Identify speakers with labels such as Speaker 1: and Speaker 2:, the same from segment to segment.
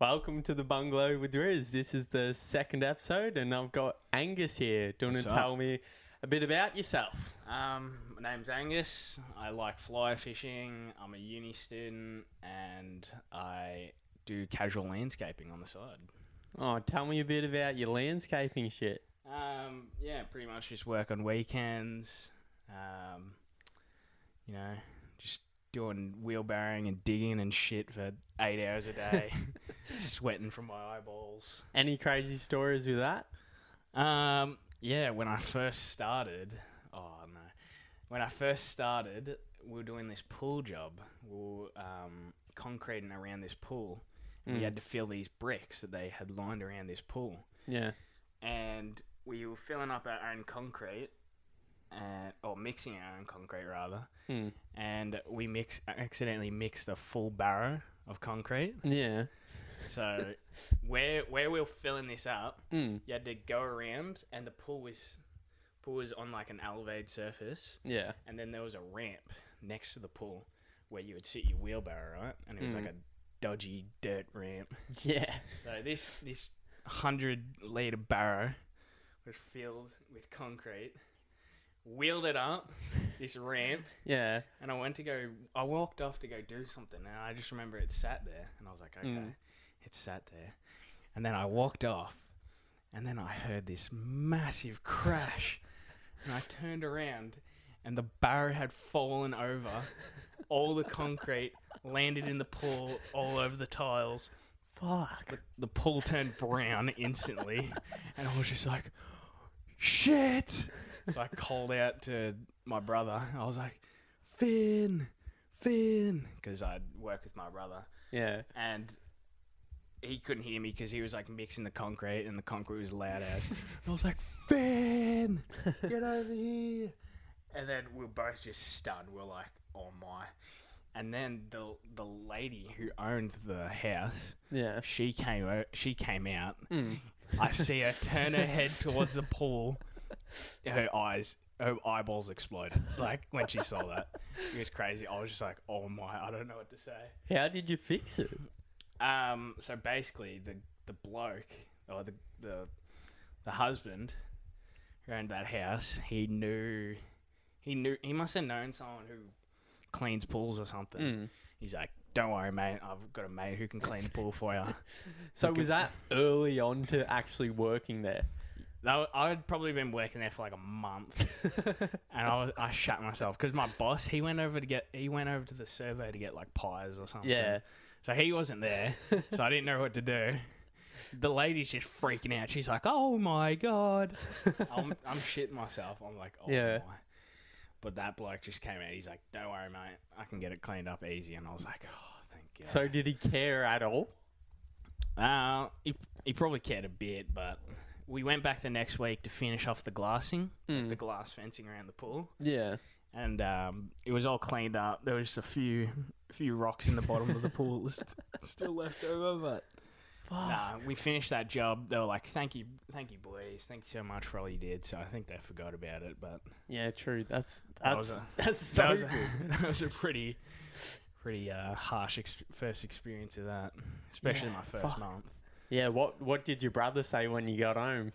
Speaker 1: Welcome to the Bungalow with Riz. This is the second episode, and I've got Angus here. Do you want
Speaker 2: What's
Speaker 1: to
Speaker 2: up?
Speaker 1: tell me a bit about yourself?
Speaker 2: Um, my name's Angus. I like fly fishing. I'm a uni student, and I do casual landscaping on the side.
Speaker 1: Oh, tell me a bit about your landscaping shit.
Speaker 2: Um, yeah, pretty much just work on weekends. Um, you know, just doing wheelbarrowing and digging and shit for eight hours a day, sweating from my eyeballs.
Speaker 1: Any crazy stories with that?
Speaker 2: Um, yeah, when I first started, oh no, when I first started, we were doing this pool job. We were um, concreting around this pool. and
Speaker 1: Mm.
Speaker 2: We had to fill these bricks that they had lined around this pool,
Speaker 1: Yeah.
Speaker 2: and we were filling up our own concrete, and or mixing our own concrete rather.
Speaker 1: Hmm.
Speaker 2: And we mix accidentally mixed a full barrow of concrete.
Speaker 1: Yeah.
Speaker 2: So where where we we're filling this up,
Speaker 1: Mm.
Speaker 2: you had to go around and the pool was pool was on like an elevated surface
Speaker 1: Yeah.
Speaker 2: and then there was a ramp next to the pool where you would sit your wheelbarrow right and it was like
Speaker 1: Mm.
Speaker 2: a dodgy dirt ramp
Speaker 1: Yeah.
Speaker 2: so this this 100 liter barrow was filled with concrete wheeled it up this ramp
Speaker 1: Yeah.
Speaker 2: and i went to go i walked off to go do something and i just remember it sat there and i was like okay
Speaker 1: Mm.
Speaker 2: it sat there and then i walked off and then i heard this massive crash and i turned around and the barrow had fallen over all the concrete landed in the pool all over the tiles
Speaker 1: Fuck.
Speaker 2: the, the pool turned brown instantly and i was just like shit so i called out to my brother i was like finn finn because i work with my brother
Speaker 1: Yeah.
Speaker 2: and he couldn't hear me because he was like mixing the concrete and the concrete was loud as i was like finn get over here and then we are both just stunned we are like oh my and then the the lady who owned the house
Speaker 1: Yeah.
Speaker 2: she came o- she came out.
Speaker 1: Mm.
Speaker 2: I see her turn her head towards the pool. Her eyes her eyeballs exploded. Like when she saw that. It was crazy. I was just like, "Oh my, I don't know what to say."
Speaker 1: How did you fix it?
Speaker 2: Um so basically the the bloke or the the the husband who owned that house, he knew he knew he must have known someone who cleans pools or something.
Speaker 1: Mm.
Speaker 2: He's like, "Don't worry, mate. I've got a mate who can clean the pool for you."
Speaker 1: So
Speaker 2: Like a-
Speaker 1: was that early on to actually working there?
Speaker 2: That, I'd probably been working there for like a month, and I was I shut myself because my boss he went over to get he went over to the survey to get like pies or something.
Speaker 1: Yeah.
Speaker 2: So he wasn't there, so I didn't know what to do. The lady's just freaking out. She's like, "Oh my god!" I'm I'm shitting myself. I'm like, "Oh
Speaker 1: Yeah.
Speaker 2: my." But that bloke just came out. He's like, "Don't worry, mate. I can get it cleaned up easy." And I was like, "Oh, thank God."
Speaker 1: So did he care at all?
Speaker 2: Uh, he, he probably cared a bit, but we went back the next week to finish off the glassing,
Speaker 1: Mm.
Speaker 2: the glass fencing around the pool,
Speaker 1: Yeah.
Speaker 2: and um, it was all cleaned up. There was just a few few rocks in the bottom of the pool that was st- still left over, but
Speaker 1: Fuck.
Speaker 2: nah, we finished that job. They were like, "Thank you, thank you, boys. Thank you so much for all you did." So I think they forgot about it, but
Speaker 1: Yeah, true. That's that's
Speaker 2: That was
Speaker 1: that's
Speaker 2: that
Speaker 1: so
Speaker 2: was, a,
Speaker 1: good.
Speaker 2: that was a pretty pretty uh, harsh ex- first experience of that, especially
Speaker 1: Yeah,
Speaker 2: my first
Speaker 1: fuck.
Speaker 2: month.
Speaker 1: Yeah, what what did your brother say when you got home?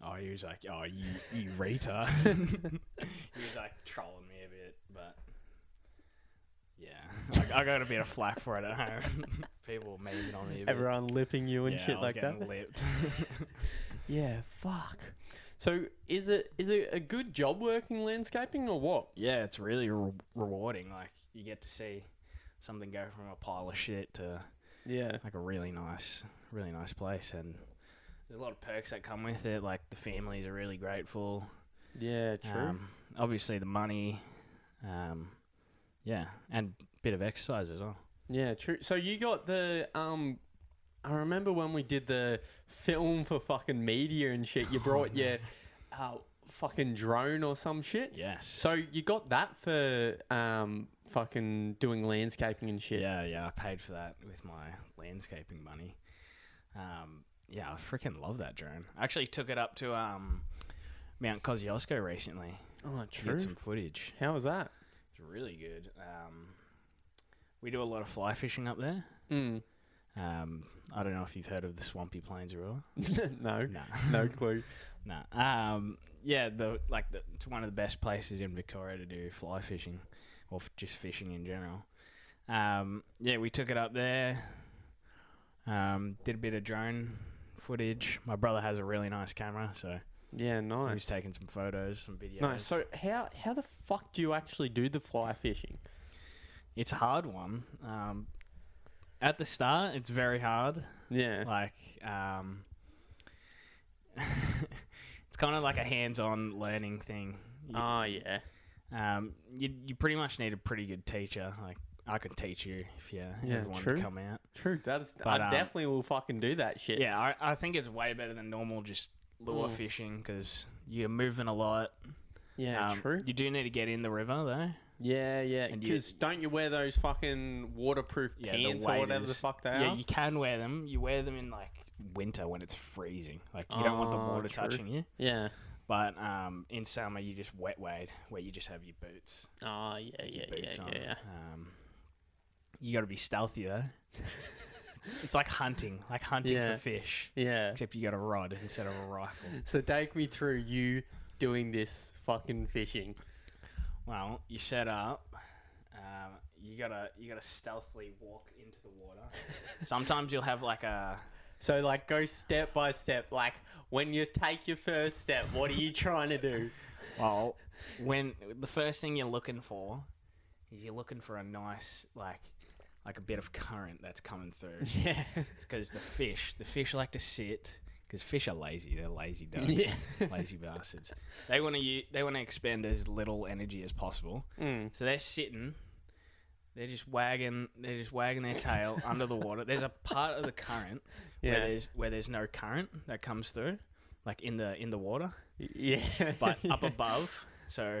Speaker 2: Oh, he was like, "Oh, you, you rater." he was like trolling me a bit, but yeah, I, I got a bit of flack for it at home. People were making on me. A bit.
Speaker 1: Everyone lipping you and
Speaker 2: Yeah, I
Speaker 1: shit
Speaker 2: was
Speaker 1: like that.
Speaker 2: getting Lipped.
Speaker 1: Yeah, fuck. So is it is it a good job working landscaping or what?
Speaker 2: yeah, it's really re- rewarding. Like you get to see something go from a pile of shit to
Speaker 1: Yeah.
Speaker 2: like a really nice, really nice place, and there's a lot of perks that come with it. Like the families are really grateful.
Speaker 1: Yeah, true.
Speaker 2: Um, obviously, the money. Um, yeah, and bit of exercise as well.
Speaker 1: yeah, true. So you got the um I remember when we did the film for fucking media and shit,
Speaker 2: Oh,
Speaker 1: you brought your uh, fucking drone or some shit.
Speaker 2: Yes.
Speaker 1: So you got that for um fucking doing landscaping and shit.
Speaker 2: yeah, yeah, I paid for that with my landscaping money. Um, yeah, I freaking love that drone. I actually took it up to um, Mount Kosciuszko recently
Speaker 1: Oh,
Speaker 2: to
Speaker 1: true.
Speaker 2: get some footage.
Speaker 1: How was that?
Speaker 2: It's really good. Um, we do a lot of fly fishing up there.
Speaker 1: Mm.
Speaker 2: Um, I don't know if you've heard of the Swampy Plains Roar.
Speaker 1: no,
Speaker 2: No.
Speaker 1: no clue.
Speaker 2: No. Um, yeah, the like the, it's one of the best places in Victoria to do fly fishing, or f- just fishing in general. Um, yeah, we took it up there. Um, did a bit of drone footage. My brother has a really nice camera, so
Speaker 1: Yeah, nice.
Speaker 2: he was taking some photos, some videos.
Speaker 1: No, so how how the fuck do you actually do the fly fishing?
Speaker 2: it's a hard one. Um, at the start, it's very hard.
Speaker 1: Yeah,
Speaker 2: like um it's kind of like a hands-on learning thing you,
Speaker 1: oh yeah,
Speaker 2: um you, you pretty much need a pretty good teacher like i could teach you if you
Speaker 1: Yeah,
Speaker 2: ever wanted
Speaker 1: true.
Speaker 2: to come out
Speaker 1: true. That's
Speaker 2: But,
Speaker 1: I
Speaker 2: um,
Speaker 1: definitely will fucking do that shit.
Speaker 2: yeah I, I think it's way better than normal just lure
Speaker 1: Mm.
Speaker 2: fishing because you're moving a lot
Speaker 1: yeah,
Speaker 2: Um,
Speaker 1: true.
Speaker 2: you do need to get in the river though
Speaker 1: Yeah, yeah.
Speaker 2: And you-
Speaker 1: Because don't you wear those fucking waterproof
Speaker 2: Yeah, the
Speaker 1: pants or whatever the
Speaker 2: waders.
Speaker 1: fuck they
Speaker 2: yeah
Speaker 1: are?
Speaker 2: you can wear them you wear them in like winter when it's freezing like you don't want the
Speaker 1: Oh,
Speaker 2: water
Speaker 1: true.
Speaker 2: touching you
Speaker 1: Yeah.
Speaker 2: but um, in summer you just wet wade where you just have your boots
Speaker 1: Oh yeah, yeah,
Speaker 2: your
Speaker 1: yeah,
Speaker 2: boots
Speaker 1: yeah,
Speaker 2: on.
Speaker 1: yeah.
Speaker 2: Um, you got to be stealthy though. it's, it's like hunting, like hunting
Speaker 1: Yeah.
Speaker 2: for fish,
Speaker 1: Yeah.
Speaker 2: except you got a rod instead of a rifle.
Speaker 1: So take me through you doing this fucking fishing.
Speaker 2: Well, you set up. Um, you gotta you gotta stealthily walk into the water. Sometimes you'll have like a
Speaker 1: So like go step by step. Like when you take your first step, what are you trying to do?
Speaker 2: well when the first thing you're looking for is you're looking for a nice like like a bit of current that's coming through
Speaker 1: Yeah.
Speaker 2: because the fish the fish like to sit because fish are lazy they're lazy dogs
Speaker 1: Yeah.
Speaker 2: lazy bastards they want to they want to expend as little energy as possible
Speaker 1: Mm.
Speaker 2: so they're sitting they're just wagging they're just wagging their tail under the water there's a part of the current where
Speaker 1: Yeah.
Speaker 2: there's where there's no current that comes through like in the in the water
Speaker 1: Yeah.
Speaker 2: but up
Speaker 1: Yeah.
Speaker 2: above so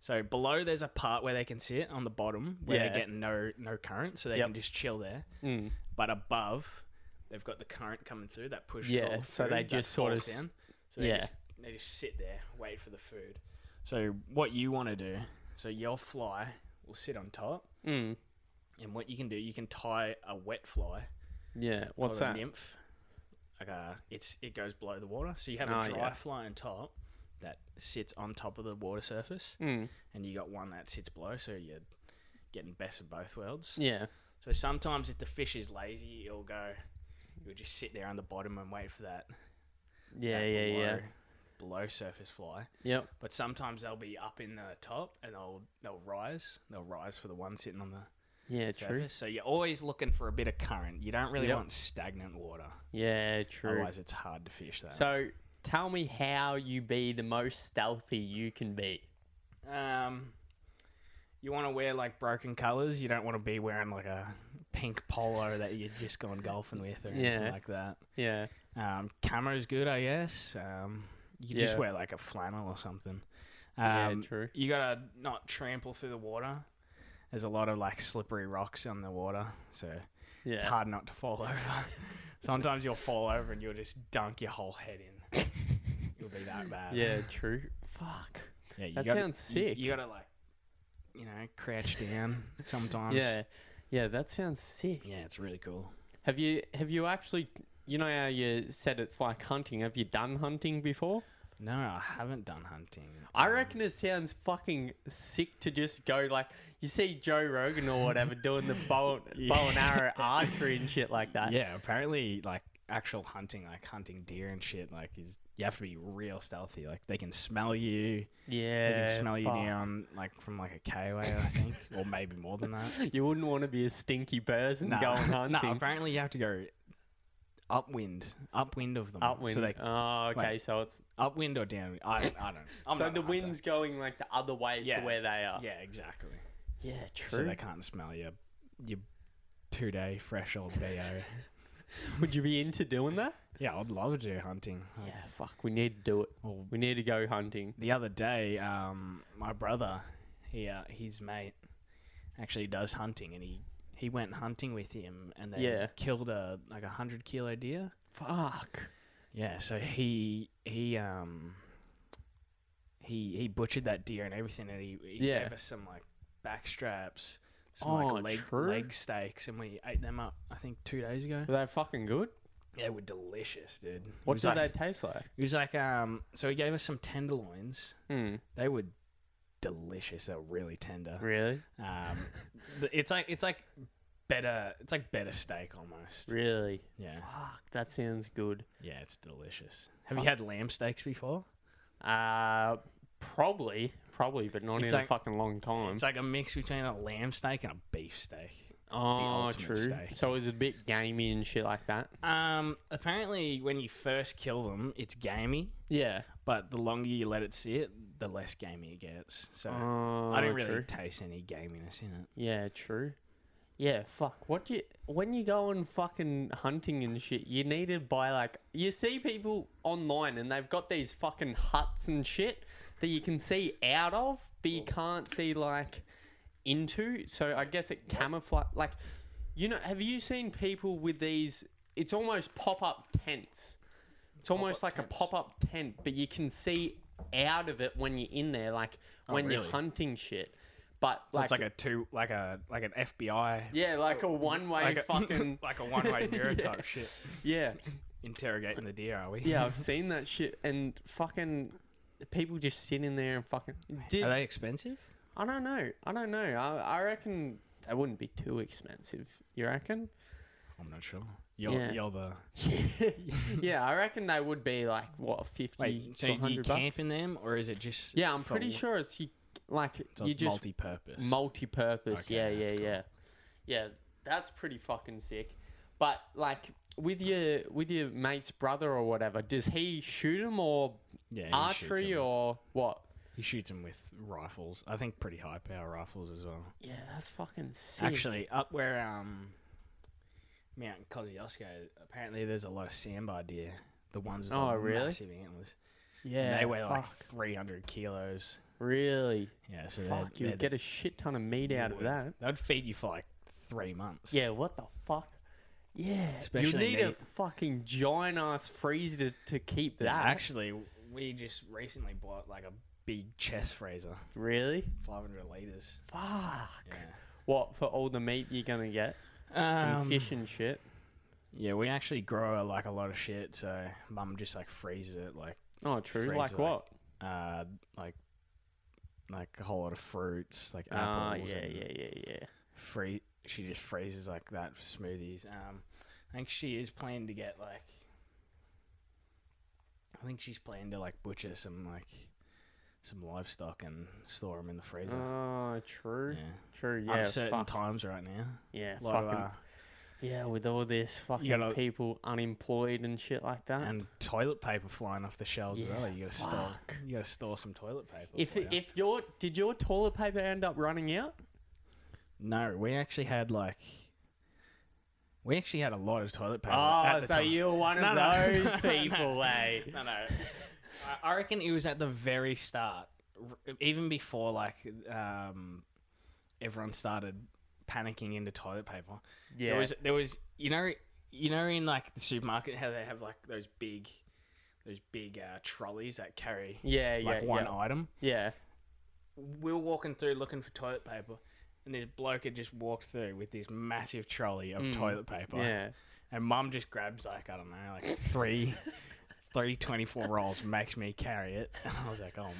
Speaker 2: so below there's a part where they can sit on the bottom where
Speaker 1: Yeah.
Speaker 2: they get no no current so they
Speaker 1: Yep.
Speaker 2: can just chill there
Speaker 1: Mm.
Speaker 2: but above they've got the current coming through that pushes
Speaker 1: Yeah,
Speaker 2: all
Speaker 1: so they
Speaker 2: through, that
Speaker 1: just sort of
Speaker 2: falls
Speaker 1: s-
Speaker 2: down. so they
Speaker 1: yeah.
Speaker 2: just, they just sit there wait for the food so what you want to do so your fly will sit on top
Speaker 1: Mm.
Speaker 2: and what you can do you can tie a wet fly
Speaker 1: Yeah. What's
Speaker 2: called
Speaker 1: that?
Speaker 2: a nymph like uh, it's it goes below the water so you have
Speaker 1: Oh,
Speaker 2: a dry
Speaker 1: yeah.
Speaker 2: fly on top that sits on top of the water surface
Speaker 1: Mm.
Speaker 2: and you got one that sits below so you're getting best of both worlds
Speaker 1: Yeah.
Speaker 2: so sometimes if the fish is lazy, it'll go, it'll just sit there on the bottom and wait for that.
Speaker 1: Yeah.
Speaker 2: that
Speaker 1: Yeah.
Speaker 2: below,
Speaker 1: Yeah.
Speaker 2: Below surface fly,
Speaker 1: Yep.
Speaker 2: but sometimes they'll be up in the top and they'll they'll rise. They'll rise for the one sitting on the
Speaker 1: Yeah. True.
Speaker 2: surface. So you're always looking for a bit of current. You don't really
Speaker 1: Yep.
Speaker 2: want stagnant water,
Speaker 1: Yeah. True.
Speaker 2: otherwise it's hard to fish that.
Speaker 1: So tell me how you be the most stealthy you can be.
Speaker 2: um, you want to wear like broken colors. You don't want to be wearing like a pink polo that you've just gone golfing with or
Speaker 1: Yeah.
Speaker 2: anything like that.
Speaker 1: Yeah.
Speaker 2: Um, camera's good, I guess. Um, you
Speaker 1: Yeah.
Speaker 2: just wear like a flannel or something. Um,
Speaker 1: Yeah, true.
Speaker 2: You gotta not trample through the water. There's a lot of like slippery rocks on the water, so
Speaker 1: Yeah.
Speaker 2: it's hard not to fall over. Sometimes you'll fall over and you'll just dunk your whole head in. It'll be that bad.
Speaker 1: Yeah. True. Fuck.
Speaker 2: Yeah, you
Speaker 1: That
Speaker 2: gotta-
Speaker 1: sounds
Speaker 2: you-
Speaker 1: sick.
Speaker 2: You, gotta like, you know, crouch down sometimes.
Speaker 1: Yeah. Yeah. That sounds sick.
Speaker 2: Yeah, it's really cool.
Speaker 1: Have you Have you actually? You know how you said it's like hunting. Have you done hunting before?
Speaker 2: No, I haven't done hunting.
Speaker 1: I reckon it sounds fucking sick to just go like you see Joe Rogan or whatever doing the bow, bow and arrow archery and shit like that.
Speaker 2: Yeah, apparently, like actual hunting, like hunting deer and shit, like is you have to be real stealthy. Like they can smell you,
Speaker 1: Yeah.
Speaker 2: they can smell you
Speaker 1: fuck.
Speaker 2: down, like from like a k away, I think, or maybe more than that.
Speaker 1: You wouldn't want to be a stinky person
Speaker 2: No,
Speaker 1: going
Speaker 2: no,
Speaker 1: hunting.
Speaker 2: apparently you have to go upwind, upwind of them,
Speaker 1: Upwind.
Speaker 2: So they
Speaker 1: oh, okay.
Speaker 2: like-
Speaker 1: so it's
Speaker 2: upwind or downwind. I, I don't. I'm
Speaker 1: so
Speaker 2: not
Speaker 1: the
Speaker 2: a hunter.
Speaker 1: wind's going like the other way
Speaker 2: Yeah.
Speaker 1: to where they are.
Speaker 2: Yeah, exactly.
Speaker 1: Yeah,
Speaker 2: So
Speaker 1: true.
Speaker 2: they can't smell you. You two day fresh old bo.
Speaker 1: Would you be into doing that?
Speaker 2: yeah, I'd love to do hunting.
Speaker 1: Yeah, fuck. We need to do it.
Speaker 2: Or
Speaker 1: We need to go hunting.
Speaker 2: the other day, um, my brother, he uh, his mate, actually does hunting, and he he went hunting with him, and they
Speaker 1: Yeah.
Speaker 2: killed a like a hundred kilo deer.
Speaker 1: Fuck.
Speaker 2: Yeah, so he he um he he butchered that deer and everything, and he, he
Speaker 1: Yeah.
Speaker 2: gave us some like back straps, some like
Speaker 1: Oh,
Speaker 2: leg,
Speaker 1: true.
Speaker 2: leg steaks, and we ate them up. I think two days ago.
Speaker 1: Were they fucking good?
Speaker 2: They were delicious, dude. It
Speaker 1: What
Speaker 2: was
Speaker 1: did
Speaker 2: like,
Speaker 1: they taste like?
Speaker 2: It was like um. So he gave us some tenderloins.
Speaker 1: Mm.
Speaker 2: They were delicious. They were really tender.
Speaker 1: Really?
Speaker 2: Um, th- it's like it's like better. It's like better steak almost.
Speaker 1: Really?
Speaker 2: Yeah,
Speaker 1: Fuck, that sounds good.
Speaker 2: yeah, it's delicious. Have you had lamb steaks before?
Speaker 1: Uh, probably, probably, but not
Speaker 2: It's
Speaker 1: in
Speaker 2: like-
Speaker 1: a fucking long time.
Speaker 2: It's like a mix between a lamb steak and a beef steak.
Speaker 1: oh,
Speaker 2: ultimate
Speaker 1: true.
Speaker 2: steak.
Speaker 1: So it was a bit gamey and shit like that.
Speaker 2: Um, apparently, when you first kill them, it's gamey,
Speaker 1: Yeah.
Speaker 2: but the longer you let it sit, the less gamey it gets. So
Speaker 1: Oh,
Speaker 2: I didn't really
Speaker 1: true.
Speaker 2: taste any gaminess in it.
Speaker 1: Yeah, true. Yeah, fuck. What do you when you go and fucking hunting and shit, you need to buy like you see people online and they've got these fucking huts and shit that you can see out of, but
Speaker 2: Oh.
Speaker 1: you can't see like into. So I guess it camouflage like you know, have you seen people with these it's almost pop-up tents. It's almost like
Speaker 2: tents.
Speaker 1: a pop-up tent, but you can see out of it when you're in there like when
Speaker 2: Oh, really?
Speaker 1: you're hunting shit. But
Speaker 2: So
Speaker 1: like,
Speaker 2: it's like a two, like a like an FBI,
Speaker 1: yeah, like a one way
Speaker 2: Oh, like a
Speaker 1: fucking.
Speaker 2: like a one way mirror
Speaker 1: Yeah.
Speaker 2: type shit.
Speaker 1: yeah.
Speaker 2: Interrogating the deer, are we?
Speaker 1: Yeah, I've seen that shit and fucking people just sit in there and fucking. Did,
Speaker 2: Are they expensive?
Speaker 1: I don't know. I don't know. I, I reckon they wouldn't be too expensive. You reckon?
Speaker 2: I'm not sure. You're,
Speaker 1: Yeah.
Speaker 2: you're the
Speaker 1: yeah, I reckon they would be like, what, 50
Speaker 2: wait.
Speaker 1: to
Speaker 2: So do you
Speaker 1: 100 bucks?
Speaker 2: camp in them, or is it just?
Speaker 1: Yeah, I'm
Speaker 2: for
Speaker 1: pretty
Speaker 2: one-
Speaker 1: sure it's you, like,
Speaker 2: So
Speaker 1: you
Speaker 2: it's
Speaker 1: just
Speaker 2: multi-purpose.
Speaker 1: multi-purpose.
Speaker 2: Okay,
Speaker 1: yeah, yeah,
Speaker 2: that's cool.
Speaker 1: yeah, yeah. That's pretty fucking sick. But like with your with your mate's brother or whatever, does he shoot him or
Speaker 2: yeah, he shoots
Speaker 1: archery
Speaker 2: them.
Speaker 1: or what?
Speaker 2: he shoots them with rifles. I think pretty high power rifles as well.
Speaker 1: Yeah, that's fucking sick.
Speaker 2: Actually, up where um, Mount Kosciuszko, apparently there's a lot of sambar deer. The ones with
Speaker 1: Oh,
Speaker 2: the
Speaker 1: really?
Speaker 2: massive antlers. And
Speaker 1: yeah,
Speaker 2: they weigh like
Speaker 1: fuck.
Speaker 2: 300 kilos.
Speaker 1: really.
Speaker 2: Yeah, so they're-
Speaker 1: fuck, you
Speaker 2: they're
Speaker 1: would get a shit ton of meat out of
Speaker 2: would.
Speaker 1: that.
Speaker 2: That would feed you for like three months.
Speaker 1: Yeah, what the fuck? Yeah,
Speaker 2: Especially
Speaker 1: you need a
Speaker 2: meat.
Speaker 1: fucking giant ass freezer to, to keep that.
Speaker 2: Actually, we just recently bought like a big chest freezer,
Speaker 1: really?
Speaker 2: 500 liters.
Speaker 1: Fuck.
Speaker 2: Yeah.
Speaker 1: What for all the meat you're gonna get and fish and shit?
Speaker 2: Um, yeah, we actually grow like a lot of shit, so mum just like freezes it, like
Speaker 1: Oh, true.
Speaker 2: freezer,
Speaker 1: like
Speaker 2: like,
Speaker 1: what?
Speaker 2: uh, like like a whole lot of fruits, like
Speaker 1: Ah,
Speaker 2: apples.
Speaker 1: yeah,
Speaker 2: and
Speaker 1: yeah, yeah, yeah.
Speaker 2: Free. She just freezes like that for smoothies. Um, I think she is planning to get like. I think she's planning to like butcher some like, some livestock and store them in the freezer.
Speaker 1: Oh, true,
Speaker 2: yeah.
Speaker 1: true. Yeah,
Speaker 2: uncertain
Speaker 1: fuck.
Speaker 2: times right now.
Speaker 1: yeah,
Speaker 2: A lot of,
Speaker 1: fucking,
Speaker 2: uh,
Speaker 1: yeah. With all this fucking
Speaker 2: gotta-
Speaker 1: people unemployed and shit like that.
Speaker 2: and toilet paper flying off the shelves as
Speaker 1: Yeah,
Speaker 2: well. You gotta store,
Speaker 1: fuck.
Speaker 2: you gotta store some toilet paper.
Speaker 1: if
Speaker 2: for ya.
Speaker 1: if your did your toilet paper end up running out?
Speaker 2: no, we actually had like, we actually had a lot of toilet paper. at
Speaker 1: Oh,
Speaker 2: the
Speaker 1: so
Speaker 2: time.
Speaker 1: you're one
Speaker 2: No,
Speaker 1: of
Speaker 2: no.
Speaker 1: those people, eh?
Speaker 2: No, no. I- I reckon it was at the very start, r- even before like um, everyone started panicking into toilet paper.
Speaker 1: Yeah.
Speaker 2: There was there was you know you know in like the supermarket how they have like those big those big uh, trolleys that carry
Speaker 1: yeah, yeah,
Speaker 2: like
Speaker 1: yeah,
Speaker 2: one item.
Speaker 1: yeah.
Speaker 2: We were walking through looking for toilet paper, and this bloke had just walked through with this massive trolley of toilet paper.
Speaker 1: Mm. Yeah.
Speaker 2: And mum just grabs like I don't know like three three twenty four rolls, makes me carry it. And I was like, oh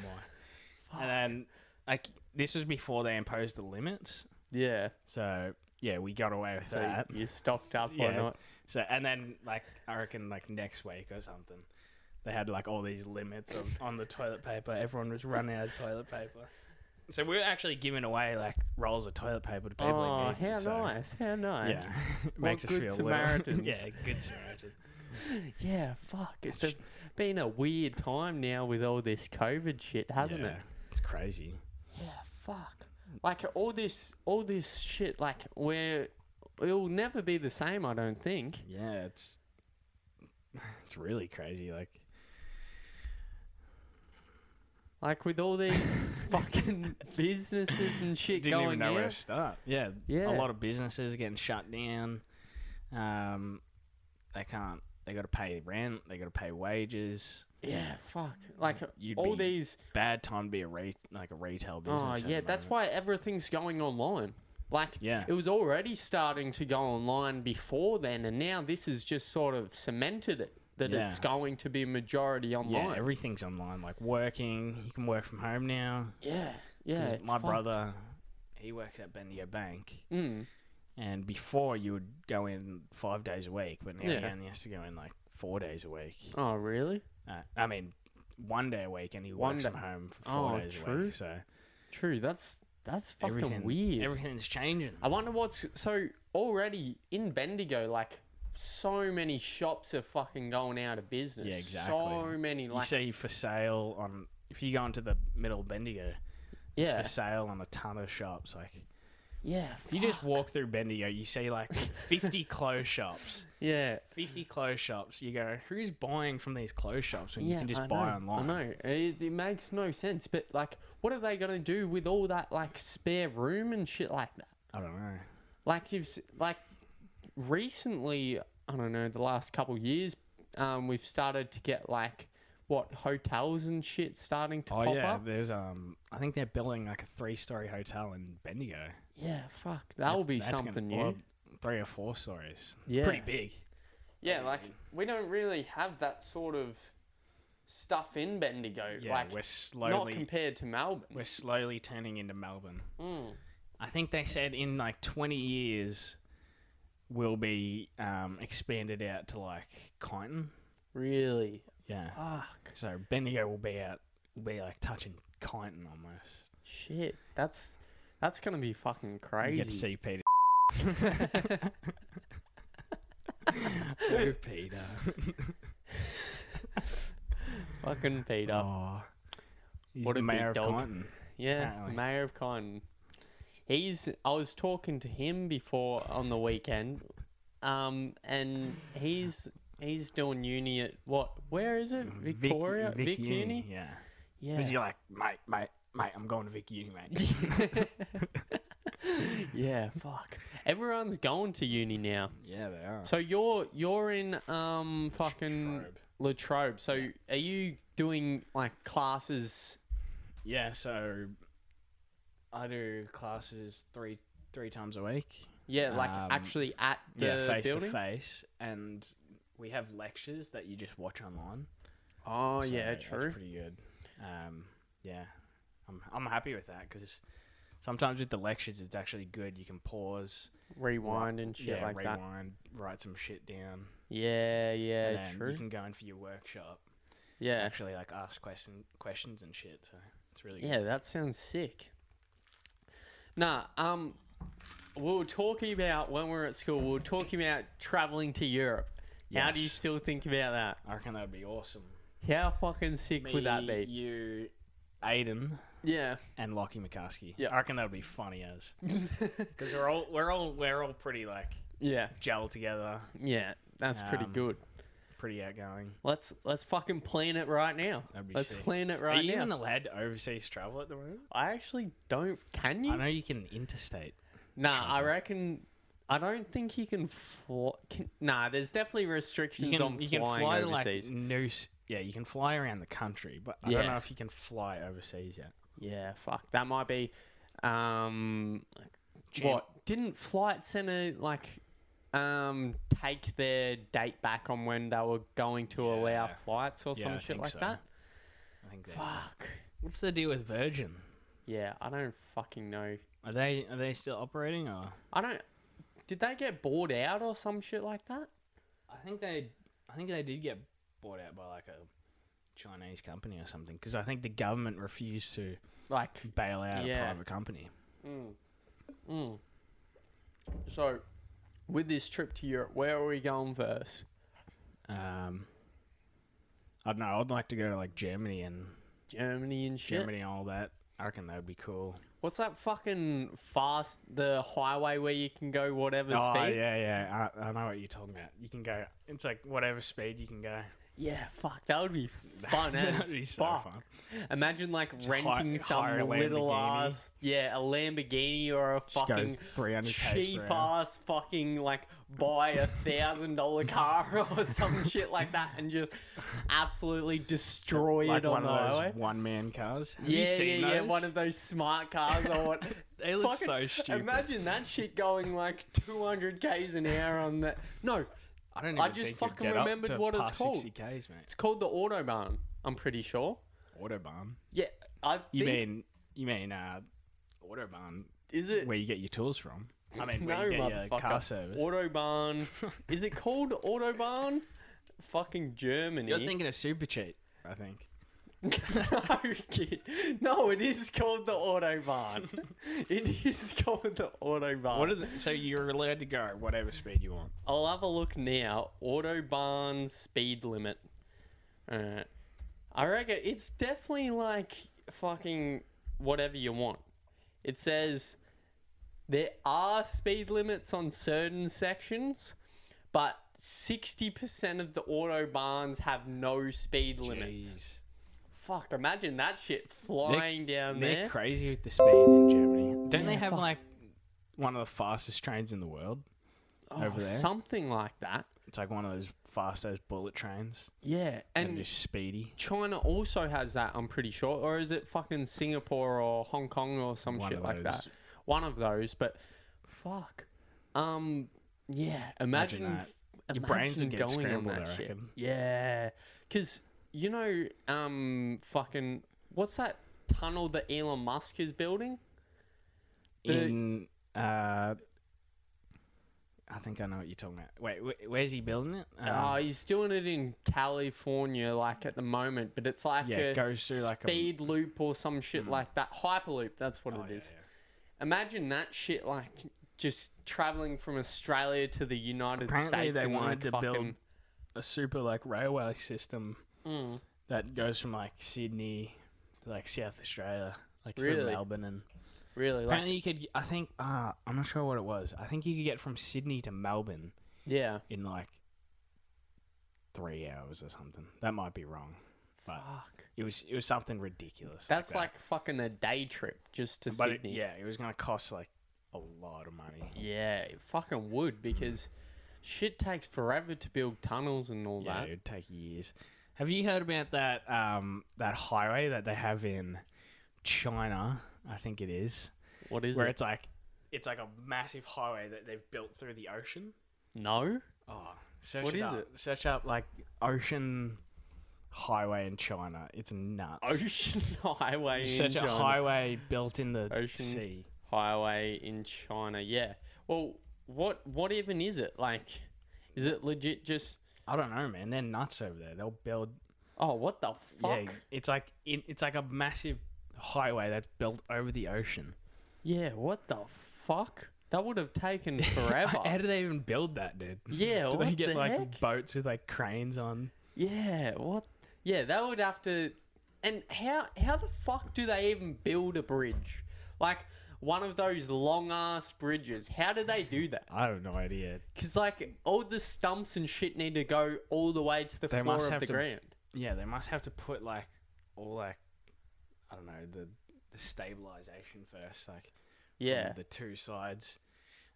Speaker 2: my. And then like this was before they imposed the limits,
Speaker 1: Yeah.
Speaker 2: so yeah, we got away with
Speaker 1: So
Speaker 2: that.
Speaker 1: you stocked up or
Speaker 2: Yeah.
Speaker 1: not?
Speaker 2: So and then like I reckon like next week or something, they had like all these limits on, on the toilet paper. Everyone was running out of toilet paper. So we were actually giving away like rolls of toilet paper to people. who
Speaker 1: Oh,
Speaker 2: needed,
Speaker 1: how
Speaker 2: so,
Speaker 1: nice! How nice!
Speaker 2: Yeah, it makes us
Speaker 1: good
Speaker 2: feel
Speaker 1: Samaritans.
Speaker 2: little. yeah, good Samaritan.
Speaker 1: Yeah, fuck. It's a, been a weird time now with all this COVID shit, hasn't
Speaker 2: yeah,
Speaker 1: it?
Speaker 2: It's crazy.
Speaker 1: Yeah, fuck. Like all this, all this shit. Like we're, it'll never be the same. I don't think.
Speaker 2: Yeah, it's it's really crazy. Like
Speaker 1: Like with all these fucking businesses and shit
Speaker 2: didn't
Speaker 1: going
Speaker 2: even know where
Speaker 1: now.
Speaker 2: to start. Yeah,
Speaker 1: Yeah.
Speaker 2: A lot of businesses are getting shut down. Um, they can't. They got to pay rent. They got to pay wages.
Speaker 1: Yeah, fuck. Like
Speaker 2: You'd
Speaker 1: all
Speaker 2: be-
Speaker 1: these.
Speaker 2: Bad time to be a re- like a retail business.
Speaker 1: Oh
Speaker 2: at the
Speaker 1: yeah, that's
Speaker 2: moment.
Speaker 1: why everything's going online. Like,
Speaker 2: Yeah.
Speaker 1: it was already starting to go online before then, and now this has just sort of cemented it that
Speaker 2: Yeah.
Speaker 1: it's going to be majority
Speaker 2: Yeah,
Speaker 1: online. Yeah,
Speaker 2: everything's online. Like working, you can work from home now.
Speaker 1: yeah,
Speaker 2: 'Cause
Speaker 1: it's
Speaker 2: my
Speaker 1: fucked.
Speaker 2: brother, he works at Bendigo Bank,
Speaker 1: Mm,
Speaker 2: and before you would go in five days a week, but now he
Speaker 1: Yeah.
Speaker 2: only has to go in like four days a week.
Speaker 1: oh, really?
Speaker 2: Uh, I mean, one day a week, and he
Speaker 1: One
Speaker 2: works
Speaker 1: day.
Speaker 2: from home for four
Speaker 1: Oh,
Speaker 2: days a
Speaker 1: true.
Speaker 2: week. So
Speaker 1: True. That's that's fucking
Speaker 2: everything
Speaker 1: weird.
Speaker 2: Everything's changing.
Speaker 1: I wonder what's so already in Bendigo, like so many shops are fucking going out of business.
Speaker 2: Yeah, exactly.
Speaker 1: So many,
Speaker 2: you
Speaker 1: like
Speaker 2: see for sale on if you go into the middle of Bendigo, it's
Speaker 1: yeah,
Speaker 2: for sale on a ton of shops. Like
Speaker 1: yeah.
Speaker 2: if you just walk through Bendigo, you see like fifty clothes shops.
Speaker 1: yeah,
Speaker 2: 50 clothes shops. You go, who's buying from these clothes shops when
Speaker 1: yeah.
Speaker 2: you can just
Speaker 1: I
Speaker 2: buy
Speaker 1: know,
Speaker 2: online?
Speaker 1: I know it, it makes no sense, but like, what are they gonna do with all that like spare room and shit like that?
Speaker 2: I don't know.
Speaker 1: Like you've s- like recently, I don't know, the last couple of years, um, we've started to get like what hotels and shit starting to
Speaker 2: Oh,
Speaker 1: pop
Speaker 2: yeah.
Speaker 1: up.
Speaker 2: There's, um, I think they're building like a three story hotel in Bendigo.
Speaker 1: Yeah, fuck, that'll
Speaker 2: That's-
Speaker 1: be
Speaker 2: that's gonna-
Speaker 1: something new.
Speaker 2: well, three or four stories.
Speaker 1: Yeah.
Speaker 2: Pretty big.
Speaker 1: Yeah,
Speaker 2: Yeah,
Speaker 1: like
Speaker 2: man.
Speaker 1: we don't really have that sort of stuff in Bendigo.
Speaker 2: Yeah.
Speaker 1: like
Speaker 2: we're
Speaker 1: not
Speaker 2: slowly,
Speaker 1: compared to Melbourne.
Speaker 2: we're slowly turning into Melbourne.
Speaker 1: Mm.
Speaker 2: I think they said in like 20 years, will be um, expanded out to like Kyneton.
Speaker 1: Really?
Speaker 2: Yeah.
Speaker 1: Fuck.
Speaker 2: So Bendigo will be out, will be like touching Kyneton almost.
Speaker 1: Shit. That's that's gonna be fucking
Speaker 2: You
Speaker 1: crazy.
Speaker 2: get to see Peter. oh, Peter.
Speaker 1: fucking Peter.
Speaker 2: Oh. He's
Speaker 1: What
Speaker 2: the
Speaker 1: a big
Speaker 2: mayor of
Speaker 1: dog.
Speaker 2: Kyneton.
Speaker 1: yeah,
Speaker 2: apparently.
Speaker 1: mayor of Con. He's. I was talking to him before on the weekend, um, and he's he's doing uni at what? Where is it?
Speaker 2: Vic-
Speaker 1: Victoria. Vic, Uni.
Speaker 2: Yeah.
Speaker 1: Yeah.
Speaker 2: Because you're like, mate, mate, mate, I'm going to Vic Uni, mate.
Speaker 1: yeah, fuck. Everyone's going to uni now.
Speaker 2: yeah, they are.
Speaker 1: So you're you're in um fucking
Speaker 2: Latrobe.
Speaker 1: Latrobe. So are you doing like classes?
Speaker 2: Yeah, so I do classes three three times a week.
Speaker 1: Yeah, like
Speaker 2: Um,
Speaker 1: actually at the
Speaker 2: yeah, face
Speaker 1: building.
Speaker 2: to face, and we have lectures that you just watch online.
Speaker 1: Oh
Speaker 2: So
Speaker 1: yeah,
Speaker 2: That's
Speaker 1: true.
Speaker 2: pretty good. Um, yeah, I'm I'm happy with that because sometimes with the lectures, it's actually good. You can pause,
Speaker 1: Rewind and shit
Speaker 2: yeah,
Speaker 1: like that.
Speaker 2: rewind, write some shit down.
Speaker 1: Yeah,
Speaker 2: and
Speaker 1: yeah,
Speaker 2: then
Speaker 1: true.
Speaker 2: You can go in for your workshop. and
Speaker 1: yeah,
Speaker 2: Actually, like ask question questions and shit. So it's really good.
Speaker 1: yeah. That sounds sick. Nah, um, we were talking about when we were at school. We were talking about traveling to Europe. How do you
Speaker 2: Yes.
Speaker 1: still think about that?
Speaker 2: I reckon that'd be awesome.
Speaker 1: How fucking sick would that
Speaker 2: Me,
Speaker 1: be?
Speaker 2: You, Aiden,
Speaker 1: Yeah.
Speaker 2: and Lockie McCaskey.
Speaker 1: Yeah.
Speaker 2: I reckon that would be funny as because we're all we're all we're all pretty like
Speaker 1: yeah.
Speaker 2: gel together,
Speaker 1: Yeah. That's pretty
Speaker 2: Um,
Speaker 1: good.
Speaker 2: pretty outgoing.
Speaker 1: Let's let's fucking plan it right now.
Speaker 2: That'd be
Speaker 1: Let's
Speaker 2: sick.
Speaker 1: plan it
Speaker 2: Are
Speaker 1: right
Speaker 2: you even
Speaker 1: now.
Speaker 2: allowed to overseas travel at the moment?
Speaker 1: I actually don't. Can
Speaker 2: I
Speaker 1: you?
Speaker 2: know you can interstate.
Speaker 1: Nah, I
Speaker 2: Travel.
Speaker 1: reckon. I don't think you can fly. Can, nah, there's definitely
Speaker 2: You
Speaker 1: restrictions
Speaker 2: can,
Speaker 1: on
Speaker 2: you can
Speaker 1: flying
Speaker 2: fly
Speaker 1: overseas.
Speaker 2: to like New. Yeah, you can fly around the country, but I don't
Speaker 1: Yeah.
Speaker 2: know if you can fly overseas yet.
Speaker 1: Yeah, fuck. That might be. Um,
Speaker 2: Jam-
Speaker 1: what didn't Flight Center like? Um, take their date back on when they were going to allow
Speaker 2: Yeah.
Speaker 1: flights or
Speaker 2: Yeah,
Speaker 1: some
Speaker 2: I
Speaker 1: shit
Speaker 2: think
Speaker 1: like
Speaker 2: so.
Speaker 1: that.
Speaker 2: I think. they-
Speaker 1: Fuck.
Speaker 2: What's the deal with Virgin?
Speaker 1: Yeah, I don't fucking know.
Speaker 2: Are they are they still operating or?
Speaker 1: I don't. Did they get bought out or some shit like that?
Speaker 2: I think they, I think they did get bought out by like a Chinese company or something because I think the government refused to
Speaker 1: Like,
Speaker 2: bail out
Speaker 1: Yeah.
Speaker 2: a private company.
Speaker 1: mm, mm. so with this trip to Europe, where are we going first?
Speaker 2: Um, I don't know. I'd like to go to like Germany and
Speaker 1: Germany and shit.
Speaker 2: Germany and all that. I reckon that would be cool.
Speaker 1: What's that fucking fast the highway where you can go whatever
Speaker 2: oh
Speaker 1: speed?
Speaker 2: yeah, yeah. I, I know what you're talking about. You can go. It's like whatever speed you can go.
Speaker 1: Yeah, fuck, that would be fun
Speaker 2: That'd
Speaker 1: as
Speaker 2: be so
Speaker 1: fuck.
Speaker 2: fun.
Speaker 1: Imagine like
Speaker 2: hi-
Speaker 1: renting
Speaker 2: hire a
Speaker 1: some little
Speaker 2: Lamborghini.
Speaker 1: ass, yeah, a Lamborghini or a
Speaker 2: Just go
Speaker 1: fucking
Speaker 2: 300 k's per
Speaker 1: cheap
Speaker 2: hour.
Speaker 1: ass fucking like buy a thousand dollar car or some shit like that and just absolutely destroy
Speaker 2: Like
Speaker 1: it on
Speaker 2: one
Speaker 1: the
Speaker 2: of those
Speaker 1: highway.
Speaker 2: one man cars. Have
Speaker 1: yeah,
Speaker 2: you seen
Speaker 1: yeah, yeah,
Speaker 2: those?
Speaker 1: one of those smart cars or what?
Speaker 2: They look
Speaker 1: Fucking-
Speaker 2: so stupid.
Speaker 1: Imagine that shit going like 200 k's an hour on that. No,
Speaker 2: I don't. Even
Speaker 1: I just
Speaker 2: think you'd
Speaker 1: fucking
Speaker 2: get up
Speaker 1: remembered
Speaker 2: to
Speaker 1: what it's
Speaker 2: past
Speaker 1: called.
Speaker 2: 60 k's, mate.
Speaker 1: it's called the autobahn. I'm pretty sure.
Speaker 2: Autobahn.
Speaker 1: Yeah, I think
Speaker 2: You mean you mean uh, autobahn
Speaker 1: is it
Speaker 2: where you get your tools from? I mean, where
Speaker 1: no
Speaker 2: you get your
Speaker 1: motherfucker
Speaker 2: car service.
Speaker 1: autobahn. is it called autobahn? Fucking Germany.
Speaker 2: You're thinking of super cheat. I think.
Speaker 1: no, kid. No, it is called the autobahn. it is called the autobahn.
Speaker 2: What are the, so you're allowed to go whatever speed you want.
Speaker 1: I'll have a look now. Autobahn speed limit. Alright. I reckon it's definitely like fucking whatever you want. It says there are speed limits on certain sections, but 60% of the autobahns have no speed limits.
Speaker 2: Jeez.
Speaker 1: Fuck, imagine that shit flying down
Speaker 2: They're
Speaker 1: there.
Speaker 2: crazy with the speeds in Germany. Don't they
Speaker 1: Yeah,
Speaker 2: have
Speaker 1: fuck.
Speaker 2: like one of the fastest trains in the world?
Speaker 1: Oh,
Speaker 2: over there.
Speaker 1: Something like that.
Speaker 2: It's like one of those fast as bullet trains
Speaker 1: Yeah.
Speaker 2: and,
Speaker 1: And
Speaker 2: just speedy.
Speaker 1: China also has that, I'm pretty sure. Or is it fucking Singapore or Hong Kong or some
Speaker 2: One
Speaker 1: shit
Speaker 2: of
Speaker 1: like that?
Speaker 2: those.
Speaker 1: One of those, but fuck. Um, yeah, imagine,
Speaker 2: Imagine that.
Speaker 1: f-
Speaker 2: Your brains would
Speaker 1: imagine
Speaker 2: get
Speaker 1: going on
Speaker 2: scrambled,
Speaker 1: that
Speaker 2: I
Speaker 1: shit.
Speaker 2: reckon.
Speaker 1: Yeah, because you know, um, fucking, what's that tunnel that Elon Musk is building? The-
Speaker 2: in uh, I think I know what you're talking about. Wait, wh- where's he building it? Um,
Speaker 1: Oh, he's doing it in California, like at the moment, but it's like
Speaker 2: yeah,
Speaker 1: a
Speaker 2: it goes through like a Hmm.
Speaker 1: speed loop or some shit like that. Hyperloop, that's what
Speaker 2: Oh,
Speaker 1: it
Speaker 2: yeah,
Speaker 1: is.
Speaker 2: yeah.
Speaker 1: Imagine that shit, like just traveling from Australia to the United
Speaker 2: Apparently,
Speaker 1: States.
Speaker 2: they
Speaker 1: in,
Speaker 2: wanted to
Speaker 1: like, fucking,
Speaker 2: build a super like railway system
Speaker 1: Mm.
Speaker 2: that goes from like Sydney to like South Australia, like through
Speaker 1: Really?
Speaker 2: Melbourne and
Speaker 1: really, like,
Speaker 2: Apparently, you could. I think. Uh, I'm not sure what it was. I think you could get from Sydney to Melbourne
Speaker 1: yeah.
Speaker 2: in like three hours or something. That might be wrong. But
Speaker 1: Fuck,
Speaker 2: it was. It was something ridiculous.
Speaker 1: that's
Speaker 2: that.
Speaker 1: like fucking a day trip just to
Speaker 2: But it,
Speaker 1: Sydney.
Speaker 2: yeah, it was gonna cost like a lot of money.
Speaker 1: yeah, it fucking would because shit takes forever to build tunnels and all
Speaker 2: Yeah,
Speaker 1: that.
Speaker 2: it'd take years. Have you heard about that um, that highway that they have in China? I think it is,
Speaker 1: What is
Speaker 2: where
Speaker 1: it?
Speaker 2: it's like it's like a massive highway that they've built through the ocean.
Speaker 1: No,
Speaker 2: Oh, search
Speaker 1: What
Speaker 2: it
Speaker 1: is
Speaker 2: up. Search up like ocean highway in China. It's nuts.
Speaker 1: ocean highway.
Speaker 2: You
Speaker 1: in
Speaker 2: search
Speaker 1: China.
Speaker 2: a highway built in the
Speaker 1: Ocean.
Speaker 2: sea.
Speaker 1: highway in China. Yeah. Well, what what even is it like? Is it legit? Just
Speaker 2: I don't know, man. They're nuts over there. They'll build.
Speaker 1: oh, what the fuck?
Speaker 2: Yeah, it's like in, it's like a massive highway that's built over the ocean.
Speaker 1: Yeah, what the fuck? That would have taken forever.
Speaker 2: How do they even build that, dude?
Speaker 1: Yeah,
Speaker 2: do they
Speaker 1: what
Speaker 2: get
Speaker 1: the
Speaker 2: like
Speaker 1: heck?
Speaker 2: boats with like cranes on?
Speaker 1: yeah, what? Yeah, that would have to. And how how the fuck do they even build a bridge? Like one of those long ass bridges. How do they do that?
Speaker 2: I have no idea.
Speaker 1: Because like all the stumps and shit need to go all the way to the
Speaker 2: They
Speaker 1: floor
Speaker 2: must
Speaker 1: of
Speaker 2: have
Speaker 1: the
Speaker 2: to-
Speaker 1: ground.
Speaker 2: Yeah, they must have to put like all like I don't know the the stabilization first, like from
Speaker 1: Yeah,
Speaker 2: the two sides.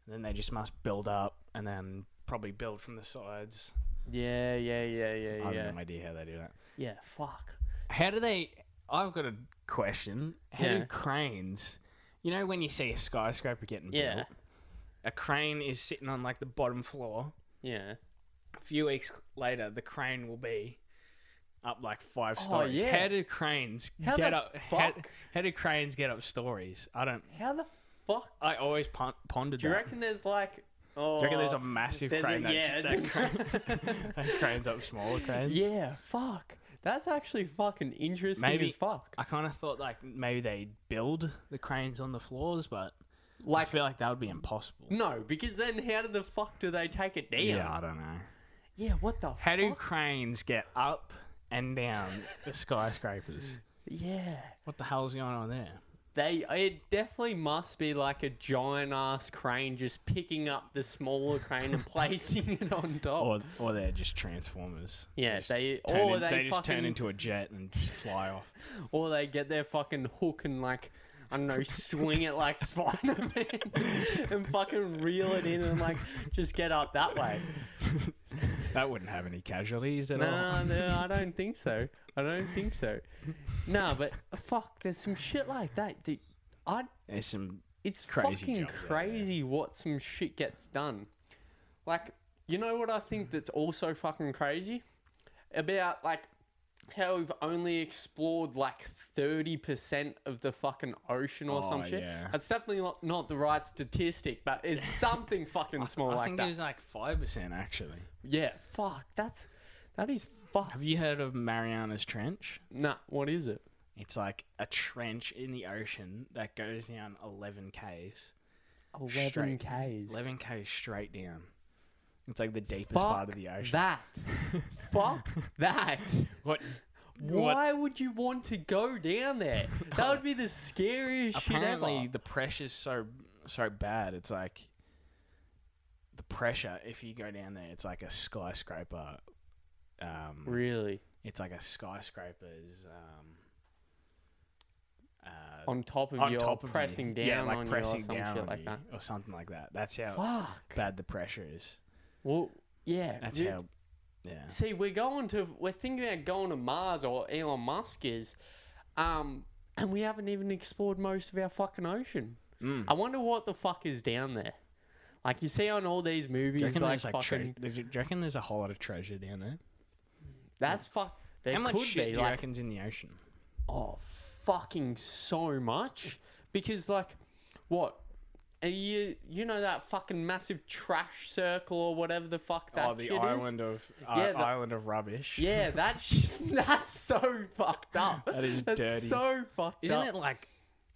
Speaker 2: And then they just must build up and then probably build from the sides.
Speaker 1: yeah, yeah, yeah, yeah,
Speaker 2: I
Speaker 1: yeah.
Speaker 2: have no idea how they do that.
Speaker 1: Yeah, fuck.
Speaker 2: How do they? I've got a question. How
Speaker 1: Yeah.
Speaker 2: do cranes? You know when you see a skyscraper getting
Speaker 1: Yeah.
Speaker 2: built, a crane is sitting on like the bottom floor.
Speaker 1: Yeah.
Speaker 2: A few weeks later, the crane will be up like five
Speaker 1: Oh,
Speaker 2: stories.
Speaker 1: yeah.
Speaker 2: How do cranes
Speaker 1: How
Speaker 2: get
Speaker 1: the
Speaker 2: up? How,
Speaker 1: fuck?
Speaker 2: how do cranes get up stories? I don't.
Speaker 1: How the fuck?
Speaker 2: I always pon- pondered
Speaker 1: Do you
Speaker 2: that.
Speaker 1: reckon there's like. Oh,
Speaker 2: Do you reckon there's a massive
Speaker 1: there's a-
Speaker 2: crane that,
Speaker 1: yeah,
Speaker 2: that,
Speaker 1: it's
Speaker 2: crane, that cranes up smaller cranes?
Speaker 1: Yeah, fuck. That's actually fucking interesting
Speaker 2: Maybe-
Speaker 1: as fuck.
Speaker 2: I kind of thought like maybe they build the cranes on the floors, but I
Speaker 1: Like,
Speaker 2: feel like that would be impossible.
Speaker 1: no, because then how the fuck do they take it down?
Speaker 2: Yeah, I don't know.
Speaker 1: Yeah, what the
Speaker 2: How
Speaker 1: fuck?
Speaker 2: do cranes get up and down the skyscrapers?
Speaker 1: Yeah.
Speaker 2: What the hell's going on there?
Speaker 1: They it definitely must be like a giant ass crane just picking up the smaller crane and placing it on top.
Speaker 2: Or, or they're just transformers.
Speaker 1: Oh. Yeah,
Speaker 2: just
Speaker 1: they
Speaker 2: turn
Speaker 1: or
Speaker 2: in-
Speaker 1: they,
Speaker 2: just
Speaker 1: fucking,
Speaker 2: turn into a jet and just fly off.
Speaker 1: or they get their fucking hook and like I don't know, swing it like Spider Man and fucking reel it in and like just get up that way.
Speaker 2: That wouldn't have any casualties at
Speaker 1: No,
Speaker 2: all.
Speaker 1: no, I don't think so. I don't think so. No, but fuck, there's some shit like that. Dude, I
Speaker 2: There's some
Speaker 1: it's
Speaker 2: Crazy
Speaker 1: fucking
Speaker 2: jumps out there.
Speaker 1: crazy what some shit gets done. Like, you know what I think
Speaker 2: Hmm.
Speaker 1: that's also fucking crazy? About like how we've only explored like 30% of the fucking ocean or some
Speaker 2: Oh,
Speaker 1: shit.
Speaker 2: yeah.
Speaker 1: That's definitely not, not the right statistic, but it's something fucking small
Speaker 2: I
Speaker 1: like
Speaker 2: think
Speaker 1: that.
Speaker 2: it was like five percent actually.
Speaker 1: Yeah, fuck. That's that is fuck.
Speaker 2: Have you heard of Mariana's Trench?
Speaker 1: Nah, what is it?
Speaker 2: It's like a trench in the ocean that goes down eleven k's,
Speaker 1: 11
Speaker 2: Straight.
Speaker 1: Ks.
Speaker 2: eleven k's straight down. It's like the deepest
Speaker 1: Fuck
Speaker 2: part of the ocean.
Speaker 1: That. fuck that.
Speaker 2: what? What?
Speaker 1: Why would you want to go down there? That would be the scariest
Speaker 2: Apparently,
Speaker 1: shit ever.
Speaker 2: the pressure's so so bad. It's like the pressure. If you go down there, it's like a skyscraper. Um,
Speaker 1: Really?
Speaker 2: It's like a skyscraper's um, uh,
Speaker 1: On top of
Speaker 2: on
Speaker 1: you,
Speaker 2: top
Speaker 1: or
Speaker 2: of you.
Speaker 1: pressing down
Speaker 2: yeah, like
Speaker 1: on
Speaker 2: pressing
Speaker 1: you or some
Speaker 2: down
Speaker 1: shit
Speaker 2: on
Speaker 1: like
Speaker 2: you
Speaker 1: that.
Speaker 2: or something like that. That's how
Speaker 1: Fuck.
Speaker 2: bad the pressure is.
Speaker 1: Well, yeah.
Speaker 2: That's
Speaker 1: dude.
Speaker 2: how. Yeah.
Speaker 1: See, we're going to we're thinking about going to Mars or Elon Musk is, um, and we haven't even explored most of our fucking ocean.
Speaker 2: Mm.
Speaker 1: I wonder what the fuck is down there. Like you see on all these
Speaker 2: Do you
Speaker 1: movies,
Speaker 2: reckon
Speaker 1: like
Speaker 2: there's like tre-
Speaker 1: fucking
Speaker 2: there's- do you reckon there's a whole lot of treasure down there?
Speaker 1: that's fuck. There
Speaker 2: how much
Speaker 1: could
Speaker 2: shit
Speaker 1: be
Speaker 2: do you
Speaker 1: like
Speaker 2: reckon's in the ocean?
Speaker 1: Oh, fucking so much. Because like, what? Are you you know that fucking massive trash circle or whatever the fuck that
Speaker 2: oh, the
Speaker 1: shit
Speaker 2: island of uh,
Speaker 1: Yeah, the-
Speaker 2: island of rubbish.
Speaker 1: is. Yeah, that sh- that's so fucked up.
Speaker 2: That is
Speaker 1: that's
Speaker 2: dirty.
Speaker 1: So fucked
Speaker 2: Isn't
Speaker 1: up.
Speaker 2: it like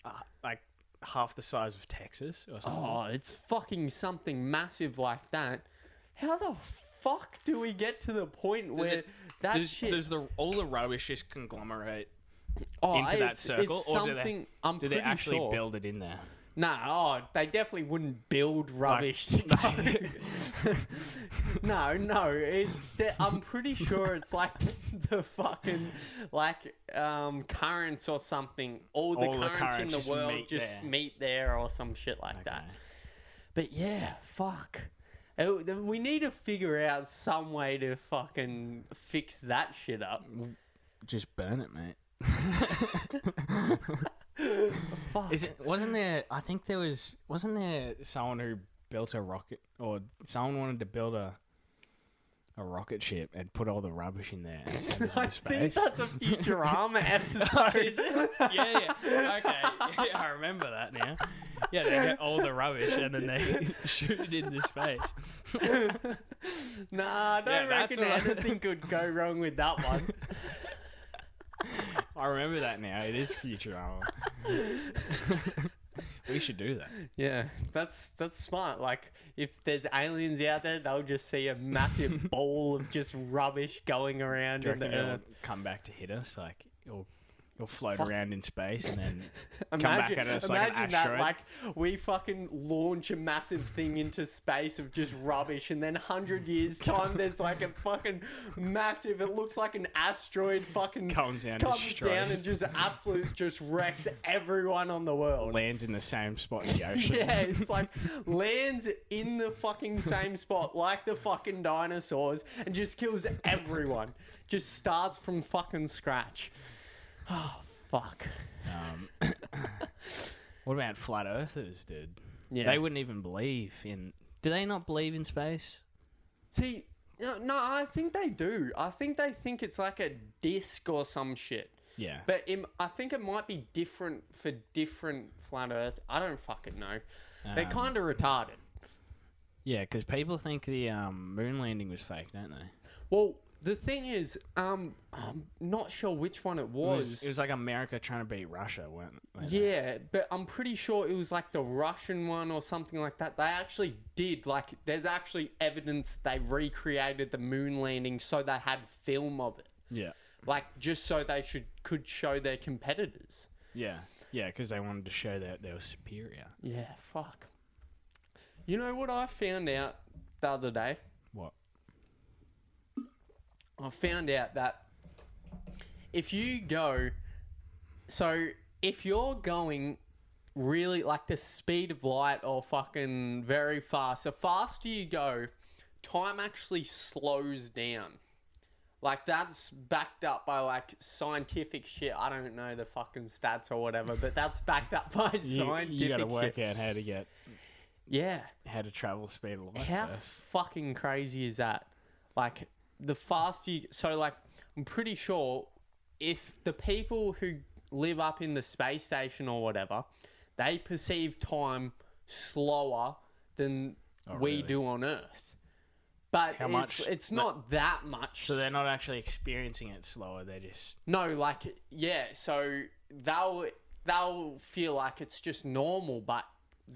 Speaker 2: uh, like half the size of Texas or something?
Speaker 1: Oh, it's fucking something massive like that. How the fuck do we get to the point where
Speaker 2: it-
Speaker 1: that
Speaker 2: does,
Speaker 1: shit?
Speaker 2: does the all the rubbish just conglomerate?
Speaker 1: oh,
Speaker 2: into that
Speaker 1: it's-
Speaker 2: circle,
Speaker 1: it's
Speaker 2: or do they-
Speaker 1: something I'm
Speaker 2: Do they
Speaker 1: pretty
Speaker 2: actually
Speaker 1: sure.
Speaker 2: build it in there?
Speaker 1: No, oh, they definitely wouldn't build rubbish. together. no, no, it's. De- I'm pretty sure it's like the fucking like um currents or something. All the
Speaker 2: All the
Speaker 1: currents in
Speaker 2: currents
Speaker 1: the
Speaker 2: just
Speaker 1: world
Speaker 2: meet
Speaker 1: just
Speaker 2: there.
Speaker 1: meet there or some shit like that. But yeah, fuck. It- we need to figure out some way to fucking fix that shit up.
Speaker 2: Just burn it, mate.
Speaker 1: Fuck.
Speaker 2: Is it? Wasn't there? I think there was. Wasn't there someone who built a rocket, or someone wanted to build a a rocket ship and put all the rubbish in there and send it
Speaker 1: I
Speaker 2: into
Speaker 1: think
Speaker 2: space?
Speaker 1: that's a Futurama episode. is it?
Speaker 2: yeah, yeah. Okay, yeah, I remember that now. Yeah, they get all the rubbish and then they shoot it into space.
Speaker 1: Nah, I don't
Speaker 2: Yeah, that's
Speaker 1: reckon
Speaker 2: what I-
Speaker 1: anything could go wrong with that one.
Speaker 2: I remember that now. It is Futurama. we should do that.
Speaker 1: yeah, that's that's smart. Like, if there's aliens out there, they'll just see a massive ball of just rubbish going around
Speaker 2: Do you
Speaker 1: in the
Speaker 2: reckon it'll
Speaker 1: earth.
Speaker 2: come back to hit us? Like it'll it'll float
Speaker 1: Fuck.
Speaker 2: around in space and then
Speaker 1: imagine,
Speaker 2: back at us like an
Speaker 1: imagine
Speaker 2: asteroid.
Speaker 1: that, like we fucking launch a massive thing into space of just rubbish, and then hundred years time, there's like a fucking massive. It looks like an asteroid fucking
Speaker 2: comes down,
Speaker 1: comes
Speaker 2: destroys,
Speaker 1: down and just absolute just wrecks everyone on the world.
Speaker 2: lands in the same spot in the ocean.
Speaker 1: Yeah, it's like lands in the fucking same spot like the fucking dinosaurs and just kills everyone. Just starts from fucking scratch. Oh, fuck.
Speaker 2: Um, what about flat earthers, dude?
Speaker 1: Yeah.
Speaker 2: They wouldn't even believe in. Do they not believe in space?
Speaker 1: See, no, no, I think they do. I think they think it's like a disc or some shit.
Speaker 2: Yeah.
Speaker 1: But it, I think it might be different for different flat earth. I don't fucking know. They're
Speaker 2: Um,
Speaker 1: kind of retarded.
Speaker 2: Yeah, because people think the um, moon landing was fake, don't they? It
Speaker 1: Well, the thing is, um, I'm not sure which one it was.
Speaker 2: was, it was like America trying to beat Russia, weren't weren't they?
Speaker 1: Yeah, but I'm pretty sure it was like the Russian one or something like that. They actually did. Like, there's actually evidence they recreated the moon landing so they had film of it.
Speaker 2: Yeah.
Speaker 1: Like, just so they should could show their competitors.
Speaker 2: Yeah. Yeah, because they wanted to show that they were superior.
Speaker 1: Yeah, fuck. You know what I found out the other day?
Speaker 2: What?
Speaker 1: I found out that if you go, so if you're going really like the speed of light or fucking very fast, the faster you go, time actually slows down. Like that's backed up by like scientific shit. I don't know the fucking stats or whatever, but that's backed up by
Speaker 2: You,
Speaker 1: scientific
Speaker 2: you got to
Speaker 1: shit.
Speaker 2: work out how to get
Speaker 1: Yeah.
Speaker 2: how to travel the speed of light.
Speaker 1: How
Speaker 2: first.
Speaker 1: fucking crazy is that? Like the faster you so like I'm pretty sure if the people who live up in the space station or whatever, they perceive time slower than
Speaker 2: Oh,
Speaker 1: we
Speaker 2: really?
Speaker 1: do on Earth. But
Speaker 2: How
Speaker 1: it's,
Speaker 2: much-
Speaker 1: it's not that much.
Speaker 2: So they're not actually experiencing it slower. They're just
Speaker 1: No, like yeah, so they'll they'll feel like it's just normal, but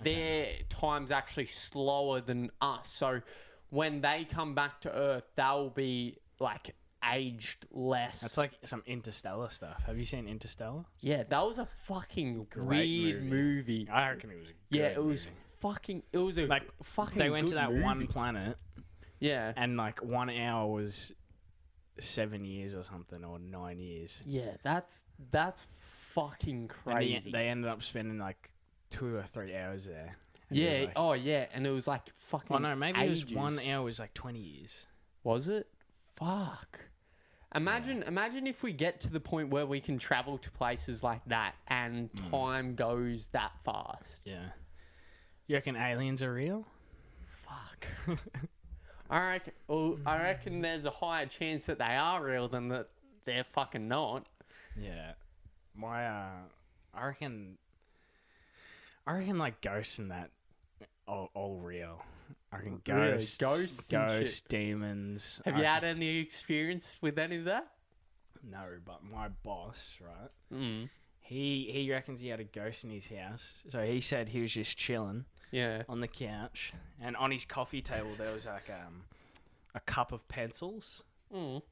Speaker 1: their time's actually slower than us. So when they come back to Earth, they'll be like aged less.
Speaker 2: that's like some interstellar stuff. Have you seen Interstellar?
Speaker 1: yeah, that was a fucking
Speaker 2: Great
Speaker 1: weird movie.
Speaker 2: I reckon it was. A
Speaker 1: Yeah,
Speaker 2: good
Speaker 1: it was
Speaker 2: movie.
Speaker 1: fucking. It was a
Speaker 2: Like
Speaker 1: fucking.
Speaker 2: they went to
Speaker 1: good
Speaker 2: that one
Speaker 1: movie.
Speaker 2: planet,
Speaker 1: Yeah,
Speaker 2: and like one hour was seven years or something, or nine years.
Speaker 1: yeah, that's that's fucking
Speaker 2: And they- e-,
Speaker 1: crazy.
Speaker 2: They, ended up spending like two or three hours there. And it
Speaker 1: yeah,
Speaker 2: was like-
Speaker 1: oh yeah, and it was like fucking.
Speaker 2: Oh no, maybe it was one
Speaker 1: ages.
Speaker 2: hour was like twenty years.
Speaker 1: Was it? Fuck. Imagine imagine if we get to the point where we can travel to places like that and
Speaker 2: Hmm.
Speaker 1: time goes that fast.
Speaker 2: Yeah. You reckon aliens are real?
Speaker 1: Fuck. I reckon well, I reckon there's a higher chance that they are real than that they're fucking not.
Speaker 2: Yeah. My uh I reckon I reckon like ghosts and that all, all real. I reckon
Speaker 1: Really?
Speaker 2: ghosts
Speaker 1: Ghosts and shit.
Speaker 2: ghosts, demons.
Speaker 1: Have
Speaker 2: I
Speaker 1: you
Speaker 2: reckon-
Speaker 1: had any experience with any of that?
Speaker 2: No, but my boss, right?
Speaker 1: Mm.
Speaker 2: He he reckons he had a ghost in his house. So he said he was just chilling
Speaker 1: Yeah.
Speaker 2: on the couch and on his coffee table there was like um a cup of pencils.
Speaker 1: Mm.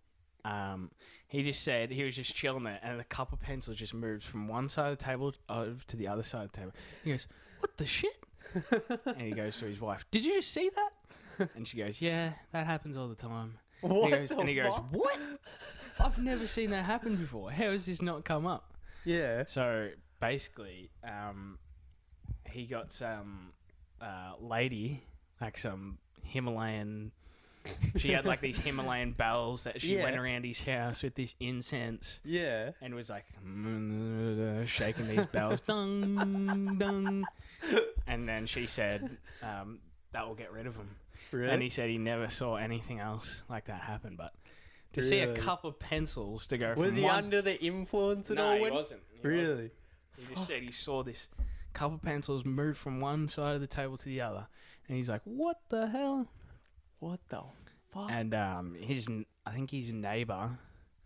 Speaker 2: um, he just said he was just chilling there, and the cup of pencils just moves from one side of the table over to the other side of the table. He goes, "What the shit?" and he goes to his wife, "Did you just see that?" And she goes, "Yeah, that happens all the time." And
Speaker 1: What
Speaker 2: he goes,
Speaker 1: the
Speaker 2: and he goes,
Speaker 1: fuck?
Speaker 2: "What? I've never seen that happen before. How has this not come up?"
Speaker 1: Yeah.
Speaker 2: So basically, um, he got some uh, lady, like some Himalayan. She had like these Himalayan bells that she
Speaker 1: Yeah.
Speaker 2: went around his house with this incense
Speaker 1: Yeah.
Speaker 2: and was like shaking these bells, dung dung. And then she said, um, "That will get rid of him."
Speaker 1: Really?
Speaker 2: And he said he never saw anything else like that happen. But to see a
Speaker 1: Really?
Speaker 2: cup of pencils to go
Speaker 1: was
Speaker 2: from
Speaker 1: he
Speaker 2: one,
Speaker 1: under the influence at
Speaker 2: no,
Speaker 1: all?
Speaker 2: he
Speaker 1: when-
Speaker 2: wasn't. He wasn't.
Speaker 1: Really?
Speaker 2: He just said he saw this cup of pencils move from one side of the table to the other, and he's like, "What the hell?"
Speaker 1: What the fuck?
Speaker 2: And um, his, n- I think his neighbor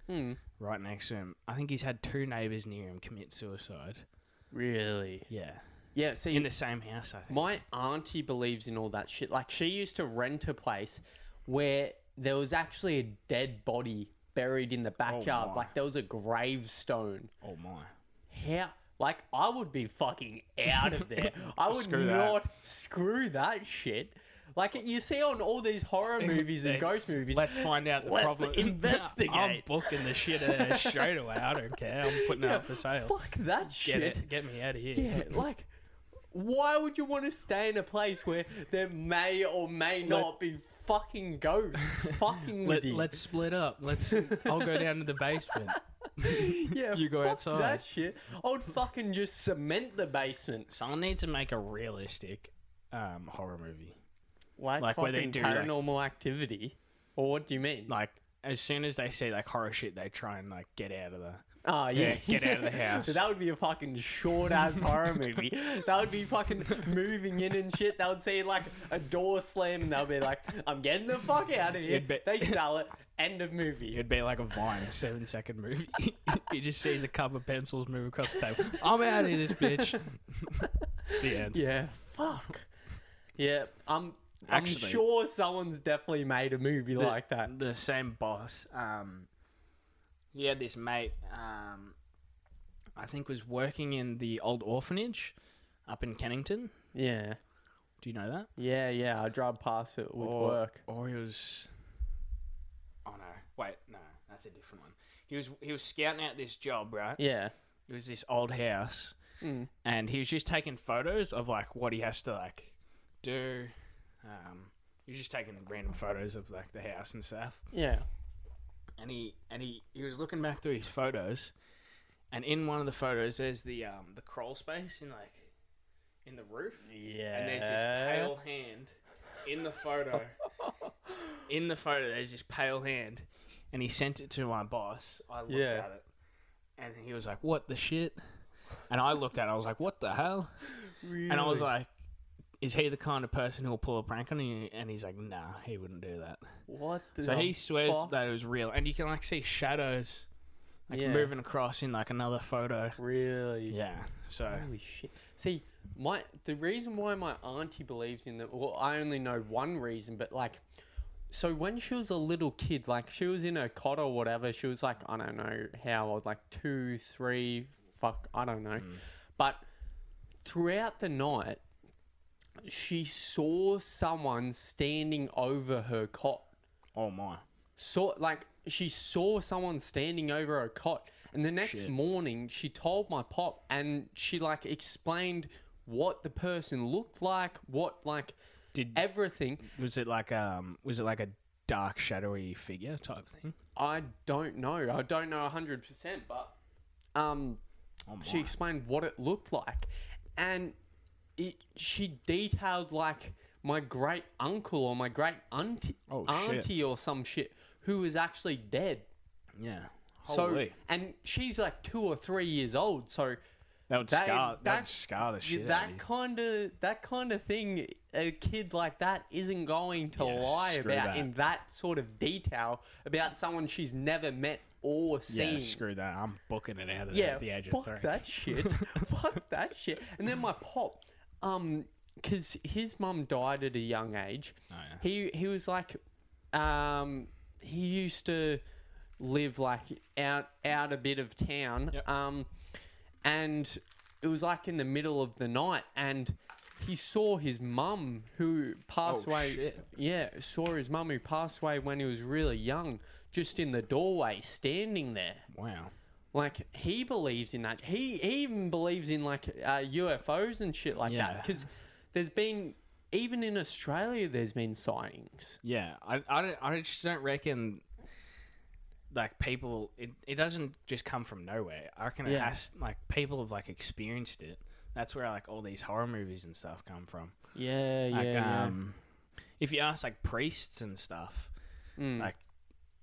Speaker 1: Mm.
Speaker 2: right next to him. I think he's had two neighbors near him commit suicide.
Speaker 1: Really?
Speaker 2: Yeah,
Speaker 1: Yeah, see
Speaker 2: in the same house. I think.
Speaker 1: My auntie believes in all that shit. Like she used to rent a place where there was actually a dead body buried in the backyard.
Speaker 2: Oh my.
Speaker 1: like there was a gravestone.
Speaker 2: oh my!
Speaker 1: How like I would be fucking out of there. I would
Speaker 2: Screw that.
Speaker 1: not screw that shit. Like you see on all these horror movies and
Speaker 2: They-
Speaker 1: ghost movies.
Speaker 2: Let's find out the
Speaker 1: Let's
Speaker 2: problem. I'm
Speaker 1: investigate.
Speaker 2: booking the shit out of there straight away. I don't care. I'm putting it up for sale.
Speaker 1: Fuck that
Speaker 2: Get
Speaker 1: shit.
Speaker 2: it. Get me out of here.
Speaker 1: Yeah, like, why would you want to stay in a place where there may or may not be fucking ghosts fucking with
Speaker 2: Let,
Speaker 1: you?
Speaker 2: let's split up. Let's. I'll go down to the basement.
Speaker 1: yeah,
Speaker 2: you go
Speaker 1: fuck
Speaker 2: outside.
Speaker 1: That shit. I would fucking just cement the basement.
Speaker 2: Someone needs to make a realistic um, horror movie.
Speaker 1: Like,
Speaker 2: Like,
Speaker 1: fucking
Speaker 2: where they do, like-
Speaker 1: paranormal activity. Or what do you mean?
Speaker 2: Like as soon as they see like horror shit, they try and like get out of the.
Speaker 1: oh, yeah.
Speaker 2: yeah, get out of the house.
Speaker 1: that would be a fucking short ass horror movie. That would be fucking moving in and shit. They would see like a door slam and they'll be like, I'm getting the fuck out of here.
Speaker 2: You'd be-
Speaker 1: They sell it. End of movie.
Speaker 2: It'd be like a Vine seven second movie. he just sees a cup of pencils move across the table. I'm out of this bitch. the end.
Speaker 1: Yeah. Fuck. yeah. I'm.
Speaker 2: Actually-
Speaker 1: I'm sure someone's definitely made a movie like that.
Speaker 2: The same boss. Um, he had this mate. Um, I think, was working in the old orphanage up in Kennington.
Speaker 1: Yeah.
Speaker 2: Do you know that?
Speaker 1: Yeah, yeah. I drive past it with
Speaker 2: Or-
Speaker 1: work.
Speaker 2: Or he was. Oh no! Wait, no, that's a different one. He was he was scouting out this job, right?
Speaker 1: Yeah.
Speaker 2: It was this old house,
Speaker 1: Mm.
Speaker 2: and he was just taking photos of like what he has to like do. Um, he was just taking random photos of like the house and stuff.
Speaker 1: Yeah.
Speaker 2: and he and he, he was looking back through his photos, and in one of the photos there's the um the crawl space in like in the roof,
Speaker 1: Yeah.
Speaker 2: and there's this pale hand in the photo. in the photo, there's this pale hand, and he sent it to my boss. I looked
Speaker 1: Yeah.
Speaker 2: at it, and he was like, "What the shit?" And I looked at it, I was like, "What the hell?" And I was like. Is he the kind of person who will pull a prank on you? And he's like, nah, he wouldn't do that.
Speaker 1: what the
Speaker 2: So he swears
Speaker 1: fuck?
Speaker 2: that it was real, and you can like see shadows like
Speaker 1: Yeah.
Speaker 2: moving across in like another photo.
Speaker 1: really
Speaker 2: Yeah. So
Speaker 1: Holy shit. See, my the reason why my auntie believes in that well, I only know one reason, but like so when she was a little kid, like she was in her cot or whatever, she was like, I don't know how old, like two, three, fuck, I don't know.
Speaker 2: Hmm.
Speaker 1: But throughout the night, she saw someone standing over her cot
Speaker 2: oh my.
Speaker 1: saw like she saw someone standing over her cot and the next
Speaker 2: Shit.
Speaker 1: morning she told my pop and she like explained what the person looked like what like
Speaker 2: Did
Speaker 1: everything
Speaker 2: was it like um was it like a dark shadowy figure type thing?
Speaker 1: i don't know i don't know 100% but um
Speaker 2: Oh my.
Speaker 1: she explained what it looked like and it, she detailed like my great uncle or my great auntie,
Speaker 2: Oh, shit.
Speaker 1: auntie or some shit who was actually dead
Speaker 2: yeah.
Speaker 1: So
Speaker 2: Holy.
Speaker 1: and she's like two or three years old. So
Speaker 2: that would
Speaker 1: that-
Speaker 2: scar that,
Speaker 1: that-
Speaker 2: would scar the shit eh? out of
Speaker 1: that
Speaker 2: you.
Speaker 1: kind of that kind of thing, a kid like that isn't going to
Speaker 2: Yeah,
Speaker 1: lie
Speaker 2: screw
Speaker 1: about
Speaker 2: that.
Speaker 1: in that sort of detail about someone she's never met or seen.
Speaker 2: Yeah, screw that. I'm booking it out of there
Speaker 1: Yeah,
Speaker 2: at the age of
Speaker 1: fuck
Speaker 2: three.
Speaker 1: that shit. fuck that shit. And then my pop, um, because his mum died at a young age.
Speaker 2: Oh, yeah.
Speaker 1: He he was like, um, he used to live like out out a bit of town.
Speaker 2: Yep.
Speaker 1: Um, and it was like in the middle of the night, and he saw his mum who passed
Speaker 2: Oh,
Speaker 1: away.
Speaker 2: shit.
Speaker 1: Yeah, saw his mum who passed away when he was really young, just in the doorway, standing there.
Speaker 2: Wow.
Speaker 1: Like he believes in that. He, he even believes in like uh, UFOs and shit like that.
Speaker 2: Yeah.
Speaker 1: Because there's been even in Australia, there's been sightings.
Speaker 2: Yeah, I, I, don't, I just don't reckon like people it, it doesn't just come from nowhere. I reckon it
Speaker 1: Yeah.
Speaker 2: has like people have like experienced it. That's where like all these horror movies and stuff come from.
Speaker 1: Yeah,
Speaker 2: Like
Speaker 1: yeah,
Speaker 2: um if you ask like priests and stuff,
Speaker 1: Mm.
Speaker 2: like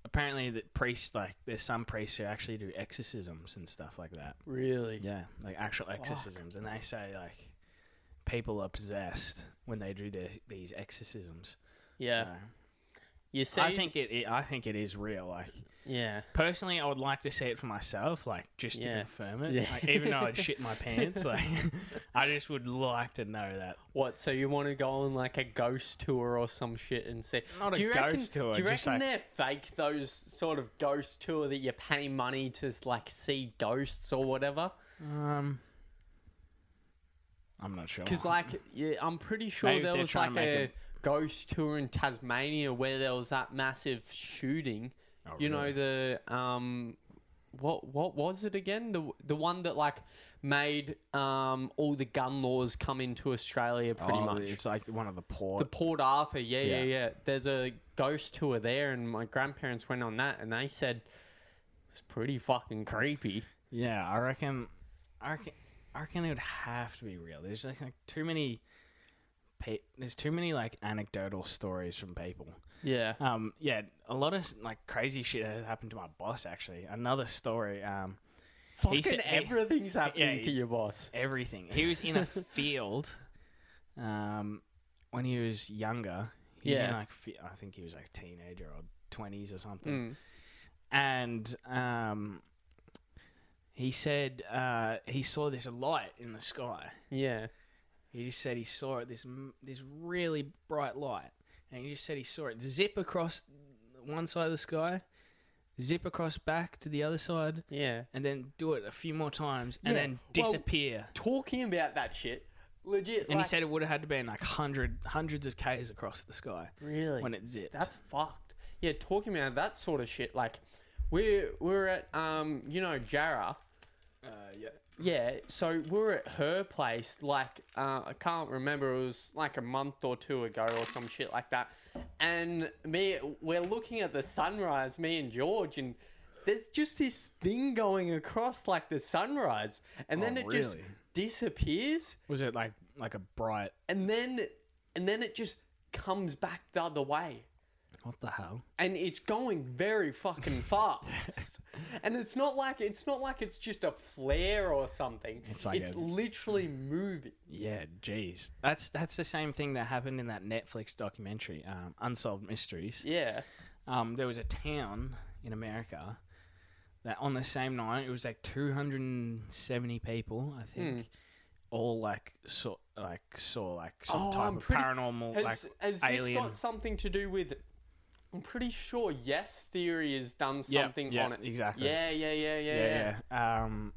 Speaker 2: apparently that priests like there's some priests who actually do exorcisms and stuff like that.
Speaker 1: Really?
Speaker 2: Yeah, like actual exorcisms and they say like people are possessed when they do their, these exorcisms.
Speaker 1: Yeah.
Speaker 2: So-
Speaker 1: You see?
Speaker 2: I think it, it. I think it is real. Like
Speaker 1: Yeah.
Speaker 2: personally, I would like to see it for myself. Like just to
Speaker 1: Yeah.
Speaker 2: confirm it.
Speaker 1: Yeah.
Speaker 2: Like, even though I'd shit my pants, like I just would like to know that.
Speaker 1: What? So you want to go on like a ghost tour or some shit and see?
Speaker 2: Not
Speaker 1: do
Speaker 2: a
Speaker 1: you reckon,
Speaker 2: ghost tour,
Speaker 1: Do you
Speaker 2: just
Speaker 1: reckon
Speaker 2: like-
Speaker 1: they're fake? Those sort of ghost tour that you pay money to like see ghosts or whatever?
Speaker 2: Um, I'm not sure.
Speaker 1: Because like, yeah, I'm pretty sure
Speaker 2: Oh. Maybe if
Speaker 1: there
Speaker 2: they're
Speaker 1: was
Speaker 2: trying
Speaker 1: like
Speaker 2: to
Speaker 1: a
Speaker 2: make
Speaker 1: ghost tour in Tasmania where there was that massive shooting.
Speaker 2: Oh,
Speaker 1: you know
Speaker 2: really?
Speaker 1: the um, what what was it again? The the one that like made um all the gun laws come into Australia pretty
Speaker 2: Oh,
Speaker 1: much.
Speaker 2: it's like one of the
Speaker 1: The
Speaker 2: poor.
Speaker 1: Port Arthur, yeah, yeah,
Speaker 2: Yeah.
Speaker 1: yeah. There's a ghost tour there, and my grandparents went on that, and they said it's pretty fucking creepy.
Speaker 2: yeah, I reckon. I reckon. I reckon it would have to be real. There's like, like too many. Pe- there's too many like anecdotal stories from people.
Speaker 1: Yeah.
Speaker 2: Um, yeah, a lot of like crazy shit has happened to my boss. Actually, another story. Um,
Speaker 1: Fucking
Speaker 2: said- he-
Speaker 1: everything's happening
Speaker 2: he-
Speaker 1: to your boss.
Speaker 2: everything. He was in a field um, when he was younger. He was in
Speaker 1: Yeah.
Speaker 2: like fi- I think he was like teenager or twenties or something.
Speaker 1: Mm.
Speaker 2: And um, he said uh, he saw this light in the sky.
Speaker 1: Yeah.
Speaker 2: He just said he saw it this m- this really bright light, and he just said he saw it zip across one side of the sky, zip across back to the other side,
Speaker 1: Yeah.
Speaker 2: and then do it a few more times, and
Speaker 1: Yeah,
Speaker 2: then
Speaker 1: well,
Speaker 2: disappear.
Speaker 1: Talking about that shit, legit.
Speaker 2: and
Speaker 1: like,
Speaker 2: he said it would have had to been like hundred, hundreds of k's across the sky
Speaker 1: really?
Speaker 2: when it zipped.
Speaker 1: That's fucked. Yeah, talking about that sort of shit, like we we were at um, you know, Jara.
Speaker 2: uh, yeah.
Speaker 1: Yeah, so we were at her place, like uh, I can't remember, it was like a month or two ago or some shit like that. And me, we're looking at the sunrise, me and George, and there's just this thing going across like the sunrise, and then
Speaker 2: Oh,
Speaker 1: it just
Speaker 2: really?
Speaker 1: disappears,
Speaker 2: Was it like like a bright?
Speaker 1: and then and then it just comes back the other way
Speaker 2: What the hell?
Speaker 1: and it's going very fucking fast. and it's not like it's not like it's just a flare or something. It's
Speaker 2: like a-
Speaker 1: literally moving.
Speaker 2: Yeah, jeez. That's that's the same thing that happened in that Netflix documentary, um, Unsolved Mysteries.
Speaker 1: Yeah.
Speaker 2: Um, there was a town in America that on the same night it was like 270 people, I think,
Speaker 1: Hmm.
Speaker 2: all like saw like saw like some
Speaker 1: Oh,
Speaker 2: type
Speaker 1: I'm
Speaker 2: of
Speaker 1: pretty-
Speaker 2: paranormal
Speaker 1: Has,
Speaker 2: like
Speaker 1: has this
Speaker 2: alien.
Speaker 1: got something to do with? I'm pretty sure Yes Theory has done
Speaker 2: Yeah,
Speaker 1: something
Speaker 2: yeah,
Speaker 1: on it.
Speaker 2: Exactly.
Speaker 1: Yeah, yeah, yeah, yeah, yeah.
Speaker 2: yeah, yeah. Um,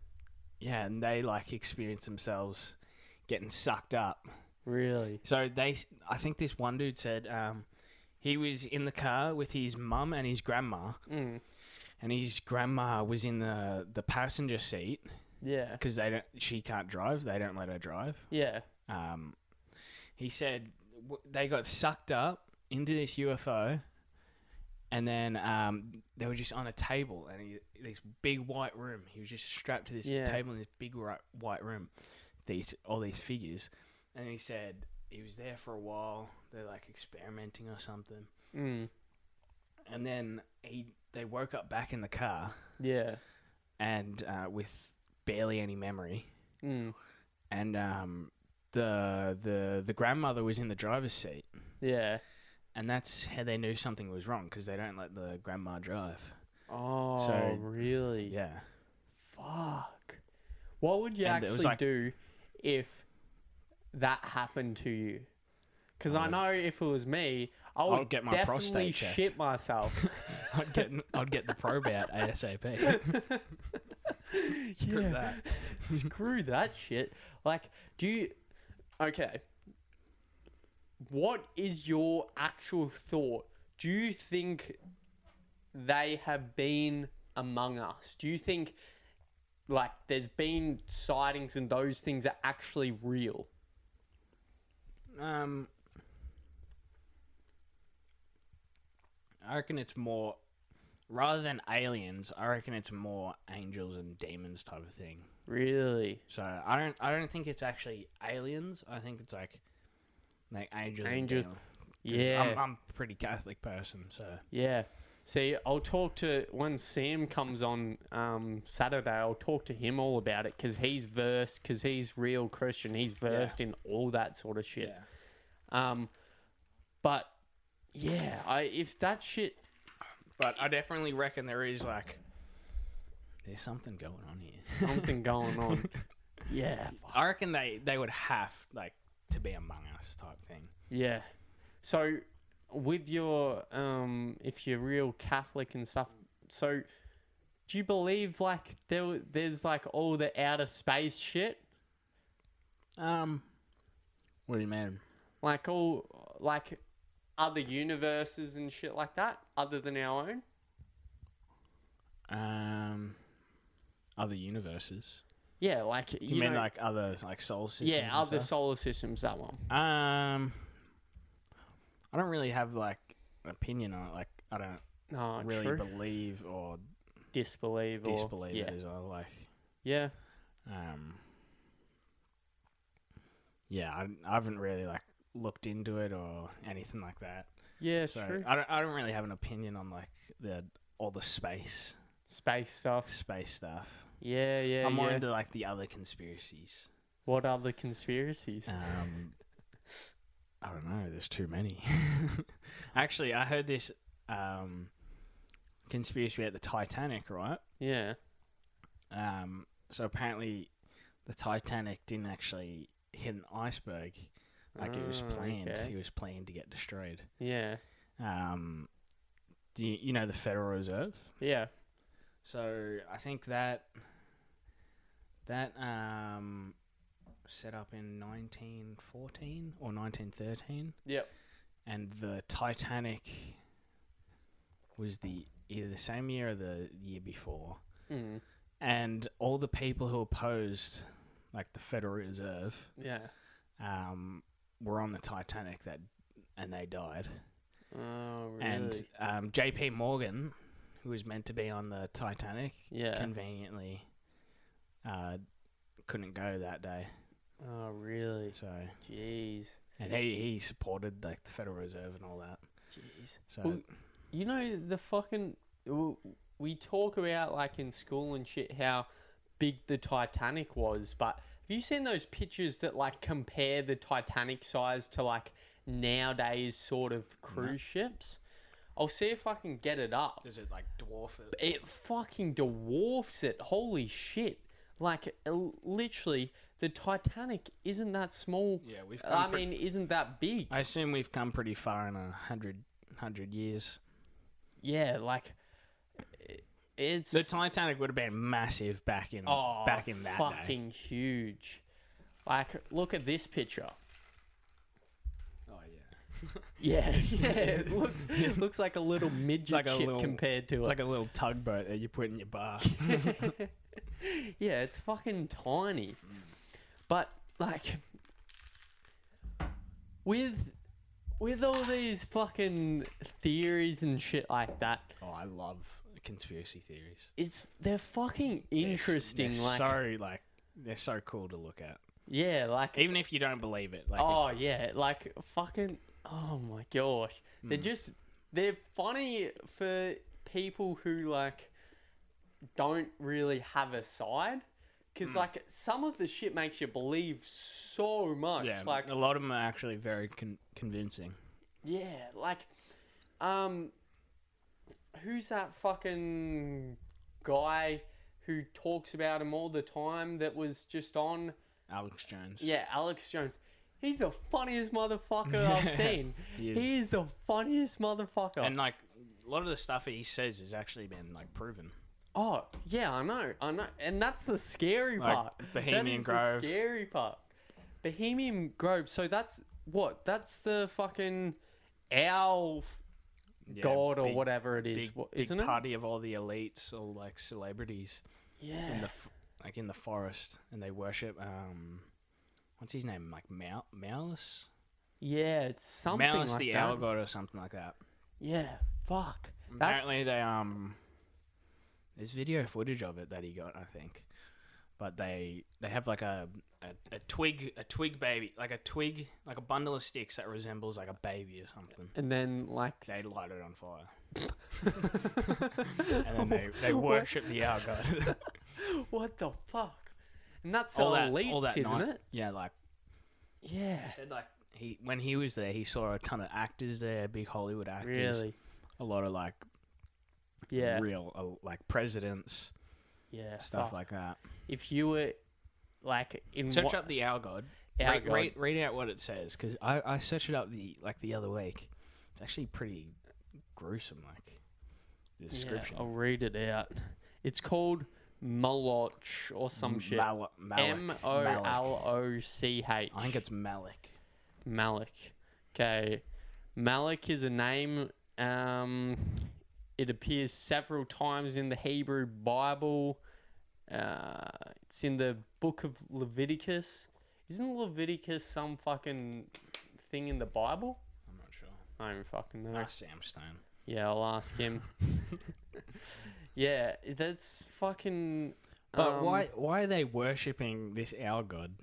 Speaker 2: yeah, and they like experience themselves getting sucked up.
Speaker 1: Really?
Speaker 2: So they, I think this one dude said um, he was in the car with his mum and his grandma,
Speaker 1: Mm.
Speaker 2: and his grandma was in the the passenger seat
Speaker 1: Yeah.
Speaker 2: because they don't, she can't drive. They don't let her drive.
Speaker 1: Yeah.
Speaker 2: Um, he said w- they got sucked up into this UFO, and then um, they were just on a table and he, this big white room. He was just strapped to this
Speaker 1: Yeah.
Speaker 2: table in this big ri- white room. These all these figures, and he said he was there for a while. They're like experimenting or something,
Speaker 1: Mm.
Speaker 2: and then he they woke up back in the car
Speaker 1: Yeah.
Speaker 2: and uh, with barely any memory
Speaker 1: Mm.
Speaker 2: and um, the the the grandmother was in the driver's seat,
Speaker 1: Yeah.
Speaker 2: and that's how they knew something was wrong because they don't let the grandma drive.
Speaker 1: Oh,
Speaker 2: So-
Speaker 1: really?
Speaker 2: Yeah,
Speaker 1: Fuck. What would you
Speaker 2: And it was
Speaker 1: actually
Speaker 2: like-
Speaker 1: do if that happened to you? Because I
Speaker 2: I'd-
Speaker 1: know if it was me, I would
Speaker 2: I'd Oh. get my
Speaker 1: definitely
Speaker 2: prostate checked.
Speaker 1: shit myself.
Speaker 2: I'd get I'd get the probe out asap. Screw
Speaker 1: Yeah.
Speaker 2: that.
Speaker 1: Screw that shit. Like, do you? Okay. What is your actual thought? Do you think they have been among us? Do you think, like, there's been sightings and those things are actually real?
Speaker 2: Um, I reckon it's more rather than aliens. I reckon it's more angels and demons type of thing.
Speaker 1: Really?
Speaker 2: So I don't I don't think it's actually aliens. I think it's like like angels. and
Speaker 1: Angels.
Speaker 2: demons. 'Cause
Speaker 1: Yeah.
Speaker 2: I'm, I'm a pretty Catholic person, so
Speaker 1: Yeah. See, I'll talk to when Sam comes on um, Saturday. I'll talk to him all about it because he's versed, because he's real Christian. He's versed in all that sort of shit. Um, but yeah, I if that shit,
Speaker 2: But I definitely reckon there is like there's something going on here.
Speaker 1: something going on. Yeah, fuck.
Speaker 2: I reckon they they would have like to be among us type thing.
Speaker 1: yeah. So with your um, if you're real Catholic and stuff, so do you believe like there there's like all the outer space shit?
Speaker 2: Um, what do you mean?
Speaker 1: like all like other universes and shit like that other than our own
Speaker 2: Um, other universes.
Speaker 1: yeah like
Speaker 2: Do you, mean like other like soul systems?
Speaker 1: yeah
Speaker 2: and
Speaker 1: other
Speaker 2: stuff?
Speaker 1: solar systems that one
Speaker 2: Um, I don't really have like an opinion on it. Like I don't
Speaker 1: oh
Speaker 2: really
Speaker 1: true
Speaker 2: believe or
Speaker 1: disbelieve or
Speaker 2: disbelieve
Speaker 1: yeah
Speaker 2: it as well. Like
Speaker 1: yeah
Speaker 2: um yeah I, I haven't really like looked into it or anything like that
Speaker 1: yeah
Speaker 2: so uh,
Speaker 1: true
Speaker 2: I don't, I don't really have an opinion on like the all the space
Speaker 1: space stuff
Speaker 2: space stuff
Speaker 1: yeah yeah
Speaker 2: i'm more
Speaker 1: yeah
Speaker 2: into like the other conspiracies
Speaker 1: what other conspiracies
Speaker 2: um i don't know there's too many actually i heard this um conspiracy at the titanic right
Speaker 1: yeah
Speaker 2: Um, so apparently, the Titanic didn't actually hit an iceberg, like it was
Speaker 1: Oh,
Speaker 2: planned.
Speaker 1: okay.
Speaker 2: It was planned to get destroyed.
Speaker 1: yeah
Speaker 2: Um, Do you, you know the Federal Reserve?
Speaker 1: Yeah.
Speaker 2: So I think that that um, set up in 1914 or 1913,
Speaker 1: Yep.
Speaker 2: and the Titanic was the either the same year or the year before,
Speaker 1: Mm.
Speaker 2: and all the people who opposed, like the Federal Reserve,
Speaker 1: Yeah.
Speaker 2: um, were on the Titanic that, and they died.
Speaker 1: Oh, really?
Speaker 2: And um, J.P. Morgan, who was meant to be on the Titanic,
Speaker 1: yeah.
Speaker 2: conveniently uh, couldn't go that day.
Speaker 1: oh, really?
Speaker 2: So
Speaker 1: Jeez.
Speaker 2: and he, he supported like the Federal Reserve and all that.
Speaker 1: Jeez.
Speaker 2: So
Speaker 1: Well, You know the fucking w- we talk about like in school and shit how big the Titanic was, but have you seen those pictures that like compare the Titanic size to like nowadays sort of cruise ships? I'll see if I can get it up.
Speaker 2: does it like dwarf it?
Speaker 1: It fucking dwarfs it. Holy shit. Like l- literally the Titanic isn't that small.
Speaker 2: Yeah, we've. Come
Speaker 1: I
Speaker 2: pre-
Speaker 1: mean, isn't that big?
Speaker 2: I assume we've come pretty far in a hundred hundred years.
Speaker 1: Yeah, like it- it's
Speaker 2: The Titanic would have been massive back in
Speaker 1: Oh,
Speaker 2: back in that day.
Speaker 1: fucking huge. Like, look at this picture.
Speaker 2: Oh yeah,
Speaker 1: Yeah, yeah. It looks looks like a little midget
Speaker 2: like a
Speaker 1: ship
Speaker 2: little-
Speaker 1: compared to
Speaker 2: it's
Speaker 1: it.
Speaker 2: like a little tugboat that you put in your bar.
Speaker 1: yeah, it's fucking tiny. But like, with with all these fucking theories and shit like that,
Speaker 2: oh, I love conspiracy theories.
Speaker 1: it's they're fucking
Speaker 2: They're s-
Speaker 1: interesting.
Speaker 2: They're,
Speaker 1: like,
Speaker 2: so like they're so cool to look at,
Speaker 1: yeah, like
Speaker 2: even if you don't believe it. Like it's-
Speaker 1: Oh yeah, like fucking. Oh my gosh, they're just they're funny for people who like don't really have a side, because like some of the shit makes you believe so much.
Speaker 2: Yeah,
Speaker 1: like
Speaker 2: a lot of them are actually very con- convincing.
Speaker 1: yeah, like um, who's that fucking guy who talks about him all the time that was just on?
Speaker 2: Alex Jones.
Speaker 1: Yeah, Alex Jones. He's the funniest motherfucker I've seen.
Speaker 2: He is.
Speaker 1: He is the funniest motherfucker.
Speaker 2: And like a lot of the stuff he says has actually been like proven.
Speaker 1: oh, yeah, I know. I know. And that's the scary
Speaker 2: Like
Speaker 1: part. that
Speaker 2: Bohemian
Speaker 1: is
Speaker 2: Grove.
Speaker 1: the scary part. Bohemian Grove. So that's what? That's the fucking owl f-
Speaker 2: Yeah,
Speaker 1: god or
Speaker 2: big-
Speaker 1: whatever it is,
Speaker 2: Big,
Speaker 1: what,
Speaker 2: big
Speaker 1: isn't it?
Speaker 2: party of all the elites, all like celebrities in
Speaker 1: Yeah.
Speaker 2: the f- like in the forest, and they worship um, what's his name? Like Mal Malus,
Speaker 1: Yeah, it's something
Speaker 2: Malus
Speaker 1: like
Speaker 2: the
Speaker 1: that.
Speaker 2: owl god or something like that.
Speaker 1: Yeah, fuck. That's,
Speaker 2: Apparently they um, there's video footage of it that he got, I think. But they they have like a, a, a twig a twig baby like a twig like a bundle of sticks that resembles like a baby or something.
Speaker 1: and then like
Speaker 2: They light it on fire, and then they, they worship the owl god.
Speaker 1: what the fuck? And that's
Speaker 2: all
Speaker 1: the
Speaker 2: that
Speaker 1: elites,
Speaker 2: all that
Speaker 1: isn't
Speaker 2: night.
Speaker 1: it?
Speaker 2: Yeah, like
Speaker 1: Yeah.
Speaker 2: said like he when he was there, he saw a ton of actors there, big Hollywood actors,
Speaker 1: Really?
Speaker 2: a lot of like
Speaker 1: Yeah.
Speaker 2: real uh, like presidents,
Speaker 1: Yeah.
Speaker 2: stuff
Speaker 1: fuck.
Speaker 2: like that.
Speaker 1: if you were like in
Speaker 2: Search
Speaker 1: what,
Speaker 2: up the owl god.
Speaker 1: Owl
Speaker 2: read,
Speaker 1: God.
Speaker 2: Read, read out what it says because I, I searched it up the like the other week. It's actually pretty gruesome, like the description.
Speaker 1: Yeah, I'll read it out. It's called Moloch or some shit.
Speaker 2: Mal- Malik.
Speaker 1: M O L O C H.
Speaker 2: I think it's Malik.
Speaker 1: Malik. Okay. Malik is a name. Um, it appears several times in the Hebrew Bible. Uh, it's in the book of Leviticus. Isn't Leviticus some fucking thing in the Bible?
Speaker 2: I'm not sure.
Speaker 1: I don't fucking know.
Speaker 2: Ah, Sam Stone.
Speaker 1: Yeah, I'll ask him. yeah, that's fucking.
Speaker 2: But
Speaker 1: um,
Speaker 2: why why are they worshipping this owl god?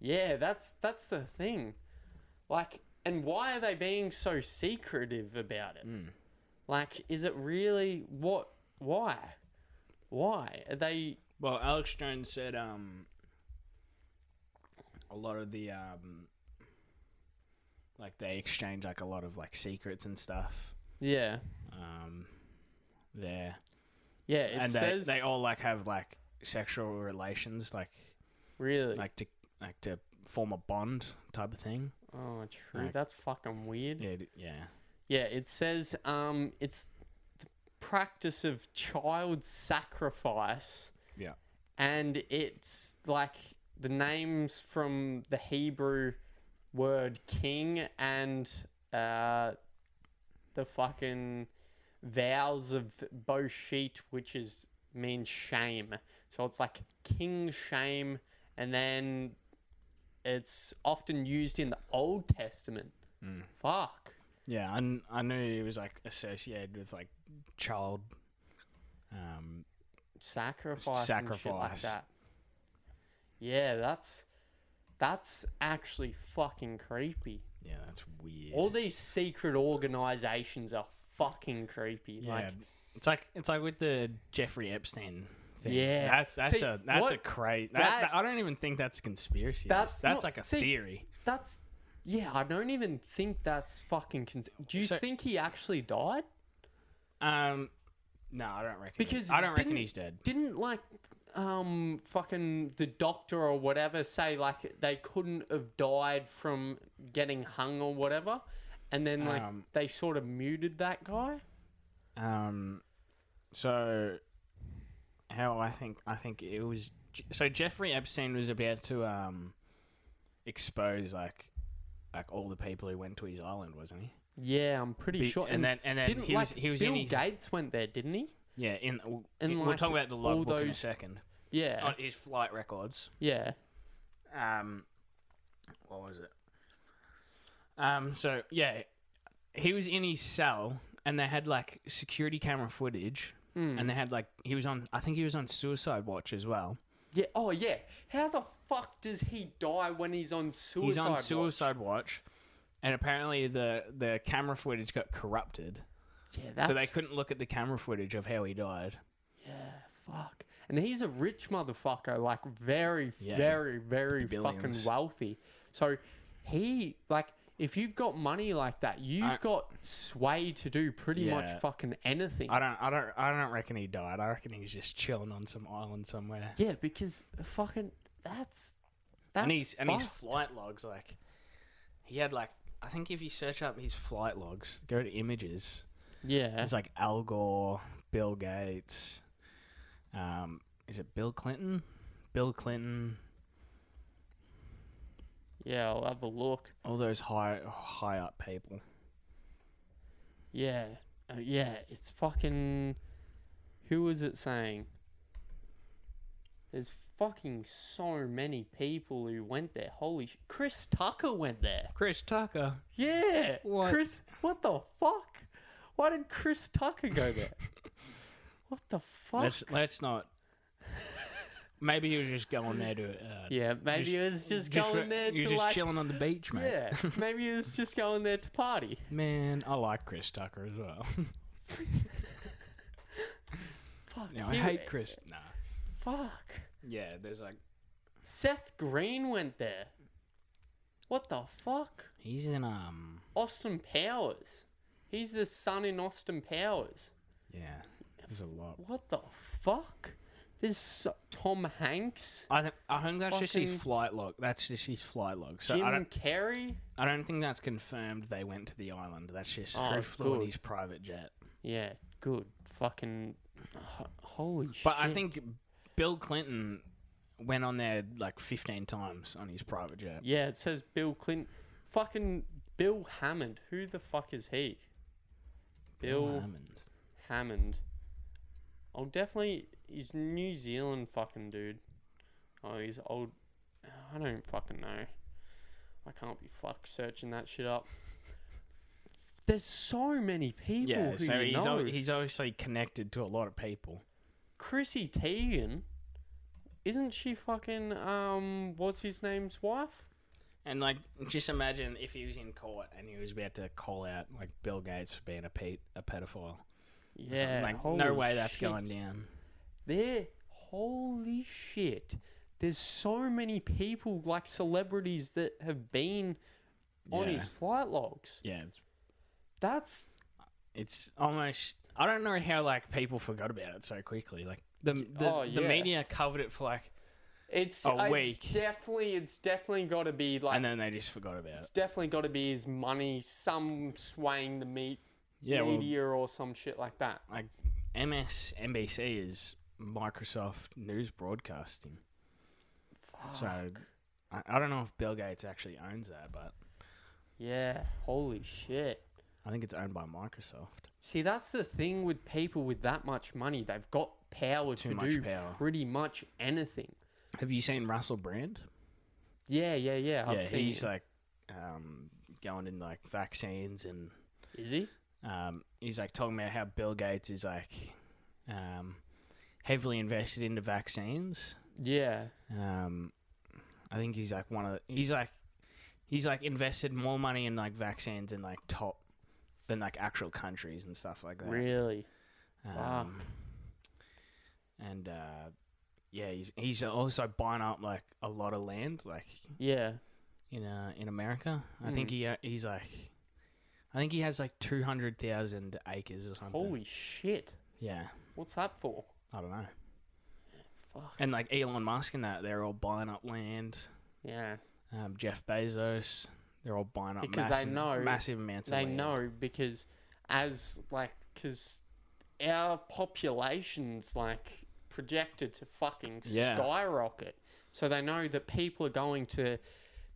Speaker 1: Yeah, that's that's the thing. Like, and why are they being so secretive about it?
Speaker 2: mm.
Speaker 1: Like, is it really what? Why? Why are they?
Speaker 2: Well, Alex Jones said um a lot of the um like they exchange like a lot of like secrets and stuff
Speaker 1: Yeah,
Speaker 2: um there.
Speaker 1: yeah. It
Speaker 2: and
Speaker 1: says
Speaker 2: they, they all like have like sexual relations like
Speaker 1: really.
Speaker 2: like to like to form a bond type of thing.
Speaker 1: oh, true.
Speaker 2: like-
Speaker 1: that's fucking weird.
Speaker 2: Yeah, d- yeah.
Speaker 1: Yeah, it says um, it's practice of child sacrifice,
Speaker 2: Yeah.
Speaker 1: and it's like the names from the Hebrew word king and uh, the fucking vows of Boshit, which is means shame. So it's like king shame, and then it's often used in the Old Testament. Fuck.
Speaker 2: Yeah, I, kn- I knew it was like associated with like child. Um,
Speaker 1: sacrifice, and shit like
Speaker 2: Sacrifice.
Speaker 1: that. Yeah, that's that's actually fucking creepy.
Speaker 2: yeah, that's weird.
Speaker 1: All these secret organizations are fucking creepy.
Speaker 2: yeah,
Speaker 1: Like,
Speaker 2: it's like it's like with the Jeffrey Epstein. Thing.
Speaker 1: Yeah.
Speaker 2: that's that's
Speaker 1: See,
Speaker 2: a that's a
Speaker 1: what-
Speaker 2: crazy.
Speaker 1: that-
Speaker 2: That, I don't even think that's a conspiracy.
Speaker 1: That's
Speaker 2: That's that's
Speaker 1: not-
Speaker 2: like a
Speaker 1: see,
Speaker 2: theory.
Speaker 1: that's yeah. I don't even think that's fucking. Cons- Do you
Speaker 2: So-
Speaker 1: think he actually died?
Speaker 2: Um, no, I don't reckon.
Speaker 1: Because
Speaker 2: I don't reckon
Speaker 1: didn't-
Speaker 2: he's dead.
Speaker 1: Didn't like um fucking the doctor or whatever say like they couldn't have died from getting hung or whatever, and then like
Speaker 2: Um,
Speaker 1: they sort of muted that guy.
Speaker 2: Um, so how I think I think it was so Jeffrey Epstein was about to um expose like like all the people who went to his island, wasn't he?
Speaker 1: Yeah, I'm pretty
Speaker 2: Be-
Speaker 1: sure.
Speaker 2: and then and then
Speaker 1: didn't
Speaker 2: he was
Speaker 1: like,
Speaker 2: he was
Speaker 1: Bill
Speaker 2: in his,
Speaker 1: Gates went there, didn't he?
Speaker 2: yeah in, we'll-
Speaker 1: and,
Speaker 2: we'll
Speaker 1: like,
Speaker 2: talk about the
Speaker 1: all
Speaker 2: logbook in a
Speaker 1: those-
Speaker 2: second.
Speaker 1: Yeah,
Speaker 2: On his flight records.
Speaker 1: yeah,
Speaker 2: Um, what was it? Um, so yeah, he was in his cell, and they had like security camera footage,
Speaker 1: Hmm.
Speaker 2: and they had like he was on. I think he was on suicide watch as well.
Speaker 1: yeah. Oh yeah. How the fuck does he die when he's on suicide?
Speaker 2: He's on
Speaker 1: watch?
Speaker 2: suicide watch, and apparently the the camera footage got corrupted,
Speaker 1: Yeah, that's
Speaker 2: so they couldn't look at the camera footage of how he died.
Speaker 1: yeah. Fuck. And he's a rich motherfucker, like very,
Speaker 2: Yeah.
Speaker 1: very, very fucking
Speaker 2: Billions.
Speaker 1: wealthy. So he like. If you've got money like that, you've
Speaker 2: I-
Speaker 1: got sway to do pretty
Speaker 2: Yeah.
Speaker 1: much fucking anything.
Speaker 2: I don't, I don't, I don't reckon he died. I reckon he's just chilling on some island somewhere.
Speaker 1: yeah, because fucking that's that's
Speaker 2: and he's and his
Speaker 1: fucked.
Speaker 2: flight logs like he had like I think if you search up his flight logs, go to images.
Speaker 1: yeah.
Speaker 2: It's like Al Gore, Bill Gates. Um, is it Bill Clinton? Bill Clinton.
Speaker 1: Yeah, I'll have a look.
Speaker 2: All those high high up people.
Speaker 1: Yeah, uh, yeah, it's fucking. Who was it saying? There's fucking so many people who went there. Holy sh- Chris Tucker went there.
Speaker 2: Chris Tucker.
Speaker 1: Yeah,
Speaker 2: What?
Speaker 1: Chris. What the fuck? Why did Chris Tucker go there? what the fuck?
Speaker 2: Let's let's not. Maybe he was just going there to. Uh,
Speaker 1: yeah, maybe
Speaker 2: just-
Speaker 1: it was just,
Speaker 2: re-
Speaker 1: going there
Speaker 2: You're
Speaker 1: to
Speaker 2: just
Speaker 1: like.
Speaker 2: chilling on the beach, mate.
Speaker 1: Yeah, maybe it was just going there to party.
Speaker 2: Man, I like Chris Tucker as well.
Speaker 1: Fuck.
Speaker 2: no, I
Speaker 1: he-
Speaker 2: hate Chris. Nah.
Speaker 1: Fuck.
Speaker 2: Yeah, there's like
Speaker 1: Seth Green went there. What the fuck?
Speaker 2: He's in um
Speaker 1: Austin Powers. He's the son in Austin Powers.
Speaker 2: yeah. There's a lot.
Speaker 1: What the fuck? There's so- Tom Hanks,
Speaker 2: I th- I think that's just his
Speaker 1: Fucking-
Speaker 2: flight log. That's just his flight log. So
Speaker 1: Jim
Speaker 2: I don't
Speaker 1: Carrey.
Speaker 2: I don't think that's confirmed. They went to the island. That's just
Speaker 1: Oh,
Speaker 2: who flew in
Speaker 1: good.
Speaker 2: his private jet.
Speaker 1: Yeah, good. Fucking ho- holy shit.
Speaker 2: But I think Bill Clinton went on there like 15 times on his private jet.
Speaker 1: yeah, it says Bill Clinton. Fucking Bill Hammond. Who the fuck is he? Bill
Speaker 2: Hammond.
Speaker 1: Hammond. I'll definitely. He's New Zealand fucking dude. Oh, he's old. I don't fucking know. I can't be fuck searching that shit up. There's so many people
Speaker 2: Yeah,
Speaker 1: who
Speaker 2: so
Speaker 1: you
Speaker 2: he's
Speaker 1: know.
Speaker 2: al- he's obviously connected to a lot of people.
Speaker 1: Chrissy Teigen, isn't she fucking um? What's his name's wife?
Speaker 2: And like, just imagine if he was in court and he was about to call out like Bill Gates for being a pe- a pedophile. or something.
Speaker 1: Yeah,
Speaker 2: like,
Speaker 1: holy
Speaker 2: no way that's
Speaker 1: shit.
Speaker 2: going down.
Speaker 1: There, holy shit. There's so many people like celebrities that have been on
Speaker 2: Yeah.
Speaker 1: his flight logs.
Speaker 2: Yeah, it's
Speaker 1: That's
Speaker 2: it's almost I don't know how like people forgot about it so quickly. Like the the,
Speaker 1: Oh,
Speaker 2: the
Speaker 1: yeah.
Speaker 2: media covered it for like,
Speaker 1: it's,
Speaker 2: A
Speaker 1: it's
Speaker 2: week.
Speaker 1: definitely it's definitely got to be like
Speaker 2: and then uh, they just forgot about it.
Speaker 1: it's definitely got to be his money some swaying the meat
Speaker 2: Yeah, well,
Speaker 1: media or some shit like that.
Speaker 2: like MSNBC is Microsoft News Broadcasting. So I, I don't know if Bill Gates actually owns that, but
Speaker 1: Yeah. Holy shit.
Speaker 2: I think it's owned by Microsoft.
Speaker 1: See, that's the thing with people with that much money. They've got power
Speaker 2: Too
Speaker 1: to
Speaker 2: much
Speaker 1: do
Speaker 2: power.
Speaker 1: pretty much anything.
Speaker 2: Have you seen Russell Brand?
Speaker 1: Yeah, yeah, yeah. I've
Speaker 2: yeah,
Speaker 1: seen
Speaker 2: he's
Speaker 1: it.
Speaker 2: like um, going in like vaccines and
Speaker 1: Is he?
Speaker 2: um, he's like talking about how Bill Gates is like um, heavily invested into vaccines.
Speaker 1: Yeah.
Speaker 2: Um, I think he's like one of the, he's like he's like invested more money in like vaccines and like top than like actual countries and stuff like that.
Speaker 1: Really?
Speaker 2: Um, and uh, yeah, he's he's also buying up like a lot of land, like
Speaker 1: Yeah.
Speaker 2: in uh, in America. I think
Speaker 1: Mm.
Speaker 2: he uh, he's like, I think he has like two hundred thousand acres or something.
Speaker 1: Holy shit.
Speaker 2: yeah,
Speaker 1: What's that for?
Speaker 2: I don't know.
Speaker 1: Fuck.
Speaker 2: And like Elon Musk and that, they're all buying up land.
Speaker 1: Yeah.
Speaker 2: Um, Jeff Bezos, they're all buying up
Speaker 1: Because they
Speaker 2: massive,
Speaker 1: know-
Speaker 2: massive amounts.
Speaker 1: They
Speaker 2: of land.
Speaker 1: know because, as like, because our population's like projected to fucking
Speaker 2: Yeah.
Speaker 1: skyrocket. So they know that people are going to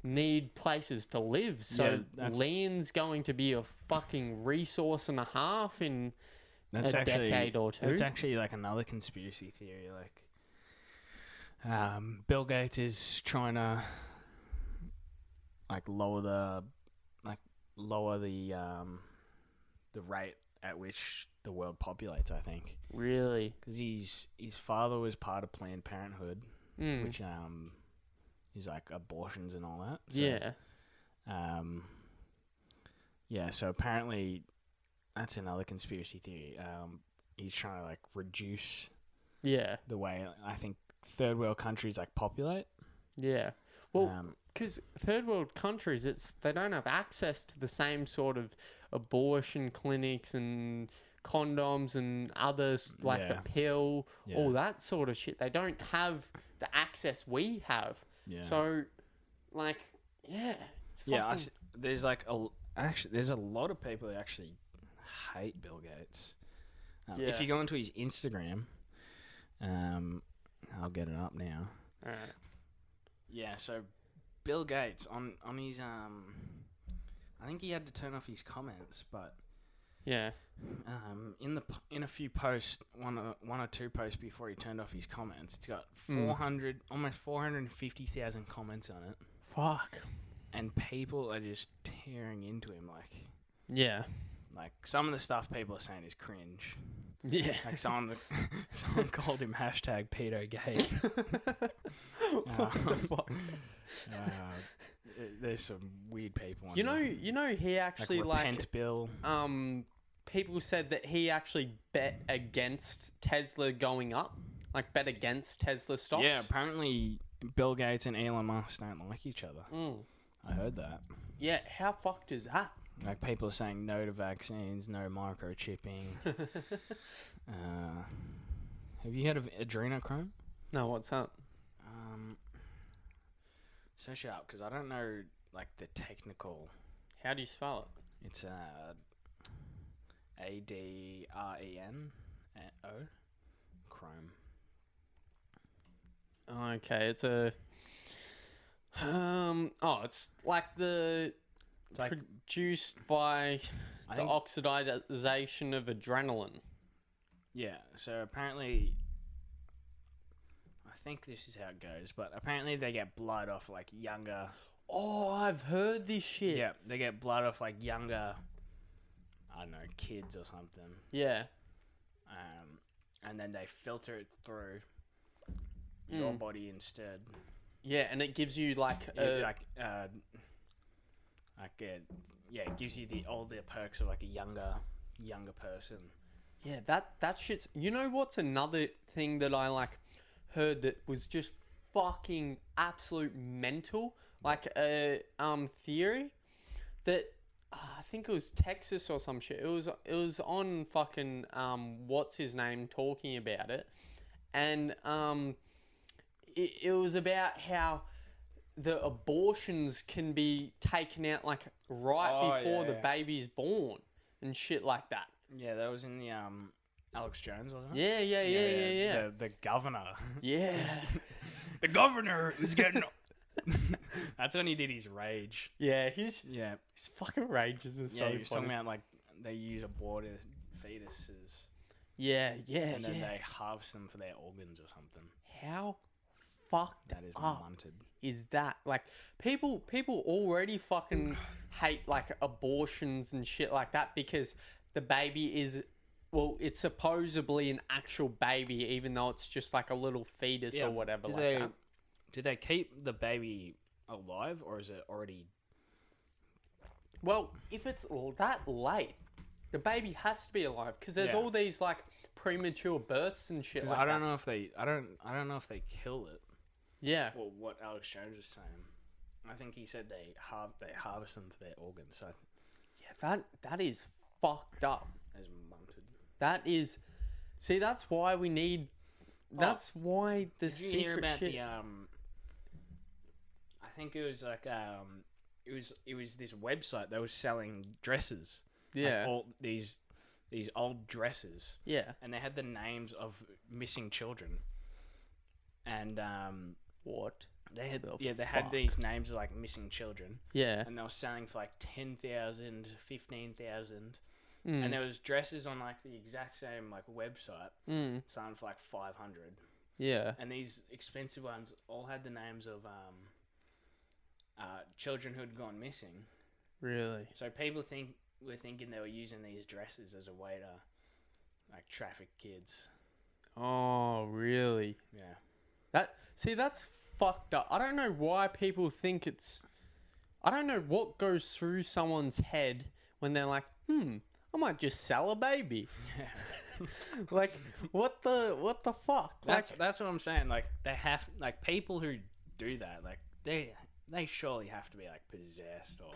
Speaker 1: need places to live. So
Speaker 2: Yeah, that's-
Speaker 1: land's going to be a fucking resource and a half in
Speaker 2: that's
Speaker 1: a
Speaker 2: actually,
Speaker 1: decade or two.
Speaker 2: It's actually like another conspiracy theory. Like, um, Bill Gates is trying to like lower the like lower the um the rate at which the world populates. I think
Speaker 1: really.
Speaker 2: because he's his father was part of Planned Parenthood,
Speaker 1: Mm.
Speaker 2: which um is like abortions and all that.
Speaker 1: yeah.
Speaker 2: Um, yeah, so apparently that's another conspiracy theory. Um, he's trying to like reduce
Speaker 1: Yeah.
Speaker 2: the way I think third world countries like populate.
Speaker 1: Yeah. Well,
Speaker 2: um,
Speaker 1: because third world countries, it's they don't have access to the same sort of abortion clinics and condoms and others like
Speaker 2: Yeah.
Speaker 1: the pill,
Speaker 2: yeah,
Speaker 1: all that sort of shit. They don't have the access we have.
Speaker 2: yeah.
Speaker 1: So, like, yeah, it's fucking
Speaker 2: yeah, I th- there's like a l- actually there's a lot of people that actually hate Bill Gates. Um,
Speaker 1: Yeah.
Speaker 2: If you go into his Instagram, um, I'll get it up now.
Speaker 1: Alright.
Speaker 2: Yeah, so Bill Gates on on his um, I think he had to turn off his comments, but
Speaker 1: yeah,
Speaker 2: um, in the p- in a few posts, one or one or two posts before he turned off his comments, it's got
Speaker 1: Mm.
Speaker 2: four hundred, almost four hundred and fifty thousand comments on it,
Speaker 1: fuck,
Speaker 2: and people are just tearing into him like.
Speaker 1: yeah,
Speaker 2: Like some of the stuff people are saying is cringe.
Speaker 1: yeah,
Speaker 2: Like someone, someone called him hashtag pedo Gates. Um, uh, there's some weird people. On
Speaker 1: you know,
Speaker 2: there.
Speaker 1: you know, he actually like
Speaker 2: repent bill.
Speaker 1: um, people said that he actually bet against Tesla going up, like bet against Tesla stocks.
Speaker 2: Yeah, apparently Bill Gates and Elon Musk don't like each other.
Speaker 1: Mm.
Speaker 2: I heard that.
Speaker 1: Yeah. How fucked is that?
Speaker 2: Like people are saying no to vaccines, no microchipping. uh, have you heard of adrenochrome?
Speaker 1: No, what's up?
Speaker 2: Um, search it up because I don't know like the technical.
Speaker 1: How do you spell
Speaker 2: It's uh, A D R E N O Chrome.
Speaker 1: it? Okay, it's a. Um. Oh, it's like the.
Speaker 2: It's like-
Speaker 1: produced by
Speaker 2: I
Speaker 1: the
Speaker 2: think
Speaker 1: oxidization of adrenaline.
Speaker 2: Yeah, so apparently I think this is how it goes, but apparently they get blood off like younger
Speaker 1: Oh, I've heard this
Speaker 2: Yeah,
Speaker 1: shit.
Speaker 2: they get blood off like younger I don't know, kids or something.
Speaker 1: Yeah.
Speaker 2: Um and then they filter it through your
Speaker 1: Mm.
Speaker 2: body instead.
Speaker 1: Yeah, and it gives you like a
Speaker 2: It, like uh like uh yeah, it gives you the all the perks of like a younger younger person.
Speaker 1: Yeah, that that shit's. You know what's another thing that I like heard that was just fucking absolute mental, like a um theory that uh, I think it was Texas or some shit. It was it was on fucking um what's his name talking about it, and um it, it was about how the abortions can be taken out like right
Speaker 2: Oh,
Speaker 1: before
Speaker 2: yeah,
Speaker 1: the
Speaker 2: yeah.
Speaker 1: baby's born and shit like that.
Speaker 2: Yeah, that was in the um Alex Jones, wasn't it?
Speaker 1: Yeah, yeah, yeah, yeah, yeah.
Speaker 2: The, the governor.
Speaker 1: Yeah.
Speaker 2: the governor is getting. That's when he did his rage.
Speaker 1: Yeah, his,
Speaker 2: Yeah.
Speaker 1: his fucking rages are
Speaker 2: yeah,
Speaker 1: so
Speaker 2: he was
Speaker 1: funny.
Speaker 2: talking about like they use aborted fetuses
Speaker 1: yeah, yeah,
Speaker 2: and then
Speaker 1: yeah.
Speaker 2: they harvest them for their organs or something.
Speaker 1: How fucked
Speaker 2: That is
Speaker 1: up
Speaker 2: munted.
Speaker 1: is that? Like people people already fucking hate like abortions and shit like that because the baby is well, it's supposedly an actual baby, even though it's just like a little fetus or whatever.
Speaker 2: Do
Speaker 1: like
Speaker 2: they
Speaker 1: that.
Speaker 2: do they keep the baby alive or is it already?
Speaker 1: Well, if it's l- that late, the baby has to be alive because there's
Speaker 2: Yeah.
Speaker 1: all these like premature births and shit.
Speaker 2: Because
Speaker 1: Like
Speaker 2: I don't
Speaker 1: that.
Speaker 2: know if they. I don't. I don't know if they kill it.
Speaker 1: Yeah.
Speaker 2: Well, what Alex Jones was saying. I think he said they har- they harvest them for their organs. So I think
Speaker 1: yeah, that that is fucked up.
Speaker 2: that is munted.
Speaker 1: That is, see, that's why we need. That's why the
Speaker 2: Oh. Did you
Speaker 1: secret
Speaker 2: hear about
Speaker 1: shit.
Speaker 2: the um? I think it was like um, it was it was this website that was selling dresses. Like,
Speaker 1: yeah,
Speaker 2: all these these old dresses,
Speaker 1: yeah.
Speaker 2: and they had the names of missing children. And um,
Speaker 1: What?
Speaker 2: they had
Speaker 1: The
Speaker 2: yeah they
Speaker 1: fuck?
Speaker 2: had these names of like missing children,
Speaker 1: Yeah,
Speaker 2: and they were selling for like 10,000, 15,000.
Speaker 1: Mm.
Speaker 2: and there was dresses on like the exact same like website
Speaker 1: mm,
Speaker 2: selling for like five hundred
Speaker 1: yeah,
Speaker 2: and these expensive ones all had the names of um, uh, children who had gone missing.
Speaker 1: really.
Speaker 2: So people think were thinking they were using these dresses as a way to like traffic kids.
Speaker 1: Oh, really?
Speaker 2: Yeah,
Speaker 1: That see, that's fucked up. I don't know why people think it's. I don't know what goes through someone's head when they're like, "Hmm, I might just sell a baby." like, what the what the fuck?
Speaker 2: that's
Speaker 1: like,
Speaker 2: that's what I'm saying. Like they have like people who do that. Like they they surely have to be like possessed or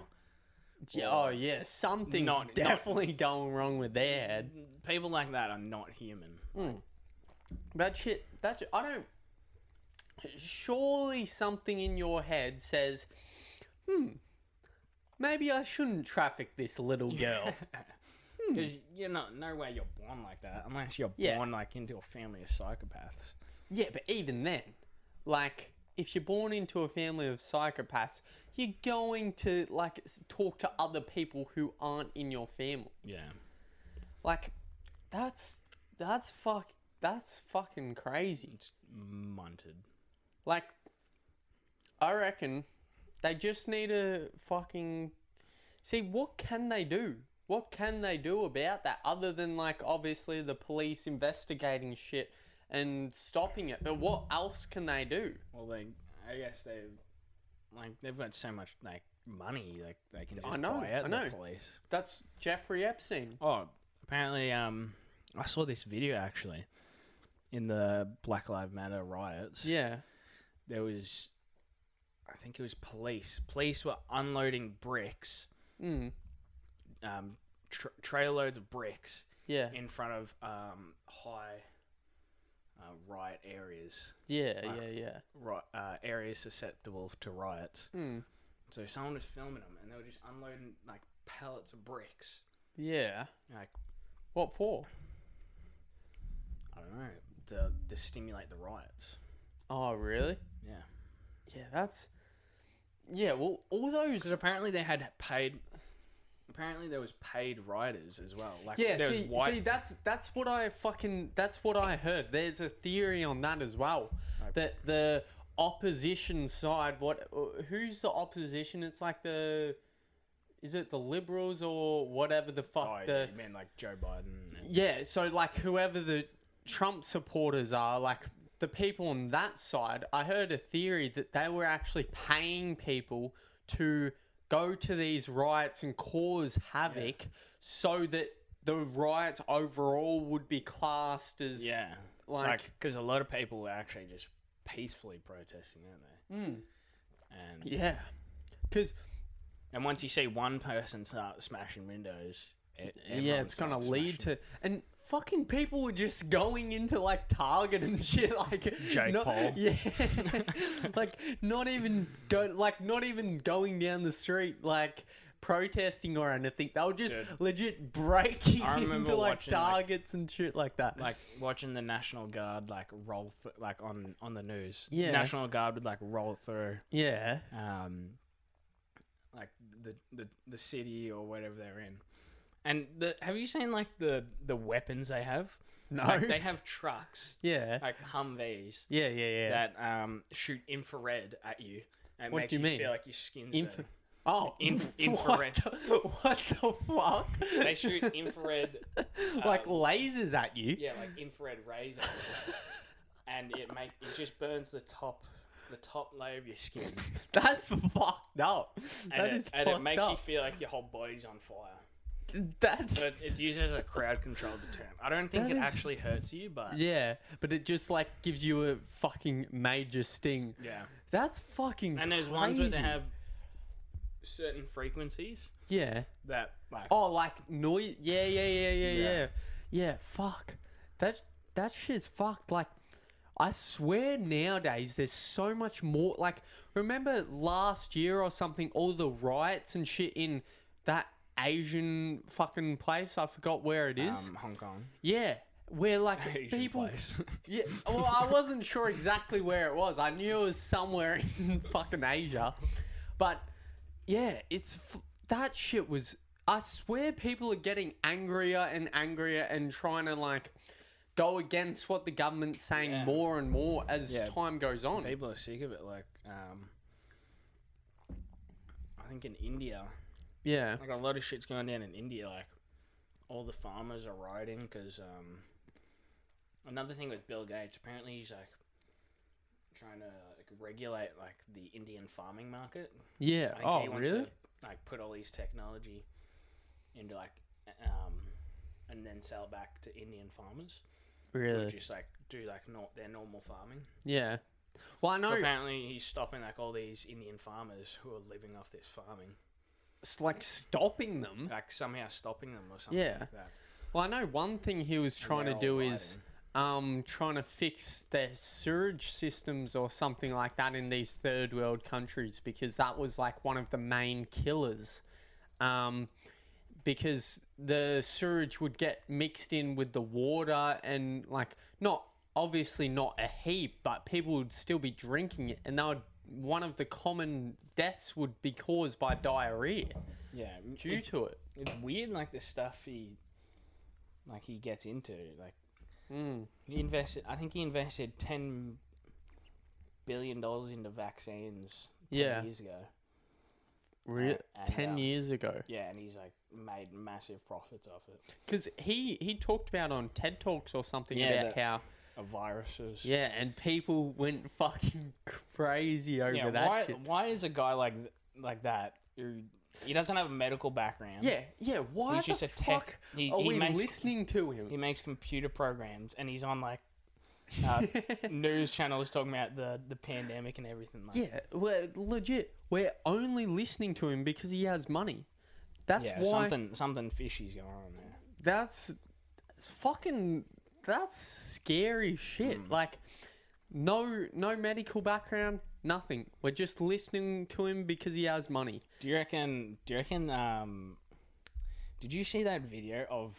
Speaker 1: yeah, oh yeah, something's
Speaker 2: Not- not-
Speaker 1: definitely going wrong with their head.
Speaker 2: people like that are not human.
Speaker 1: That shit. That shit, I don't. Surely something in your head says, "Hmm, maybe I shouldn't traffic this little girl."
Speaker 2: Because you're not no way you're born like that unless you're
Speaker 1: Hmm. Yeah.
Speaker 2: born like into a family of psychopaths.
Speaker 1: Yeah, but even then, like, if you're born into a family of psychopaths, you're going to, like, s- talk to other people who aren't in your family.
Speaker 2: Yeah.
Speaker 1: Like, that's, that's fuck, that's fucking crazy.
Speaker 2: It's munted.
Speaker 1: Like, I reckon they just need to fucking see what can they do? What can they do about that other than, like, obviously the police investigating shit and stopping it? But what else can they do?
Speaker 2: Well, they, I guess they, like, they've got so much like money, like they can just
Speaker 1: I know,
Speaker 2: buy out
Speaker 1: I know.
Speaker 2: the police.
Speaker 1: That's Jeffrey Epstein.
Speaker 2: Oh, apparently, um, I saw this video actually in the Black Lives Matter riots.
Speaker 1: Yeah.
Speaker 2: there was, I think it was police. Police were unloading bricks,
Speaker 1: Mm.
Speaker 2: um, tra- trail loads of bricks
Speaker 1: Yeah.
Speaker 2: in front of um high uh, riot areas,
Speaker 1: Yeah. Yeah. Yeah.
Speaker 2: ri- uh, areas susceptible to riots.
Speaker 1: Mm.
Speaker 2: So someone was filming them, and they were just unloading like pallets of bricks.
Speaker 1: Yeah.
Speaker 2: Like
Speaker 1: What for?
Speaker 2: I don't know, to, to stimulate the riots.
Speaker 1: Oh, really?
Speaker 2: Yeah,
Speaker 1: Yeah. That's. Yeah. Well, all
Speaker 2: because
Speaker 1: those.
Speaker 2: apparently they had paid. Apparently there was paid rioters as well. Like
Speaker 1: Yeah.
Speaker 2: there
Speaker 1: See,
Speaker 2: was white.
Speaker 1: see, that's that's what I fucking that's what I heard. There's a theory on that as well. That the opposition side, what uh, who's the opposition? It's like the. Is it the liberals or whatever the fuck
Speaker 2: oh,
Speaker 1: the
Speaker 2: you mean like Joe Biden? and-
Speaker 1: Yeah, so like whoever the Trump supporters are, like the people on that side, I heard a theory that they were actually paying people to go to these riots and cause havoc so that the riots overall would be classed as
Speaker 2: Yeah,
Speaker 1: Like-
Speaker 2: like because a lot of people were actually just peacefully protesting, aren't
Speaker 1: Hmm.
Speaker 2: they? And
Speaker 1: yeah. Cuz
Speaker 2: and once you see one person start smashing windows, e-
Speaker 1: yeah,
Speaker 2: everyone
Speaker 1: it's going
Speaker 2: starts
Speaker 1: to lead
Speaker 2: smashing.
Speaker 1: to and fucking people were just going into like Target and shit like
Speaker 2: Jake
Speaker 1: not-
Speaker 2: Paul.
Speaker 1: Yeah. like not even go like not even going down the street like protesting or anything. They were just
Speaker 2: Dude.
Speaker 1: legit breaking
Speaker 2: I remember
Speaker 1: into like
Speaker 2: watching, like-
Speaker 1: targets and shit like that.
Speaker 2: like watching the National Guard like roll th- like on on the news.
Speaker 1: Yeah.
Speaker 2: National Guard would like roll through
Speaker 1: yeah.
Speaker 2: um like the the, the city or whatever they're in. And the have you seen like the the weapons they have?
Speaker 1: No.
Speaker 2: Like, they have trucks
Speaker 1: yeah.
Speaker 2: like Humvees
Speaker 1: yeah. Yeah. Yeah.
Speaker 2: that um shoot infrared at you. And it
Speaker 1: What
Speaker 2: makes
Speaker 1: do you mean?
Speaker 2: feel like your skin's
Speaker 1: Inf-
Speaker 2: burning.
Speaker 1: oh.
Speaker 2: In-
Speaker 1: what
Speaker 2: infrared.
Speaker 1: the- What the, fuck?
Speaker 2: They shoot infrared
Speaker 1: like
Speaker 2: um,
Speaker 1: lasers at you.
Speaker 2: yeah, like infrared rays, on it. and it make it just burns the top, the top layer of your skin,
Speaker 1: That's fucked up.
Speaker 2: and,
Speaker 1: That
Speaker 2: it,
Speaker 1: is
Speaker 2: and it
Speaker 1: fucked
Speaker 2: makes you
Speaker 1: up.
Speaker 2: feel like your whole body's on fire.
Speaker 1: That.
Speaker 2: But it's used as a crowd control deterrent. I don't think
Speaker 1: That
Speaker 2: it
Speaker 1: is-
Speaker 2: actually hurts you, but yeah,
Speaker 1: Yeah, but it just like gives you a fucking major sting. That's fucking.
Speaker 2: and there's ones where they
Speaker 1: crazy.
Speaker 2: have certain frequencies
Speaker 1: Yeah.
Speaker 2: that like
Speaker 1: Oh, like noise. Yeah, yeah, yeah, yeah,
Speaker 2: Yeah.
Speaker 1: yeah, yeah. fuck. That that shit's fucked. Like, I swear nowadays there's so much more. Like, remember last year or something, all the riots and shit in that Asian fucking place. I forgot where it is.
Speaker 2: um, Hong Kong
Speaker 1: yeah, where like
Speaker 2: Asian
Speaker 1: people.
Speaker 2: place.
Speaker 1: Yeah, well, I wasn't sure exactly where it was. I knew it was somewhere in fucking Asia, but yeah, it's f- that shit was. I swear, people are getting angrier and angrier and trying to like go against what the government's saying
Speaker 2: Yeah.
Speaker 1: more and more as
Speaker 2: Yeah.
Speaker 1: time goes on.
Speaker 2: people are sick of it. Like, um, I think in India.
Speaker 1: Yeah,
Speaker 2: like a lot of shit's going down in India. Like all the farmers are rioting because um, another thing with Bill Gates, apparently he's like trying to like, regulate like the Indian farming market.
Speaker 1: yeah.
Speaker 2: Like,
Speaker 1: Oh,
Speaker 2: he wants
Speaker 1: really?
Speaker 2: To, like put all these technology into like um, and then sell back to Indian farmers. who
Speaker 1: Really?
Speaker 2: Just like do like not their normal farming.
Speaker 1: Yeah. Well, I know
Speaker 2: So apparently he's stopping like all these Indian farmers who are living off this farming,
Speaker 1: it's like stopping them.
Speaker 2: like somehow stopping them or something
Speaker 1: Yeah.
Speaker 2: like that.
Speaker 1: Well, I know one thing he was trying to
Speaker 2: they're
Speaker 1: do
Speaker 2: all
Speaker 1: is um, trying to fix their sewage systems or something like that in these third world countries because that was like one of the main killers. Um, because the sewage would get mixed in with the water and like not obviously not a heap, but people would still be drinking it, and that would one of the common deaths would be caused by diarrhea
Speaker 2: Yeah, m-
Speaker 1: due to it.
Speaker 2: it's weird like the stuff he like he gets into like
Speaker 1: Mm.
Speaker 2: he invested i think he invested 10 billion dollars into vaccines 10
Speaker 1: Yeah.
Speaker 2: years ago
Speaker 1: Re-
Speaker 2: and,
Speaker 1: Ten
Speaker 2: um,
Speaker 1: years ago.
Speaker 2: yeah and he's like made massive profits off it
Speaker 1: Because he he talked about on TED Talks or something
Speaker 2: Yeah,
Speaker 1: about
Speaker 2: that-
Speaker 1: how
Speaker 2: of viruses
Speaker 1: yeah, and people went fucking crazy over
Speaker 2: yeah
Speaker 1: that
Speaker 2: why,
Speaker 1: shit.
Speaker 2: why is a guy like th- like that who he doesn't have a medical background
Speaker 1: Yeah, yeah. Why
Speaker 2: He's just
Speaker 1: the
Speaker 2: a tech-
Speaker 1: fuck
Speaker 2: he-
Speaker 1: are
Speaker 2: he
Speaker 1: we
Speaker 2: makes-
Speaker 1: listening to him?
Speaker 2: he makes computer programs and he's on like uh, news channels talking about the the pandemic and everything like
Speaker 1: yeah, we're legit. We're only listening to him because he has money. That's
Speaker 2: yeah
Speaker 1: why.
Speaker 2: something something fishy's going on there
Speaker 1: That's that's fucking. That's scary shit.
Speaker 2: Hmm.
Speaker 1: Like, no, no medical background, nothing. We're just listening to him because he has money.
Speaker 2: Do you reckon? Do you reckon? Um, did you see that video of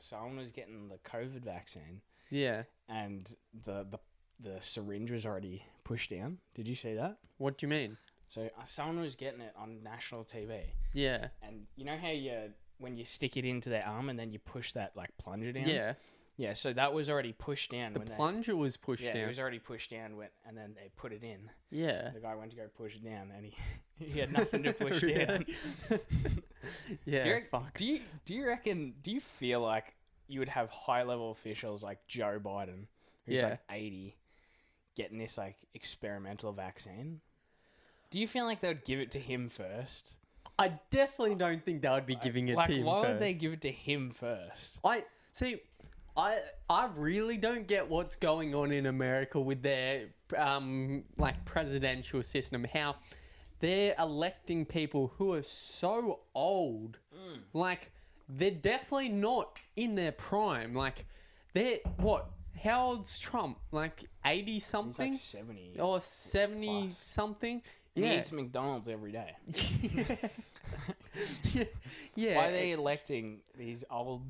Speaker 2: someone was getting the COVID vaccine
Speaker 1: Yeah.
Speaker 2: and the the the syringe was already pushed down? Did you see that?
Speaker 1: What do you mean?
Speaker 2: So uh, someone was getting it on national TV,
Speaker 1: Yeah.
Speaker 2: and you know how you when you stick it into their arm and then you push that like plunger down.
Speaker 1: Yeah.
Speaker 2: yeah. So that was already pushed down.
Speaker 1: The
Speaker 2: when they-
Speaker 1: plunger was pushed
Speaker 2: yeah, it
Speaker 1: down.
Speaker 2: was already pushed down. Went and then they put it in.
Speaker 1: Yeah.
Speaker 2: The guy went to go push it down, and he he had nothing to push
Speaker 1: Really?
Speaker 2: down.
Speaker 1: Yeah.
Speaker 2: Do you, rec-
Speaker 1: fuck.
Speaker 2: do you do you reckon? Do you feel like you would have high level officials like Joe Biden, who's
Speaker 1: Yeah.
Speaker 2: like eighty, getting this like experimental vaccine? Do you feel like they would give it to him first?
Speaker 1: I definitely don't think they would be giving it
Speaker 2: like,
Speaker 1: to him
Speaker 2: why would
Speaker 1: first.
Speaker 2: they give it to him first?
Speaker 1: I see. I I really don't get what's going on in America with their um like presidential system. How they're electing people who are so old, like they're definitely not in their prime. Like they're what? How old's Trump? Like eighty
Speaker 2: He's
Speaker 1: something
Speaker 2: like seventy.
Speaker 1: or seventy
Speaker 2: plus.
Speaker 1: something?
Speaker 2: And He
Speaker 1: Yeah.
Speaker 2: eats McDonald's every day.
Speaker 1: yeah.
Speaker 2: Why are
Speaker 1: it-
Speaker 2: they electing these old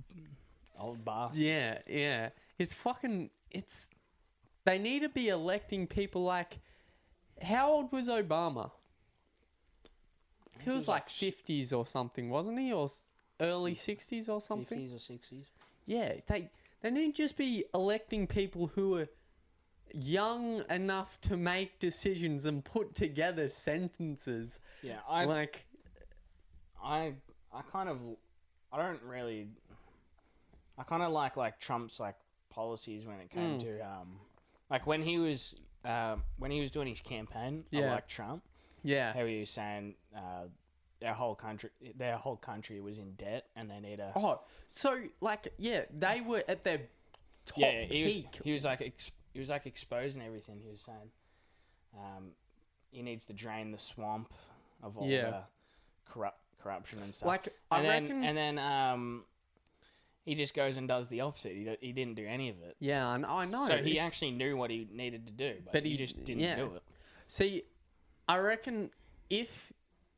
Speaker 2: old bastards?
Speaker 1: Yeah, yeah. It's fucking. It's. They need to be electing people like. How old was Obama? He was like fifties or something, wasn't he, or s- early sixties or something?
Speaker 3: Fifties or sixties.
Speaker 1: Yeah, they they need to just be electing people who are young enough to make decisions and put together sentences.
Speaker 2: Yeah, I
Speaker 1: like,
Speaker 2: I I kind of I don't really I kind of like like Trump's like policies when it came
Speaker 1: Mm.
Speaker 2: to um like when he was um when he was doing his campaign I
Speaker 1: Yeah.
Speaker 2: like Trump
Speaker 1: yeah.
Speaker 2: how he was saying uh their whole country their whole country was in debt and they need a
Speaker 1: Oh, so like, yeah, they were at their top
Speaker 2: yeah he was
Speaker 1: peak.
Speaker 2: he was like ex, he was like exposing everything he was saying um he needs to drain the swamp of all
Speaker 1: Yeah.
Speaker 2: the corrupt corruption and stuff
Speaker 1: like, I
Speaker 2: and then,
Speaker 1: reckon.
Speaker 2: and then um, he just goes and does the opposite. He, do- he didn't do any of it.
Speaker 1: Yeah, I kn- I know.
Speaker 2: so he
Speaker 1: Oh, it's-
Speaker 2: actually knew what he needed to do, but,
Speaker 1: But
Speaker 2: he,
Speaker 1: he-
Speaker 2: just didn't
Speaker 1: yeah.
Speaker 2: do it.
Speaker 1: see. I reckon if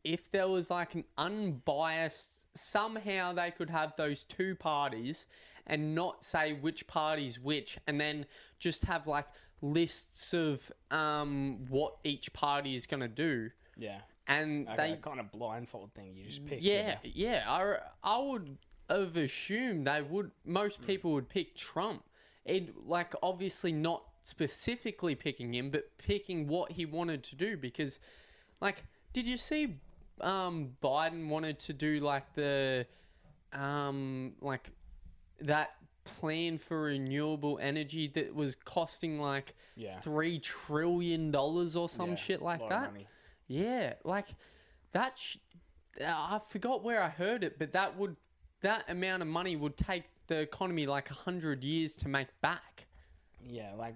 Speaker 1: if there was like an unbiased somehow they could have those two parties and not say which party's which, and then just have like lists of um what each party is gonna do,
Speaker 2: Yeah,
Speaker 1: and
Speaker 2: like
Speaker 1: they
Speaker 2: a kind of blindfold thing. You just pick.
Speaker 1: yeah yeah I re- I would have assumed they would
Speaker 2: Hmm.
Speaker 1: most people would pick Trump. It like obviously not specifically picking him, but picking what he wanted to do because, like, did you see um, Biden wanted to do like the um like that plan for renewable energy that was costing like
Speaker 2: Yeah.
Speaker 1: three trillion dollars or some
Speaker 2: Yeah,
Speaker 1: shit like
Speaker 2: lot of
Speaker 1: that.
Speaker 2: money.
Speaker 1: Yeah, like that. Sh- I forgot where I heard it, but that would that amount of money would take the economy like a hundred years to make back.
Speaker 2: Yeah, like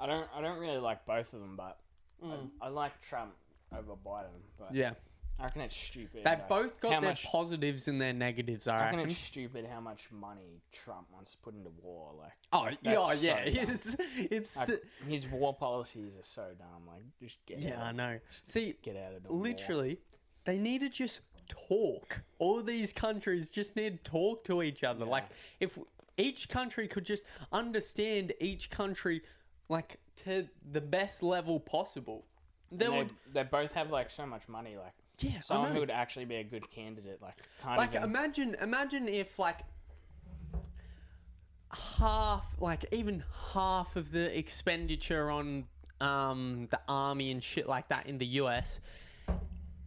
Speaker 2: I don't I don't really like both of them, but I, I like Trump over Biden.
Speaker 1: Um,
Speaker 2: But
Speaker 1: Mm. Yeah,
Speaker 2: I reckon it's stupid.
Speaker 1: they
Speaker 2: like,
Speaker 1: both got
Speaker 2: how
Speaker 1: their
Speaker 2: much,
Speaker 1: positives and their negatives.
Speaker 2: I
Speaker 1: I
Speaker 2: reckon
Speaker 1: reckon.
Speaker 2: it's stupid how much money Trump wants to put into war. Like
Speaker 1: Oh yeah,
Speaker 2: so
Speaker 1: yeah.
Speaker 2: dumb.
Speaker 1: It's it's
Speaker 2: I- his war policies are so dumb. Like just get
Speaker 1: yeah.
Speaker 2: out.
Speaker 1: I know. See,
Speaker 2: get out of the war.
Speaker 1: literally, they need to just talk. All these countries just need to talk to each other. Like, if each country could just understand each country, like, to the best level possible,
Speaker 2: And
Speaker 1: there
Speaker 2: they,
Speaker 1: would.
Speaker 2: they both have like so much money. Like
Speaker 1: Yeah, I
Speaker 2: someone who
Speaker 1: know.
Speaker 2: would actually be a good candidate, like can't
Speaker 1: Like,
Speaker 2: even.
Speaker 1: imagine, imagine if, like, half, like, even half of the expenditure on um, the army and shit like that in the US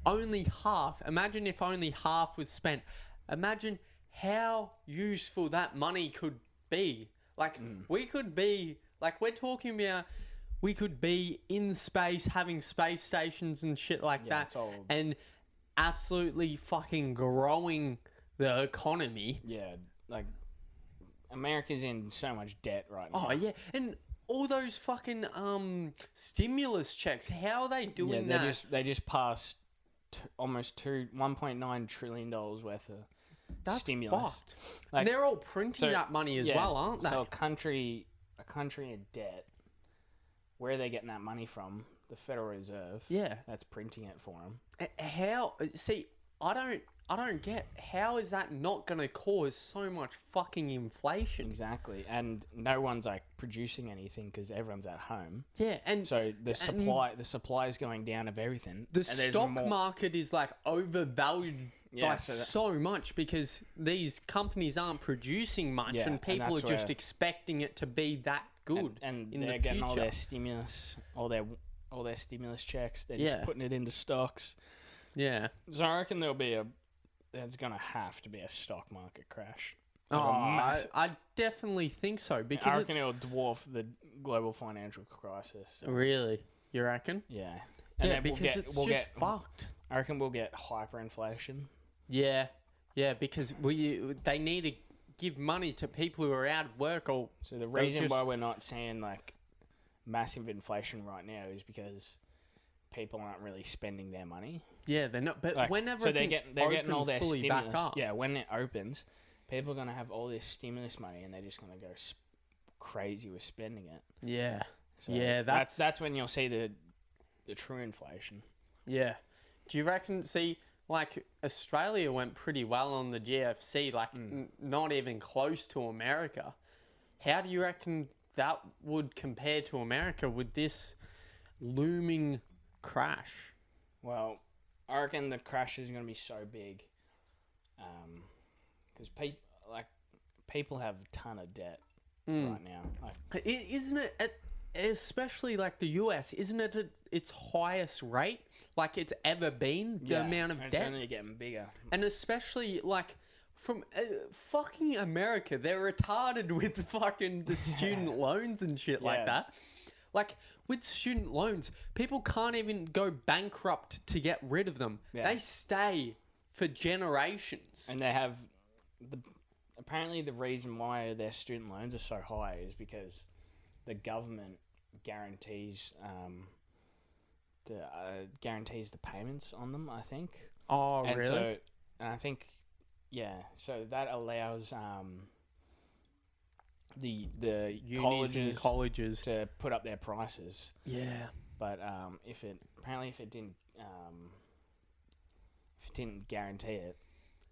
Speaker 1: only half. Imagine if only half was spent. Imagine how useful that money could be. Like,
Speaker 2: Hmm.
Speaker 1: we could be, like, we're talking about, we could be in space having space stations and shit like that.
Speaker 2: it's all-
Speaker 1: And absolutely fucking growing the economy.
Speaker 2: yeah, like America's in so much debt right now.
Speaker 1: Oh, yeah. And all those fucking um stimulus checks, how are they
Speaker 2: yeah,
Speaker 1: doing
Speaker 2: they
Speaker 1: that?
Speaker 2: just they just passed t- almost two one point nine trillion dollars worth of
Speaker 1: That's
Speaker 2: stimulus.
Speaker 1: fucked.
Speaker 2: Like-
Speaker 1: They're all printing
Speaker 2: so-
Speaker 1: that money as
Speaker 2: Yeah,
Speaker 1: well, aren't they?
Speaker 2: So a country a country in debt, where are they getting that money from? The Federal Reserve.
Speaker 1: Yeah.
Speaker 2: that's printing it for them.
Speaker 1: Uh, How see? I don't. I don't get how is that not going to cause so much fucking inflation?
Speaker 2: Exactly, and no one's like producing anything because everyone's at home.
Speaker 1: Yeah, and
Speaker 2: So the supply the supply is going down of everything.
Speaker 1: the
Speaker 2: and there's
Speaker 1: stock
Speaker 2: more-
Speaker 1: market is like overvalued
Speaker 2: Yeah,
Speaker 1: by
Speaker 2: so
Speaker 1: so,
Speaker 2: that-
Speaker 1: much because these companies aren't producing much,
Speaker 2: Yeah, and
Speaker 1: and people
Speaker 2: that's
Speaker 1: are just
Speaker 2: where-
Speaker 1: expecting it to be that good.
Speaker 2: and
Speaker 1: in
Speaker 2: they're
Speaker 1: the
Speaker 2: getting all their
Speaker 1: future.
Speaker 2: stimulus, all their all their stimulus checks. They're
Speaker 1: Yeah.
Speaker 2: just putting it into stocks.
Speaker 1: yeah.
Speaker 2: So I reckon there'll be a there's gonna have to be a stock market crash.
Speaker 1: Oh,
Speaker 2: Like a
Speaker 1: I,
Speaker 2: mass-
Speaker 1: I definitely think so
Speaker 2: I
Speaker 1: because it's,
Speaker 2: reckon it'll dwarf the global financial crisis.
Speaker 1: really you reckon?
Speaker 2: Yeah, and
Speaker 1: yeah,
Speaker 2: then we'll
Speaker 1: because
Speaker 2: get
Speaker 1: it's
Speaker 2: we'll
Speaker 1: just
Speaker 2: get
Speaker 1: fucked.
Speaker 2: I reckon we'll get hyperinflation.
Speaker 1: Yeah, yeah, because we they need to give money to people who are out of work or
Speaker 2: So the reason
Speaker 1: just-
Speaker 2: why we're not seeing like massive inflation right now is because people aren't really spending their money.
Speaker 1: yeah, they're not. But
Speaker 2: Like,
Speaker 1: whenever
Speaker 2: so they're getting they're getting all their
Speaker 1: fully
Speaker 2: stimulus.
Speaker 1: back up,
Speaker 2: Yeah, when it opens, people are gonna have all this stimulus money and they're just gonna go sp- crazy with spending it.
Speaker 1: yeah,
Speaker 2: So
Speaker 1: Yeah, that's-
Speaker 2: that's when you'll see the the true inflation.
Speaker 1: yeah. Do you reckon? See, like Australia went pretty well on the GFC, like
Speaker 2: Mm.
Speaker 1: n- not even close to America. How do you reckon that would compare to America with this looming crash?
Speaker 2: Well, I reckon the crash is going to be so big, because people like people have a ton of debt
Speaker 1: Hmm.
Speaker 2: right now. Like,
Speaker 1: I- Isn't it at especially like the US? Isn't it at its highest rate, like it's ever been? The
Speaker 2: yeah,
Speaker 1: amount
Speaker 2: and
Speaker 1: of
Speaker 2: it's
Speaker 1: debt,
Speaker 2: only getting bigger.
Speaker 1: and especially like from uh, fucking America, they're retarded with fucking the student loans and shit
Speaker 2: Yeah.
Speaker 1: like that. Like with student loans, people can't even go bankrupt to get rid of them.
Speaker 2: Yeah.
Speaker 1: They stay for generations.
Speaker 2: And they have the apparently the reason why their student loans are so high is because the government guarantees um, the uh, guarantees the payments on them. I think.
Speaker 1: oh,
Speaker 2: and so and I think yeah, so that allows um, the the
Speaker 1: Unis and
Speaker 2: colleges
Speaker 1: colleges.
Speaker 2: to put up their prices.
Speaker 1: Yeah.
Speaker 2: But um, if it apparently if it didn't um, if it didn't guarantee it,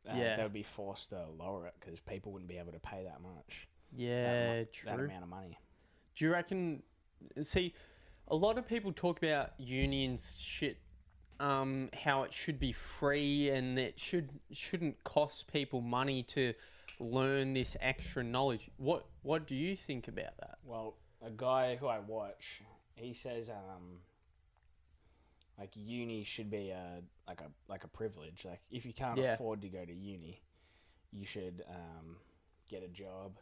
Speaker 2: uh,
Speaker 1: Yeah.
Speaker 2: they would be forced to lower it because people wouldn't be able to pay that much. that,
Speaker 1: Yeah,
Speaker 2: mu-
Speaker 1: true.
Speaker 2: that amount of money.
Speaker 1: Do you reckon? See, a lot of people talk about unions shit, um, how it should be free and it should shouldn't cost people money to learn this extra knowledge. What What do you think about that?
Speaker 2: Well, a guy who I watch, he says, um, like uni should be a like a like a privilege. Like if you can't
Speaker 1: Yeah.
Speaker 2: afford to go to uni, you should um, get a job.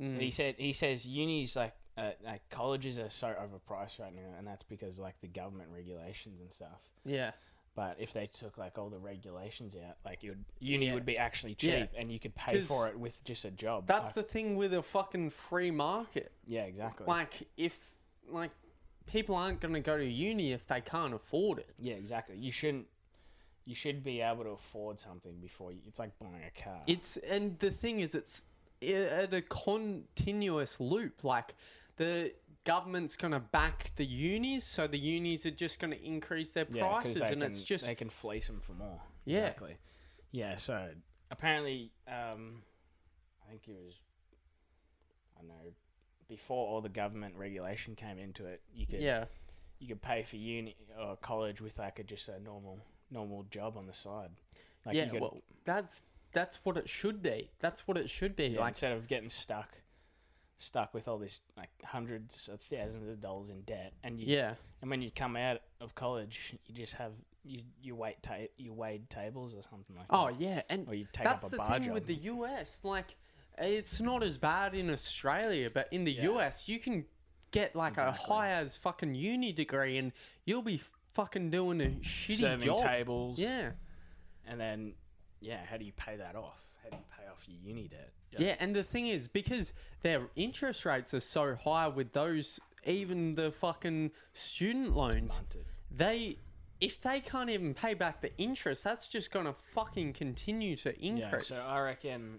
Speaker 1: Mm, Hmm.
Speaker 2: He said he says uni's like uh, like colleges are so overpriced right now, and that's because like the government regulations and stuff.
Speaker 1: Yeah,
Speaker 2: But if they took like all the regulations out, like it would, uni
Speaker 1: Yeah.
Speaker 2: would be actually cheap,
Speaker 1: Yeah.
Speaker 2: and you could pay
Speaker 1: 'Cause
Speaker 2: for it with just a job.
Speaker 1: that's
Speaker 2: Like-
Speaker 1: the thing with a fucking free market.
Speaker 2: yeah, exactly.
Speaker 1: Like if like people aren't gonna go to uni if they can't afford it.
Speaker 2: Yeah, exactly. You shouldn't. You should be able to afford something before you, it's like buying a car.
Speaker 1: It's and the thing is, it's i- at a continuous loop. Like the government's going to back the unis, so the unis are just going to increase their
Speaker 2: 'cause
Speaker 1: prices,
Speaker 2: they
Speaker 1: and
Speaker 2: can,
Speaker 1: it's just
Speaker 2: they can fleece them for more.
Speaker 1: Yeah.
Speaker 2: exactly. Yeah. So apparently, um, I think it was, I know, before all the government regulation came into it, you could
Speaker 1: yeah,
Speaker 2: you could pay for uni or college with like a just a normal normal job on the side. Like
Speaker 1: yeah.
Speaker 2: you could,
Speaker 1: well, that's that's what it should be. That's what it should be.
Speaker 2: yeah,
Speaker 1: like
Speaker 2: instead of getting stuck. Stuck with all this like hundreds of thousands of dollars in debt, and you
Speaker 1: yeah,
Speaker 2: And when you come out of college, you just have you you wait ta- you wade tables or something like
Speaker 1: oh
Speaker 2: that.
Speaker 1: yeah, and
Speaker 2: Or you take
Speaker 1: that's
Speaker 2: up a
Speaker 1: the
Speaker 2: bar
Speaker 1: thing
Speaker 2: job.
Speaker 1: with the US. Like it's not as bad in Australia, but in the
Speaker 2: Yeah.
Speaker 1: US you can get like
Speaker 2: Exactly.
Speaker 1: a high as fucking uni degree, and you'll be fucking doing a shitty
Speaker 2: Serving
Speaker 1: job.
Speaker 2: tables.
Speaker 1: Yeah.
Speaker 2: And then yeah, how do you pay that off? How do you pay off your uni debt?
Speaker 1: Yeah, and the thing is, because their interest rates are so high with those, even the fucking student loans,
Speaker 2: Bunted.
Speaker 1: they, if they can't even pay back the interest, that's just gonna fucking continue to
Speaker 2: Yeah.
Speaker 1: increase.
Speaker 2: So I reckon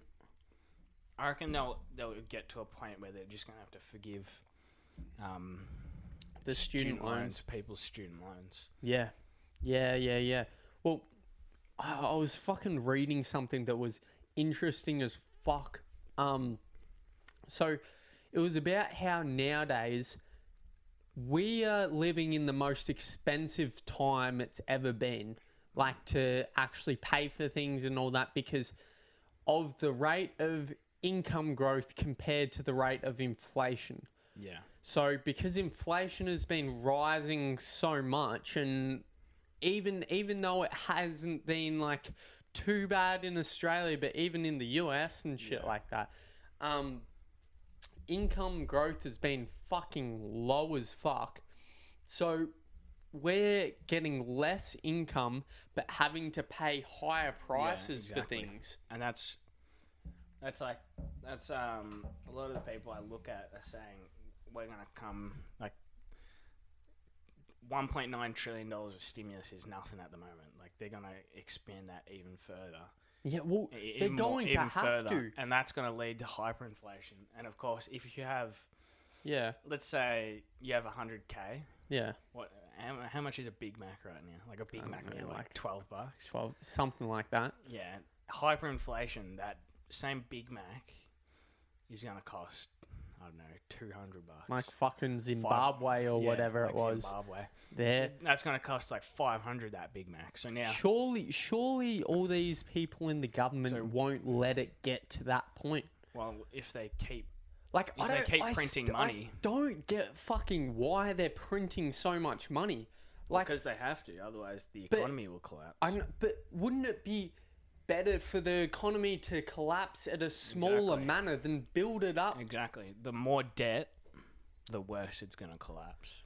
Speaker 2: I reckon they'll they'll get to a point where they're just gonna have to forgive um
Speaker 1: The student loans.
Speaker 2: people's student loans.
Speaker 1: yeah, yeah, yeah, yeah. Well, I, I was fucking reading something that was interesting as fuck. Um, so it was about how nowadays we are living in the most expensive time it's ever been, like to actually pay for things and all that because of the rate of income growth compared to the rate of inflation.
Speaker 2: Yeah.
Speaker 1: So because inflation has been rising so much and even even though it hasn't been like too bad in Australia but even in the US and shit like that um income growth has been fucking low as fuck. So we're getting less income but having to pay higher prices
Speaker 2: exactly.
Speaker 1: for things.
Speaker 2: and that's that's like that's um a lot of the people I look at are saying we're gonna come like 1.9 trillion dollars of stimulus is nothing at the moment. Like they're gonna expand that even further.
Speaker 1: Yeah, well
Speaker 2: E-
Speaker 1: they're
Speaker 2: even more-
Speaker 1: going to
Speaker 2: even
Speaker 1: have to.
Speaker 2: and that's gonna lead to hyperinflation. And of course, if you have
Speaker 1: Yeah.
Speaker 2: let's say you have 100k,
Speaker 1: Yeah.
Speaker 2: what how, how much is a Big Mac right now? Like a Big
Speaker 1: don't
Speaker 2: Mac
Speaker 1: know,
Speaker 2: now, like,
Speaker 1: like-
Speaker 2: twelve bucks.
Speaker 1: twelve, something like that.
Speaker 2: Yeah, hyperinflation. That same Big Mac is gonna cost I don't know two hundred bucks.
Speaker 1: Like fucking Zimbabwe or
Speaker 2: Yeah,
Speaker 1: whatever
Speaker 2: like
Speaker 1: it was.
Speaker 2: Zimbabwe.
Speaker 1: There,
Speaker 2: That's gonna cost like five hundred that Big Mac. So now
Speaker 1: surely, surely all these people in the government
Speaker 2: So-
Speaker 1: won't let it get to that point.
Speaker 2: Well, if they keep,
Speaker 1: Like
Speaker 2: If
Speaker 1: I
Speaker 2: they
Speaker 1: don't,
Speaker 2: keep
Speaker 1: I
Speaker 2: printing
Speaker 1: st- I
Speaker 2: money.
Speaker 1: don't get fucking why they're printing so much money. Like,
Speaker 2: because they have to, otherwise the
Speaker 1: But-
Speaker 2: economy will collapse.
Speaker 1: I kn- but wouldn't it be better for the economy to collapse at a smaller
Speaker 2: Exactly.
Speaker 1: manner than build it up?
Speaker 2: exactly. The more debt, the worse it's gonna collapse.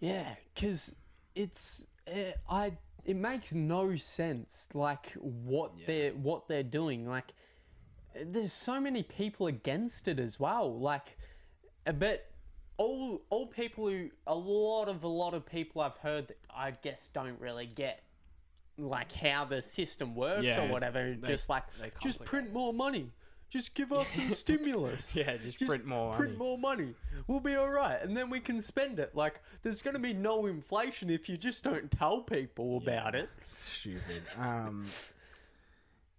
Speaker 1: Yeah, because it's uh, I it makes no sense like what they're what they're doing. Like uh, there's so many people against it as well. Like, uh, but all all people who a lot of a lot of people I've heard that I guess don't really get like how the system works or
Speaker 2: Yeah,
Speaker 1: whatever.
Speaker 2: they-
Speaker 1: just like
Speaker 2: they
Speaker 1: just
Speaker 2: complicate
Speaker 1: print more money. Just give us some stimulus.
Speaker 2: Yeah, just print more
Speaker 1: Print
Speaker 2: money.
Speaker 1: more money. We'll be all right, and then we can spend it. Like, there's going to be no inflation if you just don't tell people about it.
Speaker 2: Stupid. Um.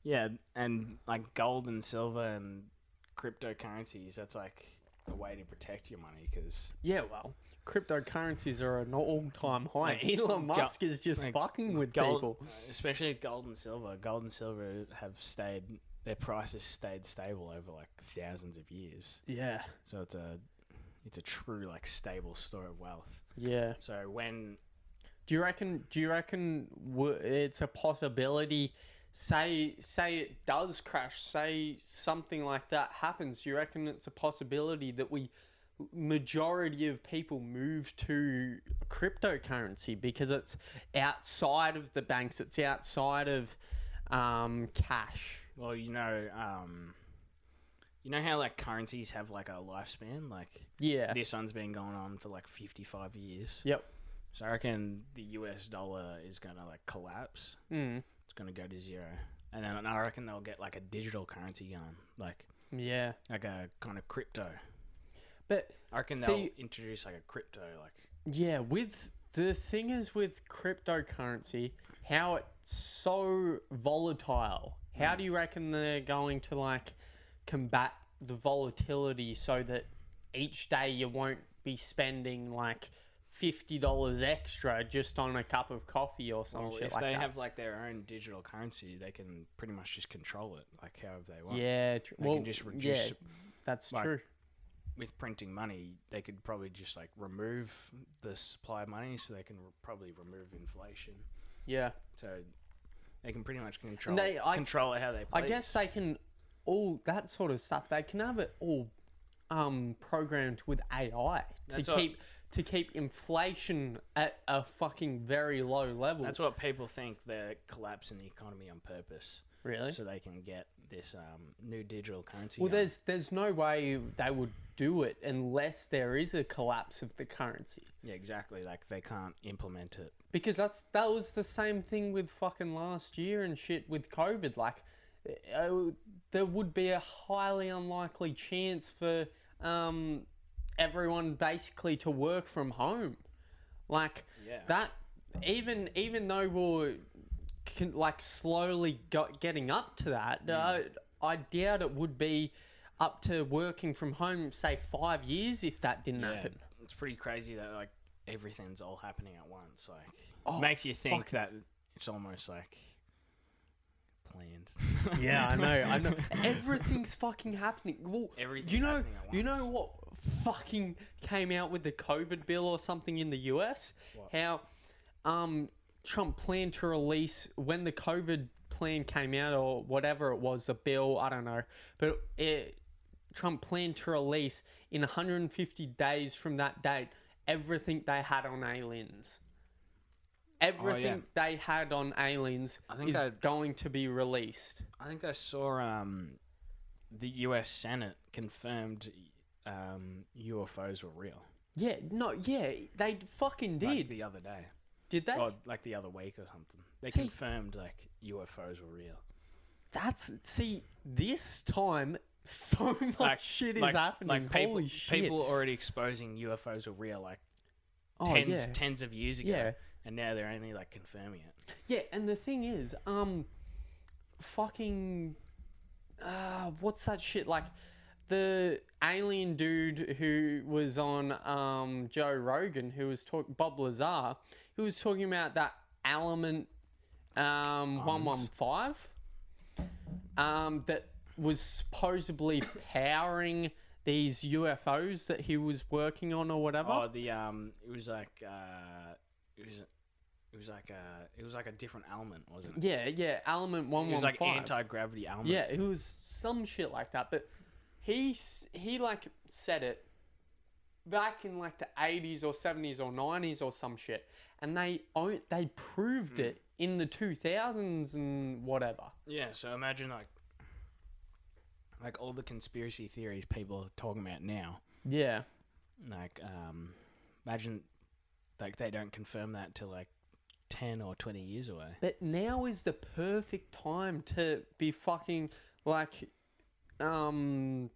Speaker 2: Yeah, and like gold and silver and cryptocurrencies. That's like a way to protect your money because
Speaker 1: Yeah, well, cryptocurrencies are an all-time high.
Speaker 2: Like,
Speaker 1: Elon
Speaker 2: go-
Speaker 1: Musk is just
Speaker 2: like,
Speaker 1: fucking with people.
Speaker 2: especially gold and silver. Gold and silver have stayed. Their prices stayed stable over like thousands of years.
Speaker 1: Yeah,
Speaker 2: So it's a it's a true like stable store of wealth.
Speaker 1: yeah.
Speaker 2: So when
Speaker 1: Do you reckon? Do you reckon w- it's a possibility? Say, say it does crash. Say something like that happens. Do you reckon it's a possibility that we majority of people move to cryptocurrency because it's outside of the banks. It's outside of um, cash.
Speaker 2: well you know um you know how like currencies have like a lifespan like
Speaker 1: Yeah.
Speaker 2: this one's been going on for like 55 years.
Speaker 1: Yep.
Speaker 2: So I reckon the US dollar is going to like collapse.
Speaker 1: Mm.
Speaker 2: It's going to go to zero. And then I reckon they'll get like a digital currency going like
Speaker 1: Yeah.
Speaker 2: like a kind of crypto.
Speaker 1: But
Speaker 2: I reckon
Speaker 1: See-
Speaker 2: they'll introduce like a crypto, like
Speaker 1: Yeah, with the thing is with cryptocurrency, how it's so volatile. How do you reckon they're going to like combat the volatility so that each day you won't be spending like fifty dollars extra just on a cup of coffee or some shit
Speaker 2: Oh, if
Speaker 1: like
Speaker 2: they
Speaker 1: that?
Speaker 2: have like their own digital currency, they can pretty much just control it, like however they want.
Speaker 1: yeah, tr-
Speaker 2: they
Speaker 1: well,
Speaker 2: can just reduce
Speaker 1: yeah, that's
Speaker 2: like-
Speaker 1: true.
Speaker 2: with printing money. They could probably just like remove the supply of money, so they can re- probably remove inflation.
Speaker 1: Yeah,
Speaker 2: So they can pretty much control
Speaker 1: they- I-
Speaker 2: control it how they. Please.
Speaker 1: I guess they can all that sort of stuff. They can have it all um, programmed with AI to
Speaker 2: That's what-
Speaker 1: keep to keep inflation at a fucking very low level.
Speaker 2: that's what people think they're collapsing the economy on purpose,
Speaker 1: really.
Speaker 2: so they can get this um, new digital currency.
Speaker 1: well,
Speaker 2: going.
Speaker 1: there's there's no way they would do it unless there is a collapse of the currency.
Speaker 2: yeah, exactly. Like they can't implement it.
Speaker 1: Because that's that was the same thing with fucking last year and shit with COVID. Like, uh, there would be a highly unlikely chance for um, everyone basically to work from home. Like
Speaker 2: Yeah.
Speaker 1: that, even even though we're con- like slowly got getting up to that,
Speaker 2: Mm.
Speaker 1: I, I doubt it would be up to working from home, say five years, if that didn't
Speaker 2: Yeah,
Speaker 1: happen.
Speaker 2: It's pretty crazy that like everything's all happening at once. Like
Speaker 1: Oh,
Speaker 2: makes you think that it's almost like planned.
Speaker 1: Yeah, I know. I know. Everything's fucking happening. Well,
Speaker 2: Everything's
Speaker 1: you know,
Speaker 2: happening at
Speaker 1: you know what fucking came out with the COVID bill or something in the US? How um, Trump planned to release when the COVID plan came out or whatever it was, the bill. I don't know, but it, Trump planned to release in 150 days from that date everything they had on
Speaker 2: Oh,
Speaker 1: aliens. Everything they had on aliens
Speaker 2: I think
Speaker 1: is
Speaker 2: I-
Speaker 1: going to be released.
Speaker 2: I think I saw um, the U.S. Senate confirmed um, UFOs were real
Speaker 1: Yeah, no, yeah, they d- fucking did.
Speaker 2: like, the other day,
Speaker 1: did they?
Speaker 2: or like the other week or something. They
Speaker 1: See-
Speaker 2: confirmed like UFOs were real.
Speaker 1: That's see this time so much shit is
Speaker 2: like,
Speaker 1: happening.
Speaker 2: Like people,
Speaker 1: Holy shit!
Speaker 2: people already exposing UFOs were real. Like
Speaker 1: Oh,
Speaker 2: tens
Speaker 1: yeah.
Speaker 2: tens of years ago,
Speaker 1: Yeah.
Speaker 2: and now they're only like confirming it.
Speaker 1: Yeah, and the thing is, um, fucking, uh, what's that shit like? The alien dude who was on um Joe Rogan, who was talking Bob Lazar, who was talking about that element um one one five, um that was supposedly powering these UFOs that he was working on or whatever.
Speaker 2: Oh, the um, it was like uh, it was it was like a it was like a different element, wasn't it?
Speaker 1: yeah, yeah, element one
Speaker 2: It was
Speaker 1: one
Speaker 2: like
Speaker 1: five.
Speaker 2: anti gravity element.
Speaker 1: Yeah, it was some shit like that. But he s- he like said it back in like the eighties or seventies or nineties or some shit, and they own- they proved it in the two thousands and whatever.
Speaker 2: Yeah, so imagine like like all the conspiracy theories people are talking about now.
Speaker 1: Yeah,
Speaker 2: Like um imagine like they don't confirm that till like 10 or 20 years away.
Speaker 1: but now is the perfect time to be fucking like um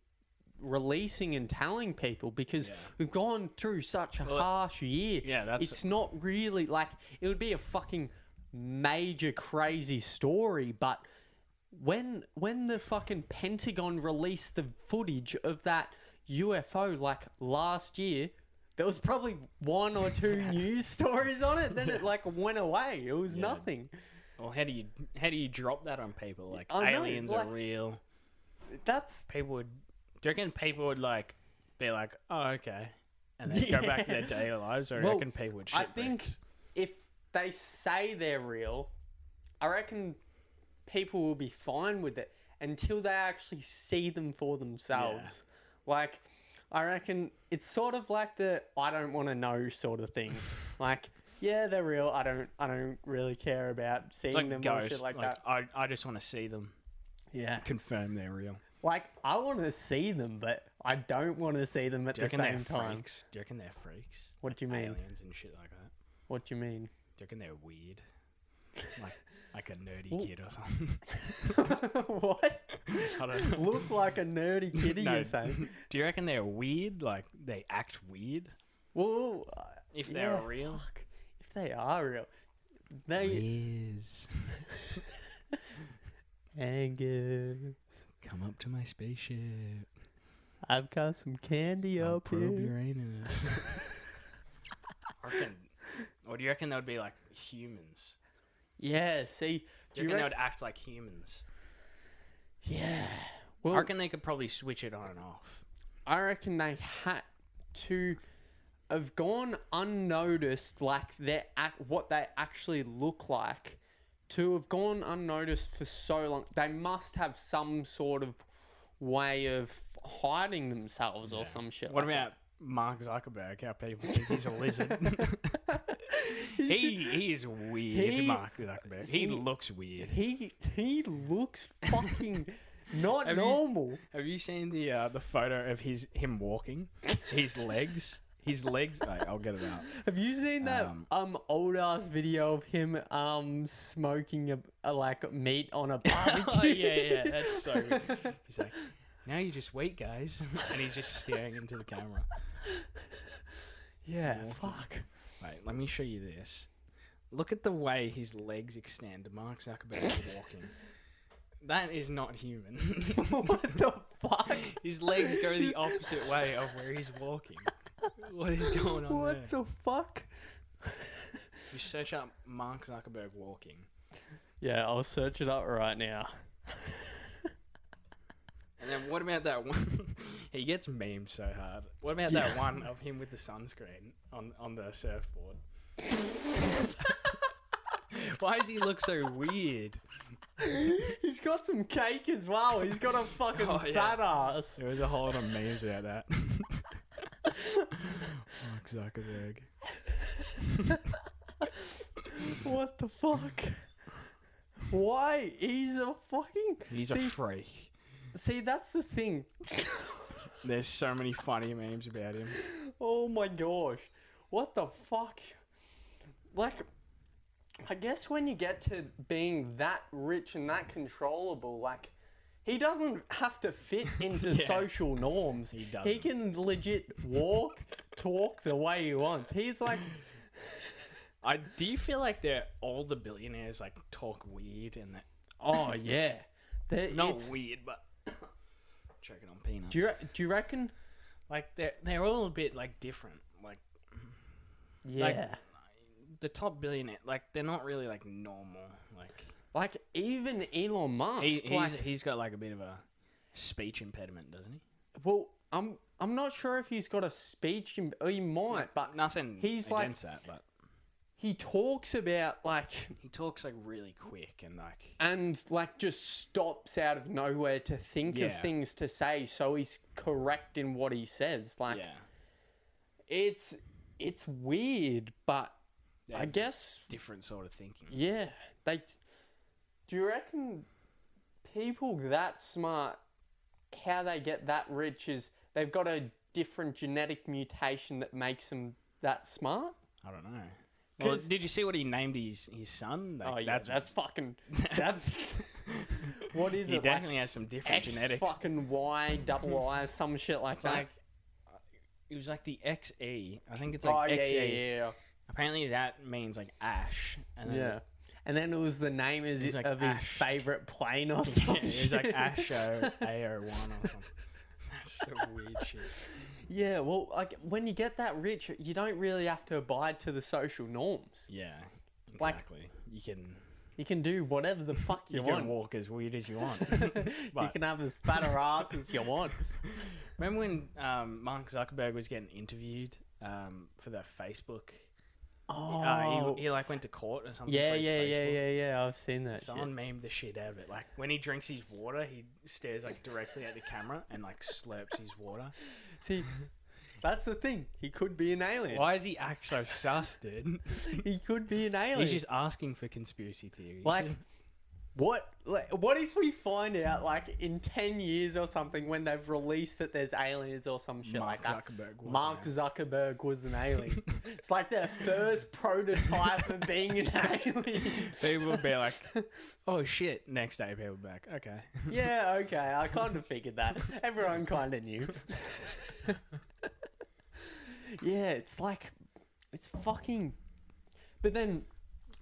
Speaker 1: releasing and telling people because
Speaker 2: Yeah.
Speaker 1: we've gone through such a harsh year.
Speaker 2: Yeah, that's-
Speaker 1: it's not really like it would be a fucking major crazy story, but when when the fucking Pentagon released the footage of that UFO like last year, there was probably one or two news stories on it. Then it like went away. It was nothing.
Speaker 2: Well, how do you how do you drop that on people like
Speaker 1: I know,
Speaker 2: aliens
Speaker 1: like-
Speaker 2: are real?
Speaker 1: That's
Speaker 2: People would do you reckon people would like be like, "Oh, okay." And then go back to their
Speaker 1: Yeah.
Speaker 2: daily lives or
Speaker 1: Well,
Speaker 2: I reckon people would shit
Speaker 1: I think
Speaker 2: bricks?
Speaker 1: if they say they're real, I reckon people will be fine with it until they actually see them for themselves. Like, I reckon it's sort of like the I don't want to know sort of thing. like, yeah, they're real. I don't. I don't really care about seeing
Speaker 2: it's like
Speaker 1: them or
Speaker 2: ghosts.
Speaker 1: shit like, that.
Speaker 2: Like, I I just want to see them
Speaker 1: Yeah.
Speaker 2: confirm they're real.
Speaker 1: Like, I want to see them, but I don't want to see them at
Speaker 2: Do you
Speaker 1: the
Speaker 2: reckon
Speaker 1: same
Speaker 2: they're
Speaker 1: time.
Speaker 2: freaks? Do you reckon they're freaks?
Speaker 1: What do you mean?
Speaker 2: aliens and shit like that.
Speaker 1: What do you mean?
Speaker 2: Do you reckon they're weird? Like like a nerdy kid or something.
Speaker 1: what?
Speaker 2: I don't know.
Speaker 1: Look like a nerdy kitty,
Speaker 2: No.
Speaker 1: you're saying?
Speaker 2: Do you reckon they're weird? Like they act weird?
Speaker 1: Well,
Speaker 2: If they're
Speaker 1: Yeah,
Speaker 2: real?
Speaker 1: fuck. If they are real, they
Speaker 2: Yes.
Speaker 1: Angus.
Speaker 2: Come up to my spaceship.
Speaker 1: I've got some candy
Speaker 2: I'll
Speaker 1: up here.
Speaker 2: probe your anus. I reckon, or do you reckon they would be like humans?
Speaker 1: Yeah. See,
Speaker 2: Do
Speaker 1: do
Speaker 2: you,
Speaker 1: you
Speaker 2: reckon
Speaker 1: reckon?
Speaker 2: they would act like humans?
Speaker 1: Yeah. Well,
Speaker 2: I reckon they could probably switch it on and off.
Speaker 1: I reckon they had to have gone unnoticed, like their ac- what they actually look like, to have gone unnoticed for so long. They must have some sort of way of hiding themselves or some shit.
Speaker 2: What
Speaker 1: like that.
Speaker 2: about Mark Zuckerberg? How people think he's a lizard. he he is weird,
Speaker 1: He-
Speaker 2: Mark Zuckerberg.
Speaker 1: See-
Speaker 2: He looks weird.
Speaker 1: He he looks fucking not
Speaker 2: Have you-
Speaker 1: normal.
Speaker 2: Have you seen the uh, the photo of his him walking? His legs. His legs. Wait, I'll get it out.
Speaker 1: Have you seen that um,
Speaker 2: Um,
Speaker 1: old ass video of him um smoking a, a like meat on a barbecue?
Speaker 2: oh yeah, yeah. That's so. Good. He's like, now you just wait, guys, and he's just staring into the camera.
Speaker 1: yeah.
Speaker 2: Walking.
Speaker 1: Fuck.
Speaker 2: Wait, let me show you this. Look at the way his legs extend. Mark Zuckerberg is walking. That is not human.
Speaker 1: what the fuck?
Speaker 2: His legs go the opposite way of where he's walking. What is going on
Speaker 1: What
Speaker 2: there?
Speaker 1: the fuck?
Speaker 2: You search up Mark Zuckerberg walking.
Speaker 1: Yeah, I'll search it up right now.
Speaker 2: And then what about that one? he gets memed so hard. What about
Speaker 1: Yeah.
Speaker 2: that one of him with the sunscreen on, on the surfboard? Why does he look so weird?
Speaker 1: He's got some cake as well. He's got a fucking
Speaker 2: Oh, yeah.
Speaker 1: fat ass.
Speaker 2: There was a whole lot of memes about that. Mark Zuckerberg.
Speaker 1: What the fuck? Why? He's a fucking.
Speaker 2: He's a
Speaker 1: see,
Speaker 2: freak.
Speaker 1: see, that's the thing.
Speaker 2: There's so many funny memes about him.
Speaker 1: Oh my gosh. What the fuck? Like, I guess when you get to being that rich and that controllable, like, He doesn't have to fit into
Speaker 2: Yeah.
Speaker 1: social norms.
Speaker 2: He
Speaker 1: He
Speaker 2: doesn't.
Speaker 1: can legit walk, talk the way he wants. He's like,
Speaker 2: I do you feel like they're all the billionaires like talk weird and that
Speaker 1: oh yeah, There-
Speaker 2: not
Speaker 1: it's-
Speaker 2: weird but choking on peanuts.
Speaker 1: do you re- do you reckon?
Speaker 2: like they're they're all a bit like different. Like
Speaker 1: Yeah, like,
Speaker 2: the top billionaire, like they're not really like normal. Like
Speaker 1: even Elon Musk.
Speaker 2: he,
Speaker 1: like,
Speaker 2: he's, he's got like a bit of a speech impediment, doesn't he?
Speaker 1: well, I'm I'm not sure if he's got a speech. Im- he might, but
Speaker 2: Nothing.
Speaker 1: He's like-
Speaker 2: against that, but
Speaker 1: he talks about like
Speaker 2: he talks like really quick and like
Speaker 1: and like just stops out of nowhere to think of
Speaker 2: Yeah.
Speaker 1: things to say so he's correct in what he says like
Speaker 2: yeah,
Speaker 1: it's it's weird but
Speaker 2: They
Speaker 1: i
Speaker 2: have
Speaker 1: guess
Speaker 2: different sort of thinking.
Speaker 1: yeah they do you reckon people that smart how they get that rich is they've got a different genetic mutation that makes them that smart
Speaker 2: I don't know. Well,
Speaker 1: 'Cause-
Speaker 2: did you see what he named his his son? Like,
Speaker 1: oh yeah that's, fucking that's what is
Speaker 2: he
Speaker 1: it like
Speaker 2: definitely has some different
Speaker 1: X
Speaker 2: genetics.
Speaker 1: fucking Y double I some shit like
Speaker 2: It's
Speaker 1: that.
Speaker 2: like it was like the XE. I think it's
Speaker 1: oh
Speaker 2: like
Speaker 1: yeah,
Speaker 2: XE.
Speaker 1: yeah, yeah,
Speaker 2: Apparently that means like ash. And
Speaker 1: yeah.
Speaker 2: then
Speaker 1: And then it was the name is
Speaker 2: He's like
Speaker 1: of his
Speaker 2: Ash.
Speaker 1: favorite plane or
Speaker 2: Yeah,
Speaker 1: something.
Speaker 2: it was like Asho AO1 or something. That's so weird shit.
Speaker 1: Yeah, well, like when you get that rich, you don't really have to abide to the social norms.
Speaker 2: Yeah,
Speaker 1: Like-
Speaker 2: exactly. you can
Speaker 1: You can do whatever the fuck you,
Speaker 2: you
Speaker 1: want.
Speaker 2: can walk as weird as you want.
Speaker 1: you
Speaker 2: But-
Speaker 1: can have as fat a ass as you want.
Speaker 2: Remember when um, Mark Zuckerberg was getting interviewed um, for the Facebook?
Speaker 1: Oh,
Speaker 2: Uh, he, he like went to court or something.
Speaker 1: yeah,
Speaker 2: for his
Speaker 1: yeah, yeah,
Speaker 2: Facebook.
Speaker 1: yeah, yeah. I've seen that. shit.
Speaker 2: Someone memed the shit out of it. Like when he drinks his water, he stares like directly at the camera and like slurps his water.
Speaker 1: See, that's the thing. He could be an alien.
Speaker 2: Why does he act so sus, dude?
Speaker 1: He could be an alien.
Speaker 2: He's just asking for conspiracy theories.
Speaker 1: Like, What like, what if we find out like in ten years or something when they've released that there's aliens or some shit
Speaker 2: Mark
Speaker 1: like that?
Speaker 2: Zuckerberg. was
Speaker 1: Mark
Speaker 2: an
Speaker 1: Zuckerberg was an alien. it's like their first prototype of being an alien.
Speaker 2: People would be like, "Oh shit!" Next day, people would be like, "Okay."
Speaker 1: yeah, okay, I kind of figured that. Everyone kind of knew. yeah, it's like it's fucking. But then.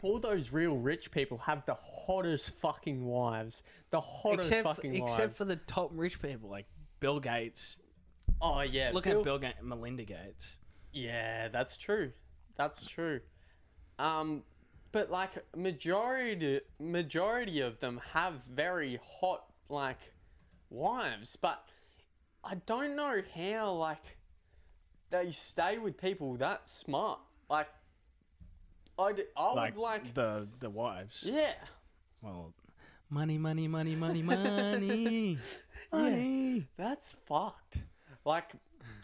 Speaker 1: All those real rich people have the hottest fucking wives. The hottest
Speaker 2: Except,
Speaker 1: fucking wives.
Speaker 2: except for the top rich people, like Bill Gates.
Speaker 1: Oh yeah,
Speaker 2: Just look
Speaker 1: Bill-
Speaker 2: at Bill Gates, Melinda Gates.
Speaker 1: Yeah, that's true. That's true. Um, but like majority majority of them have very hot like wives, but I don't know how like they stay with people that smart. Like I'd, I
Speaker 2: Like,
Speaker 1: would like
Speaker 2: the the wives.
Speaker 1: yeah.
Speaker 2: Well, money, money, money, money, money, money.
Speaker 1: That's fucked. Like,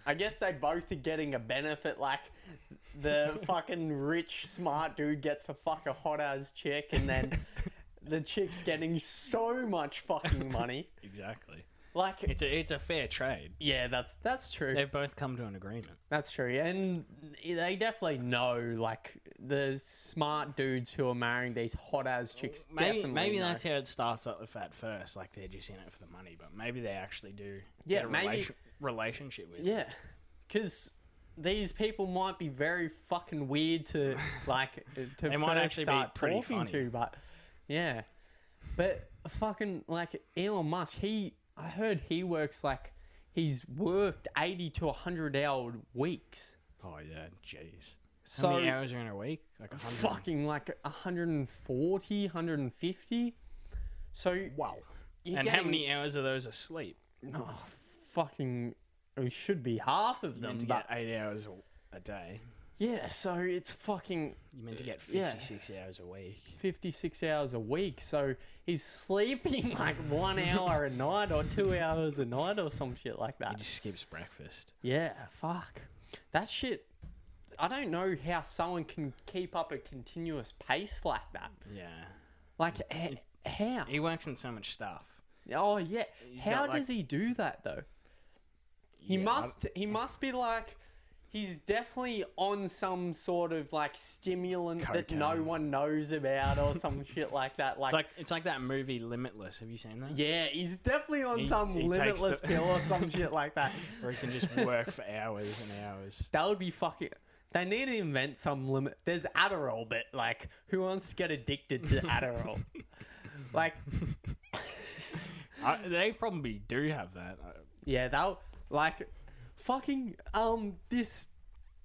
Speaker 1: I guess they both are getting a benefit. Like, the fucking rich, smart dude gets to fuck a hot ass chick, and then the chick's getting so much fucking money.
Speaker 2: Exactly.
Speaker 1: Like,
Speaker 2: It's a it's a fair trade.
Speaker 1: yeah, that's that's true.
Speaker 2: They've both come to an agreement.
Speaker 1: That's true, and they definitely know like the smart dudes who are marrying these hot ass chicks.
Speaker 2: Maybe
Speaker 1: definitely
Speaker 2: maybe
Speaker 1: know.
Speaker 2: that's how it starts up with at first. Like they're just in it for the money, but maybe they actually do.
Speaker 1: Yeah,
Speaker 2: get a
Speaker 1: maybe-
Speaker 2: relation- relationship with. it.
Speaker 1: Yeah, because these people might be very fucking weird to like uh, to
Speaker 2: They
Speaker 1: first
Speaker 2: might actually be
Speaker 1: start
Speaker 2: pretty
Speaker 1: talking
Speaker 2: funny.
Speaker 1: to, but yeah, but fucking like Elon Musk, he I heard he works like he's worked eighty to hundred hour weeks,
Speaker 2: Oh yeah, jeez.
Speaker 1: so
Speaker 2: How many hours are in a week? Like a hundred.
Speaker 1: fucking like 140, 150. So
Speaker 2: Wow.
Speaker 1: you're
Speaker 2: and how
Speaker 1: getting-
Speaker 2: many hours of those are sleep?
Speaker 1: Oh, fucking, it should be half of
Speaker 2: You
Speaker 1: them,
Speaker 2: meant to
Speaker 1: but
Speaker 2: get eight hours a- a day.
Speaker 1: yeah. So it's fucking
Speaker 2: You meant to get
Speaker 1: Yeah.
Speaker 2: fifty-six hours a week.
Speaker 1: 56 hours a week. So he's sleeping like one hour a night or two hours a night or some shit like
Speaker 2: He
Speaker 1: that.
Speaker 2: just skips breakfast.
Speaker 1: Yeah, fuck. That shit. I don't know how someone can keep up a continuous pace like that.
Speaker 2: Yeah.
Speaker 1: Like, h- how?
Speaker 2: He works in so much stuff.
Speaker 1: Oh, yeah.
Speaker 2: He's
Speaker 1: How
Speaker 2: got, like-
Speaker 1: does he do that, though? He
Speaker 2: Yeah, I-
Speaker 1: must. He must be like. he's definitely on some sort of like stimulant that no
Speaker 2: Cocaine.
Speaker 1: one knows about or some shit like that. Like,
Speaker 2: It's like it's like that movie Limitless. Have you seen that?
Speaker 1: yeah, he's definitely on
Speaker 2: He-
Speaker 1: some
Speaker 2: he takes
Speaker 1: limitless
Speaker 2: the-
Speaker 1: pill or some shit like that.
Speaker 2: Where he can just work for hours and hours.
Speaker 1: That would be fucking. They need to invent some limit. There's Adderall, but like, who wants to get addicted to Adderall? like,
Speaker 2: I, they probably do have that. Uh, I-
Speaker 1: yeah, that like, fucking um, this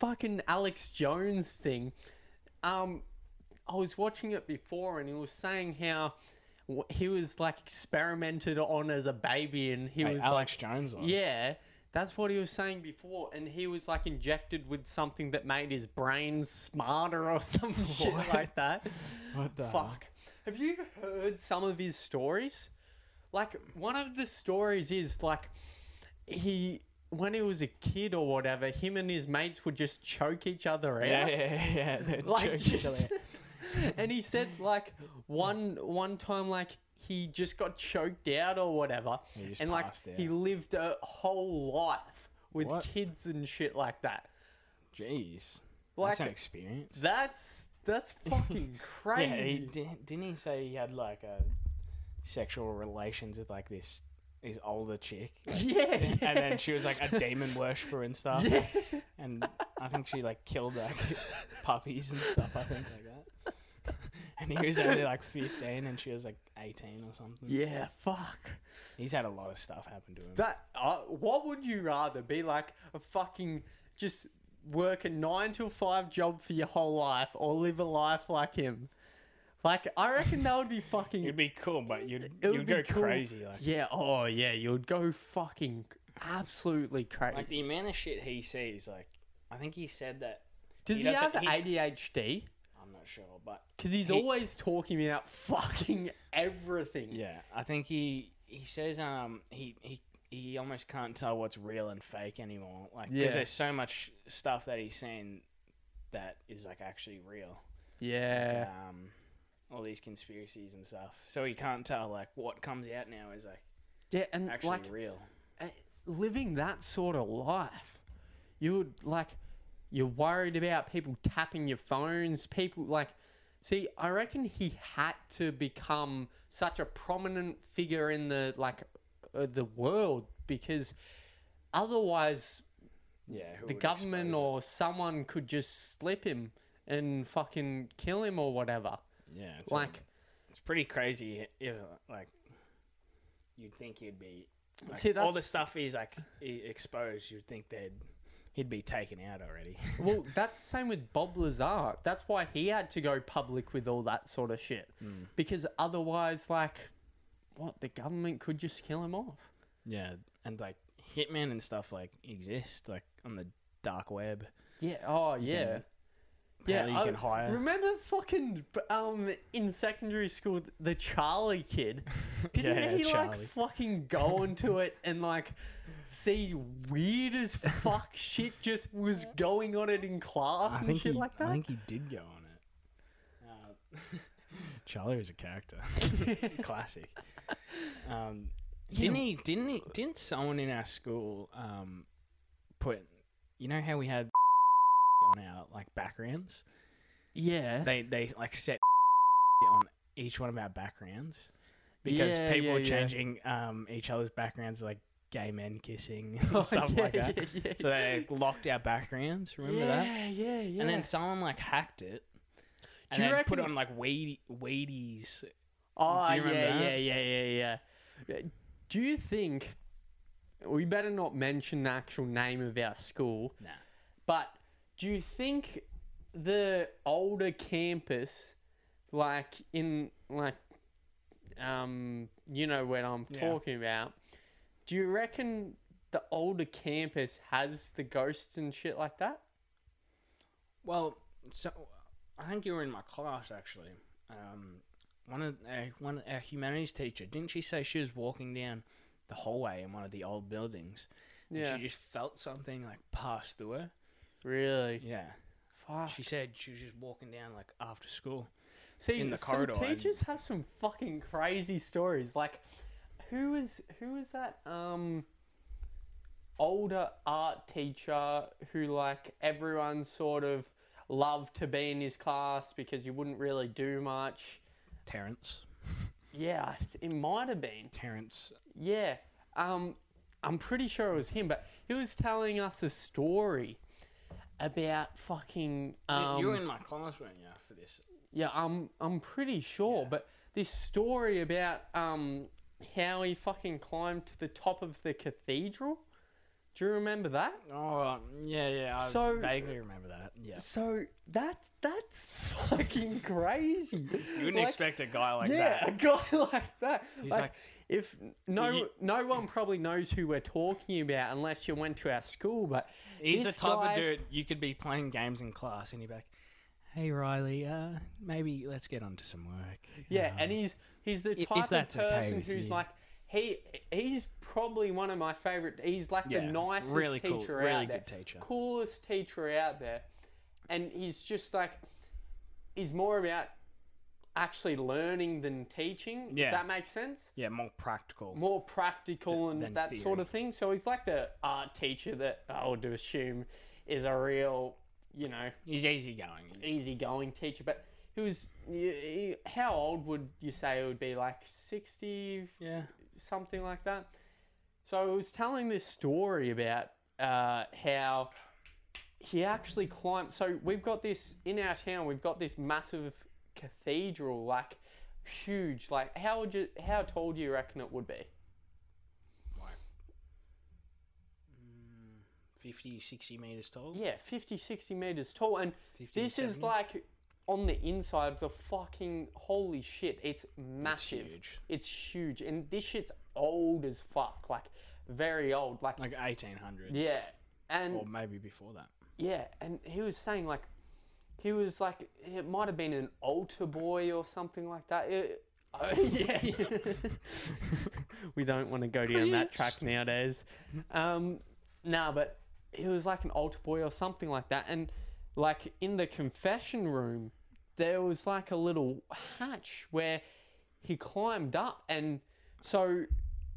Speaker 1: fucking Alex Jones thing. Um, I was watching it before, and he was saying how wh- he was like experimented on as a baby, and he
Speaker 2: Wait,
Speaker 1: was like,
Speaker 2: uh, Alex Jones was.
Speaker 1: Yeah, that's what he was saying before, and he was like injected with something that made his brain smarter or some shit
Speaker 2: What? Uh-huh.
Speaker 1: like that.
Speaker 2: What the hell?
Speaker 1: Fuck. Have you heard some of his stories? Like one of the stories is like he when he was a kid or whatever, him and his mates would just choke each other out
Speaker 2: Yeah, yeah, yeah. yeah.
Speaker 1: like
Speaker 2: Like,
Speaker 1: just, and he said like one one time like he just got choked out or whatever
Speaker 2: He just
Speaker 1: and like
Speaker 2: passed out.
Speaker 1: he lived a whole life with
Speaker 2: What?
Speaker 1: kids and shit like that
Speaker 2: Jeez.
Speaker 1: Like-
Speaker 2: That's an experience.
Speaker 1: that's that's fucking crazy
Speaker 2: Yeah, he, di- didn't he say he had like a sexual relations with like this his older chick,
Speaker 1: yeah,
Speaker 2: and then she was like a demon worshiper and stuff,
Speaker 1: yeah.
Speaker 2: and I think she like killed like puppies and stuff. I think like that. And he was only like 15, and she was like 18 or something.
Speaker 1: yeah fuck
Speaker 2: He's had a lot of stuff happen to him.
Speaker 1: That uh, what would you rather be like a fucking just work a nine till five job for your whole life or live a life like him? Like I reckon that would be fucking.
Speaker 2: You'd be cool, but you'd
Speaker 1: it would
Speaker 2: you'd
Speaker 1: be
Speaker 2: go
Speaker 1: cool.
Speaker 2: crazy. Like,
Speaker 1: Yeah. Oh yeah. You'd go fucking absolutely crazy.
Speaker 2: like the amount of shit he sees. Like, I think he said that.
Speaker 1: Does he,
Speaker 2: he
Speaker 1: have
Speaker 2: doesn't- he-
Speaker 1: ADHD?
Speaker 2: I'm not sure, but
Speaker 1: Because he's
Speaker 2: He-
Speaker 1: always talking about fucking everything.
Speaker 2: Yeah, I think he he says um he he he almost can't tell what's real and fake anymore. Like, 'cause
Speaker 1: Yeah.
Speaker 2: there's so much stuff that he's seen that is like actually real.
Speaker 1: Yeah.
Speaker 2: Um, all these conspiracies and stuff. So he can't tell like what comes out now is like
Speaker 1: Yeah. And
Speaker 2: actually
Speaker 1: like
Speaker 2: real.
Speaker 1: uh, living that sort of life, you would like you're worried about people tapping your phones, people like see, I reckon he had to become such a prominent figure in the like uh, the world because otherwise
Speaker 2: Yeah, who
Speaker 1: the
Speaker 2: would
Speaker 1: government
Speaker 2: expose
Speaker 1: or someone could just slip him and fucking kill him or whatever.
Speaker 2: it? yeah, it's
Speaker 1: Like
Speaker 2: it's pretty crazy. If, like you'd think he'd be. Like,
Speaker 1: See,
Speaker 2: all the
Speaker 1: that's-
Speaker 2: stuff he's like e- exposed. You'd think they'd he'd be taken out already.
Speaker 1: Well, that's the same with Bob Lazar. That's why he had to go public with all that sort of shit. Because otherwise, like, what? The government could just kill him off.
Speaker 2: Yeah, and like hitman and stuff like exist like on the dark web.
Speaker 1: Yeah. Oh, yeah.
Speaker 2: can-
Speaker 1: yeah.
Speaker 2: Apparently you
Speaker 1: I-
Speaker 2: can hire.
Speaker 1: Remember fucking um in secondary school th- the Charlie kid? Didn't
Speaker 2: Yeah,
Speaker 1: he like
Speaker 2: Charlie.
Speaker 1: fucking go into it and like see weird as fuck shit just was going on it in class and shit like that?
Speaker 2: I think he did go on it. Uh, Charlie was a character, classic. Um, Didn't he? Didn't he? Didn't someone in our school um, put? You know how we had on our like backgrounds.
Speaker 1: yeah.
Speaker 2: They they like set on each one of our backgrounds because
Speaker 1: Yeah,
Speaker 2: people
Speaker 1: yeah,
Speaker 2: were
Speaker 1: yeah.
Speaker 2: changing um, each other's backgrounds, like gay men kissing and
Speaker 1: Oh,
Speaker 2: stuff
Speaker 1: yeah,
Speaker 2: like that.
Speaker 1: yeah, yeah,
Speaker 2: So they locked our backgrounds. Remember that?
Speaker 1: Yeah, yeah, yeah.
Speaker 2: And then someone like hacked it. And
Speaker 1: Do you
Speaker 2: then put it
Speaker 1: reckon-
Speaker 2: on like weed- weedies.
Speaker 1: Oh,
Speaker 2: Do you remember
Speaker 1: yeah,
Speaker 2: that?
Speaker 1: yeah, yeah, yeah, yeah. Uh, Do you think we better not mention the actual name of our school?
Speaker 2: Nah.
Speaker 1: But do you think the older campus, like in like, um, you know what I'm
Speaker 2: Yeah.
Speaker 1: talking about? Do you reckon the older campus has the ghosts and shit like that?
Speaker 2: Well, so I think you were in my class actually. Um, one of our, one of our humanities teacher didn't she say she was walking down the hallway in one of the old buildings?
Speaker 1: Yeah.
Speaker 2: And she just felt something like pass through her. Ah.
Speaker 1: Really?
Speaker 2: Yeah.
Speaker 1: Fuck.
Speaker 2: She said she was just walking down like after school.
Speaker 1: See,
Speaker 2: in the
Speaker 1: some
Speaker 2: corridor and-
Speaker 1: teachers have some fucking crazy stories. Like, who was who was that? Um, older art teacher who like everyone sort of loved to be in his class because you wouldn't really do much.
Speaker 2: Terrence.
Speaker 1: Yeah, I th- it might have been.
Speaker 2: Terrence.
Speaker 1: Yeah. Um, I'm pretty sure it was him, but he was telling us a story about fucking. Um,
Speaker 2: you were in my class, weren't you, for this?
Speaker 1: yeah, I'm I'm pretty sure, but this story about um how he fucking climbed to the top of the cathedral. Do you remember that?
Speaker 2: Oh, um, yeah, yeah. I
Speaker 1: So-
Speaker 2: vaguely remember that. Yeah.
Speaker 1: So that's that's fucking crazy.
Speaker 2: You wouldn't expect a guy like
Speaker 1: yeah,
Speaker 2: that.
Speaker 1: a guy like that.
Speaker 2: He's
Speaker 1: like,
Speaker 2: like-
Speaker 1: if no
Speaker 2: You-
Speaker 1: no one probably knows who we're talking about unless you went to our school, but
Speaker 2: He's
Speaker 1: this
Speaker 2: the type
Speaker 1: guy-
Speaker 2: of dude you could be playing games in class and you're like, hey, Riley, uh, maybe let's get onto some work.
Speaker 1: Yeah,
Speaker 2: Um,
Speaker 1: and he's he's the
Speaker 2: if
Speaker 1: type of
Speaker 2: that's okay
Speaker 1: person
Speaker 2: with
Speaker 1: who's
Speaker 2: you.
Speaker 1: like he he's probably one of my favorite. He's like
Speaker 2: Yeah,
Speaker 1: the nicest
Speaker 2: really
Speaker 1: teacher
Speaker 2: cool,
Speaker 1: out
Speaker 2: really
Speaker 1: there,
Speaker 2: good teacher.
Speaker 1: coolest teacher out there, and he's just like he's more about actually learning than teaching.
Speaker 2: Yeah.
Speaker 1: If that makes sense.
Speaker 2: yeah, more practical.
Speaker 1: More practical
Speaker 2: Th- than
Speaker 1: and that sort of thing. So he's like the art teacher that I would assume is a real, you know,
Speaker 2: He's easygoing. He's-
Speaker 1: easygoing teacher, but he was. y- he- How old would you say it would be? Like sixty,
Speaker 2: Yeah.
Speaker 1: something like that. So he was telling this story about uh, how he actually climbed. So we've got this in our town. We've got this massive cathedral, like huge. Like how would you? How tall do you reckon it would be?
Speaker 2: Like, mm, 50, 60 meters tall.
Speaker 1: Yeah, 50, 60 meters tall. And
Speaker 2: 50,
Speaker 1: this is
Speaker 2: 70?
Speaker 1: like on the inside of the fucking holy shit. It's massive.
Speaker 2: huge.
Speaker 1: It's huge. And this shit's old as fuck. Like very old. Like,
Speaker 2: Like 1800.
Speaker 1: yeah. And
Speaker 2: Or maybe before that.
Speaker 1: yeah, and he was saying like he was like it might have been an altar boy or something like that. It- oh, yeah. we don't want to go down that track nowadays. Um, nah, but he was like an altar boy or something like that. And like in the confession room, there was like a little hatch where he climbed up. And so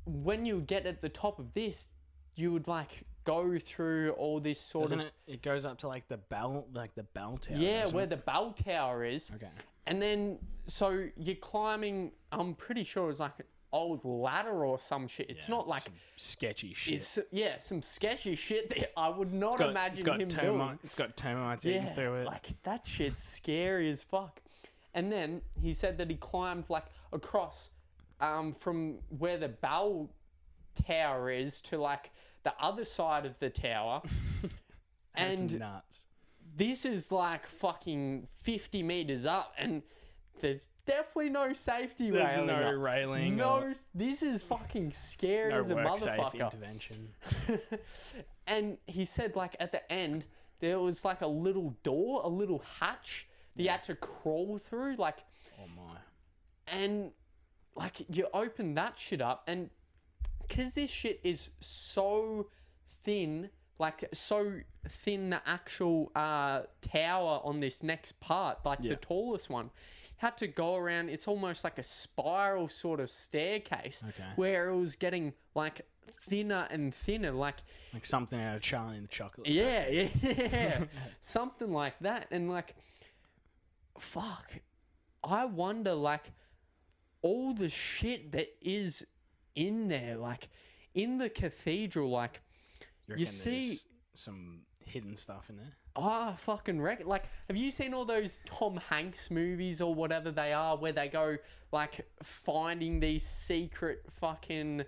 Speaker 1: when you get at the top of this, you would like go through all this sort
Speaker 2: Doesn't
Speaker 1: of
Speaker 2: it? It goes up to like the bell, like the bell tower.
Speaker 1: yeah,
Speaker 2: doesn't
Speaker 1: where
Speaker 2: it?
Speaker 1: the bell tower is.
Speaker 2: Okay.
Speaker 1: And then, so you're climbing, I'm pretty sure it was like an old ladder or some shit. It's
Speaker 2: Yeah,
Speaker 1: not like,
Speaker 2: some sketchy shit.
Speaker 1: it's, yeah, some sketchy shit that I would not
Speaker 2: got,
Speaker 1: imagine
Speaker 2: it's got
Speaker 1: him
Speaker 2: termite.
Speaker 1: doing.
Speaker 2: It's got termites eating
Speaker 1: Yeah,
Speaker 2: through it.
Speaker 1: like that shit's scary as fuck. And then he said that he climbed like across um, from where the bell tower is to like the other side of the tower.
Speaker 2: That's
Speaker 1: and
Speaker 2: nuts.
Speaker 1: this is like fucking 50 meters up and there's definitely no safety
Speaker 2: There's
Speaker 1: railing
Speaker 2: no
Speaker 1: up.
Speaker 2: railing.
Speaker 1: no
Speaker 2: or
Speaker 1: this is fucking scary
Speaker 2: no
Speaker 1: as a
Speaker 2: work safe
Speaker 1: motherfucker
Speaker 2: intervention.
Speaker 1: and he said like at the end there was like a little door a little hatch that you had to crawl through like
Speaker 2: Oh my.
Speaker 1: and like you open that shit up and because this shit is so thin like so thin the actual uh tower on this next part like
Speaker 2: Yeah.
Speaker 1: the tallest one had to go around it's almost like a spiral sort of staircase
Speaker 2: Okay.
Speaker 1: where it was getting like thinner and thinner like
Speaker 2: Like something out of Charlie and the Chocolate.
Speaker 1: yeah, yeah, yeah. something like that. And like, fuck, I wonder like all the shit that is in there, like in the cathedral, like
Speaker 2: reckon there's
Speaker 1: see-
Speaker 2: some hidden stuff in there.
Speaker 1: ah, fucking wreck. Like, have you seen all those Tom Hanks movies or whatever they are, where they go like finding these secret fucking,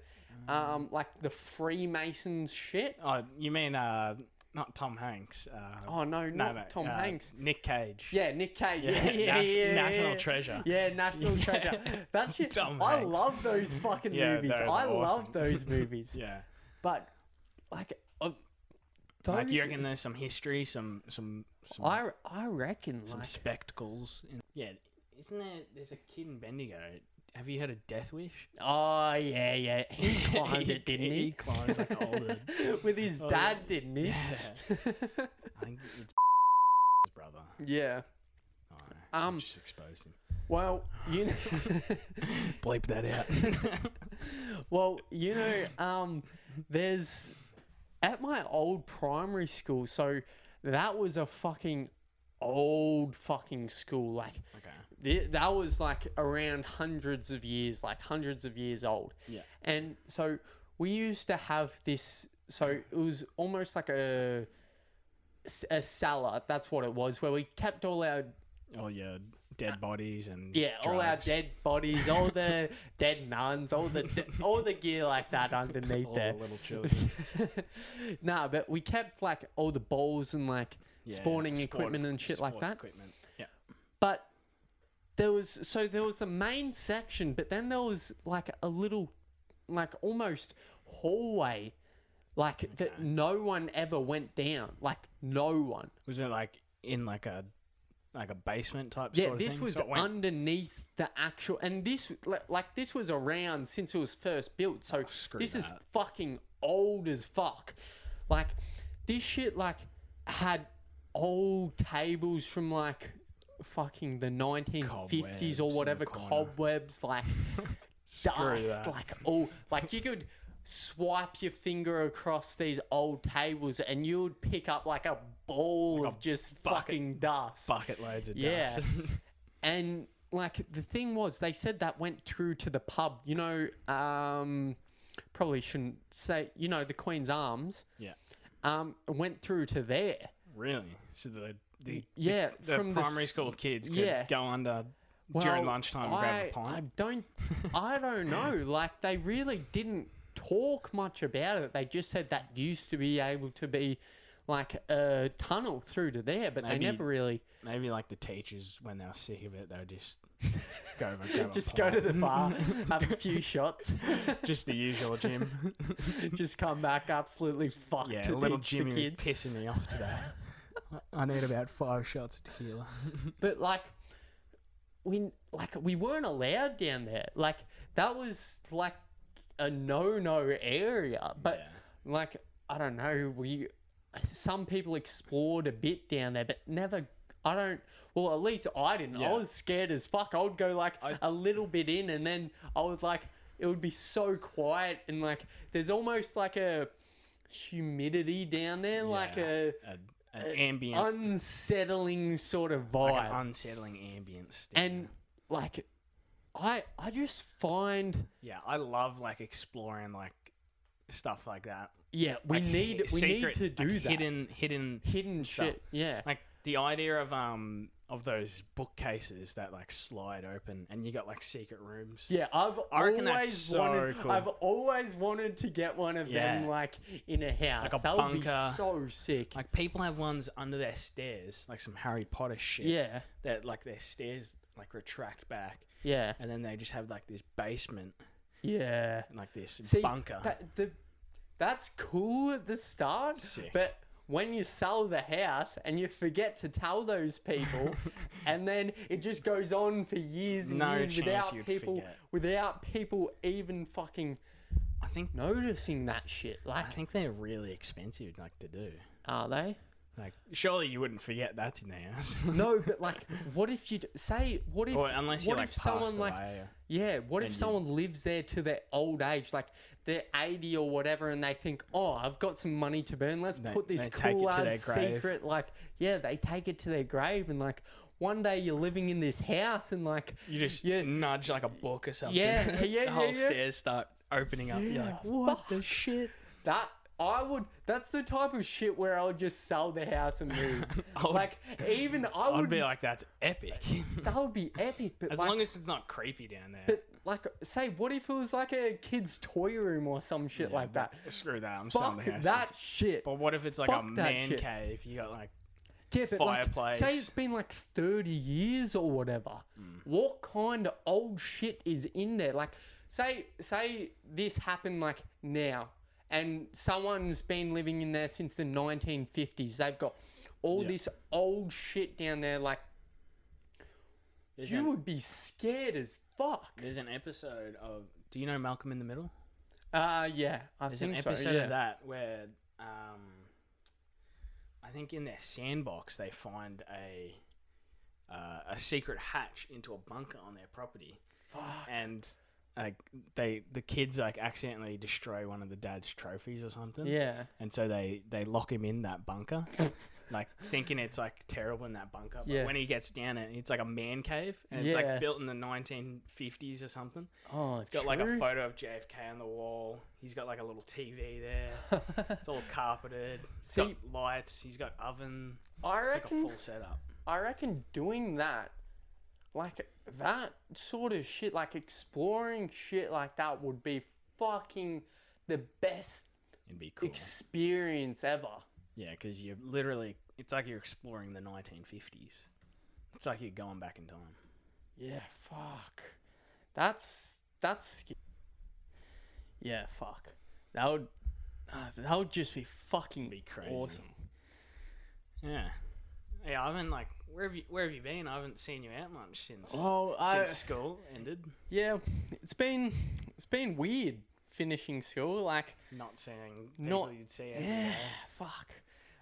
Speaker 2: Mm.
Speaker 1: um, like the Freemasons shit?
Speaker 2: Oh, you mean uh, not Tom Hanks? Uh,
Speaker 1: Oh no,
Speaker 2: no,
Speaker 1: not
Speaker 2: no,
Speaker 1: Tom
Speaker 2: uh,
Speaker 1: Hanks.
Speaker 2: Nick Cage.
Speaker 1: Yeah, Nick Cage. Yeah, yeah,
Speaker 2: Yeah,
Speaker 1: yeah,
Speaker 2: nat-
Speaker 1: yeah,
Speaker 2: national
Speaker 1: yeah.
Speaker 2: treasure.
Speaker 1: Yeah, national
Speaker 2: Yeah.
Speaker 1: treasure. That shit.
Speaker 2: Tom
Speaker 1: I
Speaker 2: Hanks.
Speaker 1: love those fucking
Speaker 2: Yeah,
Speaker 1: movies.
Speaker 2: those are
Speaker 1: I
Speaker 2: awesome.
Speaker 1: love those movies.
Speaker 2: Yeah.
Speaker 1: But like, uh, those,
Speaker 2: Like you reckon there's some history, some some some,
Speaker 1: I I reckon
Speaker 2: some
Speaker 1: like
Speaker 2: spectacles. In- yeah. Isn't there? There's a kid in Bendigo. Have you heard of Death Wish?
Speaker 1: oh yeah yeah he climbed
Speaker 2: He-
Speaker 1: it didn't
Speaker 2: he
Speaker 1: he?
Speaker 2: climbs like older.
Speaker 1: With his
Speaker 2: Oh,
Speaker 1: dad didn't he?
Speaker 2: Yeah. I think it's his brother.
Speaker 1: yeah.
Speaker 2: Oh,
Speaker 1: Um,
Speaker 2: just exposed him.
Speaker 1: Well, you know.
Speaker 2: Bleep that out.
Speaker 1: well, you know, um, there's at my old primary school, so that was a fucking old fucking school. Like
Speaker 2: Okay.
Speaker 1: th- that was like around hundreds of years, like hundreds of years old.
Speaker 2: Yeah.
Speaker 1: And so we used to have this. So it was almost like a s- a cellar. That's what it was, where we kept all our
Speaker 2: All your dead bodies and
Speaker 1: yeah, all our
Speaker 2: drugs.
Speaker 1: dead bodies, all the dead nuns, all the de- all the gear like that underneath
Speaker 2: All
Speaker 1: there.
Speaker 2: the little children.
Speaker 1: nah, but we kept like all the balls and like
Speaker 2: Yeah,
Speaker 1: spawning
Speaker 2: sports-
Speaker 1: equipment and shit like
Speaker 2: sports
Speaker 1: that.
Speaker 2: Equipment. Yeah.
Speaker 1: But there was so there was the main section, but then there was like a little, like almost hallway, like that no one ever went down. Like no one.
Speaker 2: Was it like in like a like a basement type?
Speaker 1: Yeah,
Speaker 2: sort of
Speaker 1: this
Speaker 2: thing?
Speaker 1: was
Speaker 2: So it went-
Speaker 1: underneath the actual, and this li- like this was around since it was first built. So
Speaker 2: Oh, screw
Speaker 1: this is
Speaker 2: that.
Speaker 1: fucking old as fuck. Like this shit like had old tables from like fucking the 1950s
Speaker 2: Cobwebs in
Speaker 1: or
Speaker 2: the
Speaker 1: whatever
Speaker 2: corner.
Speaker 1: cobwebs like dust
Speaker 2: that.
Speaker 1: like all like you could swipe your finger across these old tables and you would pick up like a ball of just
Speaker 2: bucket-
Speaker 1: fucking dust
Speaker 2: bucket loads of
Speaker 1: Yeah.
Speaker 2: dust.
Speaker 1: and like the thing was they said that went through to the pub you know um probably shouldn't say you know the queen's arms
Speaker 2: yeah.
Speaker 1: um went through to there
Speaker 2: Really? So the the
Speaker 1: yeah
Speaker 2: the
Speaker 1: from the
Speaker 2: primary
Speaker 1: s-
Speaker 2: school kids could
Speaker 1: yeah.
Speaker 2: go under during
Speaker 1: Well,
Speaker 2: lunchtime and
Speaker 1: I,
Speaker 2: grab a pint.
Speaker 1: I don't I don't know like they really didn't talk much about it they just said that used to be able to be like a tunnel through to there but
Speaker 2: Maybe-
Speaker 1: they never really
Speaker 2: Maybe like the teachers, when they're sick of it, they'll just go over, grab
Speaker 1: just
Speaker 2: a
Speaker 1: go
Speaker 2: pint.
Speaker 1: to the bar have a few shots
Speaker 2: just the usual Jim.
Speaker 1: just come back absolutely fucked
Speaker 2: yeah,
Speaker 1: to
Speaker 2: little
Speaker 1: ditch the
Speaker 2: Jimmy
Speaker 1: kids
Speaker 2: was pissing me off today. I need about five shots of tequila.
Speaker 1: but like we like we weren't allowed down there like that was like a no-no area but
Speaker 2: Yeah.
Speaker 1: like i don't know we some people explored a bit down there but never i don't well at least i didn't
Speaker 2: Yeah.
Speaker 1: i was scared as fuck i would go like
Speaker 2: I-
Speaker 1: a little bit in and then i was like it would be so quiet and like there's almost like a humidity down there like a
Speaker 2: an
Speaker 1: uh,
Speaker 2: ambient,
Speaker 1: unsettling sort of vibe
Speaker 2: like an unsettling ambience. dude.
Speaker 1: and like i i just find
Speaker 2: yeah, I love like exploring like stuff like that.
Speaker 1: yeah we
Speaker 2: Like,
Speaker 1: need
Speaker 2: hi-
Speaker 1: we
Speaker 2: secret-
Speaker 1: need to do
Speaker 2: like,
Speaker 1: that hidden,
Speaker 2: Hidden, hidden, stuff.
Speaker 1: shit yeah
Speaker 2: Like the idea of um of those bookcases that like slide open and you got like secret rooms.
Speaker 1: yeah i've
Speaker 2: I reckon that's
Speaker 1: always
Speaker 2: so
Speaker 1: wanted
Speaker 2: cool.
Speaker 1: i've always wanted to get one of them
Speaker 2: Yeah.
Speaker 1: like in a house
Speaker 2: Like a
Speaker 1: that would
Speaker 2: bunker.
Speaker 1: be so sick
Speaker 2: Like people have ones under their stairs, like some Harry Potter shit.
Speaker 1: yeah
Speaker 2: That like their stairs like retract back,
Speaker 1: yeah
Speaker 2: and then they just have like this basement,
Speaker 1: yeah
Speaker 2: and, like this
Speaker 1: See,
Speaker 2: bunker.
Speaker 1: that- the, that's cool at the start,
Speaker 2: Sick.
Speaker 1: but when you sell the house and you forget to tell those people, and then it just goes on for years and
Speaker 2: No
Speaker 1: years
Speaker 2: chance
Speaker 1: without
Speaker 2: you'd
Speaker 1: people
Speaker 2: forget.
Speaker 1: without people even fucking
Speaker 2: I think
Speaker 1: noticing that shit. Like,
Speaker 2: I think they're really expensive, like to do.
Speaker 1: are they?
Speaker 2: Like surely you wouldn't forget that's in there.
Speaker 1: No, but like, what if you d- say? What if?
Speaker 2: or unless you
Speaker 1: what
Speaker 2: like
Speaker 1: if someone
Speaker 2: passed
Speaker 1: like
Speaker 2: away or-
Speaker 1: Yeah, what if
Speaker 2: And you-
Speaker 1: someone lives there to their old age, like they're 80 or whatever, and they think, oh, I've got some money to burn. Let's
Speaker 2: They-
Speaker 1: put this
Speaker 2: they take it
Speaker 1: cool
Speaker 2: to
Speaker 1: ass
Speaker 2: their grave."
Speaker 1: secret. Like, yeah, they take it to their grave, and like one day you're living in this house, and like,
Speaker 2: You just
Speaker 1: Yeah.
Speaker 2: nudge like a book or something.
Speaker 1: Yeah, yeah, yeah,
Speaker 2: the whole
Speaker 1: yeah.
Speaker 2: stairs start opening up. You're like,
Speaker 1: Yeah,
Speaker 2: what the shit?
Speaker 1: that, I would, that's the type of shit where I would just sell the house and move.
Speaker 2: I would-
Speaker 1: like, even I
Speaker 2: I'd
Speaker 1: would,
Speaker 2: be like, that's epic.
Speaker 1: that would be epic, but
Speaker 2: as
Speaker 1: like,
Speaker 2: long as it's not creepy down there.
Speaker 1: but like, say, what if it was like a kid's toy room or some shit like that?
Speaker 2: Screw that. I'm selling
Speaker 1: Fuck
Speaker 2: the house.
Speaker 1: that shit.
Speaker 2: But what if it's like
Speaker 1: Fuck
Speaker 2: a
Speaker 1: that
Speaker 2: man
Speaker 1: shit.
Speaker 2: cave? You got like,
Speaker 1: Yeah, but like,
Speaker 2: fireplace.
Speaker 1: say it's been like 30 years or whatever.
Speaker 2: Mm.
Speaker 1: What kind of old shit is in there? Like, say, say this happened like now, and someone's been living in there since the 1950s. They've got all
Speaker 2: Yeah.
Speaker 1: this old shit down there. Like,
Speaker 2: There's
Speaker 1: you
Speaker 2: an-
Speaker 1: would be scared as fuck.
Speaker 2: there's an episode of. Do you know Malcolm in the Middle?
Speaker 1: Uh, yeah, I
Speaker 2: There's an
Speaker 1: think
Speaker 2: episode
Speaker 1: so. Yeah.
Speaker 2: of that where, um, I think in their sandbox they find a. Uh, a secret hatch into a bunker on their property,
Speaker 1: Fuck.
Speaker 2: and like they the kids like accidentally destroy one of the dad's trophies or something.
Speaker 1: Yeah.
Speaker 2: And so they they lock him in that bunker, like thinking it's like terrible in that bunker. But
Speaker 1: Yeah.
Speaker 2: when he gets down it, it's like a man cave, and it's
Speaker 1: Yeah.
Speaker 2: like built in the 1950s or something.
Speaker 1: Oh,
Speaker 2: It's got like a photo of JFK on the wall. He's got like a little TV there.
Speaker 1: photo.
Speaker 2: It's all carpeted. It's
Speaker 1: See-
Speaker 2: got lights. He's got oven.
Speaker 1: I
Speaker 2: It's like a
Speaker 1: reckon.
Speaker 2: full setup.
Speaker 1: I reckon doing that, like that sort of shit, like exploring shit like that would be fucking the best
Speaker 2: It'd be cool.
Speaker 1: experience ever.
Speaker 2: Yeah, because you're literally, it's like you're exploring the 1950s. It's like you're going back in time.
Speaker 1: Yeah, fuck. That's that's. sc- Yeah, fuck. That would uh, that would just be fucking
Speaker 2: Be crazy.
Speaker 1: awesome.
Speaker 2: Yeah. Yeah, I haven't like where have you where have you been? I haven't seen you out much since
Speaker 1: Oh, I
Speaker 2: since school ended.
Speaker 1: yeah. It's been it's been weird finishing school. Like
Speaker 2: Not seeing
Speaker 1: Not-
Speaker 2: people you'd see. every
Speaker 1: Yeah,
Speaker 2: day.
Speaker 1: fuck.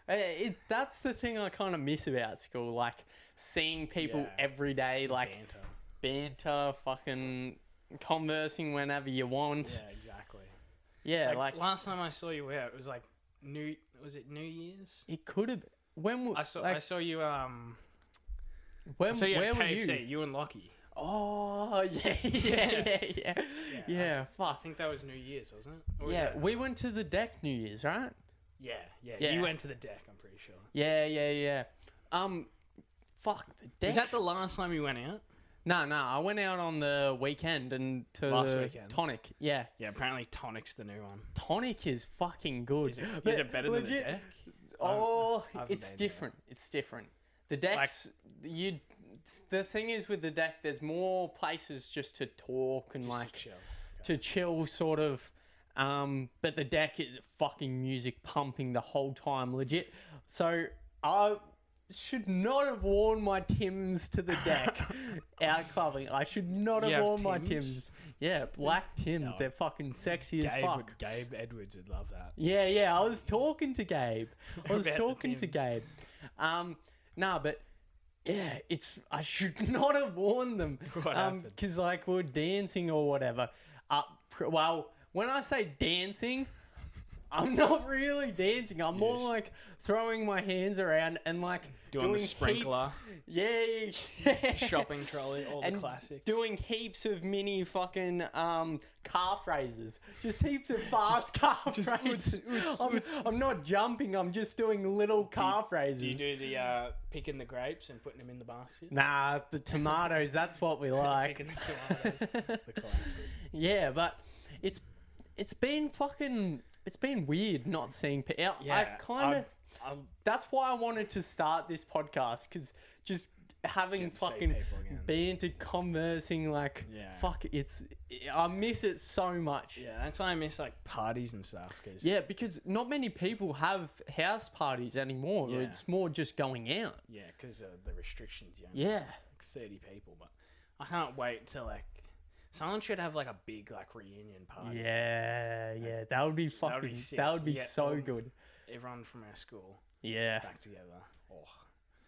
Speaker 1: Uh, It, that's the thing I kind of miss about school, like seeing people
Speaker 2: Yeah.
Speaker 1: every day, like
Speaker 2: banter.
Speaker 1: banter, fucking conversing whenever you want.
Speaker 2: Yeah, exactly.
Speaker 1: Yeah,
Speaker 2: Like,
Speaker 1: like,
Speaker 2: last time I saw you out, it was like New was it New Year's?
Speaker 1: it could have. When were
Speaker 2: I saw I
Speaker 1: like,
Speaker 2: saw you um
Speaker 1: when
Speaker 2: so yeah
Speaker 1: where were
Speaker 2: KFC
Speaker 1: you?
Speaker 2: and Lockie.
Speaker 1: Oh yeah, yeah, yeah, yeah, yeah.
Speaker 2: I I
Speaker 1: fuck.
Speaker 2: think that was New Year's, wasn't it? Or was
Speaker 1: Yeah,
Speaker 2: that-
Speaker 1: we went to the deck New Year's, right?
Speaker 2: yeah, yeah,
Speaker 1: Yeah.
Speaker 2: You went to the deck, I'm pretty sure.
Speaker 1: Yeah, yeah, yeah. Um, fuck the deck.
Speaker 2: Was that the last time you went out?
Speaker 1: No, no, I went out on the weekend and to
Speaker 2: Last
Speaker 1: the
Speaker 2: weekend.
Speaker 1: tonic. Yeah,
Speaker 2: Yeah, apparently tonic's the new one.
Speaker 1: tonic is fucking good.
Speaker 2: Is it,
Speaker 1: But
Speaker 2: is it better than the
Speaker 1: legit-
Speaker 2: deck?
Speaker 1: Oh,
Speaker 2: I haven't
Speaker 1: it's
Speaker 2: been there.
Speaker 1: different. It's different. The decks, you. it's- The thing is with the deck, there's more places just to talk and
Speaker 2: Just
Speaker 1: like
Speaker 2: to chill.
Speaker 1: to chill, sort of. Um, but the deck is fucking music pumping the whole time, legit. So I should not have worn my Tims to the deck out clubbing. I should not
Speaker 2: You
Speaker 1: have
Speaker 2: have
Speaker 1: worn my
Speaker 2: Tims?
Speaker 1: Tims. Yeah, black Tims.
Speaker 2: Oh.
Speaker 1: They're fucking sexy as
Speaker 2: Gabe,
Speaker 1: fuck.
Speaker 2: would- Gabe Edwards would love that.
Speaker 1: Yeah, yeah. I was talking to Gabe. I was
Speaker 2: About the
Speaker 1: talking to
Speaker 2: Tims.
Speaker 1: Gabe. Um, nah, but yeah, it's I should not have warned them.
Speaker 2: What happened?
Speaker 1: Because like we we're dancing or whatever. Uh, pr- well, when I say dancing, I'm not really dancing. I'm more
Speaker 2: just-
Speaker 1: like throwing my hands around and like
Speaker 2: Doing the
Speaker 1: heaps-
Speaker 2: sprinkler,
Speaker 1: Yeah, yeah, yeah.
Speaker 2: shopping trolley, all
Speaker 1: And
Speaker 2: the classics.
Speaker 1: doing heaps of mini fucking um, car phrases. Just heaps of fast car phrases. I'm, I'm not jumping, I'm just doing little car phrases.
Speaker 2: do you do the uh, picking the grapes and putting them in the basket?
Speaker 1: nah, the tomatoes, that's what we like.
Speaker 2: Picking the tomatoes. the classic.
Speaker 1: yeah, but it's it's been fucking it's been weird not seeing pe- I- I kind of
Speaker 2: I'm-
Speaker 1: that's why I wanted to start this podcast cuz just having
Speaker 2: Get to see
Speaker 1: fucking
Speaker 2: people again.
Speaker 1: banter conversing like
Speaker 2: Yeah.
Speaker 1: fuck it's I miss it so much.
Speaker 2: yeah, that's why I miss like parties and stuff. Cause
Speaker 1: Yeah, because not many people have house parties anymore.
Speaker 2: Yeah.
Speaker 1: It's more just going out.
Speaker 2: yeah, because uh, the restrictions. You only
Speaker 1: Yeah.
Speaker 2: like thirty people, but I can't wait till like someone should have like a big like reunion party.
Speaker 1: Yeah, yeah. That would be fucking. That would be,
Speaker 2: sick. Yeah,
Speaker 1: so
Speaker 2: um,
Speaker 1: good.
Speaker 2: Everyone from our school
Speaker 1: Yeah.
Speaker 2: back together. Oh,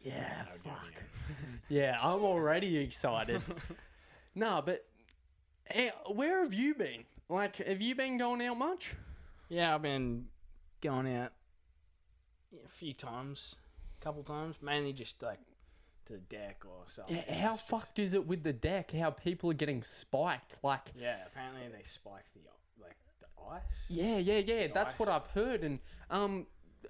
Speaker 1: Yeah.
Speaker 2: that would be
Speaker 1: Ah, Fuck.
Speaker 2: amazing.
Speaker 1: Yeah, I'm already excited. no, but hey, where have you been? Like, have you been going out much?
Speaker 2: Yeah, I've been going out a few times, a couple times, mainly just like to the deck or something.
Speaker 1: Yeah, how fucked is it with the deck? How people are getting spiked? Like,
Speaker 2: Yeah, apparently they spike the like the ice.
Speaker 1: Yeah, yeah, yeah. That's what
Speaker 2: Nice.
Speaker 1: I've heard, and um,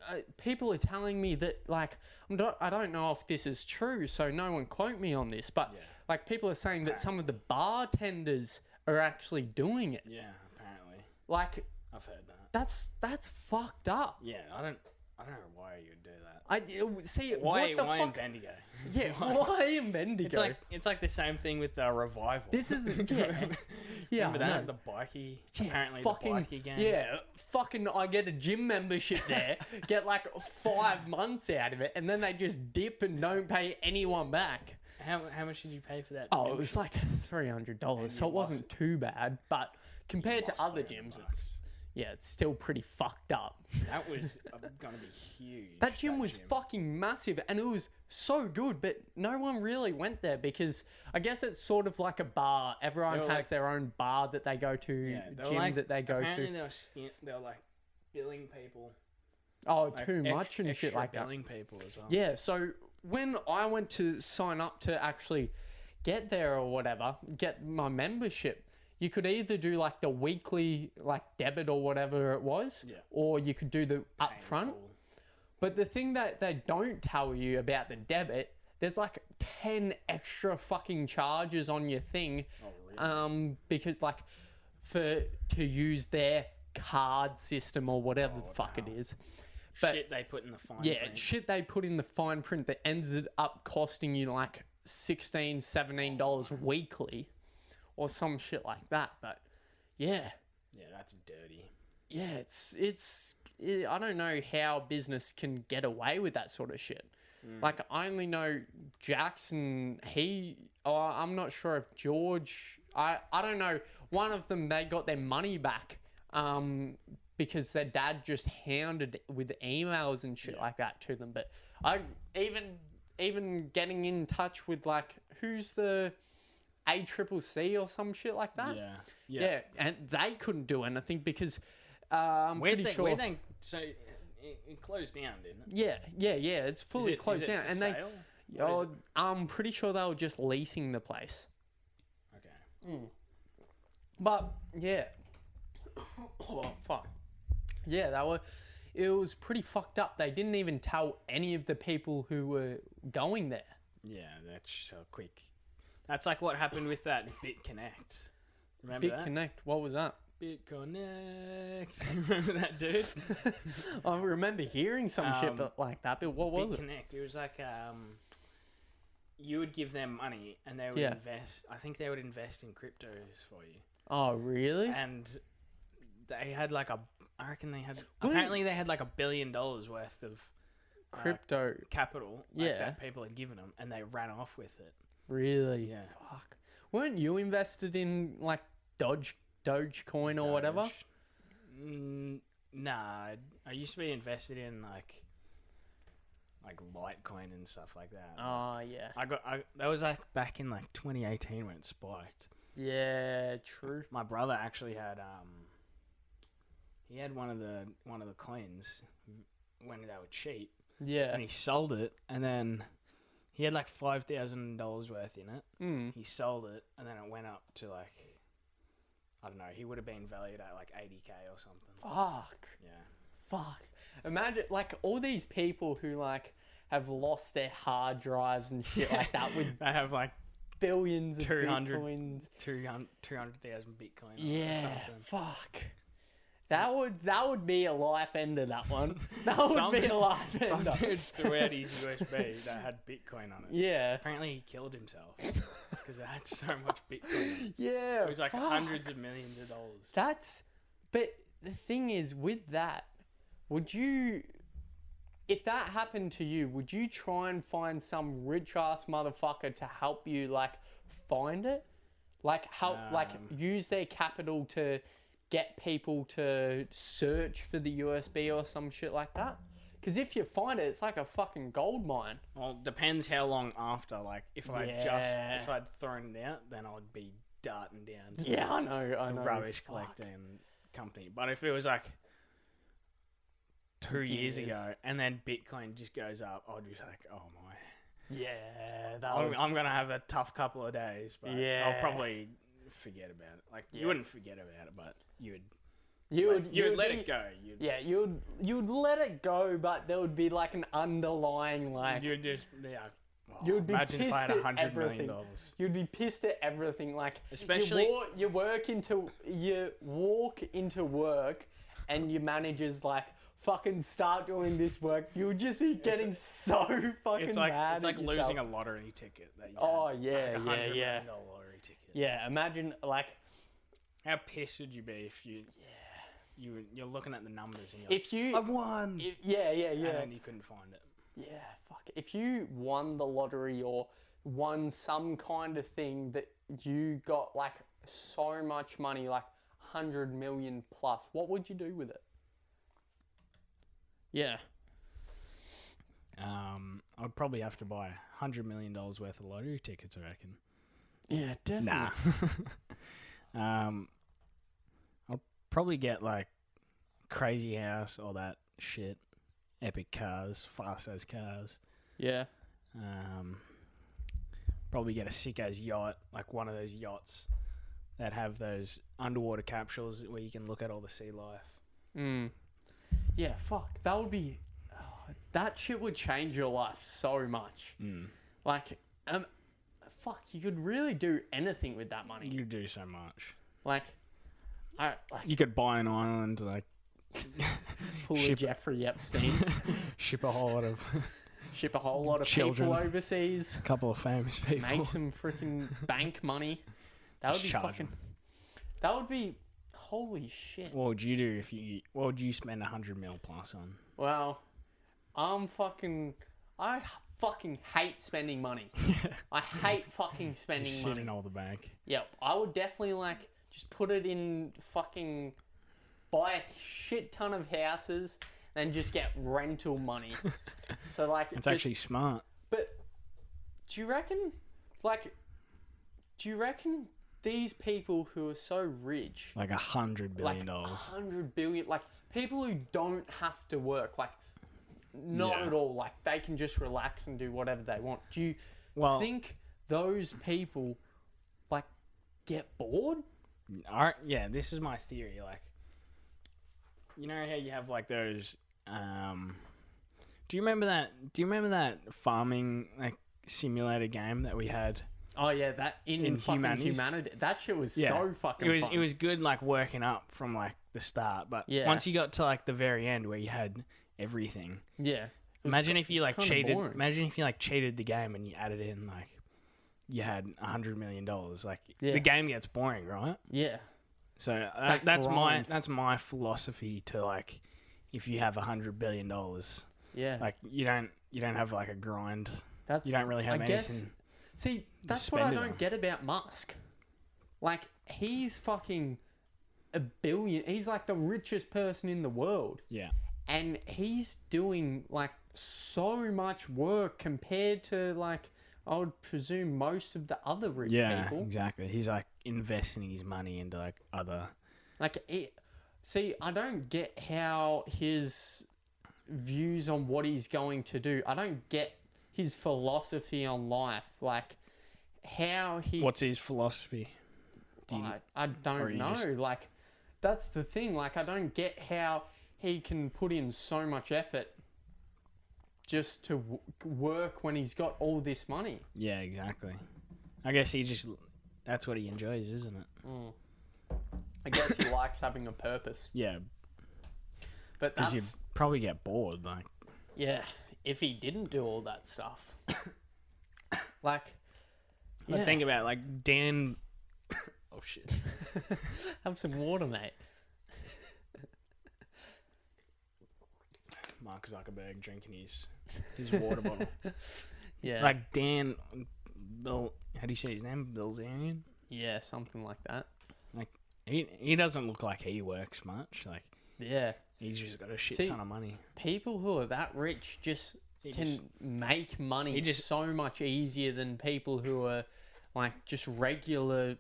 Speaker 1: uh, people are telling me that like I'm not, I don't know if this is true, so no one quote me on this, but
Speaker 2: Yeah.
Speaker 1: like people are saying that some of the bartenders are actually doing it.
Speaker 2: Yeah, apparently
Speaker 1: Like
Speaker 2: I've heard that.
Speaker 1: that's that's fucked up.
Speaker 2: Yeah, I don't, I don't know why you'd do that.
Speaker 1: I uh, see
Speaker 2: Why,
Speaker 1: what the
Speaker 2: why in
Speaker 1: fuck.
Speaker 2: Bendigo?
Speaker 1: yeah, why in Bendigo?
Speaker 2: It's like it's like the same thing with uh, revival.
Speaker 1: This isn't- yeah. yeah,
Speaker 2: Remember
Speaker 1: I know.
Speaker 2: that the bikey?
Speaker 1: Yeah,
Speaker 2: apparently
Speaker 1: fucking,
Speaker 2: the bikey game.
Speaker 1: Yeah, fucking. I get a gym membership there, get like five months out of it, and then they just dip and don't pay anyone back.
Speaker 2: How, how much did you pay for that?
Speaker 1: Oh, it
Speaker 2: membership?
Speaker 1: was like three hundred dollars, so
Speaker 2: you
Speaker 1: it wasn't too bad. But compared to
Speaker 2: Lost
Speaker 1: other
Speaker 2: 300
Speaker 1: gyms,
Speaker 2: bucks.
Speaker 1: it's yeah, it's still pretty fucked up.
Speaker 2: That was uh, gonna be huge.
Speaker 1: That gym was fucking massive and it was so good, but no one really went there because I guess it's sort of like a bar. Everyone
Speaker 2: They
Speaker 1: has
Speaker 2: were like-
Speaker 1: their own bar that they go to,
Speaker 2: Yeah, they were
Speaker 1: gym
Speaker 2: like-
Speaker 1: that they go
Speaker 2: Apparently
Speaker 1: to.
Speaker 2: they were, stint, they were like billing people.
Speaker 1: Oh,
Speaker 2: like,
Speaker 1: too
Speaker 2: ex-
Speaker 1: much and shit
Speaker 2: extra
Speaker 1: like that.
Speaker 2: billing people as well.
Speaker 1: Yeah, so when I went to sign up to actually get there or whatever, get my membership, you could either do like the weekly like debit or whatever it was,
Speaker 2: Yeah.
Speaker 1: or you could do the upfront.
Speaker 2: Painful.
Speaker 1: But the thing that they don't tell you about the debit, there's like 10 extra fucking charges on your thing.
Speaker 2: Oh, really?
Speaker 1: Um, because like for to use their card system or whatever
Speaker 2: Oh,
Speaker 1: the fuck it is. But
Speaker 2: shit they put in the fine.
Speaker 1: yeah,
Speaker 2: print.
Speaker 1: it's shit they put in the fine print that ended up costing you like 16 17 dollars weekly or some shit like that but yeah
Speaker 2: yeah, that's dirty.
Speaker 1: yeah it's it's eh, i don't know how business can get away with that sort of shit like i only know jackson he oh, i'm not sure if george i i don't know one of them they got their money back um because their dad just hounded with emails and shit like that to them but i even even getting in touch with like who's the a triple c or some shit like that
Speaker 2: Yeah,
Speaker 1: yeah. and they couldn't do anything because uh, I'm
Speaker 2: Where
Speaker 1: pretty
Speaker 2: they,
Speaker 1: sure.
Speaker 2: where they, so it, it closed down, didn't it?
Speaker 1: yeah, yeah, yeah. It's
Speaker 2: Is
Speaker 1: fully
Speaker 2: it- is
Speaker 1: closed
Speaker 2: it
Speaker 1: down,
Speaker 2: for
Speaker 1: and
Speaker 2: sale?
Speaker 1: they.
Speaker 2: What
Speaker 1: Oh,
Speaker 2: is
Speaker 1: I'm pretty sure they were just leasing the place.
Speaker 2: it? Okay.
Speaker 1: But yeah. oh fuck. Yeah, they were. It was pretty fucked up. They didn't even tell any of the people who were going there.
Speaker 2: Yeah, that's so quick. That's like what happened with that BitConnect. Remember that?
Speaker 1: BitConnect, what was that?
Speaker 2: BitConnect. Remember that dude?
Speaker 1: I remember hearing some shit
Speaker 2: Um,
Speaker 1: that- like that, but what was it?
Speaker 2: BitConnect. It was like um, you would give them money and they would
Speaker 1: Yeah.
Speaker 2: invest. I think they would invest in cryptos for you.
Speaker 1: Oh, really?
Speaker 2: and they had like a I reckon they had
Speaker 1: Wouldn't-
Speaker 2: apparently they had like a billion dollars worth of uh,
Speaker 1: Crypto,
Speaker 2: capital like,
Speaker 1: Yeah.
Speaker 2: that people had given them and they ran off with it.
Speaker 1: really?
Speaker 2: Yeah.
Speaker 1: Fuck. Weren't you invested in like Doge Dogecoin or whatever?
Speaker 2: Doge. Mm, nah, I used to be invested in like like Litecoin and stuff like that.
Speaker 1: Oh yeah.
Speaker 2: I got I, that was like back in like 2018 when it spiked.
Speaker 1: Yeah, true.
Speaker 2: My brother actually had um he had one of the one of the coins when they were cheap
Speaker 1: Yeah.
Speaker 2: and he sold it and then he had like five thousand dollars worth in it.
Speaker 1: Mm.
Speaker 2: He sold it and then it went up to like I don't know, he would have been valued at like eighty K or something.
Speaker 1: Fuck.
Speaker 2: Yeah.
Speaker 1: Fuck. Imagine like all these people who like have lost their hard drives and shit like that with
Speaker 2: They have like
Speaker 1: billions of
Speaker 2: 200.
Speaker 1: bitcoins.
Speaker 2: 200 200,000 Bitcoin or
Speaker 1: Yeah.
Speaker 2: something.
Speaker 1: Fuck. That would that would be a life ender. That one. That would
Speaker 2: Some-
Speaker 1: be a life
Speaker 2: Some
Speaker 1: ender.
Speaker 2: dude threw out his USB that had Bitcoin on it.
Speaker 1: Yeah.
Speaker 2: Apparently he killed himself because it had so much Bitcoin.
Speaker 1: Yeah.
Speaker 2: It was like
Speaker 1: fuck.
Speaker 2: hundreds of millions of dollars.
Speaker 1: That's but the thing is with that, would you if that happened to you, would you try and find some rich ass motherfucker to help you like find it? Like help like
Speaker 2: Um.
Speaker 1: use their capital to get people to search for the USB or some shit like that? Cause if you find it, it's like a fucking gold mine.
Speaker 2: Well, depends how long after. Like, if I
Speaker 1: Yeah.
Speaker 2: just if I'd thrown it out, then I'd be darting down to
Speaker 1: Yeah, I know, I
Speaker 2: the
Speaker 1: know.
Speaker 2: rubbish
Speaker 1: Fuck.
Speaker 2: collector and company. But if it was like two years
Speaker 1: Years.
Speaker 2: ago, and then Bitcoin just goes up, I'd be like, oh my,
Speaker 1: Yeah, that
Speaker 2: I'm,
Speaker 1: would-
Speaker 2: I'm gonna have a tough couple of days. But
Speaker 1: Yeah.
Speaker 2: I'll probably forget about it. Like,
Speaker 1: Yeah.
Speaker 2: you wouldn't forget about it, but you would
Speaker 1: you would
Speaker 2: you would let
Speaker 1: be-
Speaker 2: it go. You'd,
Speaker 1: Yeah, you'd you'd let it go, but there would be like an underlying like
Speaker 2: you'd just yeah. Oh,
Speaker 1: You'd be
Speaker 2: imagine if I had
Speaker 1: pissed at
Speaker 2: hundred million
Speaker 1: everything.
Speaker 2: dollars.
Speaker 1: you'd be pissed at everything. Like
Speaker 2: Especially-
Speaker 1: you, walk, you work into you walk into work, and your manager's like fucking start doing this work. You would just be getting so fucking
Speaker 2: It's like
Speaker 1: mad.
Speaker 2: it's like
Speaker 1: at
Speaker 2: losing
Speaker 1: yourself.
Speaker 2: a lottery ticket. That you
Speaker 1: Oh,
Speaker 2: had, like,
Speaker 1: yeah, yeah,
Speaker 2: $100
Speaker 1: yeah.
Speaker 2: million Lottery ticket.
Speaker 1: yeah. Imagine like
Speaker 2: How pissed would you be if you you were- you're looking at the numbers and you're
Speaker 1: if you
Speaker 2: like, I won,
Speaker 1: if- yeah yeah
Speaker 2: and
Speaker 1: yeah
Speaker 2: then you couldn't find it.
Speaker 1: yeah fuck. If you won the lottery or won some kind of thing that you got like so much money, like hundred million plus, what would you do with it? Yeah.
Speaker 2: Um, I'd probably have to buy hundred million dollars worth of lottery tickets. I reckon.
Speaker 1: Yeah, definitely.
Speaker 2: Nah. um, I'll probably get like crazy house, all that shit, epic cars, fast as cars.
Speaker 1: Yeah.
Speaker 2: Um, probably get a sick as yacht, like one of those yachts that have those underwater capsules where you can look at all the sea life.
Speaker 1: Mm. Yeah, fuck. That would be. oh, that shit would change your life so much.
Speaker 2: Mm.
Speaker 1: Like, um, fuck, you could really do anything with that money.
Speaker 2: You could do so much.
Speaker 1: Like, I like
Speaker 2: You could buy an island, like
Speaker 1: pull a
Speaker 2: Ship-
Speaker 1: Jeffrey Epstein,
Speaker 2: ship a whole lot of
Speaker 1: ship a whole lot of
Speaker 2: Children.
Speaker 1: people overseas,
Speaker 2: a couple of famous people.
Speaker 1: make some freaking bank money. That would
Speaker 2: Just
Speaker 1: be
Speaker 2: charge
Speaker 1: fucking. That would be holy shit.
Speaker 2: What would you do if you? What would you spend a hundred mil plus on?
Speaker 1: Well, I'm fucking. I fucking hate spending money. I hate fucking spending
Speaker 2: Just sit
Speaker 1: money.
Speaker 2: in all the bank.
Speaker 1: Yep, I would definitely like just put it in fucking buy a shit ton of houses and just get rental money. so like,
Speaker 2: It's
Speaker 1: just-
Speaker 2: actually smart.
Speaker 1: But do you reckon? Like, do you reckon these people who are so rich,
Speaker 2: Like a hundred
Speaker 1: like
Speaker 2: billion dollars.
Speaker 1: hundred billion, like people who don't have to work, like not
Speaker 2: Yeah.
Speaker 1: at all, like they can just relax and do whatever they want. Do you
Speaker 2: Well,
Speaker 1: think those people like get bored?
Speaker 2: Alright, yeah, this is my theory. Like, you know how you have like those. Um, do you remember that? Do you remember that farming like simulator game that we had?
Speaker 1: Oh yeah, that in,
Speaker 2: In
Speaker 1: fucking
Speaker 2: Humanities?
Speaker 1: humanity, that shit was so fucking.
Speaker 2: It was
Speaker 1: fun.
Speaker 2: it was good like working up from like the start, but
Speaker 1: Yeah.
Speaker 2: once you got to like the very end where you had everything.
Speaker 1: yeah. It was
Speaker 2: Imagine
Speaker 1: ki-
Speaker 2: if you
Speaker 1: it's
Speaker 2: like
Speaker 1: kinda
Speaker 2: cheated.
Speaker 1: boring.
Speaker 2: Imagine if you like cheated the game and you added in like you had a hundred million dollars. Like
Speaker 1: Yeah.
Speaker 2: the game gets boring, right?
Speaker 1: Yeah,
Speaker 2: So
Speaker 1: that
Speaker 2: that, that's
Speaker 1: grind.
Speaker 2: my that's my philosophy to like if you have a hundred billion dollars,
Speaker 1: yeah.
Speaker 2: like you don't you don't have like a grind.
Speaker 1: that's
Speaker 2: You don't really have
Speaker 1: I guess-
Speaker 2: anything.
Speaker 1: See, that's what I
Speaker 2: spend it
Speaker 1: don't
Speaker 2: on.
Speaker 1: get about Musk. Like he's fucking a billion. He's like the richest person in the world,
Speaker 2: Yeah.
Speaker 1: and he's doing like so much work compared to like I would presume most of the other rich
Speaker 2: Yeah.
Speaker 1: people.
Speaker 2: Exactly. He's like investing his money into like other
Speaker 1: Like it, see, I don't get how his views on what he's going to do. I don't get his philosophy on life. Like how he.
Speaker 2: What's his philosophy? do you-
Speaker 1: I, I
Speaker 2: or
Speaker 1: don't
Speaker 2: you
Speaker 1: know.
Speaker 2: just-
Speaker 1: Like that's the thing. Like I don't get how he can put in so much effort just to w- work when he's got all this money.
Speaker 2: Yeah, exactly. I guess he just that's what he enjoys, isn't it?
Speaker 1: I guess he likes having a purpose.
Speaker 2: Yeah,
Speaker 1: But
Speaker 2: because you
Speaker 1: that's
Speaker 2: probably get bored. Like,
Speaker 1: Yeah, if he didn't do all that stuff. like,
Speaker 2: but
Speaker 1: Yeah.
Speaker 2: think about it, like Dan. oh shit!
Speaker 1: have some water, mate.
Speaker 2: Mark Zuckerberg drinking his his water bottle.
Speaker 1: Yeah.
Speaker 2: like Dan Bill. How do you say his name? Bilzerian.
Speaker 1: yeah, something like that.
Speaker 2: He he doesn't look like he works much. Like
Speaker 1: Yeah.
Speaker 2: he's just got a shit
Speaker 1: See,
Speaker 2: ton of money.
Speaker 1: People who are that rich just
Speaker 2: He
Speaker 1: can
Speaker 2: just-
Speaker 1: make money
Speaker 2: he just-
Speaker 1: so much easier than people who are like just regular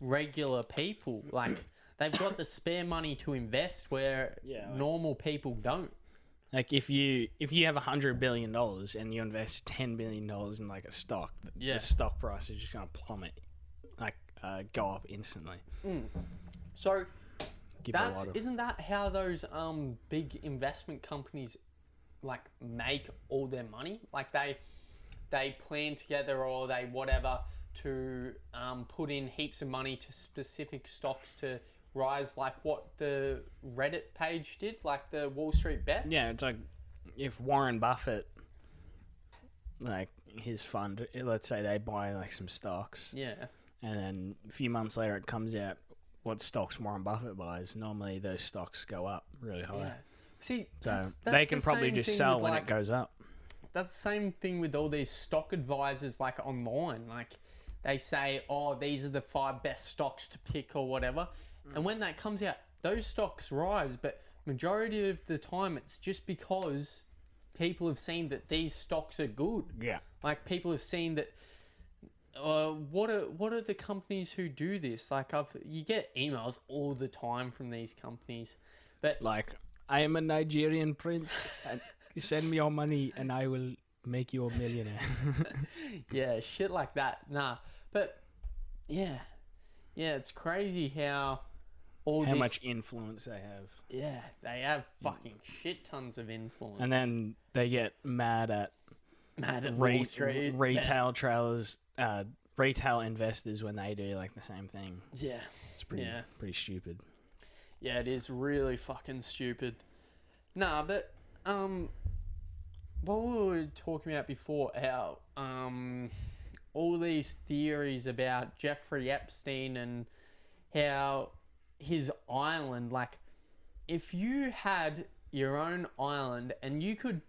Speaker 1: regular people. Like they've got the spare money to invest where
Speaker 2: Yeah, like-
Speaker 1: normal people don't.
Speaker 2: Like if you if you have a hundred billion dollars and you invest ten billion dollars in like a stock, th-
Speaker 1: Yeah.
Speaker 2: the stock price is just gonna plummet, like uh, go up instantly.
Speaker 1: So
Speaker 2: Give a
Speaker 1: That's
Speaker 2: lot of
Speaker 1: isn't that how those um big investment companies like make all their money? Like they they plan together or they whatever to um, put in heaps of money to specific stocks to rise, like what the Reddit page did, like the Wall Street bets.
Speaker 2: yeah. It's like if Warren Buffett, like his fund, let's say they buy like some stocks,
Speaker 1: yeah,
Speaker 2: and then a few months later it comes out what stocks Warren Buffett buys. Normally those stocks go up really high.
Speaker 1: yeah. See,
Speaker 2: So
Speaker 1: that's-
Speaker 2: they
Speaker 1: that's
Speaker 2: can
Speaker 1: the
Speaker 2: probably
Speaker 1: same
Speaker 2: just
Speaker 1: thing
Speaker 2: sell
Speaker 1: with,
Speaker 2: when
Speaker 1: like,
Speaker 2: it goes up.
Speaker 1: that's the same thing with all these stock advisors like online like they say oh these are the five best stocks to pick or whatever And when that comes out, those stocks rise, but majority of the time it's just because people have seen that these stocks are good.
Speaker 2: Yeah.
Speaker 1: Like people have seen that. Uh, what are what are the companies who do this? Like I've you get emails all the time from these companies, but
Speaker 2: Like, I am a Nigerian prince, and you send me your money, and I will make you a millionaire.
Speaker 1: yeah, shit like that. Nah, but yeah, yeah, it's crazy how all
Speaker 2: How
Speaker 1: this,
Speaker 2: much influence they have.
Speaker 1: Yeah, they have fucking shit tons of influence.
Speaker 2: And then they get mad at,
Speaker 1: Mad at
Speaker 2: re-
Speaker 1: Wall Street,
Speaker 2: retail trailers, uh, retail investors when they do like the same thing.
Speaker 1: that's- Yeah,
Speaker 2: It's pretty,
Speaker 1: Yeah.
Speaker 2: pretty stupid.
Speaker 1: yeah, it is really fucking stupid. Nah, but um, what we were talking about before, how um, all these theories about Jeffrey Epstein and how his island, like, if you had your own island and you could,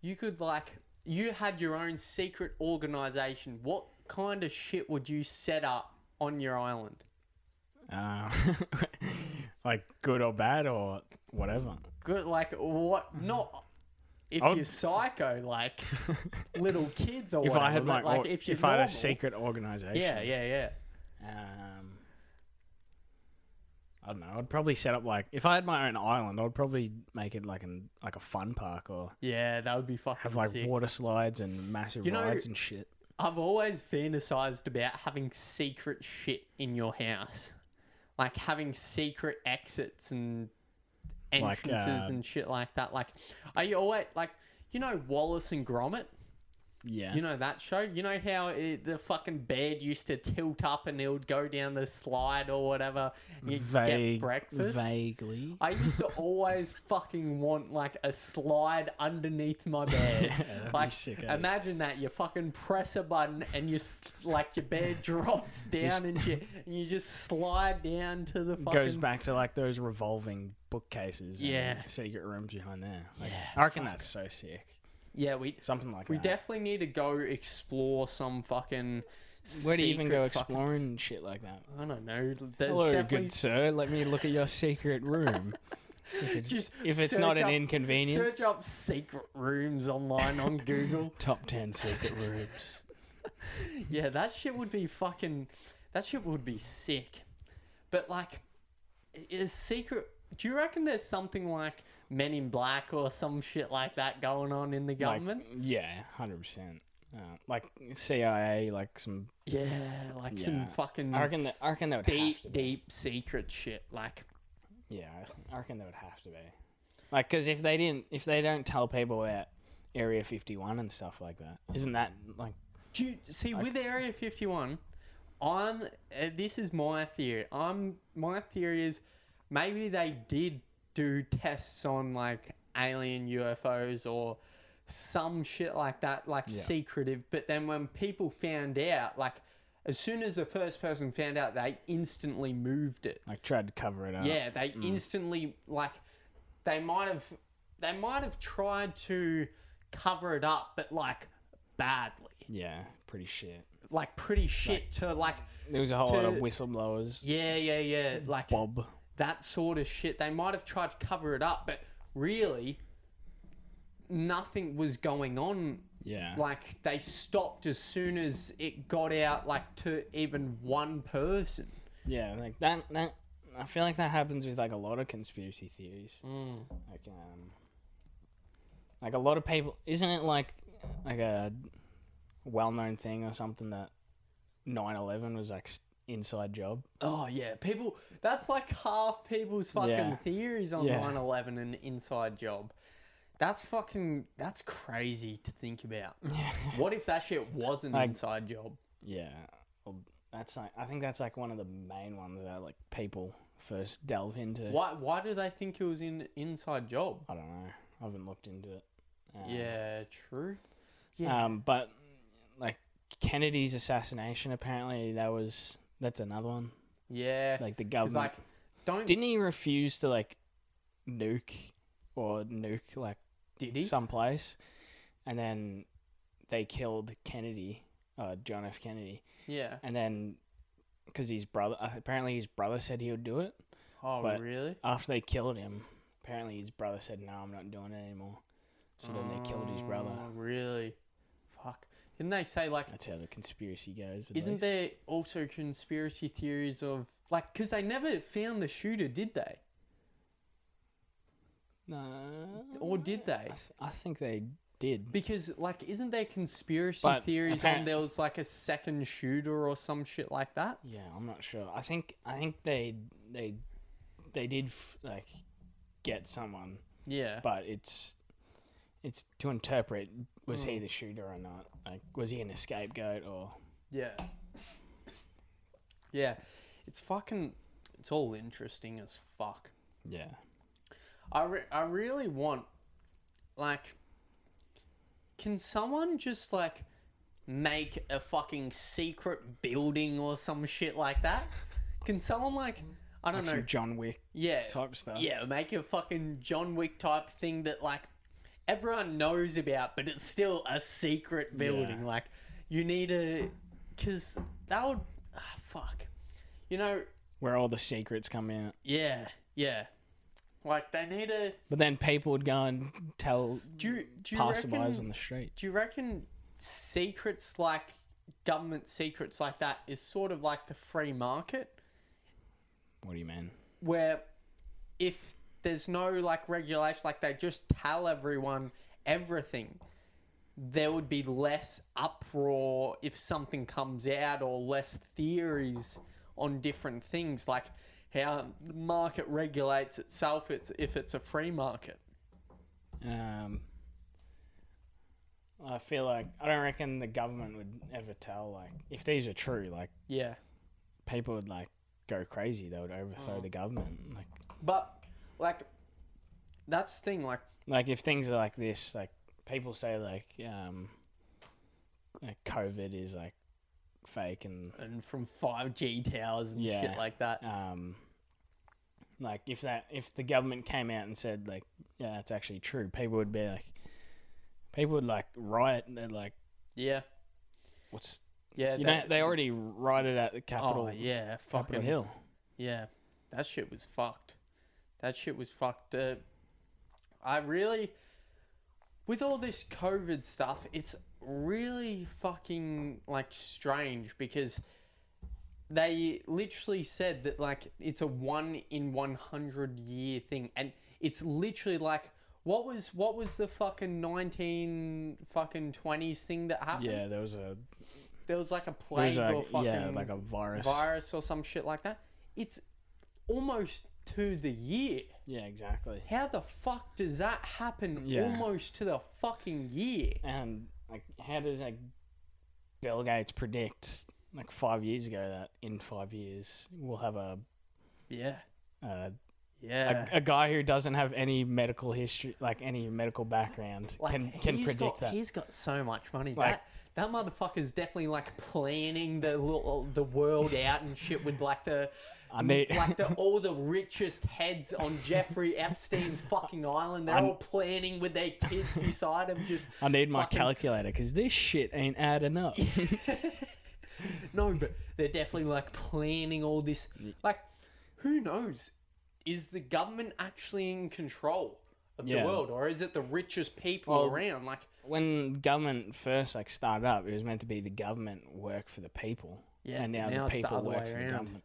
Speaker 1: you could like, you had your own secret organization, what kind of shit would you set up on your island?
Speaker 2: Uh, like good or bad or whatever.
Speaker 1: good like
Speaker 2: Mm-hmm.
Speaker 1: what not if
Speaker 2: I'd-
Speaker 1: you're psycho like little kids or
Speaker 2: If
Speaker 1: whatever,
Speaker 2: I had my,
Speaker 1: but, like
Speaker 2: or-
Speaker 1: if
Speaker 2: if,
Speaker 1: you're
Speaker 2: I had a
Speaker 1: normal-
Speaker 2: secret organization,
Speaker 1: yeah yeah yeah
Speaker 2: Um, I don't know. I'd probably set up like if I had my own island, I'd probably make it like an like a fun park or
Speaker 1: yeah that would be fucking
Speaker 2: have like
Speaker 1: sick
Speaker 2: water slides and massive
Speaker 1: You know-
Speaker 2: rides and shit.
Speaker 1: I've always fantasized about having secret shit in your house like having secret exits and
Speaker 2: Like,
Speaker 1: entrances
Speaker 2: uh,
Speaker 1: and shit like that like are you always like you know Wallace and Gromit
Speaker 2: Yeah,
Speaker 1: You know that show? You know how it, the fucking bed used to tilt up and it would go down the slide or whatever? And you'd
Speaker 2: Vague,
Speaker 1: get breakfast?
Speaker 2: vaguely.
Speaker 1: I used to always fucking want like a slide underneath my bed.
Speaker 2: that'd be
Speaker 1: like,
Speaker 2: sick as.
Speaker 1: imagine that you fucking press a button and you s- like your bed drops down and you and you just slide down to the fucking.
Speaker 2: Goes back to like those revolving bookcases. and
Speaker 1: Yeah.
Speaker 2: secret rooms behind there. Like,
Speaker 1: Yeah,
Speaker 2: I reckon that's so sick.
Speaker 1: Yeah, we
Speaker 2: Something like
Speaker 1: we
Speaker 2: that.
Speaker 1: definitely need to go explore some fucking.
Speaker 2: Where do you even go
Speaker 1: secret fucking-
Speaker 2: exploring and shit like that?
Speaker 1: I don't know. There's
Speaker 2: Hello,
Speaker 1: definitely
Speaker 2: good sir. Let me look at your secret room. if it's,
Speaker 1: Just
Speaker 2: if it's not
Speaker 1: search
Speaker 2: an
Speaker 1: up-
Speaker 2: inconvenience,
Speaker 1: Search up secret rooms online on Google.
Speaker 2: top 10 secret rooms.
Speaker 1: yeah, that shit would be fucking. That shit would be sick. But like, i- is secret? Do you reckon there's something like Men in Black or some shit like that going on in the
Speaker 2: Like,
Speaker 1: government?
Speaker 2: yeah, 100%. Uh, like CIA, like some.
Speaker 1: yeah, like some
Speaker 2: Yeah.
Speaker 1: fucking
Speaker 2: I reckon that, I reckon that would
Speaker 1: deep,
Speaker 2: have to be.
Speaker 1: deep secret shit. Like,
Speaker 2: Yeah, I reckon that would have to be. Like, because if they didn't, if they don't tell people about Area 51 and stuff like that, isn't that like.
Speaker 1: Do you, see with Area 51? I'm. Uh, this is my theory. I'm. My theory is maybe they did do tests on like alien UFOs or some shit like that, like
Speaker 2: Yeah.
Speaker 1: secretive. But then when people found out, like as soon as the first person found out, they instantly moved it.
Speaker 2: Like, tried to cover it up?
Speaker 1: Yeah, they instantly like they might have they might have tried to cover it up, but like badly
Speaker 2: Yeah, pretty shit.
Speaker 1: like pretty shit to like
Speaker 2: There was a whole lot of
Speaker 1: To-
Speaker 2: whistleblowers.
Speaker 1: yeah yeah yeah like
Speaker 2: Bob.
Speaker 1: that sort of shit they might have tried to cover it up but really nothing was going on
Speaker 2: Yeah.
Speaker 1: like they stopped as soon as it got out like to even one person
Speaker 2: Yeah, like that. That I feel like that happens with like a lot of conspiracy theories. Like, um, like a lot of people, isn't it like like a well-known thing or something that 9/11 was like s- inside job?
Speaker 1: oh yeah people that's like half people's fucking
Speaker 2: Yeah.
Speaker 1: theories on
Speaker 2: Yeah.
Speaker 1: 9-11 and inside job that's fucking that's crazy to think about what if that shit was an
Speaker 2: Like-
Speaker 1: inside job
Speaker 2: Yeah, well, that's like I think that's like one of the main ones that like people first delve into.
Speaker 1: Why? Why do they think it was in inside job?
Speaker 2: I don't know. I haven't looked into it. Um,
Speaker 1: Yeah, true. Yeah.
Speaker 2: Um, but like Kennedy's assassination, apparently that was that's another one.
Speaker 1: yeah,
Speaker 2: Like the
Speaker 1: it's
Speaker 2: government.
Speaker 1: like don't did,
Speaker 2: Didn't he refuse to like nuke or nuke like
Speaker 1: he?
Speaker 2: someplace? And then they killed Kennedy, uh, John F. Kennedy.
Speaker 1: yeah,
Speaker 2: And then because his brother, uh, apparently his brother said he would do it.
Speaker 1: Oh,
Speaker 2: But-
Speaker 1: really?
Speaker 2: After they killed him, apparently his brother said, "No, I'm not doing it anymore." So then they killed his brother.
Speaker 1: Oh, Really? Fuck. Didn't they say like?
Speaker 2: That's how the conspiracy goes. at
Speaker 1: Isn't
Speaker 2: least.
Speaker 1: there also conspiracy theories of like? Because they never found the shooter, did they?
Speaker 2: No.
Speaker 1: Or did they?
Speaker 2: I, th- I think they did.
Speaker 1: Because like, isn't there conspiracy
Speaker 2: But
Speaker 1: theories on
Speaker 2: apparent-
Speaker 1: there was like a second shooter or some shit like that?
Speaker 2: Yeah, I'm not sure. I think I think they they they did f- like get someone,
Speaker 1: Yeah.
Speaker 2: but it's it's to interpret was
Speaker 1: Hmm.
Speaker 2: he the shooter or not? Like was he an scapegoat or
Speaker 1: Yeah. Yeah. It's fucking. It's all interesting as fuck.
Speaker 2: yeah.
Speaker 1: I, re- I really want like can someone just like make a fucking secret building or some shit like that can someone like i don't
Speaker 2: Like
Speaker 1: know
Speaker 2: some John Wick
Speaker 1: yeah
Speaker 2: type stuff.
Speaker 1: yeah make a fucking john wick type thing that like everyone knows about but it's still a secret building
Speaker 2: Yeah.
Speaker 1: like you need a because that would ah, fuck you know
Speaker 2: Where all the secrets come out.
Speaker 1: yeah yeah like they need a
Speaker 2: But then people would go and tell
Speaker 1: do you, do you
Speaker 2: passerbys
Speaker 1: reckon
Speaker 2: on the street.
Speaker 1: Do you reckon secrets like government secrets like that is sort of like the free market
Speaker 2: What do you mean?
Speaker 1: where if there's no like regulation like they just tell everyone everything there would be less uproar if something comes out or less theories on different things like how the market regulates itself it's if it's a free market
Speaker 2: Um, I feel like I don't reckon the government would ever tell like if these are true like.
Speaker 1: yeah
Speaker 2: people would like go crazy. They would overthrow
Speaker 1: Mm.
Speaker 2: the government. Like,
Speaker 1: but like that's the thing like
Speaker 2: like if things are like this, like people say like um, like COVID is like fake and
Speaker 1: and from 5G towers and
Speaker 2: Yeah.
Speaker 1: shit like that.
Speaker 2: um, like if that if the government came out and said like yeah it's actually true, people would be like people would like riot. and They're like
Speaker 1: Yeah.
Speaker 2: what's
Speaker 1: Yeah.
Speaker 2: you know
Speaker 1: that-
Speaker 2: they already rioted at the
Speaker 1: Oh,
Speaker 2: Capitol
Speaker 1: yeah.
Speaker 2: Capitol
Speaker 1: Fucking
Speaker 2: Hill.
Speaker 1: Yeah. That shit was fucked. That shit was fucked. Uh, I really. With all this COVID stuff, it's really fucking like strange because they literally said that like it's a one in 100 year thing and it's literally like what was what was the fucking 19 fucking 20s thing that happened
Speaker 2: Yeah, there was a
Speaker 1: there was like a
Speaker 2: there
Speaker 1: plague
Speaker 2: was
Speaker 1: or
Speaker 2: a,
Speaker 1: fucking
Speaker 2: yeah like a virus.
Speaker 1: virus or some shit like that. It's almost to the year.
Speaker 2: yeah, exactly.
Speaker 1: How the fuck does that happen
Speaker 2: Yeah.
Speaker 1: almost to the fucking year?
Speaker 2: And like, how does like Bill Gates predict like five years ago that in five years we'll have a
Speaker 1: Yeah.
Speaker 2: uh,
Speaker 1: Yeah.
Speaker 2: a, a guy who doesn't have any medical history, like any medical background,
Speaker 1: Like,
Speaker 2: can can
Speaker 1: he's
Speaker 2: predict
Speaker 1: got-
Speaker 2: that?
Speaker 1: He's got so much money.
Speaker 2: Like-
Speaker 1: that that motherfucker's definitely like planning the little, the world out and shit with like the
Speaker 2: I need.
Speaker 1: like the all the richest heads on Jeffrey Epstein's fucking island. They're
Speaker 2: I'm-
Speaker 1: all planning with their kids beside him just
Speaker 2: I need my
Speaker 1: fucking-
Speaker 2: calculator because this shit ain't adding up.
Speaker 1: No, but they're definitely like planning all this. Like, who knows? Is the government actually in control of
Speaker 2: Yeah. Oh,
Speaker 1: the world, or is it the richest people
Speaker 2: Well-
Speaker 1: around? Like,
Speaker 2: when government first like started up, it was meant to be the government work for the people,
Speaker 1: Yeah,
Speaker 2: and now,
Speaker 1: now
Speaker 2: the
Speaker 1: it's the
Speaker 2: people
Speaker 1: other
Speaker 2: work
Speaker 1: way
Speaker 2: for the
Speaker 1: around.
Speaker 2: government.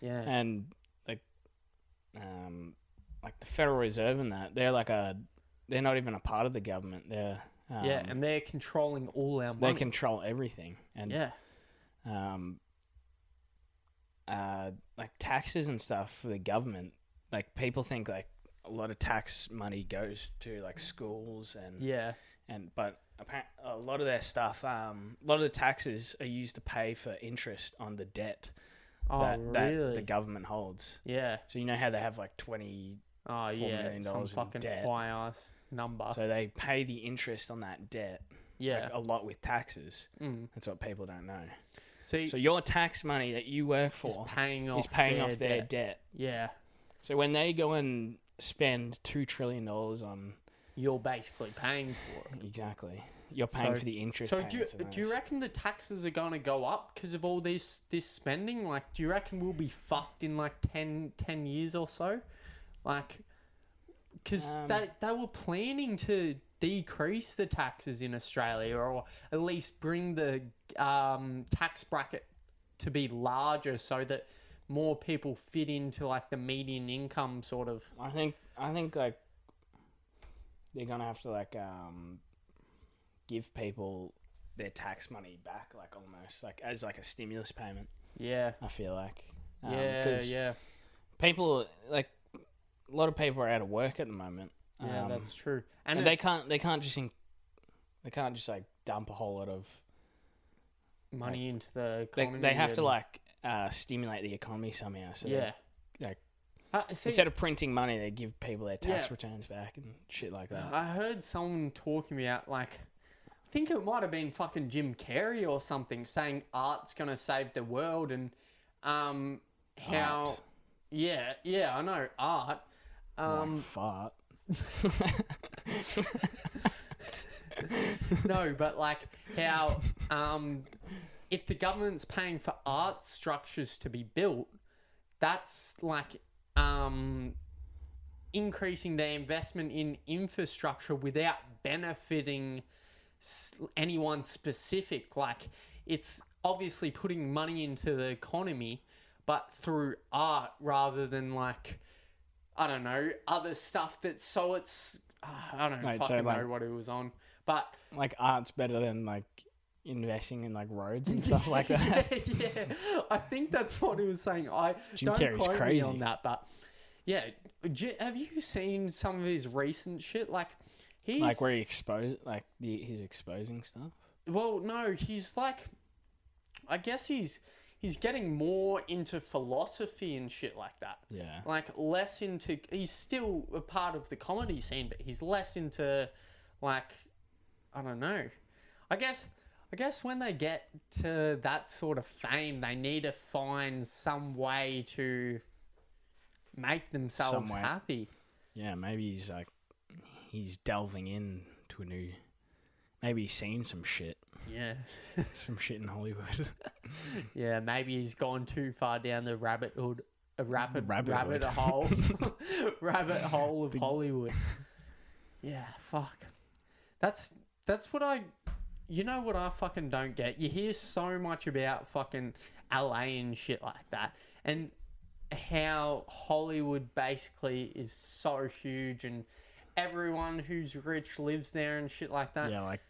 Speaker 1: yeah,
Speaker 2: and like um like the Federal Reserve and that they're like a they're not even a part of the government they're um,
Speaker 1: yeah, and they're controlling all our
Speaker 2: they
Speaker 1: money.
Speaker 2: control everything and
Speaker 1: yeah,
Speaker 2: um uh like taxes and stuff for the government like people think like a lot of tax money goes to like schools and
Speaker 1: yeah,
Speaker 2: and but apparent a lot of their stuff um a lot of the taxes are used to pay for interest on the debt
Speaker 1: oh
Speaker 2: that, that
Speaker 1: really?
Speaker 2: the government holds
Speaker 1: yeah,
Speaker 2: so you know how they have like 20
Speaker 1: oh
Speaker 2: Four
Speaker 1: yeah,
Speaker 2: million
Speaker 1: it's some
Speaker 2: dollars in
Speaker 1: fucking
Speaker 2: debt.
Speaker 1: high ass number.
Speaker 2: So they pay the interest on that debt
Speaker 1: yeah,
Speaker 2: like, a lot with taxes.
Speaker 1: mm.
Speaker 2: That's what people don't know.
Speaker 1: see,
Speaker 2: So your tax money that you work
Speaker 1: is
Speaker 2: for
Speaker 1: paying off
Speaker 2: is paying
Speaker 1: their
Speaker 2: off their debt.
Speaker 1: debt. Yeah,
Speaker 2: So when they go and spend two trillion dollars on
Speaker 1: you're basically paying for it.
Speaker 2: exactly, You're paying
Speaker 1: So-
Speaker 2: for the interest.
Speaker 1: So do you,
Speaker 2: payments and
Speaker 1: do you
Speaker 2: those.
Speaker 1: reckon the taxes are gonna go up because of all this this spending? Like, do you reckon we'll be fucked in like 10, 10 years or so? Like, because
Speaker 2: Um,
Speaker 1: they they were planning to decrease the taxes in Australia or at least bring the um, tax bracket to be larger so that more people fit into like the median income sort of.
Speaker 2: I think I think like they're gonna have to like um give people their tax money back, like almost like as like a stimulus payment.
Speaker 1: Yeah.
Speaker 2: I feel like Um,
Speaker 1: yeah.
Speaker 2: 'cause
Speaker 1: Yeah.
Speaker 2: People like a lot of people are out of work at the moment.
Speaker 1: Yeah.
Speaker 2: um,
Speaker 1: that's true.
Speaker 2: and,
Speaker 1: And,
Speaker 2: they
Speaker 1: it's
Speaker 2: can't they can't just in, they can't just like dump a whole lot of
Speaker 1: money into the
Speaker 2: they,
Speaker 1: economy.
Speaker 2: they have to
Speaker 1: and-
Speaker 2: like uh, stimulate the economy somehow. So they-
Speaker 1: yeah.
Speaker 2: like,
Speaker 1: Uh, see,
Speaker 2: instead of printing money, they give people their tax
Speaker 1: Yeah. Uh,
Speaker 2: returns back and shit like that.
Speaker 1: I heard someone talking about like, I think it might have been fucking Jim Carrey or something saying art's gonna save the world and um how
Speaker 2: Art.
Speaker 1: yeah yeah I know art
Speaker 2: Um,
Speaker 1: um
Speaker 2: fart.
Speaker 1: no but like how um if the government's paying for art structures to be built that's like um increasing their investment in infrastructure without benefiting s- anyone specific. Like, it's obviously putting money into the economy, but through art rather than like, I don't know, other stuff that's so it's. ah, I don't
Speaker 2: Right, so,
Speaker 1: fucking
Speaker 2: like-
Speaker 1: know what it was on, but
Speaker 2: Like art's better than like investing in like roads and stuff like that.
Speaker 1: yeah, I think that's what he was saying. I
Speaker 2: Jim
Speaker 1: don't
Speaker 2: Carrey's
Speaker 1: quote me
Speaker 2: crazy.
Speaker 1: on that, but yeah, J- have you seen some of his recent shit? Like he's
Speaker 2: like where he expose like the, he's exposing stuff.
Speaker 1: well, no, he's like, I guess he's he's getting more into philosophy and shit like that.
Speaker 2: Yeah.
Speaker 1: Like less into he's still a part of the comedy scene, but he's less into like I don't know. I guess I guess when they get to that sort of fame, they need to find some way to make themselves
Speaker 2: Some way.
Speaker 1: happy.
Speaker 2: Yeah, maybe he's like he's delving in to a new maybe he's seen some shit.
Speaker 1: Yeah.
Speaker 2: some shit in Hollywood.
Speaker 1: Yeah, maybe he's gone too far down the rabbit hood, a rabbit rabbit,
Speaker 2: Rabbit hood.
Speaker 1: hole, rabbit hole of Hollywood. Yeah, fuck. That's that's what I. You know what I fucking don't get. You hear so much about fucking LA and shit like that, and how Hollywood basically is so huge and everyone who's rich lives there and shit like that.
Speaker 2: yeah, like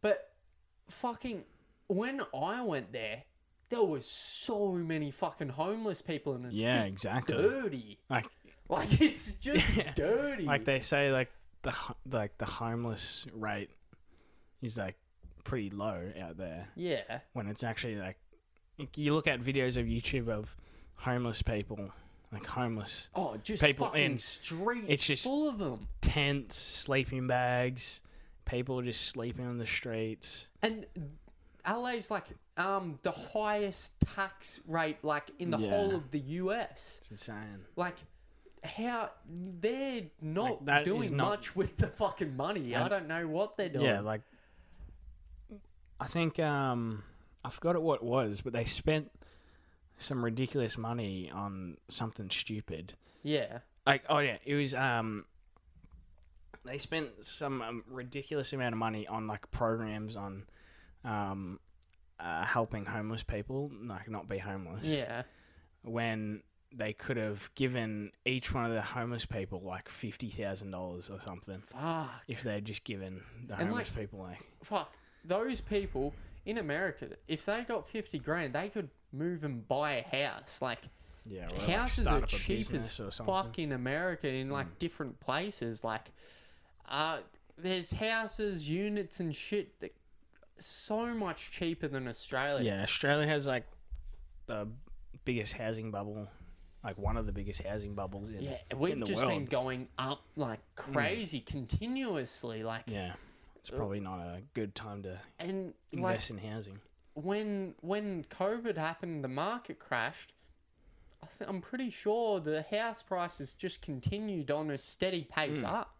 Speaker 1: But fucking when I went there, there was so many fucking homeless people and it's
Speaker 2: yeah,
Speaker 1: just
Speaker 2: exactly.
Speaker 1: dirty.
Speaker 2: Like
Speaker 1: Like it's just dirty.
Speaker 2: like they say like the ho- like the homeless rate is like pretty low out there
Speaker 1: yeah.
Speaker 2: when it's actually like like, you look at videos of YouTube of homeless people like homeless
Speaker 1: Oh, just
Speaker 2: People
Speaker 1: fucking
Speaker 2: in-
Speaker 1: streets
Speaker 2: it's just-
Speaker 1: full of them.
Speaker 2: tents, sleeping bags, people just sleeping on the streets.
Speaker 1: And LA's like um the highest tax rate like in the
Speaker 2: Yeah.
Speaker 1: whole of the US.
Speaker 2: It's insane.
Speaker 1: Like how they're not
Speaker 2: Like, that is
Speaker 1: doing
Speaker 2: not-
Speaker 1: much with the fucking money. I
Speaker 2: And-
Speaker 1: don't know what they're doing.
Speaker 2: Yeah, like I think um I forgot what it was, but they spent some ridiculous money on something stupid.
Speaker 1: yeah.
Speaker 2: Like oh yeah, it was um they spent some um, ridiculous amount of money on like programs on um uh, helping homeless people like not be homeless.
Speaker 1: Yeah.
Speaker 2: when they could have given each one of the homeless people like fifty thousand dollars or something
Speaker 1: Fuck.
Speaker 2: if they'd just given the
Speaker 1: And,
Speaker 2: homeless people like
Speaker 1: fuck those people in America. If they got fifty grand, they could move and buy a house. Like
Speaker 2: yeah or, like,
Speaker 1: houses
Speaker 2: start
Speaker 1: are
Speaker 2: up a
Speaker 1: cheap as
Speaker 2: business or something. Hmm.
Speaker 1: fuck in America in like different places. Like, uh, there's houses, units, and shit that so much cheaper than Australia.
Speaker 2: Yeah, Australia has like the biggest housing bubble, like one of the biggest housing bubbles in
Speaker 1: Yeah, we've
Speaker 2: in the
Speaker 1: just
Speaker 2: world. Hmm.
Speaker 1: been going up like crazy continuously. Like,
Speaker 2: yeah, it's
Speaker 1: Uh,
Speaker 2: probably not a good time to
Speaker 1: and like
Speaker 2: invest in housing.
Speaker 1: when when COVID happened, the market crashed. I th- I'm pretty sure the house
Speaker 2: Hmm.
Speaker 1: prices just continued on a steady pace up.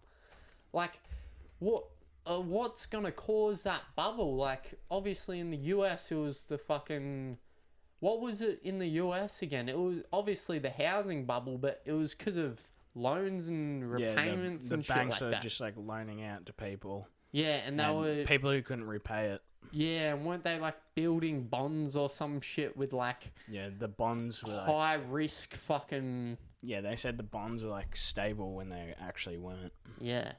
Speaker 1: Like, what uh, what's gonna cause that bubble? Like, obviously in the US, it was the fucking. What was it in the US again? It was obviously the housing bubble, but it was because of loans and
Speaker 2: Yeah, the,
Speaker 1: repayments
Speaker 2: the
Speaker 1: and shit
Speaker 2: banks
Speaker 1: like
Speaker 2: are
Speaker 1: that. uh,
Speaker 2: just like loaning out to people.
Speaker 1: yeah, and they
Speaker 2: and
Speaker 1: were
Speaker 2: people who couldn't repay it.
Speaker 1: yeah, and weren't they like building bonds or some shit with like
Speaker 2: Yeah, the bonds were. Like,
Speaker 1: high risk fucking
Speaker 2: yeah, they said the bonds were like stable when they actually weren't.
Speaker 1: yeah,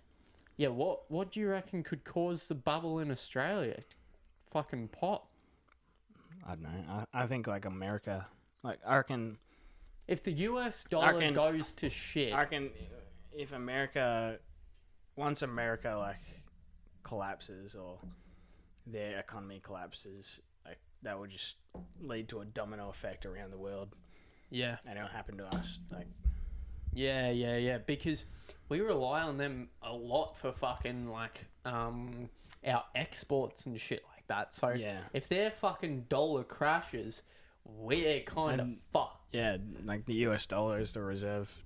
Speaker 1: yeah. What what do you reckon could cause the bubble in Australia? Fucking pop.
Speaker 2: I don't know. I, I think like America, like I reckon,
Speaker 1: If the US dollar
Speaker 2: reckon-
Speaker 1: goes to shit,
Speaker 2: I reckon if America, once America like collapses or their economy collapses, like that would just lead to a domino effect around the world,
Speaker 1: yeah.
Speaker 2: and it'll happen to us. Like
Speaker 1: Yeah, yeah, yeah. Because we rely on them a lot for fucking like um our exports and shit like that. So
Speaker 2: Yeah.
Speaker 1: if their fucking dollar crashes, we're kind of
Speaker 2: And-
Speaker 1: fucked.
Speaker 2: yeah, like the U.S. dollar is the reserve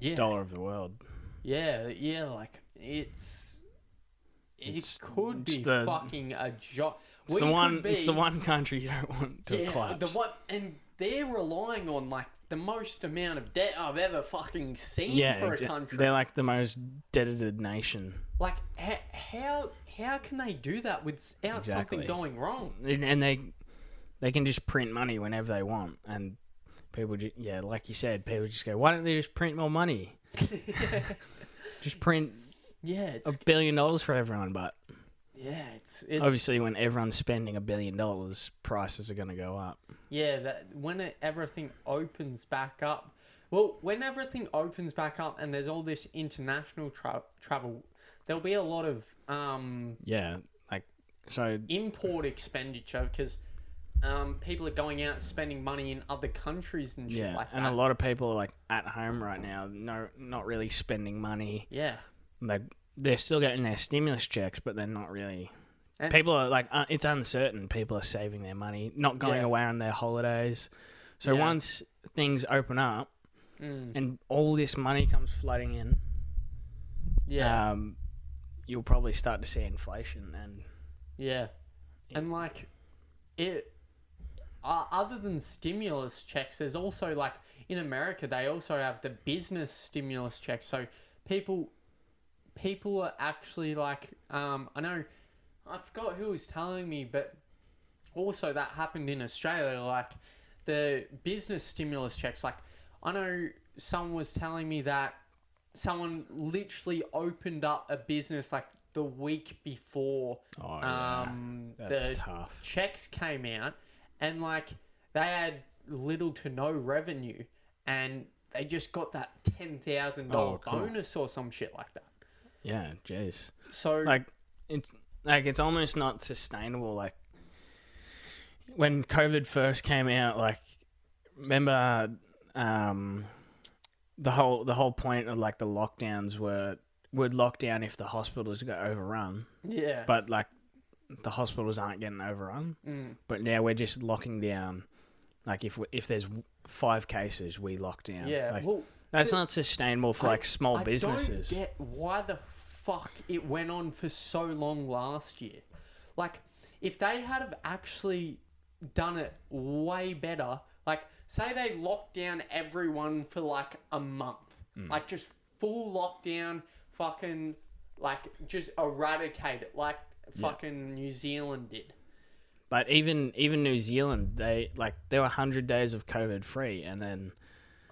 Speaker 1: Yeah,
Speaker 2: dollar of the world.
Speaker 1: yeah, yeah. Like it's it
Speaker 2: It's-
Speaker 1: could
Speaker 2: it's
Speaker 1: be
Speaker 2: the-
Speaker 1: fucking a job.
Speaker 2: It's the one. It's the one country you don't want to
Speaker 1: Yeah,
Speaker 2: collapse.
Speaker 1: the one, and they're relying on like the most amount of debt I've ever fucking seen
Speaker 2: yeah,
Speaker 1: for a
Speaker 2: exa-
Speaker 1: country.
Speaker 2: they're like the most debted nation,
Speaker 1: Like how how, how can they do that without something
Speaker 2: Exactly.
Speaker 1: going wrong?
Speaker 2: and, and they they can just print money whenever they want, and people, ju- yeah, like you said, people just go, why don't they just print more money? Just print
Speaker 1: yeah,
Speaker 2: a
Speaker 1: it's
Speaker 2: billion dollars for everyone, but
Speaker 1: yeah, it's, it's
Speaker 2: obviously, when everyone's spending a billion dollars, prices are going to go up.
Speaker 1: yeah. That when it, everything opens back up, well, when everything opens back up and there's all this international tra- travel, there'll be a lot of um,
Speaker 2: Yeah, like so.
Speaker 1: import expenditure because um, people are going out spending money in other countries and shit
Speaker 2: Yeah,
Speaker 1: like
Speaker 2: and
Speaker 1: that.
Speaker 2: a lot of people are like at home right now, no, not really spending money.
Speaker 1: yeah,
Speaker 2: They they're still getting their stimulus checks, but they're not really.
Speaker 1: And-
Speaker 2: people are like, uh, it's uncertain. People are saving their money, not going
Speaker 1: Yeah.
Speaker 2: away on their holidays. So
Speaker 1: Yeah.
Speaker 2: once things open up
Speaker 1: Mm.
Speaker 2: and all this money comes flooding in,
Speaker 1: yeah.
Speaker 2: um, you'll probably start to see inflation. And
Speaker 1: Yeah. And like it uh, other than stimulus checks there's also like in America they also have the business stimulus check. So people people are actually like um I know I forgot who was telling me but also that happened in Australia like the business stimulus checks like I know someone was telling me that someone literally opened up a business like the week before
Speaker 2: oh,
Speaker 1: um,
Speaker 2: that's
Speaker 1: the
Speaker 2: tough.
Speaker 1: checks came out and like they had little to no revenue and they just got that $10,000
Speaker 2: Oh, cool.
Speaker 1: bonus or some shit like that.
Speaker 2: Yeah, jeez.
Speaker 1: So
Speaker 2: like it's like it's almost not sustainable like when covid first came out like remember um the whole the whole point of like the lockdowns were would lock down if the hospitals got overrun
Speaker 1: yeah.
Speaker 2: but like the hospitals aren't getting overrun
Speaker 1: Mm.
Speaker 2: but now we're just locking down like if we, if there's five cases we lock down
Speaker 1: yeah.
Speaker 2: like,
Speaker 1: well,
Speaker 2: that's
Speaker 1: but
Speaker 2: not sustainable for like small
Speaker 1: I
Speaker 2: businesses
Speaker 1: don't get why the fuck it went on for so long last year. Like, if they had have actually done it way better, like, say they locked down everyone for like a month,
Speaker 2: Hmm.
Speaker 1: like just full lockdown, fucking, like just eradicate it, like fucking New Zealand did.
Speaker 2: But even even New Zealand, they like there were hundred days of COVID free, and then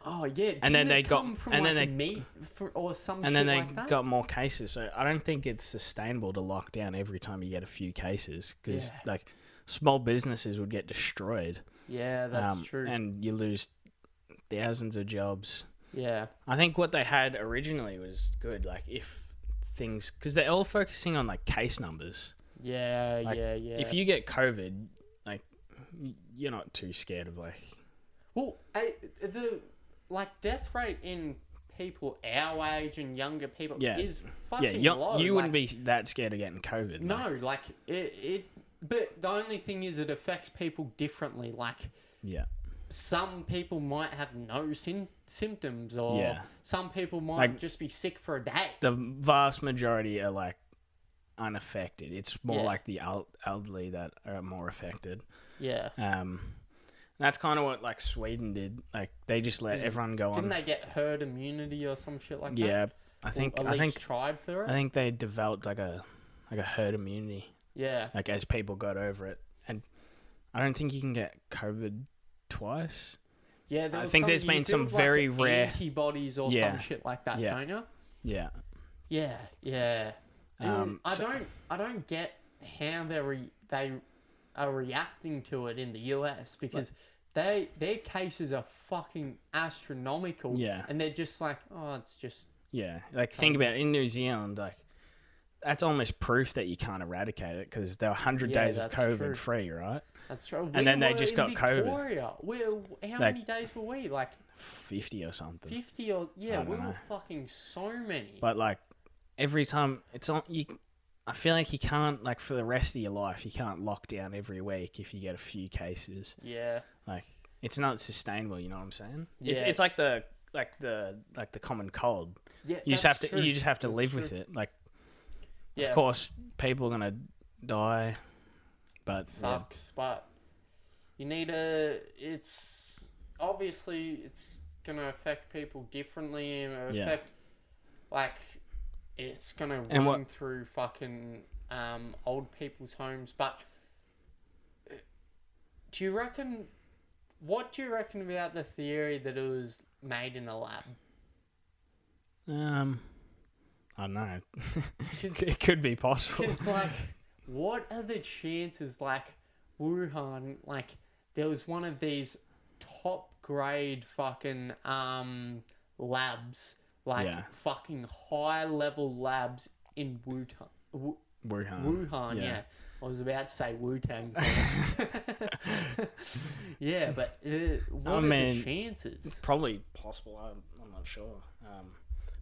Speaker 1: Oh yeah,
Speaker 2: And then
Speaker 1: didn't it
Speaker 2: they got-
Speaker 1: come from
Speaker 2: and then
Speaker 1: like
Speaker 2: they-
Speaker 1: meat for, or some
Speaker 2: and
Speaker 1: shit
Speaker 2: then they
Speaker 1: like that?
Speaker 2: got more cases. So I don't think it's sustainable to lock down every time you get a few cases because
Speaker 1: Yeah.
Speaker 2: like small businesses would get destroyed.
Speaker 1: yeah, that's
Speaker 2: um,
Speaker 1: true.
Speaker 2: and you lose thousands of jobs.
Speaker 1: yeah,
Speaker 2: I think what they had originally was good. Like if things because they're all focusing on like case numbers.
Speaker 1: yeah,
Speaker 2: Like,
Speaker 1: yeah, yeah.
Speaker 2: If you get COVID, like y- you're not too scared of like
Speaker 1: Well, I, the like death rate in people our age and younger people
Speaker 2: Yeah.
Speaker 1: is
Speaker 2: yeah
Speaker 1: fucking
Speaker 2: you're,
Speaker 1: low.
Speaker 2: you wouldn't
Speaker 1: like,
Speaker 2: be that scared of getting COVID. like.
Speaker 1: No, like it, it. But the only thing is, it affects people differently. Like
Speaker 2: yeah.
Speaker 1: some people might have no sym symptoms, or
Speaker 2: Yeah.
Speaker 1: some people might
Speaker 2: Like-
Speaker 1: just be sick for a day.
Speaker 2: the vast majority are like unaffected. It's more
Speaker 1: Yeah.
Speaker 2: like the el- elderly that are more affected.
Speaker 1: Yeah.
Speaker 2: Um, that's kind of what like Sweden did. Like they just let
Speaker 1: Mm.
Speaker 2: everyone go
Speaker 1: Didn't
Speaker 2: on.
Speaker 1: they get herd immunity or some shit like that?
Speaker 2: yeah, I
Speaker 1: Or
Speaker 2: think
Speaker 1: at
Speaker 2: I
Speaker 1: least
Speaker 2: think
Speaker 1: tried for it.
Speaker 2: I think they developed like a like a herd immunity.
Speaker 1: yeah.
Speaker 2: like as people got over it. And I don't think you can get COVID twice.
Speaker 1: Yeah, there
Speaker 2: I
Speaker 1: was
Speaker 2: think
Speaker 1: some-
Speaker 2: there's
Speaker 1: you
Speaker 2: been
Speaker 1: build,
Speaker 2: some
Speaker 1: like,
Speaker 2: very rare-
Speaker 1: antibodies or
Speaker 2: Yeah.
Speaker 1: some shit like that,
Speaker 2: Yeah.
Speaker 1: don't you?
Speaker 2: Yeah.
Speaker 1: Yeah, yeah. And
Speaker 2: Um,
Speaker 1: I
Speaker 2: so-
Speaker 1: don't, I don't get how they re- they are reacting to it in the US because they their cases are fucking astronomical.
Speaker 2: Yeah.
Speaker 1: and they're just like, oh, it's just
Speaker 2: Yeah. Like think
Speaker 1: Um,
Speaker 2: about it, in New Zealand, like that's almost proof that you can't eradicate it because they're 100
Speaker 1: Yeah,
Speaker 2: days of
Speaker 1: that's
Speaker 2: COVID
Speaker 1: true.
Speaker 2: free, right?
Speaker 1: that's true.
Speaker 2: And then they just got COVID.
Speaker 1: Victoria. COVID. We, how
Speaker 2: Like-
Speaker 1: many days were we? Like
Speaker 2: 50 or something.
Speaker 1: fifty or yeah,
Speaker 2: I
Speaker 1: we
Speaker 2: don't know.
Speaker 1: were fucking so many.
Speaker 2: But like every time it's on you I feel like you can't like for the rest of your life you can't lock down every week if you get a few cases.
Speaker 1: yeah,
Speaker 2: like it's not sustainable you know what i'm saying it's,
Speaker 1: Yeah.
Speaker 2: it's like the like the like the common cold
Speaker 1: yeah.
Speaker 2: you just
Speaker 1: that's
Speaker 2: have to
Speaker 1: true.
Speaker 2: you just have to
Speaker 1: That's
Speaker 2: live
Speaker 1: true.
Speaker 2: with it like
Speaker 1: Yeah,
Speaker 2: of course people are gonna die but yeah,
Speaker 1: sucks, but you need a. It's obviously it's gonna affect people differently and it'll
Speaker 2: Yeah.
Speaker 1: affect like it's gonna
Speaker 2: And
Speaker 1: run
Speaker 2: what-
Speaker 1: through fucking um, old people's homes. But uh, do you reckon? What do you reckon about the theory that it was made in a lab?
Speaker 2: um i don't know
Speaker 1: 'Cause-
Speaker 2: it could be possible
Speaker 1: Because like, what are the chances? Like Wuhan, like there was one of these top grade fucking um labs, like
Speaker 2: Yeah.
Speaker 1: fucking high level labs in Wuhan. Wu-
Speaker 2: Wuhan.
Speaker 1: Wuhan, yeah.
Speaker 2: yeah.
Speaker 1: I was about to say Wu Tang. yeah, but uh, what are the
Speaker 2: mean-
Speaker 1: chances?
Speaker 2: probably possible I'm, I'm not sure um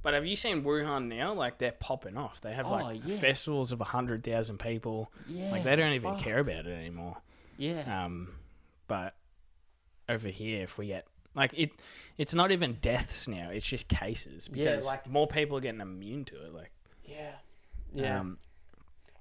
Speaker 2: but have you seen Wuhan now? Like they're popping off. They have
Speaker 1: Oh,
Speaker 2: like
Speaker 1: yeah.
Speaker 2: festivals of hundred thousand people.
Speaker 1: Yeah,
Speaker 2: like they don't even
Speaker 1: fuck.
Speaker 2: care about it anymore.
Speaker 1: Yeah,
Speaker 2: Um, but over here, if we get like it, it's not even deaths now. It's just cases
Speaker 1: Yeah,
Speaker 2: because
Speaker 1: like-
Speaker 2: more people are getting immune to it. Like,
Speaker 1: yeah, yeah.
Speaker 2: um,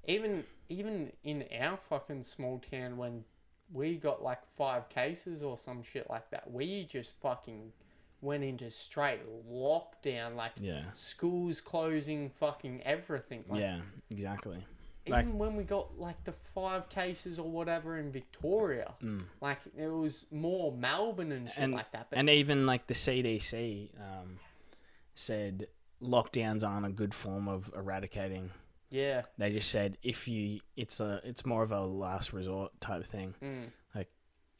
Speaker 1: even even in our fucking small town when we got like five cases or some shit like that we just fucking went into straight lockdown like
Speaker 2: yeah,
Speaker 1: schools closing fucking everything like
Speaker 2: yeah, exactly.
Speaker 1: even
Speaker 2: like-
Speaker 1: when we got like the five cases or whatever in victoria like it was more melbourne and shit
Speaker 2: Mm. And-
Speaker 1: like that but
Speaker 2: And even like the CDC um, said, lockdowns aren't a good form of eradicating.
Speaker 1: yeah
Speaker 2: They just said if you, it's a, it's more of a last resort type thing.
Speaker 1: mm,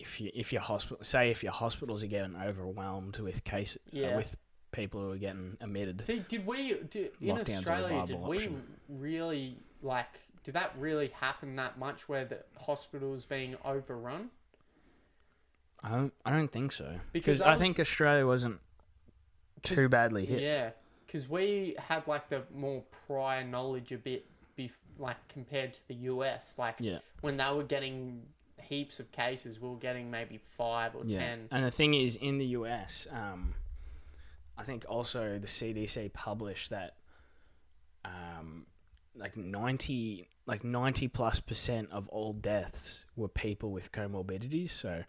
Speaker 2: if you if your hospital say if your hospitals are getting overwhelmed with case uh,
Speaker 1: Yeah.
Speaker 2: with people who are getting admitted
Speaker 1: see did we do, in
Speaker 2: Lockdown's not a
Speaker 1: australia did
Speaker 2: viable
Speaker 1: we
Speaker 2: option.
Speaker 1: really like did that really happen that much where the hospitals being overrun
Speaker 2: i don't i don't think so
Speaker 1: Because
Speaker 2: because
Speaker 1: I
Speaker 2: i,
Speaker 1: was-
Speaker 2: think australia wasn't too badly hit
Speaker 1: Yeah, because we had like the more prior knowledge a bit, bef- like compared to the US. Like
Speaker 2: yeah
Speaker 1: when they were getting heaps of cases, we were getting maybe five or
Speaker 2: yeah
Speaker 1: ten.
Speaker 2: and the thing is in the us um i think also the cdc published that um like 90 like 90 plus percent of all deaths were people with comorbidities so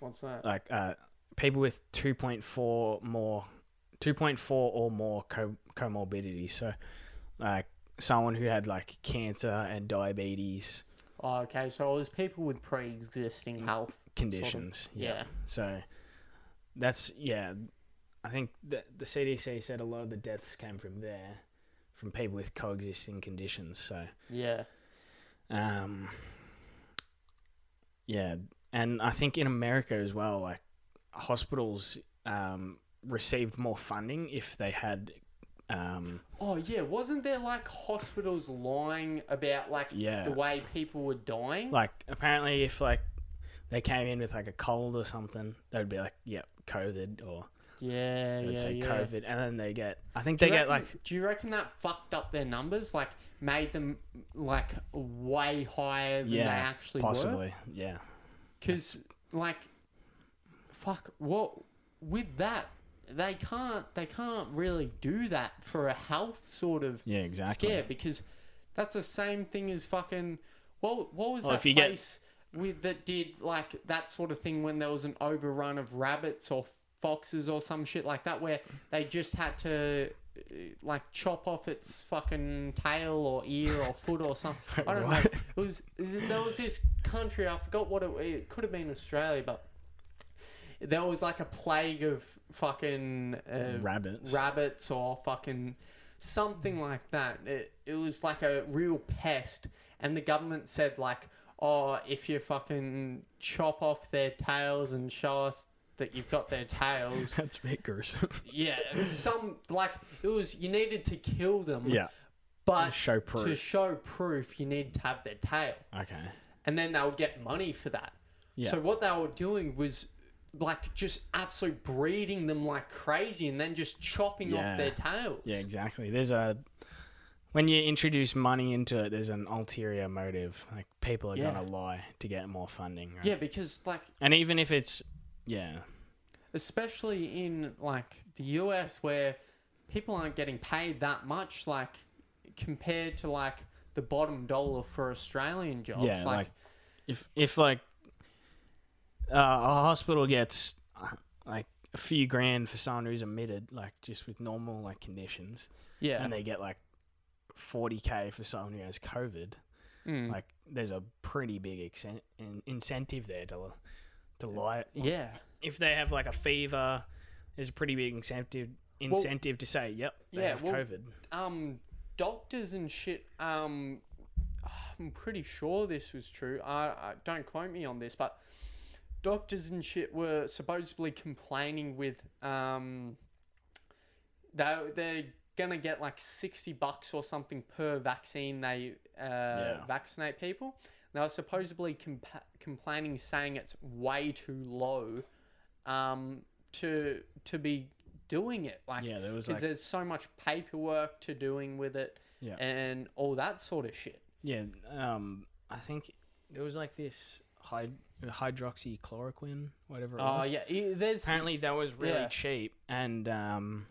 Speaker 1: What's that?
Speaker 2: like uh, people with 2.4 more 2.4 or more co- comorbidities so like someone who had like cancer and diabetes
Speaker 1: Oh, okay, so it was people with pre-existing health sort of-
Speaker 2: Mm, conditions
Speaker 1: yeah.
Speaker 2: so that's yeah i think the, the cdc said a lot of the deaths came from there from people with coexisting conditions so
Speaker 1: yeah,
Speaker 2: Um, yeah, and I think in America as well, like hospitals um, received more funding if they had. Um,
Speaker 1: Oh yeah, wasn't there like hospitals lying about like
Speaker 2: Yeah.
Speaker 1: the way people were dying?
Speaker 2: like apparently, if like they came in with like a cold or something, they'd be like, "Yep, COVID," or
Speaker 1: yeah,
Speaker 2: they would
Speaker 1: yeah,
Speaker 2: say
Speaker 1: yeah.
Speaker 2: COVID, and then they get. I think
Speaker 1: Do
Speaker 2: they
Speaker 1: you
Speaker 2: get like
Speaker 1: reckon- Do you reckon that fucked up their numbers? Like, made them like way higher than
Speaker 2: yeah,
Speaker 1: they actually were?
Speaker 2: possibly, yeah,
Speaker 1: Because, like, fuck, what with that? They can't. They can't really do that for a health sort of
Speaker 2: yeah, exactly,
Speaker 1: scare because That's the same thing as fucking. What what was
Speaker 2: Well,
Speaker 1: that
Speaker 2: Oh, if you get-
Speaker 1: place with that did like that sort of thing when there was an overrun of rabbits or foxes or some shit like that where they just had to uh, like chop off its fucking tail or ear or foot or something. I don't
Speaker 2: What?
Speaker 1: know. It was there was this country I forgot what it, it could have been Australia, but there was like a plague of fucking uh,
Speaker 2: Rabbits.
Speaker 1: rabbits or fucking
Speaker 2: Hmm.
Speaker 1: something like that. It, it was like a real pest, and the government said like, "Oh, if you fucking chop off their tails and show us that you've got their tails,
Speaker 2: That's a bit gruesome.
Speaker 1: yeah, it was some like it was you needed to kill them,
Speaker 2: yeah.
Speaker 1: but
Speaker 2: Show
Speaker 1: to
Speaker 2: proof.
Speaker 1: show proof, you need to have their tail."
Speaker 2: Okay.
Speaker 1: and then they would get money for that.
Speaker 2: Yeah.
Speaker 1: So what they were doing was like just absolute breeding them like crazy and then just chopping
Speaker 2: Yeah.
Speaker 1: off their tails.
Speaker 2: Yeah, exactly. There's a when you introduce money into it, there's an ulterior motive. Like people are
Speaker 1: Yeah.
Speaker 2: gonna lie to get more funding. Right?
Speaker 1: Yeah, because like
Speaker 2: And
Speaker 1: s-
Speaker 2: even if it's yeah,
Speaker 1: especially in like the US where people aren't getting paid that much like compared to like the bottom dollar for Australian jobs.
Speaker 2: yeah, like, if if like uh, a hospital gets uh, like a few grand for someone who's admitted, like just with normal like conditions,
Speaker 1: yeah.
Speaker 2: and they get like forty k for someone who has COVID.
Speaker 1: Mm.
Speaker 2: Like there's a pretty big exen- in- incentive there to to lie.
Speaker 1: yeah.
Speaker 2: if they have like a fever, there's a pretty big incentive incentive to say, yep, they
Speaker 1: Yeah,
Speaker 2: have
Speaker 1: well-
Speaker 2: COVID.
Speaker 1: um doctors and shit um I'm pretty sure this was true. I, I don't quote me on this, but doctors and shit were supposedly complaining with um they they're gonna get like sixty bucks or something per vaccine they uh, vaccinate people. They were supposedly compa- complaining, saying it's way too low um, to to be doing it. Like
Speaker 2: Yeah, there was
Speaker 1: because
Speaker 2: like
Speaker 1: there's so much paperwork to doing with it
Speaker 2: Yeah.
Speaker 1: and all that sort of shit.
Speaker 2: yeah, um, I think there was like this hyd- hydroxychloroquine, whatever it
Speaker 1: Oh
Speaker 2: was.
Speaker 1: yeah, i- there's
Speaker 2: Apparently that was really
Speaker 1: Yeah.
Speaker 2: cheap, and um,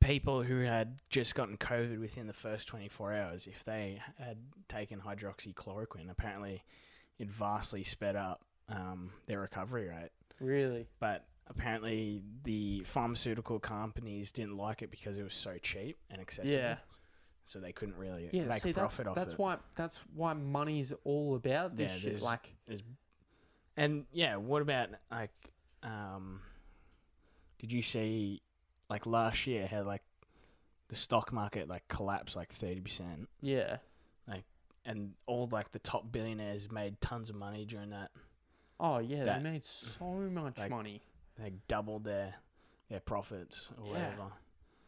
Speaker 2: people who had just gotten COVID within the first 24 hours, if they had taken hydroxychloroquine, apparently it vastly sped up um, their recovery rate.
Speaker 1: really
Speaker 2: but apparently the pharmaceutical companies didn't like it because it was so cheap and accessible.
Speaker 1: yeah
Speaker 2: So they couldn't really
Speaker 1: yeah.
Speaker 2: make
Speaker 1: See,
Speaker 2: a
Speaker 1: that's
Speaker 2: profit off
Speaker 1: that's
Speaker 2: it.
Speaker 1: why that's why money's all about this
Speaker 2: Yeah,
Speaker 1: shit.
Speaker 2: there's-
Speaker 1: Like
Speaker 2: There's- and yeah, what about like um did you see like last year how like the stock market like collapsed like 30%
Speaker 1: yeah.
Speaker 2: and all like the top billionaires made tons of money during that.
Speaker 1: Oh yeah,
Speaker 2: That-
Speaker 1: they made so much
Speaker 2: like-
Speaker 1: money.
Speaker 2: They doubled their their profits or
Speaker 1: Yeah.
Speaker 2: whatever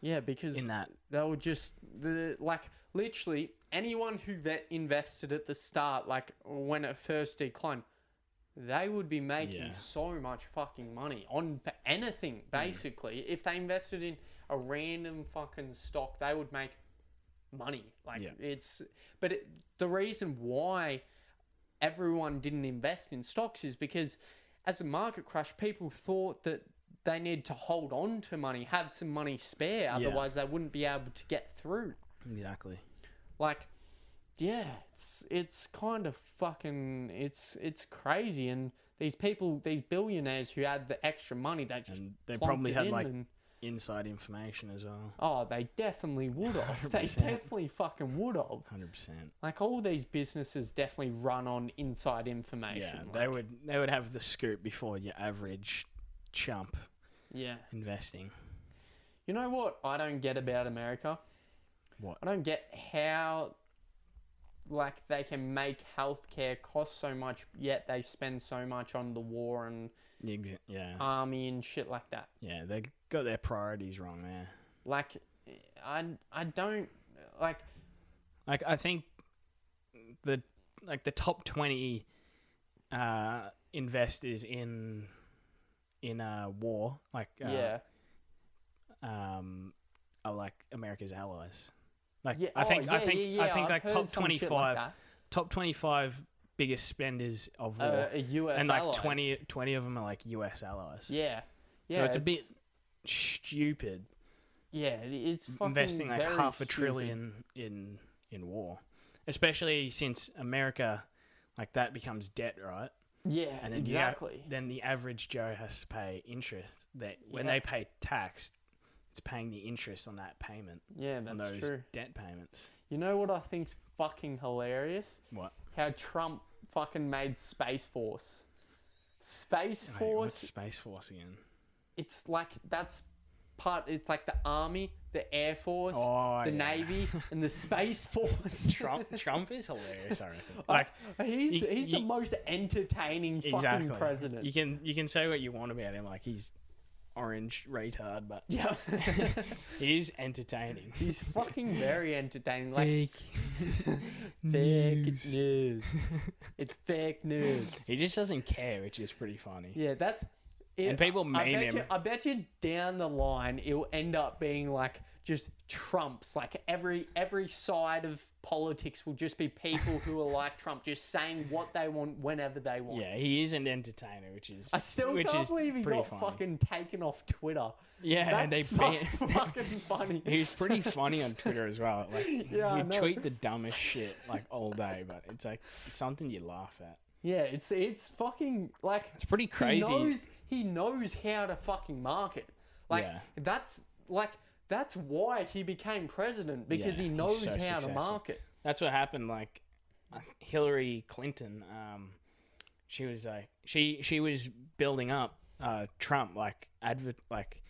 Speaker 1: Yeah, because
Speaker 2: in that.
Speaker 1: they were just the like literally anyone who ve- invested at the start, like when it first declined, they would be making
Speaker 2: Yeah. Mm.
Speaker 1: so much fucking money on p- anything basically. If they invested in a random fucking stock, they would make money. Like
Speaker 2: Yeah.
Speaker 1: it's, but it, the reason why everyone didn't invest in stocks is because as the market crashed, people thought that they need to hold on to money, have some money spare, otherwise they wouldn't be able to get through.
Speaker 2: Exactly.
Speaker 1: Like, yeah, it's it's kind of fucking it's it's crazy. And these people, these billionaires who had the extra money, they just
Speaker 2: And they
Speaker 1: plonked
Speaker 2: probably
Speaker 1: it
Speaker 2: had
Speaker 1: in
Speaker 2: like
Speaker 1: and-
Speaker 2: inside information as well.
Speaker 1: oh, they definitely would have. they
Speaker 2: 100%.
Speaker 1: definitely fucking would have.
Speaker 2: Hundred percent.
Speaker 1: Like all these businesses definitely run on inside
Speaker 2: Yeah,
Speaker 1: information.
Speaker 2: they
Speaker 1: like-
Speaker 2: would they would have the scoop before your average chump
Speaker 1: Yeah.
Speaker 2: investing.
Speaker 1: You know what I don't get about America?
Speaker 2: What?
Speaker 1: I don't get how like they can make healthcare cost so much yet they spend so much on the war and
Speaker 2: Yeah, exa- yeah,
Speaker 1: army and shit like that.
Speaker 2: yeah. They got their priorities wrong there.
Speaker 1: Like I I don't like
Speaker 2: Like I think the like the top twenty uh, investors in in uh, war like uh,
Speaker 1: yeah.
Speaker 2: um are like America's allies. Like
Speaker 1: yeah.
Speaker 2: I
Speaker 1: oh,
Speaker 2: think I
Speaker 1: yeah,
Speaker 2: think
Speaker 1: yeah, yeah,
Speaker 2: I think
Speaker 1: I've
Speaker 2: like
Speaker 1: heard
Speaker 2: top
Speaker 1: some
Speaker 2: twenty
Speaker 1: shit
Speaker 2: five
Speaker 1: like
Speaker 2: top twenty five biggest spenders of
Speaker 1: that.
Speaker 2: war.
Speaker 1: uh, a US
Speaker 2: and like
Speaker 1: allies.
Speaker 2: twenty, twenty 20, of them are like US allies.
Speaker 1: Yeah. Yeah,
Speaker 2: So it's a bit Stupid.
Speaker 1: yeah, it- it's fucking
Speaker 2: Investing like
Speaker 1: very
Speaker 2: half a
Speaker 1: stupid.
Speaker 2: trillion in in war, especially since America, like that becomes debt, right?
Speaker 1: Yeah,
Speaker 2: And then you have-
Speaker 1: exactly.
Speaker 2: then the average Joe has to pay interest. That when
Speaker 1: Yeah.
Speaker 2: they pay tax, it's paying the interest on that payment
Speaker 1: Yeah,
Speaker 2: on
Speaker 1: that's
Speaker 2: those
Speaker 1: true.
Speaker 2: debt payments.
Speaker 1: You know what I think's fucking hilarious?
Speaker 2: What?
Speaker 1: How Trump fucking made Space Force. Space
Speaker 2: Wait,
Speaker 1: Force,
Speaker 2: what's Space Force again?
Speaker 1: it's like that's part. It's like the Army, the Air Force,
Speaker 2: Oh,
Speaker 1: the
Speaker 2: yeah.
Speaker 1: Navy, and the Space Force.
Speaker 2: Trump Trump is hilarious. I reckon. Like
Speaker 1: he's
Speaker 2: you-
Speaker 1: he's the
Speaker 2: you-
Speaker 1: most entertaining Oh, fucking
Speaker 2: exactly.
Speaker 1: president.
Speaker 2: You can you can say what you want about him. Like he's orange retard, but
Speaker 1: yeah,
Speaker 2: he is entertaining.
Speaker 1: he's fucking very entertaining. Like fake
Speaker 2: News.
Speaker 1: news. it's fake news.
Speaker 2: He just doesn't care, which is pretty funny.
Speaker 1: Yeah, that's.
Speaker 2: And people
Speaker 1: I
Speaker 2: meme
Speaker 1: bet
Speaker 2: him.
Speaker 1: You, I bet you down the line it'll end up being like just Trumps. Like every every side of politics will just be people who are like Trump, just saying what they want whenever they want.
Speaker 2: Yeah, he is an entertainer, which is
Speaker 1: I still
Speaker 2: which
Speaker 1: can't
Speaker 2: is
Speaker 1: believe he
Speaker 2: pretty
Speaker 1: got
Speaker 2: funny.
Speaker 1: fucking taken off Twitter.
Speaker 2: yeah, and they
Speaker 1: That's so
Speaker 2: ban-
Speaker 1: fucking funny.
Speaker 2: He was pretty funny on Twitter as well. Like,
Speaker 1: Yeah, I
Speaker 2: you
Speaker 1: know.
Speaker 2: tweet the dumbest shit like all day, but it's like it's something you laugh at.
Speaker 1: Yeah, it's it's fucking like
Speaker 2: It's pretty crazy.
Speaker 1: He knows he knows how to fucking market. Like
Speaker 2: Yeah.
Speaker 1: that's like that's why he became president because
Speaker 2: Yeah,
Speaker 1: he
Speaker 2: he's
Speaker 1: knows
Speaker 2: so
Speaker 1: how
Speaker 2: successful.
Speaker 1: to market.
Speaker 2: That's what happened. Like Hillary Clinton, um, she was like she she was building up uh, Trump, like advert, like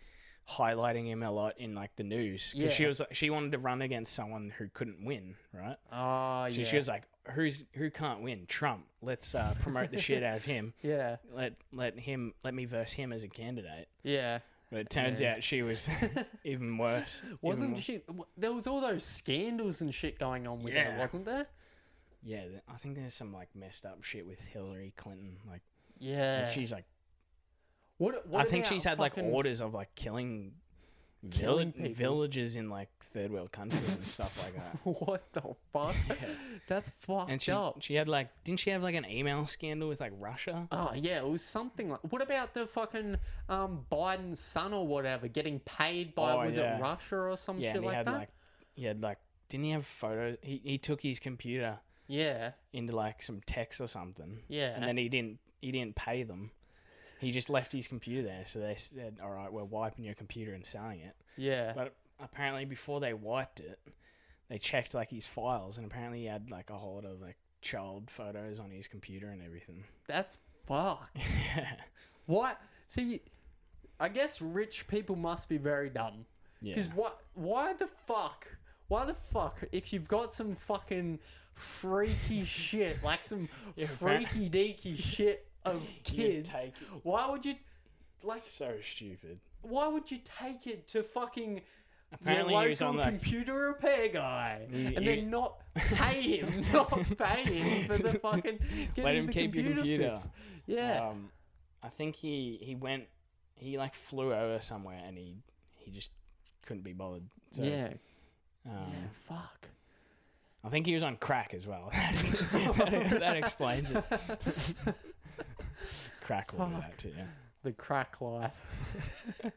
Speaker 2: highlighting him a lot in like the news 'Cause she
Speaker 1: Yeah.
Speaker 2: was like, she wanted to run against someone who couldn't win, right?
Speaker 1: Oh,
Speaker 2: So she was like, "Who's who can't win? Trump. Let's uh, promote the shit out of him.
Speaker 1: yeah,
Speaker 2: Let let him let me verse him as a candidate."
Speaker 1: yeah.
Speaker 2: But it turns
Speaker 1: Yeah.
Speaker 2: out she was even worse. even
Speaker 1: Wasn't
Speaker 2: wor-
Speaker 1: she? w- There was all those scandals and shit going on with her,
Speaker 2: Yeah.
Speaker 1: wasn't there?
Speaker 2: yeah, th- I think there's some like messed up shit with Hillary Clinton. Like
Speaker 1: Yeah.
Speaker 2: she's like,
Speaker 1: what, what
Speaker 2: I think
Speaker 1: about
Speaker 2: she's had like
Speaker 1: fucking-
Speaker 2: orders of like killing,
Speaker 1: Killing
Speaker 2: villi-
Speaker 1: people.
Speaker 2: villages in like third world countries and stuff like that.
Speaker 1: What the fuck? That's fucked
Speaker 2: And she
Speaker 1: up.
Speaker 2: she had like didn't she have like an email scandal with like Russia?
Speaker 1: Oh yeah, it was something like. What about the fucking um, Biden's son or whatever getting paid by
Speaker 2: Oh,
Speaker 1: was
Speaker 2: yeah.
Speaker 1: it Russia or some
Speaker 2: Yeah,
Speaker 1: shit
Speaker 2: and he
Speaker 1: like
Speaker 2: had
Speaker 1: that?
Speaker 2: like he had like didn't he have photos? He he took his computer
Speaker 1: yeah,
Speaker 2: into like some text or something.
Speaker 1: yeah.
Speaker 2: and then he didn't he didn't pay them. He just left his computer there, so they said, "All right, we're wiping your computer and selling it."
Speaker 1: yeah.
Speaker 2: But apparently, before they wiped it, they checked like his files, and apparently he had like a whole lot of like child photos on his computer and everything.
Speaker 1: That's fuck.
Speaker 2: yeah,
Speaker 1: What? See, I guess rich people must be very dumb.
Speaker 2: yeah,
Speaker 1: Because what? Why the fuck? Why the fuck? If you've got some fucking freaky shit, like some
Speaker 2: Yeah, apparent-
Speaker 1: freaky deaky shit of kids,
Speaker 2: take
Speaker 1: why would you? Like,
Speaker 2: so stupid.
Speaker 1: why would you take it to fucking
Speaker 2: Apparently,
Speaker 1: your local
Speaker 2: he was on like
Speaker 1: computer repair guy,
Speaker 2: You-
Speaker 1: and
Speaker 2: you-
Speaker 1: then not pay him, not pay him for the fucking getting
Speaker 2: let him
Speaker 1: the
Speaker 2: keep
Speaker 1: computer
Speaker 2: your computer.
Speaker 1: fixed. Yeah,
Speaker 2: Um, I think he he went he like flew over somewhere, and he he just couldn't be bothered. So,
Speaker 1: yeah,
Speaker 2: Um,
Speaker 1: yeah. Fuck.
Speaker 2: I think he was on crack as well. that, that explains it. crack all
Speaker 1: Fuck.
Speaker 2: that too. Yeah.
Speaker 1: the crack life.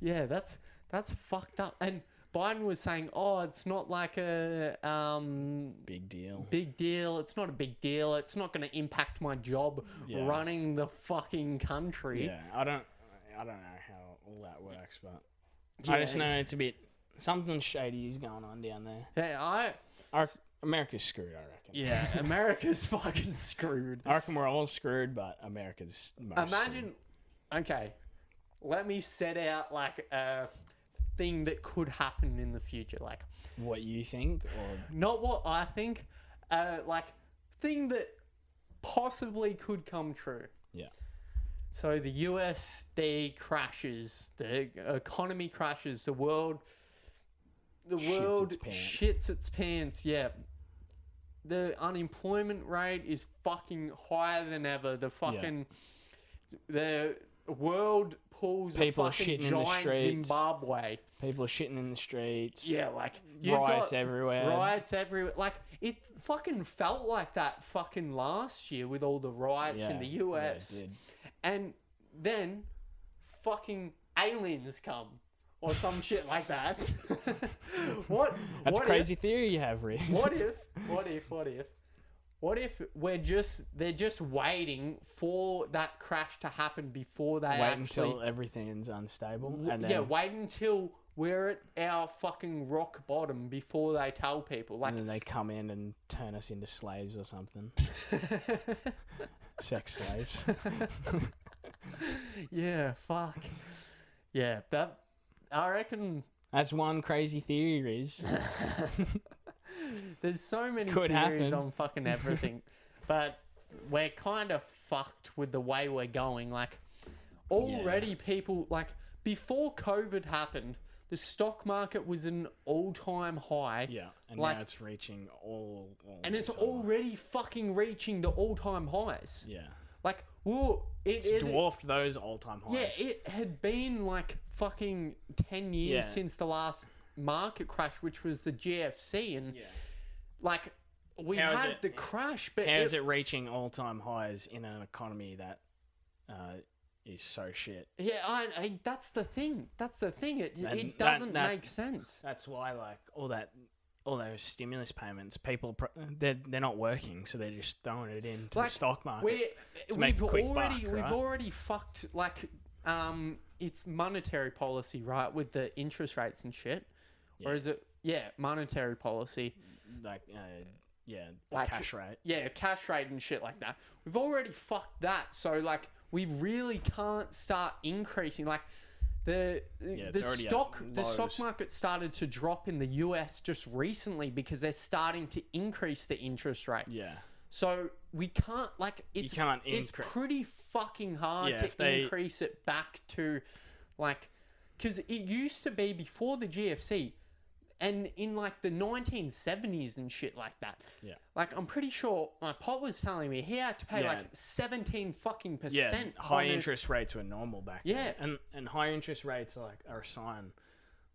Speaker 1: yeah, that's that's fucked up. And Biden was saying, "Oh, it's not like a um,
Speaker 2: Big deal.
Speaker 1: big deal. It's not a big deal. It's not going to impact my job
Speaker 2: Yeah.
Speaker 1: running the fucking country."
Speaker 2: Yeah, I don't, I don't know how all that works, but I
Speaker 1: Yeah.
Speaker 2: just know it's a bit something shady is going on down there.
Speaker 1: Hey, I
Speaker 2: Our, America's screwed, I reckon.
Speaker 1: yeah, America's fucking screwed.
Speaker 2: I reckon we're all screwed, but America's most
Speaker 1: Imagine, okay, let me set out like a thing that could happen in the future, like.
Speaker 2: screwed. what you think, or
Speaker 1: not what I think, uh, like thing that possibly could come true.
Speaker 2: yeah,
Speaker 1: So the USD crashes, the economy crashes, the world, the
Speaker 2: Shits
Speaker 1: world
Speaker 2: its pants.
Speaker 1: shits its pants. Yeah, the unemployment rate is fucking higher than ever. The fucking the world pulls
Speaker 2: People
Speaker 1: a fucking
Speaker 2: shitting in the
Speaker 1: giant
Speaker 2: streets.
Speaker 1: Zimbabwe.
Speaker 2: people shitting in the streets,
Speaker 1: Yeah, like you've
Speaker 2: riots
Speaker 1: got-
Speaker 2: everywhere.
Speaker 1: Riots everywhere. Like it fucking felt like that fucking last year with all the riots
Speaker 2: Yeah,
Speaker 1: in the
Speaker 2: yeah, it
Speaker 1: US.
Speaker 2: did.
Speaker 1: and then fucking aliens come. or some shit like that. what? what
Speaker 2: That's a
Speaker 1: if-
Speaker 2: crazy theory you have, Rick.
Speaker 1: what if? What if? What if? What if we're just they're just waiting for that crash to happen before they
Speaker 2: Wait
Speaker 1: actually
Speaker 2: until everything's unstable,
Speaker 1: W-
Speaker 2: and then
Speaker 1: yeah, wait until we're at our fucking rock bottom before they tell people. Like,
Speaker 2: and then they come in and turn us into slaves or something, sex slaves.
Speaker 1: yeah, fuck, yeah, that. I reckon
Speaker 2: That's one crazy theory, Riz.
Speaker 1: there's so many
Speaker 2: Could
Speaker 1: theories
Speaker 2: happen.
Speaker 1: on fucking everything, but we're kind of fucked with the way we're going. Like, already people like before COVID happened, the stock market was an all-time high.
Speaker 2: yeah, and
Speaker 1: Like-
Speaker 2: now it's reaching all. all
Speaker 1: And it's
Speaker 2: all-
Speaker 1: already fucking reaching the all-time highs.
Speaker 2: Yeah,
Speaker 1: Like, whoa, it,
Speaker 2: it's
Speaker 1: it-
Speaker 2: dwarfed those all-time highs.
Speaker 1: Yeah, it had been like fucking 10 years
Speaker 2: Yeah.
Speaker 1: since the last market crash, which was the GFC. And
Speaker 2: Yeah.
Speaker 1: like, we
Speaker 2: How is
Speaker 1: had
Speaker 2: it-
Speaker 1: the crash, but
Speaker 2: How
Speaker 1: it-
Speaker 2: is it reaching all-time highs in an economy that uh, is so shit?
Speaker 1: yeah, I, I, that's the thing. That's the thing. It,
Speaker 2: And
Speaker 1: it
Speaker 2: that-
Speaker 1: doesn't
Speaker 2: that-
Speaker 1: make sense.
Speaker 2: That's why, like all that, all those stimulus payments, people pro- they're they're not working, so they're just throwing it into
Speaker 1: Like,
Speaker 2: the stock market.
Speaker 1: We're,
Speaker 2: to make
Speaker 1: we've
Speaker 2: a quick
Speaker 1: already
Speaker 2: buck,
Speaker 1: we've
Speaker 2: right?
Speaker 1: already fucked like um it's monetary policy right with the interest rates and shit, or
Speaker 2: Yeah.
Speaker 1: is it yeah monetary policy?
Speaker 2: like, uh, yeah, the
Speaker 1: Like-
Speaker 2: cash rate.
Speaker 1: yeah, cash rate and shit like that. We've already fucked that, so like we really can't start increasing. Like the
Speaker 2: it's
Speaker 1: the
Speaker 2: already at
Speaker 1: stock the stock
Speaker 2: lows.
Speaker 1: market started to drop in the US just recently because they're starting to increase the interest rate.
Speaker 2: Yeah,
Speaker 1: So we can't like it's
Speaker 2: can't
Speaker 1: it's
Speaker 2: incre-
Speaker 1: pretty fucking hard
Speaker 2: Yeah,
Speaker 1: to
Speaker 2: if they-
Speaker 1: increase it back to like because it used to be before the GFC and in like the 1970s and shit like that.
Speaker 2: Yeah.
Speaker 1: Like I'm pretty sure my pop was telling me he had to pay
Speaker 2: Yeah.
Speaker 1: like 17 fucking
Speaker 2: yeah.
Speaker 1: percent.
Speaker 2: high
Speaker 1: on it.
Speaker 2: interest rates were normal back.
Speaker 1: Yeah.
Speaker 2: then. and and high interest rates are like are a sign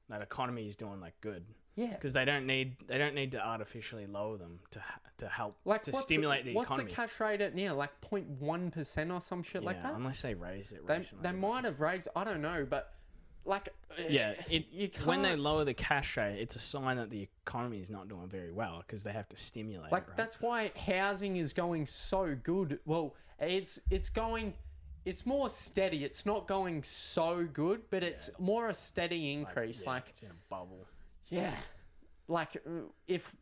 Speaker 2: that economy is doing like good
Speaker 1: Yeah.
Speaker 2: because they don't need they don't need to artificially lower them to h- to help
Speaker 1: Like
Speaker 2: to
Speaker 1: what's
Speaker 2: stimulate
Speaker 1: the,
Speaker 2: the
Speaker 1: what's
Speaker 2: economy.
Speaker 1: the cash rate at now? Like 0.1 percent or some shit like
Speaker 2: Yeah,
Speaker 1: that.
Speaker 2: unless they raise it
Speaker 1: they,
Speaker 2: recently.
Speaker 1: they might have raised. I don't know, but like eh,
Speaker 2: Yeah, it,
Speaker 1: you can't
Speaker 2: when they lower the cash rate, it's a sign that the economy is not doing very well because they have to stimulate.
Speaker 1: like
Speaker 2: it, right?
Speaker 1: that's why housing is going so good well it's it's going it's more steady it's not going so good but it's more a steady increase
Speaker 2: yeah,
Speaker 1: like
Speaker 2: it's in a bubble.
Speaker 1: yeah like uh, if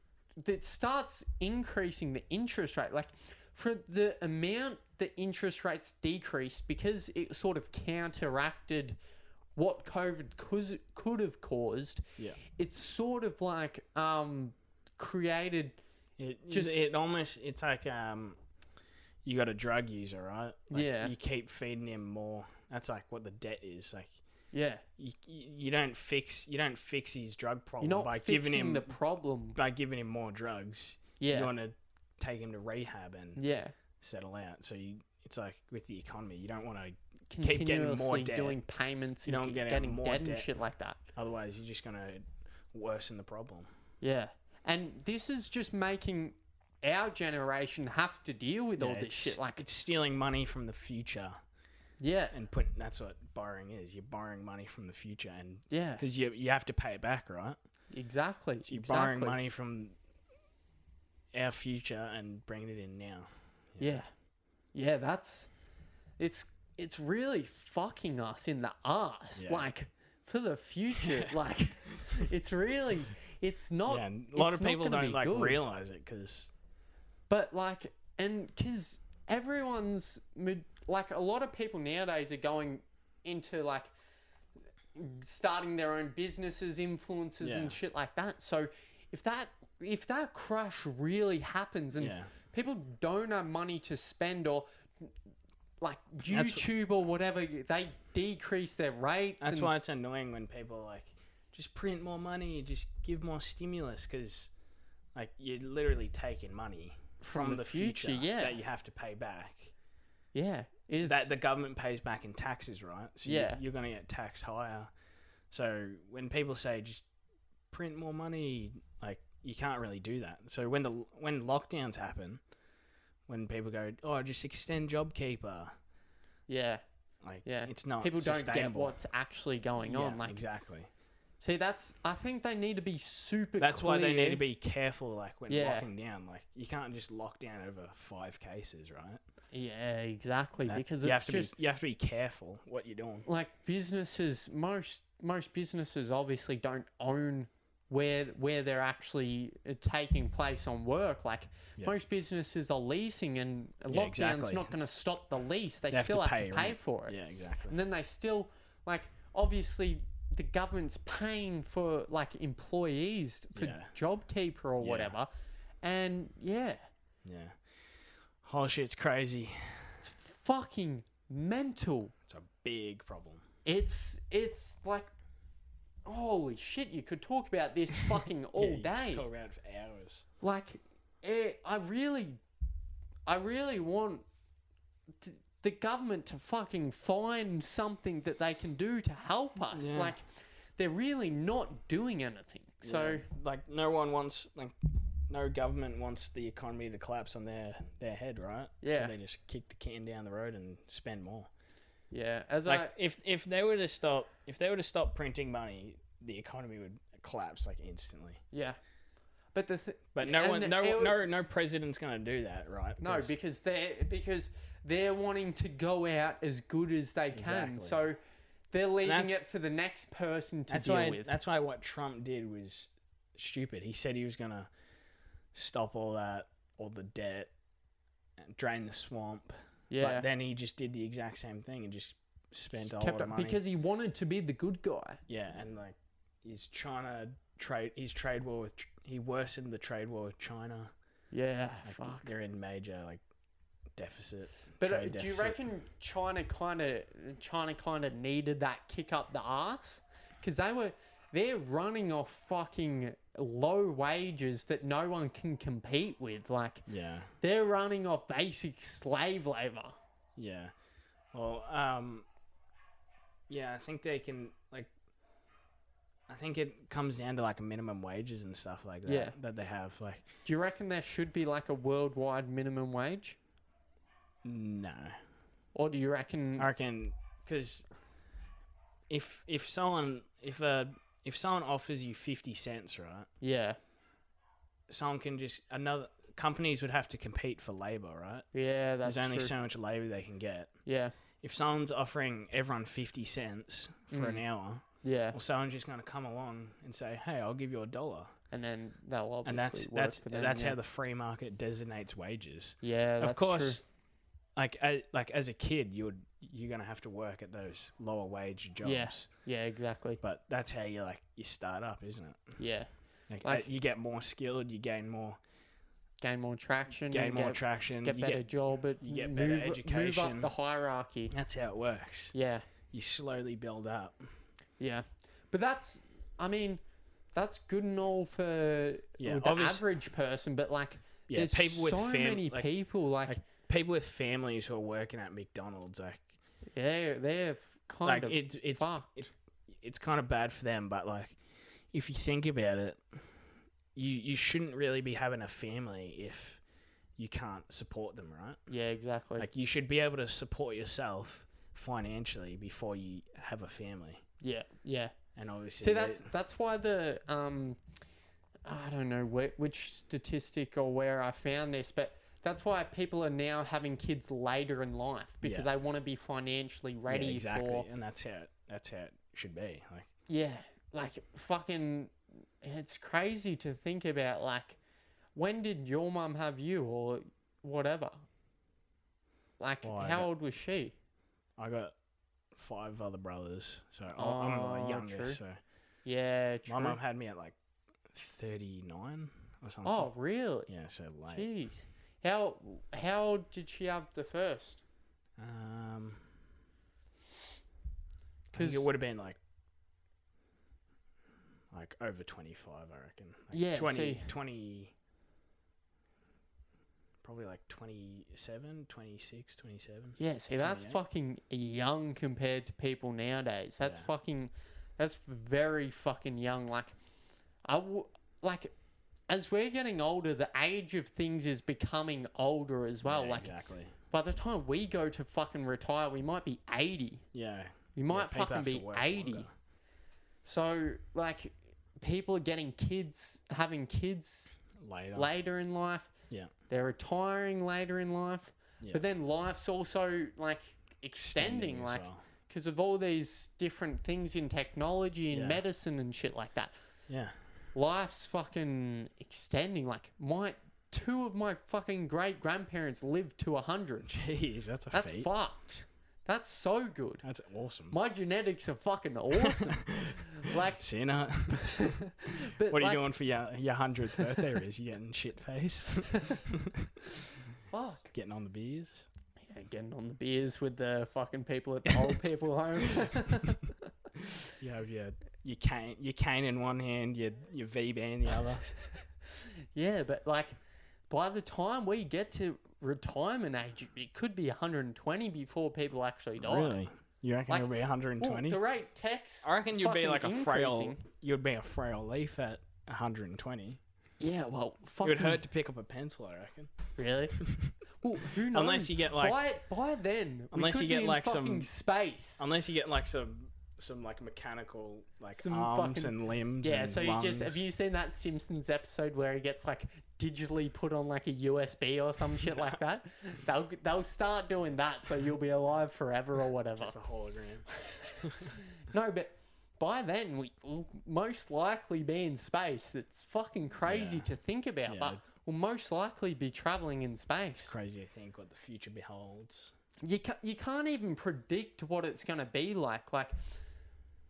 Speaker 1: it starts increasing the interest rate like for the amount the interest rates decreased because it sort of counteracted what covid cous- could have caused
Speaker 2: Yeah,
Speaker 1: it's sort of like um created
Speaker 2: it
Speaker 1: Just-
Speaker 2: just it almost it's like um, you got a drug user, right? Like,
Speaker 1: Yeah.
Speaker 2: you keep feeding him more. That's like what the debt is. Like
Speaker 1: yeah
Speaker 2: you, you you don't fix you don't fix his drug problem
Speaker 1: You're not
Speaker 2: by
Speaker 1: fixing
Speaker 2: giving him
Speaker 1: the problem.
Speaker 2: by giving him more drugs.
Speaker 1: Yeah.
Speaker 2: you want to take him to rehab and
Speaker 1: Yeah.
Speaker 2: settle out. So you, it's like with the economy, you don't want to
Speaker 1: Continuously
Speaker 2: Keep getting more debt.
Speaker 1: doing payments
Speaker 2: You
Speaker 1: and
Speaker 2: don't
Speaker 1: ge-
Speaker 2: get
Speaker 1: getting
Speaker 2: more
Speaker 1: debt and
Speaker 2: debt.
Speaker 1: shit like that.
Speaker 2: Otherwise, you're just going to worsen the problem.
Speaker 1: Yeah. And this is just making our generation have to deal with all
Speaker 2: Yeah,
Speaker 1: this
Speaker 2: it's-
Speaker 1: shit. Like,
Speaker 2: it's stealing money from the future
Speaker 1: yeah,
Speaker 2: and put. That's what borrowing is. You're borrowing money from the future, and
Speaker 1: yeah,
Speaker 2: because you you have to pay it back, right?
Speaker 1: exactly.
Speaker 2: So you're
Speaker 1: exactly.
Speaker 2: borrowing money from our future and bringing it in now.
Speaker 1: Yeah. Yeah, that's it's it's really fucking us in the ass.
Speaker 2: Yeah.
Speaker 1: Like for the future, like it's really it's not
Speaker 2: yeah, and a lot
Speaker 1: it's
Speaker 2: of
Speaker 1: not
Speaker 2: people
Speaker 1: gonna
Speaker 2: don't
Speaker 1: be
Speaker 2: like
Speaker 1: good.
Speaker 2: realize it because
Speaker 1: But like, and because everyone's mid, like a lot of people nowadays are going into like starting their own businesses, influences,
Speaker 2: Yeah.
Speaker 1: and shit like that. So if that if that crash really happens and
Speaker 2: Yeah.
Speaker 1: people don't have money to spend or like
Speaker 2: That's-
Speaker 1: YouTube or whatever, they decrease their rates.
Speaker 2: that's
Speaker 1: and,
Speaker 2: why it's annoying when people are like just print more money, just give more stimulus because like you're literally taking money from, the, future,
Speaker 1: yeah.
Speaker 2: that you have to pay back.
Speaker 1: yeah, is
Speaker 2: that the government pays back in taxes, right? So
Speaker 1: Yeah.
Speaker 2: you, you're going to get taxed higher. So when people say just print more money, like you can't really do that. So when the when lockdowns happen, when people go, oh, just extend JobKeeper,
Speaker 1: yeah.
Speaker 2: Like,
Speaker 1: Yeah.
Speaker 2: it's not
Speaker 1: People don't get
Speaker 2: sustainable.
Speaker 1: what's actually going on.
Speaker 2: Yeah,
Speaker 1: Like,
Speaker 2: exactly.
Speaker 1: see, that's. I think they need to be super.
Speaker 2: That's why they need
Speaker 1: clear.
Speaker 2: to be careful, like when
Speaker 1: Yeah.
Speaker 2: locking down. Like you can't just lock down over five cases, right?
Speaker 1: Yeah, exactly.
Speaker 2: That-
Speaker 1: because
Speaker 2: you
Speaker 1: it's
Speaker 2: have to
Speaker 1: just
Speaker 2: be, you have to be careful what you're doing.
Speaker 1: like businesses most most businesses obviously don't own where where they're actually uh, taking place on work like
Speaker 2: Yeah.
Speaker 1: most businesses are leasing and a
Speaker 2: Yeah,
Speaker 1: lockdown's
Speaker 2: exactly.
Speaker 1: not going to stop the lease they,
Speaker 2: They have to
Speaker 1: still have to pay,
Speaker 2: pay rent.
Speaker 1: for it
Speaker 2: Yeah, exactly.
Speaker 1: and then they still like obviously the government's paying for like employees for
Speaker 2: Yeah.
Speaker 1: jobkeeper or
Speaker 2: Yeah.
Speaker 1: whatever and yeah
Speaker 2: Yeah. Whole shit's crazy.
Speaker 1: it's fucking mental
Speaker 2: It's a big problem.
Speaker 1: It's it's like holy shit, you could talk about this fucking all day.
Speaker 2: Talk around for hours.
Speaker 1: Like eh, I really I really want th- the government to fucking find something that they can do to help us.
Speaker 2: Yeah.
Speaker 1: Like they're really not doing anything. So
Speaker 2: like, no one wants like. No government wants the economy to collapse on their, their head, right?
Speaker 1: Yeah.
Speaker 2: So they just kick the can down the road and spend more.
Speaker 1: yeah, as
Speaker 2: like if if they were to stop if they were to stop printing money, the economy would collapse like instantly.
Speaker 1: yeah. But the th-
Speaker 2: But no one,
Speaker 1: and
Speaker 2: no,
Speaker 1: it would-
Speaker 2: no, no president's gonna do that, right?
Speaker 1: No, because they're because they're wanting to go out as good as they can.
Speaker 2: Exactly.
Speaker 1: So they're leaving
Speaker 2: that's-
Speaker 1: it for the next person to
Speaker 2: that's
Speaker 1: deal
Speaker 2: why.
Speaker 1: with.
Speaker 2: That's why what Trump did was stupid. He said he was gonna stop all that, all the debt, and drain the swamp.
Speaker 1: yeah,
Speaker 2: But then he just did the exact same thing and just spent a whole
Speaker 1: kept
Speaker 2: lot of
Speaker 1: up
Speaker 2: money.
Speaker 1: because he wanted to be the good guy.
Speaker 2: yeah, and like he's trying to trade. His trade war with. Ch- He worsened the trade war with China.
Speaker 1: Yeah,
Speaker 2: Like,
Speaker 1: fuck.
Speaker 2: They're in major like deficit.
Speaker 1: But uh,
Speaker 2: trade
Speaker 1: do you
Speaker 2: deficit.
Speaker 1: reckon China kind of China kind of needed that kick up the ass because they were they're running off fucking low wages that no one can compete with. Like
Speaker 2: Yeah,
Speaker 1: they're running off basic slave labor.
Speaker 2: yeah. Well, um, yeah, I think they can like. I think it comes down to like minimum wages and stuff like that
Speaker 1: Yeah.
Speaker 2: that they have. Like,
Speaker 1: Do you reckon there should be like a worldwide minimum wage?
Speaker 2: no,
Speaker 1: Or do you reckon?
Speaker 2: I reckon because if if someone if a if someone offers you fifty cents, right,
Speaker 1: yeah,
Speaker 2: someone can just another companies would have to compete for labor, right?
Speaker 1: yeah, that's
Speaker 2: There's only
Speaker 1: true.
Speaker 2: so much labor they can get.
Speaker 1: yeah,
Speaker 2: if someone's offering everyone 50 cents for an
Speaker 1: Mm.
Speaker 2: hour,
Speaker 1: yeah,
Speaker 2: well, someone's just going to come along and say, hey, I'll give you a dollar.
Speaker 1: and then that'll obviously
Speaker 2: And that's
Speaker 1: work
Speaker 2: that's
Speaker 1: for them,
Speaker 2: that's
Speaker 1: yeah.
Speaker 2: how the free market designates wages.
Speaker 1: yeah, that's
Speaker 2: of course,
Speaker 1: true.
Speaker 2: like a, like as a kid, you would you're gonna have to work at those lower wage jobs.
Speaker 1: Yeah. yeah, exactly,
Speaker 2: But that's how you like you start up, isn't it?
Speaker 1: yeah,
Speaker 2: Like,
Speaker 1: Like-
Speaker 2: uh, you get more skilled, you gain more
Speaker 1: gain more traction,
Speaker 2: gain
Speaker 1: and
Speaker 2: more
Speaker 1: get,
Speaker 2: traction.
Speaker 1: get
Speaker 2: you
Speaker 1: better
Speaker 2: get,
Speaker 1: job, but
Speaker 2: you get
Speaker 1: move,
Speaker 2: better
Speaker 1: move up
Speaker 2: education.
Speaker 1: the hierarchy.
Speaker 2: that's how it works.
Speaker 1: Yeah,
Speaker 2: You slowly build up.
Speaker 1: yeah, but that's I mean, that's good and all for
Speaker 2: Yeah,
Speaker 1: the
Speaker 2: obvious-
Speaker 1: average person, but like
Speaker 2: Yeah,
Speaker 1: there's
Speaker 2: people with
Speaker 1: so
Speaker 2: fam-
Speaker 1: many
Speaker 2: like-
Speaker 1: people like,
Speaker 2: like, People with families who are working at McDonald's, like
Speaker 1: they're they're f- kind
Speaker 2: like
Speaker 1: of
Speaker 2: it's it's
Speaker 1: fucked.
Speaker 2: it's kind of bad for them, but like if you think about it, you you shouldn't really be having a family if you can't support them, right?
Speaker 1: yeah, exactly.
Speaker 2: Like you should be able to support yourself financially before you have a family.
Speaker 1: yeah, yeah.
Speaker 2: And obviously
Speaker 1: See,
Speaker 2: they-
Speaker 1: that's that's why the um, I don't know wh- which statistic or where I found this, but that's why people are now having kids later in life because they want to be financially
Speaker 2: yeah,
Speaker 1: ready
Speaker 2: exactly
Speaker 1: for
Speaker 2: and that's how it, that's how it should be. Like
Speaker 1: yeah, like fucking, it's crazy to think about. Like, when did your mum have you or whatever? Like,
Speaker 2: Well, I
Speaker 1: how
Speaker 2: don't-
Speaker 1: old was she?
Speaker 2: I got five other brothers, so I I'm
Speaker 1: Oh,
Speaker 2: the youngest,
Speaker 1: true.
Speaker 2: so
Speaker 1: Yeah, true.
Speaker 2: my mum had me at like thirty nine or something.
Speaker 1: oh, really?
Speaker 2: yeah, so late.
Speaker 1: Jeez. How how old did she have the first?
Speaker 2: Um, because
Speaker 1: 'Cause-
Speaker 2: it would have been like like over 25 i reckon like
Speaker 1: Yeah,
Speaker 2: 20,
Speaker 1: see.
Speaker 2: 20 probably like 27 26 27
Speaker 1: Yeah, see, that's
Speaker 2: 28.
Speaker 1: fucking young compared to people nowadays. That's
Speaker 2: Yeah.
Speaker 1: fucking, that's very fucking young. Like, I w- like, as we're getting older, the age of things is becoming older as well.
Speaker 2: Yeah,
Speaker 1: like,
Speaker 2: exactly
Speaker 1: By the time we go to fucking retire, we might be 80.
Speaker 2: Yeah.
Speaker 1: We might
Speaker 2: people
Speaker 1: fucking
Speaker 2: have to
Speaker 1: be
Speaker 2: work
Speaker 1: 80.
Speaker 2: longer.
Speaker 1: So, like, people are getting kids, having kids
Speaker 2: Later.
Speaker 1: later in life.
Speaker 2: Yeah.
Speaker 1: They're retiring later in life.
Speaker 2: Yeah.
Speaker 1: But then life's also, like, extending,
Speaker 2: as
Speaker 1: like,
Speaker 2: well.
Speaker 1: because of all these different things in technology and
Speaker 2: Yeah.
Speaker 1: medicine and shit like that.
Speaker 2: Yeah.
Speaker 1: Life's fucking extending. Like, my two of my fucking great grandparents lived to 100.
Speaker 2: Jeez, that's a
Speaker 1: That's
Speaker 2: feat.
Speaker 1: fucked. That's so good.
Speaker 2: That's awesome.
Speaker 1: My genetics are fucking awesome. like,
Speaker 2: Sinner.
Speaker 1: but
Speaker 2: What are you
Speaker 1: like,
Speaker 2: doing for your your hundredth birthday? Is you getting shit face?
Speaker 1: Fuck.
Speaker 2: getting on the beers?
Speaker 1: Yeah, getting on the beers with the fucking people at the old people home.
Speaker 2: You have your your cane your cane in one hand, your your V band in the other.
Speaker 1: yeah, but like, by the time we get to retirement age, it could be 120 before people actually die.
Speaker 2: Really? You reckon
Speaker 1: Like-
Speaker 2: you'll be
Speaker 1: Well,
Speaker 2: 120?
Speaker 1: the rate text.
Speaker 2: I reckon you'd be
Speaker 1: fucking
Speaker 2: like a frail.
Speaker 1: increasing.
Speaker 2: You'd be a frail leaf at 120.
Speaker 1: Yeah, well,
Speaker 2: It
Speaker 1: fucking.
Speaker 2: would hurt to pick up a pencil, I reckon.
Speaker 1: Really? well, who knows?
Speaker 2: Unless you get like,
Speaker 1: by, by then, we
Speaker 2: Unless
Speaker 1: could
Speaker 2: you get,
Speaker 1: be in
Speaker 2: like, some-
Speaker 1: fucking space.
Speaker 2: unless you get like some some like mechanical like
Speaker 1: Some
Speaker 2: arms
Speaker 1: fucking-
Speaker 2: and limbs.
Speaker 1: Yeah,
Speaker 2: and
Speaker 1: so you just have
Speaker 2: lungs.
Speaker 1: you seen that Simpsons episode where he gets like digitally put on like a USB or some shit like that? They'll they'll start doing that so you'll be alive forever or whatever.
Speaker 2: Just a hologram.
Speaker 1: No, but by then we will most likely be in space. It's fucking crazy
Speaker 2: Yeah.
Speaker 1: to think about,
Speaker 2: Yeah.
Speaker 1: but we'll most likely be traveling in space.
Speaker 2: Crazy to think what the future beholds.
Speaker 1: You ca- you can't even predict what it's going to be like. Like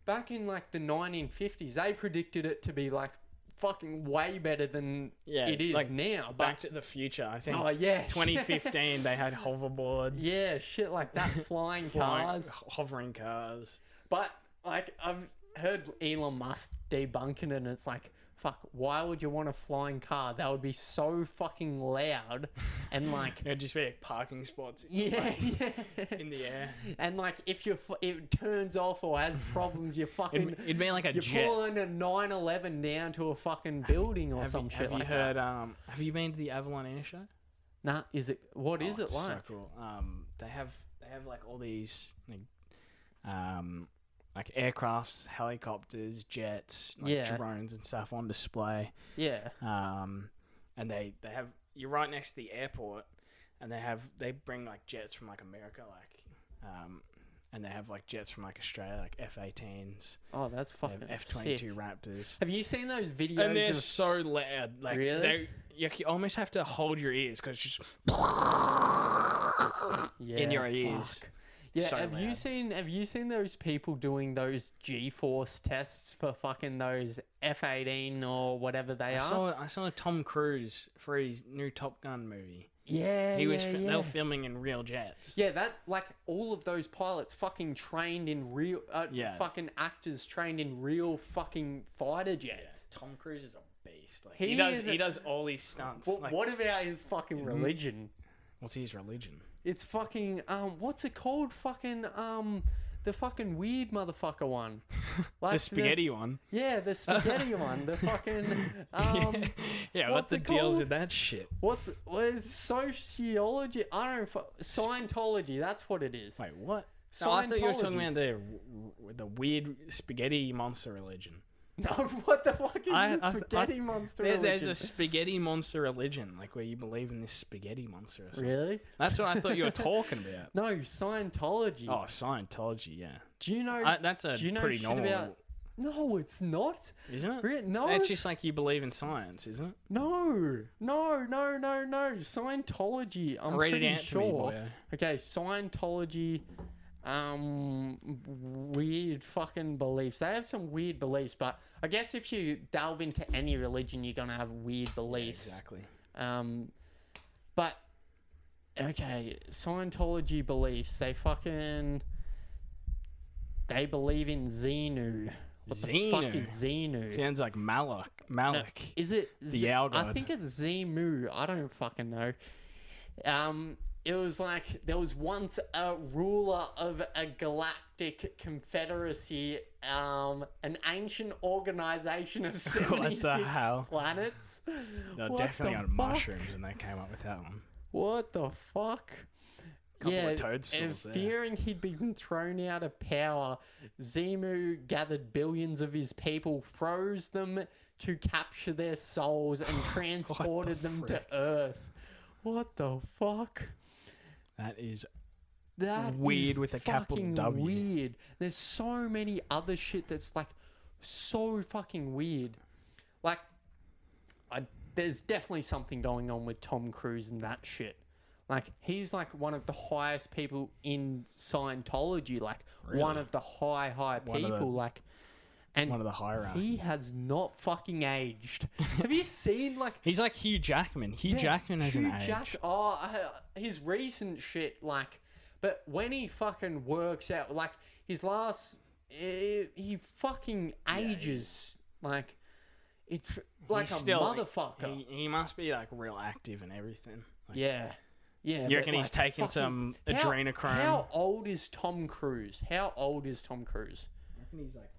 Speaker 1: back in like the 1950s, they predicted it to be like fucking way better than
Speaker 2: Yeah,
Speaker 1: it is
Speaker 2: like,
Speaker 1: now. But
Speaker 2: Back to the Future, I think.
Speaker 1: Oh yeah,
Speaker 2: 2015, they had hoverboards.
Speaker 1: yeah, shit like that, flying
Speaker 2: flying-
Speaker 1: cars.
Speaker 2: ho- hovering cars.
Speaker 1: But like I've heard Elon Musk debunking it, and it's like, fuck, why would you want a flying car? That would be so fucking loud, and like,
Speaker 2: It'd just be like parking spots
Speaker 1: yeah, yeah,
Speaker 2: in the air.
Speaker 1: and like if you it turns off or has problems, you fucking.
Speaker 2: It'd, it'd be like a
Speaker 1: you're
Speaker 2: jet.
Speaker 1: pulling a 911 down to a fucking building or
Speaker 2: have
Speaker 1: some
Speaker 2: you,
Speaker 1: shit
Speaker 2: have you
Speaker 1: like
Speaker 2: heard?
Speaker 1: that.
Speaker 2: Um, have you been to the Avalon Air Show?
Speaker 1: Nah, is it? What is
Speaker 2: Oh,
Speaker 1: it
Speaker 2: it's
Speaker 1: like?
Speaker 2: So cool. Um, they have they have like all these like, um, like aircrafts, helicopters, jets, like
Speaker 1: Yeah.
Speaker 2: drones and stuff on display.
Speaker 1: Yeah,
Speaker 2: Um, and they they have you're right next to the airport, and they have they bring like jets from like America, like um, and they have like jets from like Australia, like F-18s,
Speaker 1: oh, that's fucking
Speaker 2: F
Speaker 1: sick.
Speaker 2: twenty two Raptors,
Speaker 1: Have you seen those videos?
Speaker 2: and they're
Speaker 1: of
Speaker 2: so loud, like
Speaker 1: Really?
Speaker 2: they. You c- almost have to hold your ears because it's just
Speaker 1: Yeah,
Speaker 2: in your ears.
Speaker 1: fuck. Yeah,
Speaker 2: So
Speaker 1: have you
Speaker 2: loud.
Speaker 1: seen have you seen those people doing those G force tests for fucking those F eighteen or whatever they
Speaker 2: I
Speaker 1: are?
Speaker 2: saw I saw Tom Cruise for his new Top Gun movie.
Speaker 1: yeah,
Speaker 2: He
Speaker 1: yeah,
Speaker 2: was fi-
Speaker 1: yeah.
Speaker 2: they were filming in real jets.
Speaker 1: yeah, that like all of those pilots fucking trained in real, uh,
Speaker 2: Yeah.
Speaker 1: fucking actors trained in real fucking fighter jets.
Speaker 2: Tom Cruise is a beast. Like,
Speaker 1: He
Speaker 2: he, does
Speaker 1: is a-
Speaker 2: he does all these stunts.
Speaker 1: What,
Speaker 2: like, Mm-hmm.
Speaker 1: what about his fucking religion?
Speaker 2: What's his religion?
Speaker 1: It's fucking um, what's it called? Fucking um, the fucking weird motherfucker one, like
Speaker 2: the spaghetti one.
Speaker 1: yeah, the spaghetti one. The fucking um.
Speaker 2: yeah,
Speaker 1: what's
Speaker 2: what the
Speaker 1: it
Speaker 2: deals
Speaker 1: called?
Speaker 2: with that shit?
Speaker 1: What's what is sociology? I don't know. Scientology. That's what it is.
Speaker 2: Wait, what? No, I thought you were talking
Speaker 1: Scientology.
Speaker 2: about the the weird spaghetti monster religion.
Speaker 1: No, what the fuck is
Speaker 2: I-
Speaker 1: this
Speaker 2: I- I-
Speaker 1: spaghetti monster?
Speaker 2: There- there's a
Speaker 1: religion?
Speaker 2: spaghetti monster religion, like where you believe in this spaghetti monster. Or something.
Speaker 1: really
Speaker 2: That's what I thought you were talking about.
Speaker 1: no Scientology.
Speaker 2: Oh, Scientology, yeah.
Speaker 1: do you know?
Speaker 2: I, that's a
Speaker 1: do you know
Speaker 2: pretty
Speaker 1: shit
Speaker 2: normal,
Speaker 1: about? No, it's not.
Speaker 2: isn't it?
Speaker 1: Re- No,
Speaker 2: It's just like you believe in science, isn't it?
Speaker 1: no, no, no, no, no. Scientology. I'm
Speaker 2: Read it
Speaker 1: pretty
Speaker 2: out to
Speaker 1: sure.
Speaker 2: me, boy.
Speaker 1: Okay, Scientology, um, weird fucking beliefs. They have some weird beliefs, but I guess if you delve into any religion, you're gonna have weird beliefs.
Speaker 2: Exactly.
Speaker 1: Um, but okay, Scientology beliefs. They fucking they believe in Xenu. What the fuck
Speaker 2: Xenu?
Speaker 1: is Xenu?
Speaker 2: Sounds like Malak. Malak.
Speaker 1: Is it
Speaker 2: The
Speaker 1: Z-
Speaker 2: owl
Speaker 1: I
Speaker 2: god.
Speaker 1: think it's Zemu. I don't fucking know. Um, it was like there was once a ruler of a galactic confederacy, um, an ancient organization of seventy-six
Speaker 2: hell?
Speaker 1: planets.
Speaker 2: They're
Speaker 1: What
Speaker 2: definitely
Speaker 1: the
Speaker 2: on
Speaker 1: fuck?
Speaker 2: mushrooms, and they came up with that one.
Speaker 1: What the fuck?
Speaker 2: couple
Speaker 1: yeah,
Speaker 2: of toadstools
Speaker 1: and
Speaker 2: there.
Speaker 1: fearing he'd been thrown out of power, Zemu gathered billions of his people, froze them to capture their souls, and transported them
Speaker 2: frick?
Speaker 1: to Earth. What the fuck?
Speaker 2: That is
Speaker 1: That is
Speaker 2: Weird with a capital
Speaker 1: fucking
Speaker 2: W.
Speaker 1: Weird. There's so many other shit that's like so fucking weird. Like, I, there's definitely something going on with Tom Cruise and that shit. Like, he's like one of the highest people in Scientology. Like, one
Speaker 2: Really?
Speaker 1: of the high, high
Speaker 2: One of the-
Speaker 1: people. like, and
Speaker 2: one of the hierarchy.
Speaker 1: he has not fucking aged. Have you seen like
Speaker 2: He's like Hugh Jackman. Hugh Jackman has
Speaker 1: Hugh
Speaker 2: an age.
Speaker 1: Jack- oh, I- his recent shit, like, but when he fucking works out, like, his last, eh, he fucking ages, like, it's like
Speaker 2: He's
Speaker 1: a
Speaker 2: still-
Speaker 1: motherfucker.
Speaker 2: He, he must be like real active and everything. Like,
Speaker 1: yeah, yeah. but,
Speaker 2: You reckon he's
Speaker 1: like,
Speaker 2: taking
Speaker 1: fucking-
Speaker 2: some
Speaker 1: How-
Speaker 2: adrenochrome?
Speaker 1: How old is Tom Cruise? How old is Tom Cruise?
Speaker 2: I reckon he's like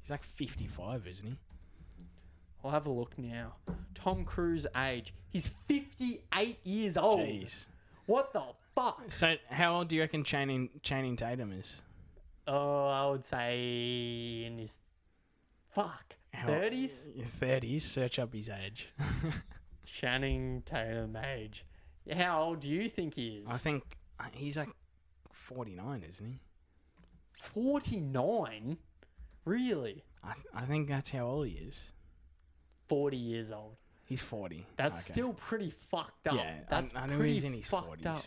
Speaker 2: he's like fifty five, isn't he?
Speaker 1: I'll have a look now. Tom Cruise age. He's 58 years old.
Speaker 2: Jeez.
Speaker 1: What the fuck?
Speaker 2: So how old do you reckon Channing Channing Tatum is?
Speaker 1: Oh, I would say in his fuck
Speaker 2: How-
Speaker 1: thirties.
Speaker 2: Thirties. Search up his age.
Speaker 1: Channing Tatum age. How old do you think he
Speaker 2: I
Speaker 1: is?
Speaker 2: think uh, he's like forty nine, isn't he?
Speaker 1: Forty nine. Really?
Speaker 2: I I think that's how old he is.
Speaker 1: Forty years old.
Speaker 2: He's forty.
Speaker 1: That's
Speaker 2: Okay.
Speaker 1: still pretty fucked up.
Speaker 2: yeah. I-
Speaker 1: That's
Speaker 2: I, know
Speaker 1: pretty
Speaker 2: he's in his
Speaker 1: fucked
Speaker 2: forties.
Speaker 1: up.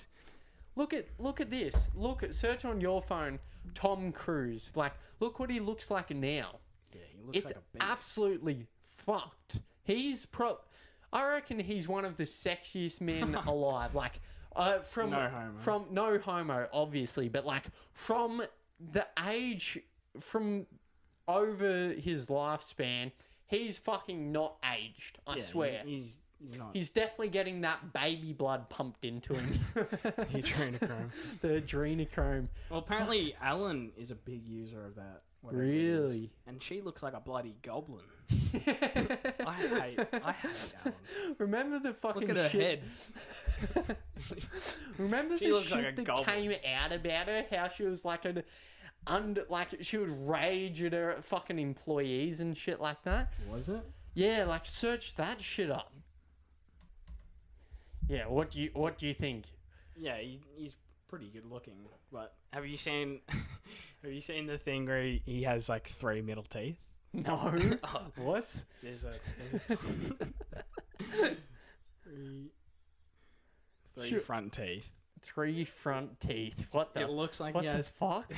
Speaker 1: Look at look at this. Look at search on your phone. Tom Cruise. Like, look what he looks like now.
Speaker 2: Yeah, he looks
Speaker 1: it's
Speaker 2: like a beast.
Speaker 1: absolutely fucked. He's pro. I reckon he's one of the sexiest men alive. Like, uh, from
Speaker 2: No homo.
Speaker 1: from no homo, obviously, but like from the age from over his lifespan, he's fucking not aged. I
Speaker 2: Yeah, he-
Speaker 1: swear.
Speaker 2: he's, he's not.
Speaker 1: He's definitely getting that baby blood pumped into him.
Speaker 2: He's trying to chrome.
Speaker 1: the adrenochrome.
Speaker 2: Well, apparently Alan is a big user of that. whatever it is.
Speaker 1: Really?
Speaker 2: And she looks like a bloody goblin. I hate. I hate Alan.
Speaker 1: Remember the fucking
Speaker 2: Look at her
Speaker 1: shit.
Speaker 2: head.
Speaker 1: Remember
Speaker 2: She
Speaker 1: the
Speaker 2: looks
Speaker 1: shit
Speaker 2: like a
Speaker 1: that
Speaker 2: goblin.
Speaker 1: came out about her? How she was like an under, like she would rage at her fucking employees and shit like that.
Speaker 2: Was it?
Speaker 1: Yeah, like search that shit up. Yeah, what do you what do you think?
Speaker 2: Yeah, he, he's pretty good looking. But have you seen? Have you seen the thing where he, he has like three middle teeth?
Speaker 1: No,
Speaker 2: Oh.
Speaker 1: what?
Speaker 2: There's a. There's a three three
Speaker 1: Sure.
Speaker 2: front teeth.
Speaker 1: Three front teeth. What the
Speaker 2: it looks like
Speaker 1: what
Speaker 2: he
Speaker 1: the
Speaker 2: has.
Speaker 1: fuck?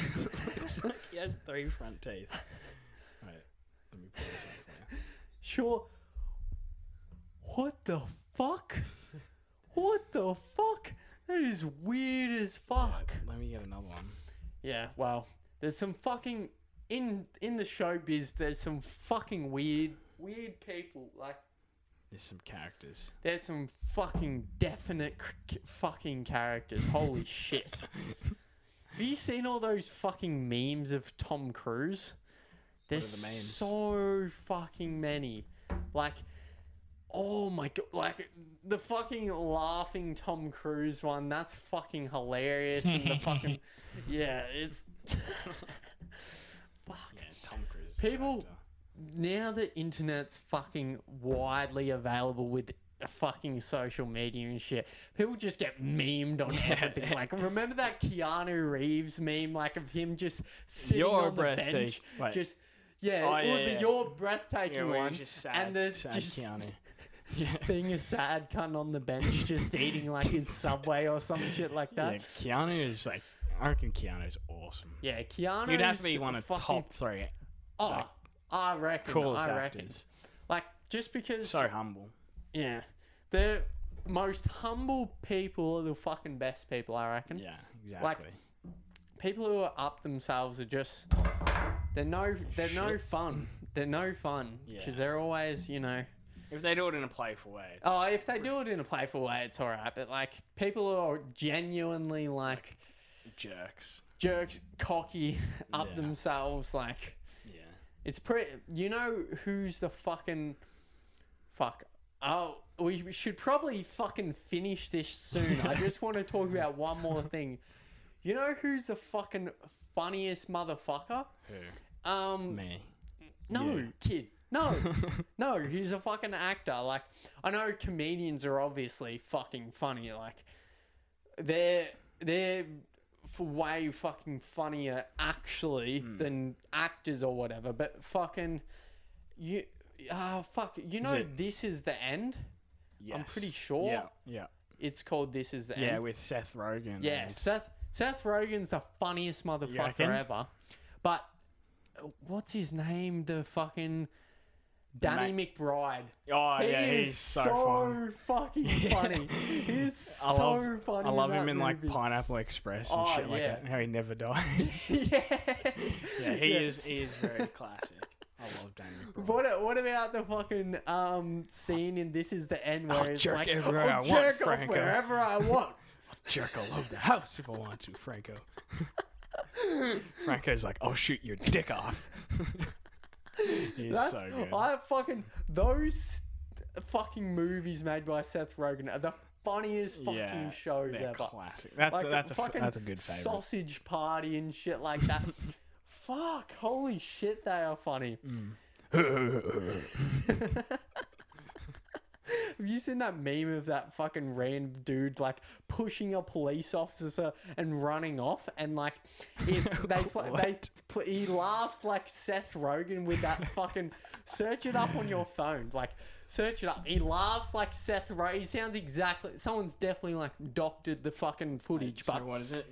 Speaker 2: looks like he has three front teeth. Right. Let me pull this up for you.
Speaker 1: Sure. What the fuck? what the fuck? That is weird as fuck.
Speaker 2: Yeah, let me get another one.
Speaker 1: Yeah, well, there's some fucking in in the showbiz. There's some fucking weird, weird people. Like
Speaker 2: There's some characters.
Speaker 1: there's some fucking definite c- c- fucking characters. Holy shit! Have you seen all those fucking memes of Tom Cruise? There's
Speaker 2: the memes?
Speaker 1: so fucking many. Like, oh my god! Like the fucking laughing Tom Cruise one. That's fucking hilarious. And the fucking yeah, it's. Fuck.
Speaker 2: Yeah, Tom Cruise. is a
Speaker 1: People-
Speaker 2: character.
Speaker 1: now the internet's fucking widely available with fucking social media and shit, people just get memed on everything. Like, remember that Keanu Reeves meme, like of him just sitting
Speaker 2: You're
Speaker 1: on the bench,
Speaker 2: breathtaking. Wait.
Speaker 1: just yeah,
Speaker 2: Oh,
Speaker 1: or
Speaker 2: yeah,
Speaker 1: the
Speaker 2: yeah.
Speaker 1: your breathtaking
Speaker 2: Yeah, where
Speaker 1: one,
Speaker 2: he's just sad.
Speaker 1: and the
Speaker 2: sad
Speaker 1: just
Speaker 2: Keanu. Yeah.
Speaker 1: being a sad cunt on the bench, just eating like his subway or some shit like
Speaker 2: yeah,
Speaker 1: that.
Speaker 2: Keanu is like. I reckon Keanu's awesome.
Speaker 1: Yeah, Keanu.
Speaker 2: You'd have to be one of top three
Speaker 1: Oh,
Speaker 2: like,
Speaker 1: I reckon.
Speaker 2: coolest
Speaker 1: I reckon.
Speaker 2: actors.
Speaker 1: Like just because.
Speaker 2: So humble.
Speaker 1: Yeah. The most humble people are the fucking best people, I reckon.
Speaker 2: Yeah, exactly.
Speaker 1: People who are up themselves are just they're no they're no fun. They're no fun because
Speaker 2: Yeah.
Speaker 1: they're always, you know,
Speaker 2: if they do it in a playful way, it's
Speaker 1: oh, if they do it in a playful way, it's all right. But like people who are genuinely like
Speaker 2: jerks.
Speaker 1: jerks, cocky, up
Speaker 2: Yeah.
Speaker 1: themselves, like
Speaker 2: Yeah.
Speaker 1: It's pretty. You know who's the fucking fuck? Oh, we we should probably fucking finish this soon. I just want to talk about one more thing. You know who's the fucking funniest motherfucker? Who? Um,
Speaker 2: Me.
Speaker 1: no,
Speaker 2: Yeah.
Speaker 1: kid. No, no, he's a fucking actor. Like, I know comedians are obviously fucking funny. Like, they're they're f- way fucking funnier actually
Speaker 2: Hmm.
Speaker 1: than actors or whatever. But fucking, you, ah, fuck. You know,
Speaker 2: it-
Speaker 1: this is the end.
Speaker 2: Yes.
Speaker 1: I'm pretty sure
Speaker 2: Yeah. Yeah.
Speaker 1: it's called This Is the
Speaker 2: Yeah,
Speaker 1: End.
Speaker 2: with Seth Rogen. and-
Speaker 1: Yeah, Seth Seth Rogen's the funniest motherfucker
Speaker 2: reckon?
Speaker 1: ever. But uh, what's his name? The fucking Danny McBride.
Speaker 2: Oh
Speaker 1: He
Speaker 2: yeah,
Speaker 1: is
Speaker 2: he's so, fun.
Speaker 1: fucking funny. he is
Speaker 2: I
Speaker 1: so
Speaker 2: love,
Speaker 1: funny.
Speaker 2: I love
Speaker 1: that
Speaker 2: him in like
Speaker 1: movie.
Speaker 2: Pineapple Express and
Speaker 1: Oh,
Speaker 2: shit like
Speaker 1: yeah.
Speaker 2: that. and How he never dies.
Speaker 1: yeah.
Speaker 2: yeah, he
Speaker 1: Yeah.
Speaker 2: is. He is very classic. I love Danny McBride.
Speaker 1: What, what about the fucking um scene in This Is the End where
Speaker 2: I'll
Speaker 1: it's
Speaker 2: jerk
Speaker 1: like
Speaker 2: everywhere I
Speaker 1: I'll
Speaker 2: want,
Speaker 1: jerk off
Speaker 2: Franco."
Speaker 1: wherever I want.
Speaker 2: Jerk, I'll love the house if I want to, Franco. Franco's like, I'll shoot your dick off. he is
Speaker 1: That's
Speaker 2: so good.
Speaker 1: I fucking those fucking movies made by Seth Rogen are the funniest fucking
Speaker 2: Yeah,
Speaker 1: shows
Speaker 2: they're
Speaker 1: ever.
Speaker 2: classic. That's
Speaker 1: Like
Speaker 2: a, that's a, f-
Speaker 1: fucking
Speaker 2: that's a good favorite.
Speaker 1: sausage party and shit like that. Fuck! Holy shit, they are funny. Have you seen that meme of that fucking random dude like pushing a police officer and running off? And like, it, they pl- they pl- he laughs like Seth Rogen with that fucking. search it up on your phone, like search it up. He laughs like Seth Rogen. He sounds exactly. Someone's definitely like doctored the fucking footage,
Speaker 2: So
Speaker 1: but
Speaker 2: what is it?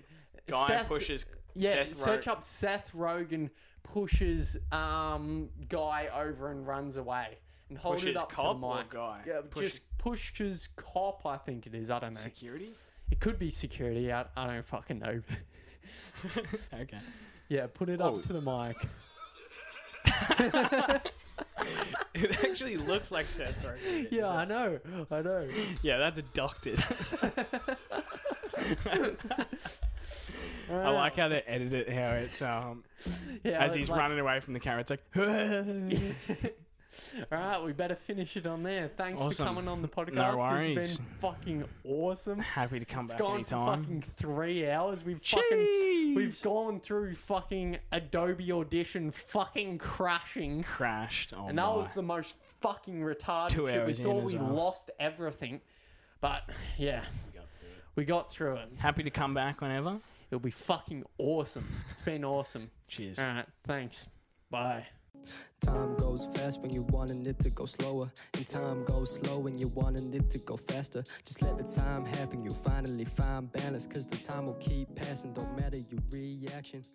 Speaker 2: Guy
Speaker 1: Seth-
Speaker 2: pushes.
Speaker 1: yeah,
Speaker 2: Seth
Speaker 1: search
Speaker 2: Ro-
Speaker 1: up Seth Rogen pushes um guy over and runs away and hold
Speaker 2: Pushes
Speaker 1: it up
Speaker 2: cop
Speaker 1: to the
Speaker 2: or
Speaker 1: mic.
Speaker 2: guy?
Speaker 1: Yeah,
Speaker 2: Pushes-
Speaker 1: just pushes cop. I think it is. I don't know.
Speaker 2: security.
Speaker 1: It could be security. I, I don't fucking know.
Speaker 2: okay.
Speaker 1: yeah, put it
Speaker 2: Oh.
Speaker 1: up to the mic.
Speaker 2: It actually looks like Seth Rogen.
Speaker 1: Yeah, I know. I know.
Speaker 2: Yeah, that's a doctored. I
Speaker 1: Alright.
Speaker 2: like how they edit it. How it's um
Speaker 1: Yeah,
Speaker 2: as
Speaker 1: it's
Speaker 2: he's
Speaker 1: like-
Speaker 2: running away from the camera, it's like.
Speaker 1: All right, we better finish it on there. Thanks
Speaker 2: Awesome.
Speaker 1: for coming on the podcast. This has
Speaker 2: worries.
Speaker 1: been fucking awesome.
Speaker 2: Happy to come
Speaker 1: It's
Speaker 2: back
Speaker 1: gone for
Speaker 2: anytime.
Speaker 1: fucking three hours. We've fucking
Speaker 2: Jeez.
Speaker 1: we've gone through fucking Adobe Audition, fucking crashing,
Speaker 2: crashed. Oh
Speaker 1: and that was the most fucking retarded
Speaker 2: Two
Speaker 1: shit. We
Speaker 2: hours in
Speaker 1: thought
Speaker 2: as
Speaker 1: we
Speaker 2: well.
Speaker 1: lost everything, but yeah, we got through it.
Speaker 2: Happy to come back whenever.
Speaker 1: It'll be fucking awesome. It's been awesome.
Speaker 2: Cheers.
Speaker 1: All right, thanks. Bye.
Speaker 4: Time goes fast when you're wanting it to go slower. And time goes slow when you're wanting it to go faster. Just let the time happen, you'll finally find balance. Cause the time will keep passing, don't matter your reaction.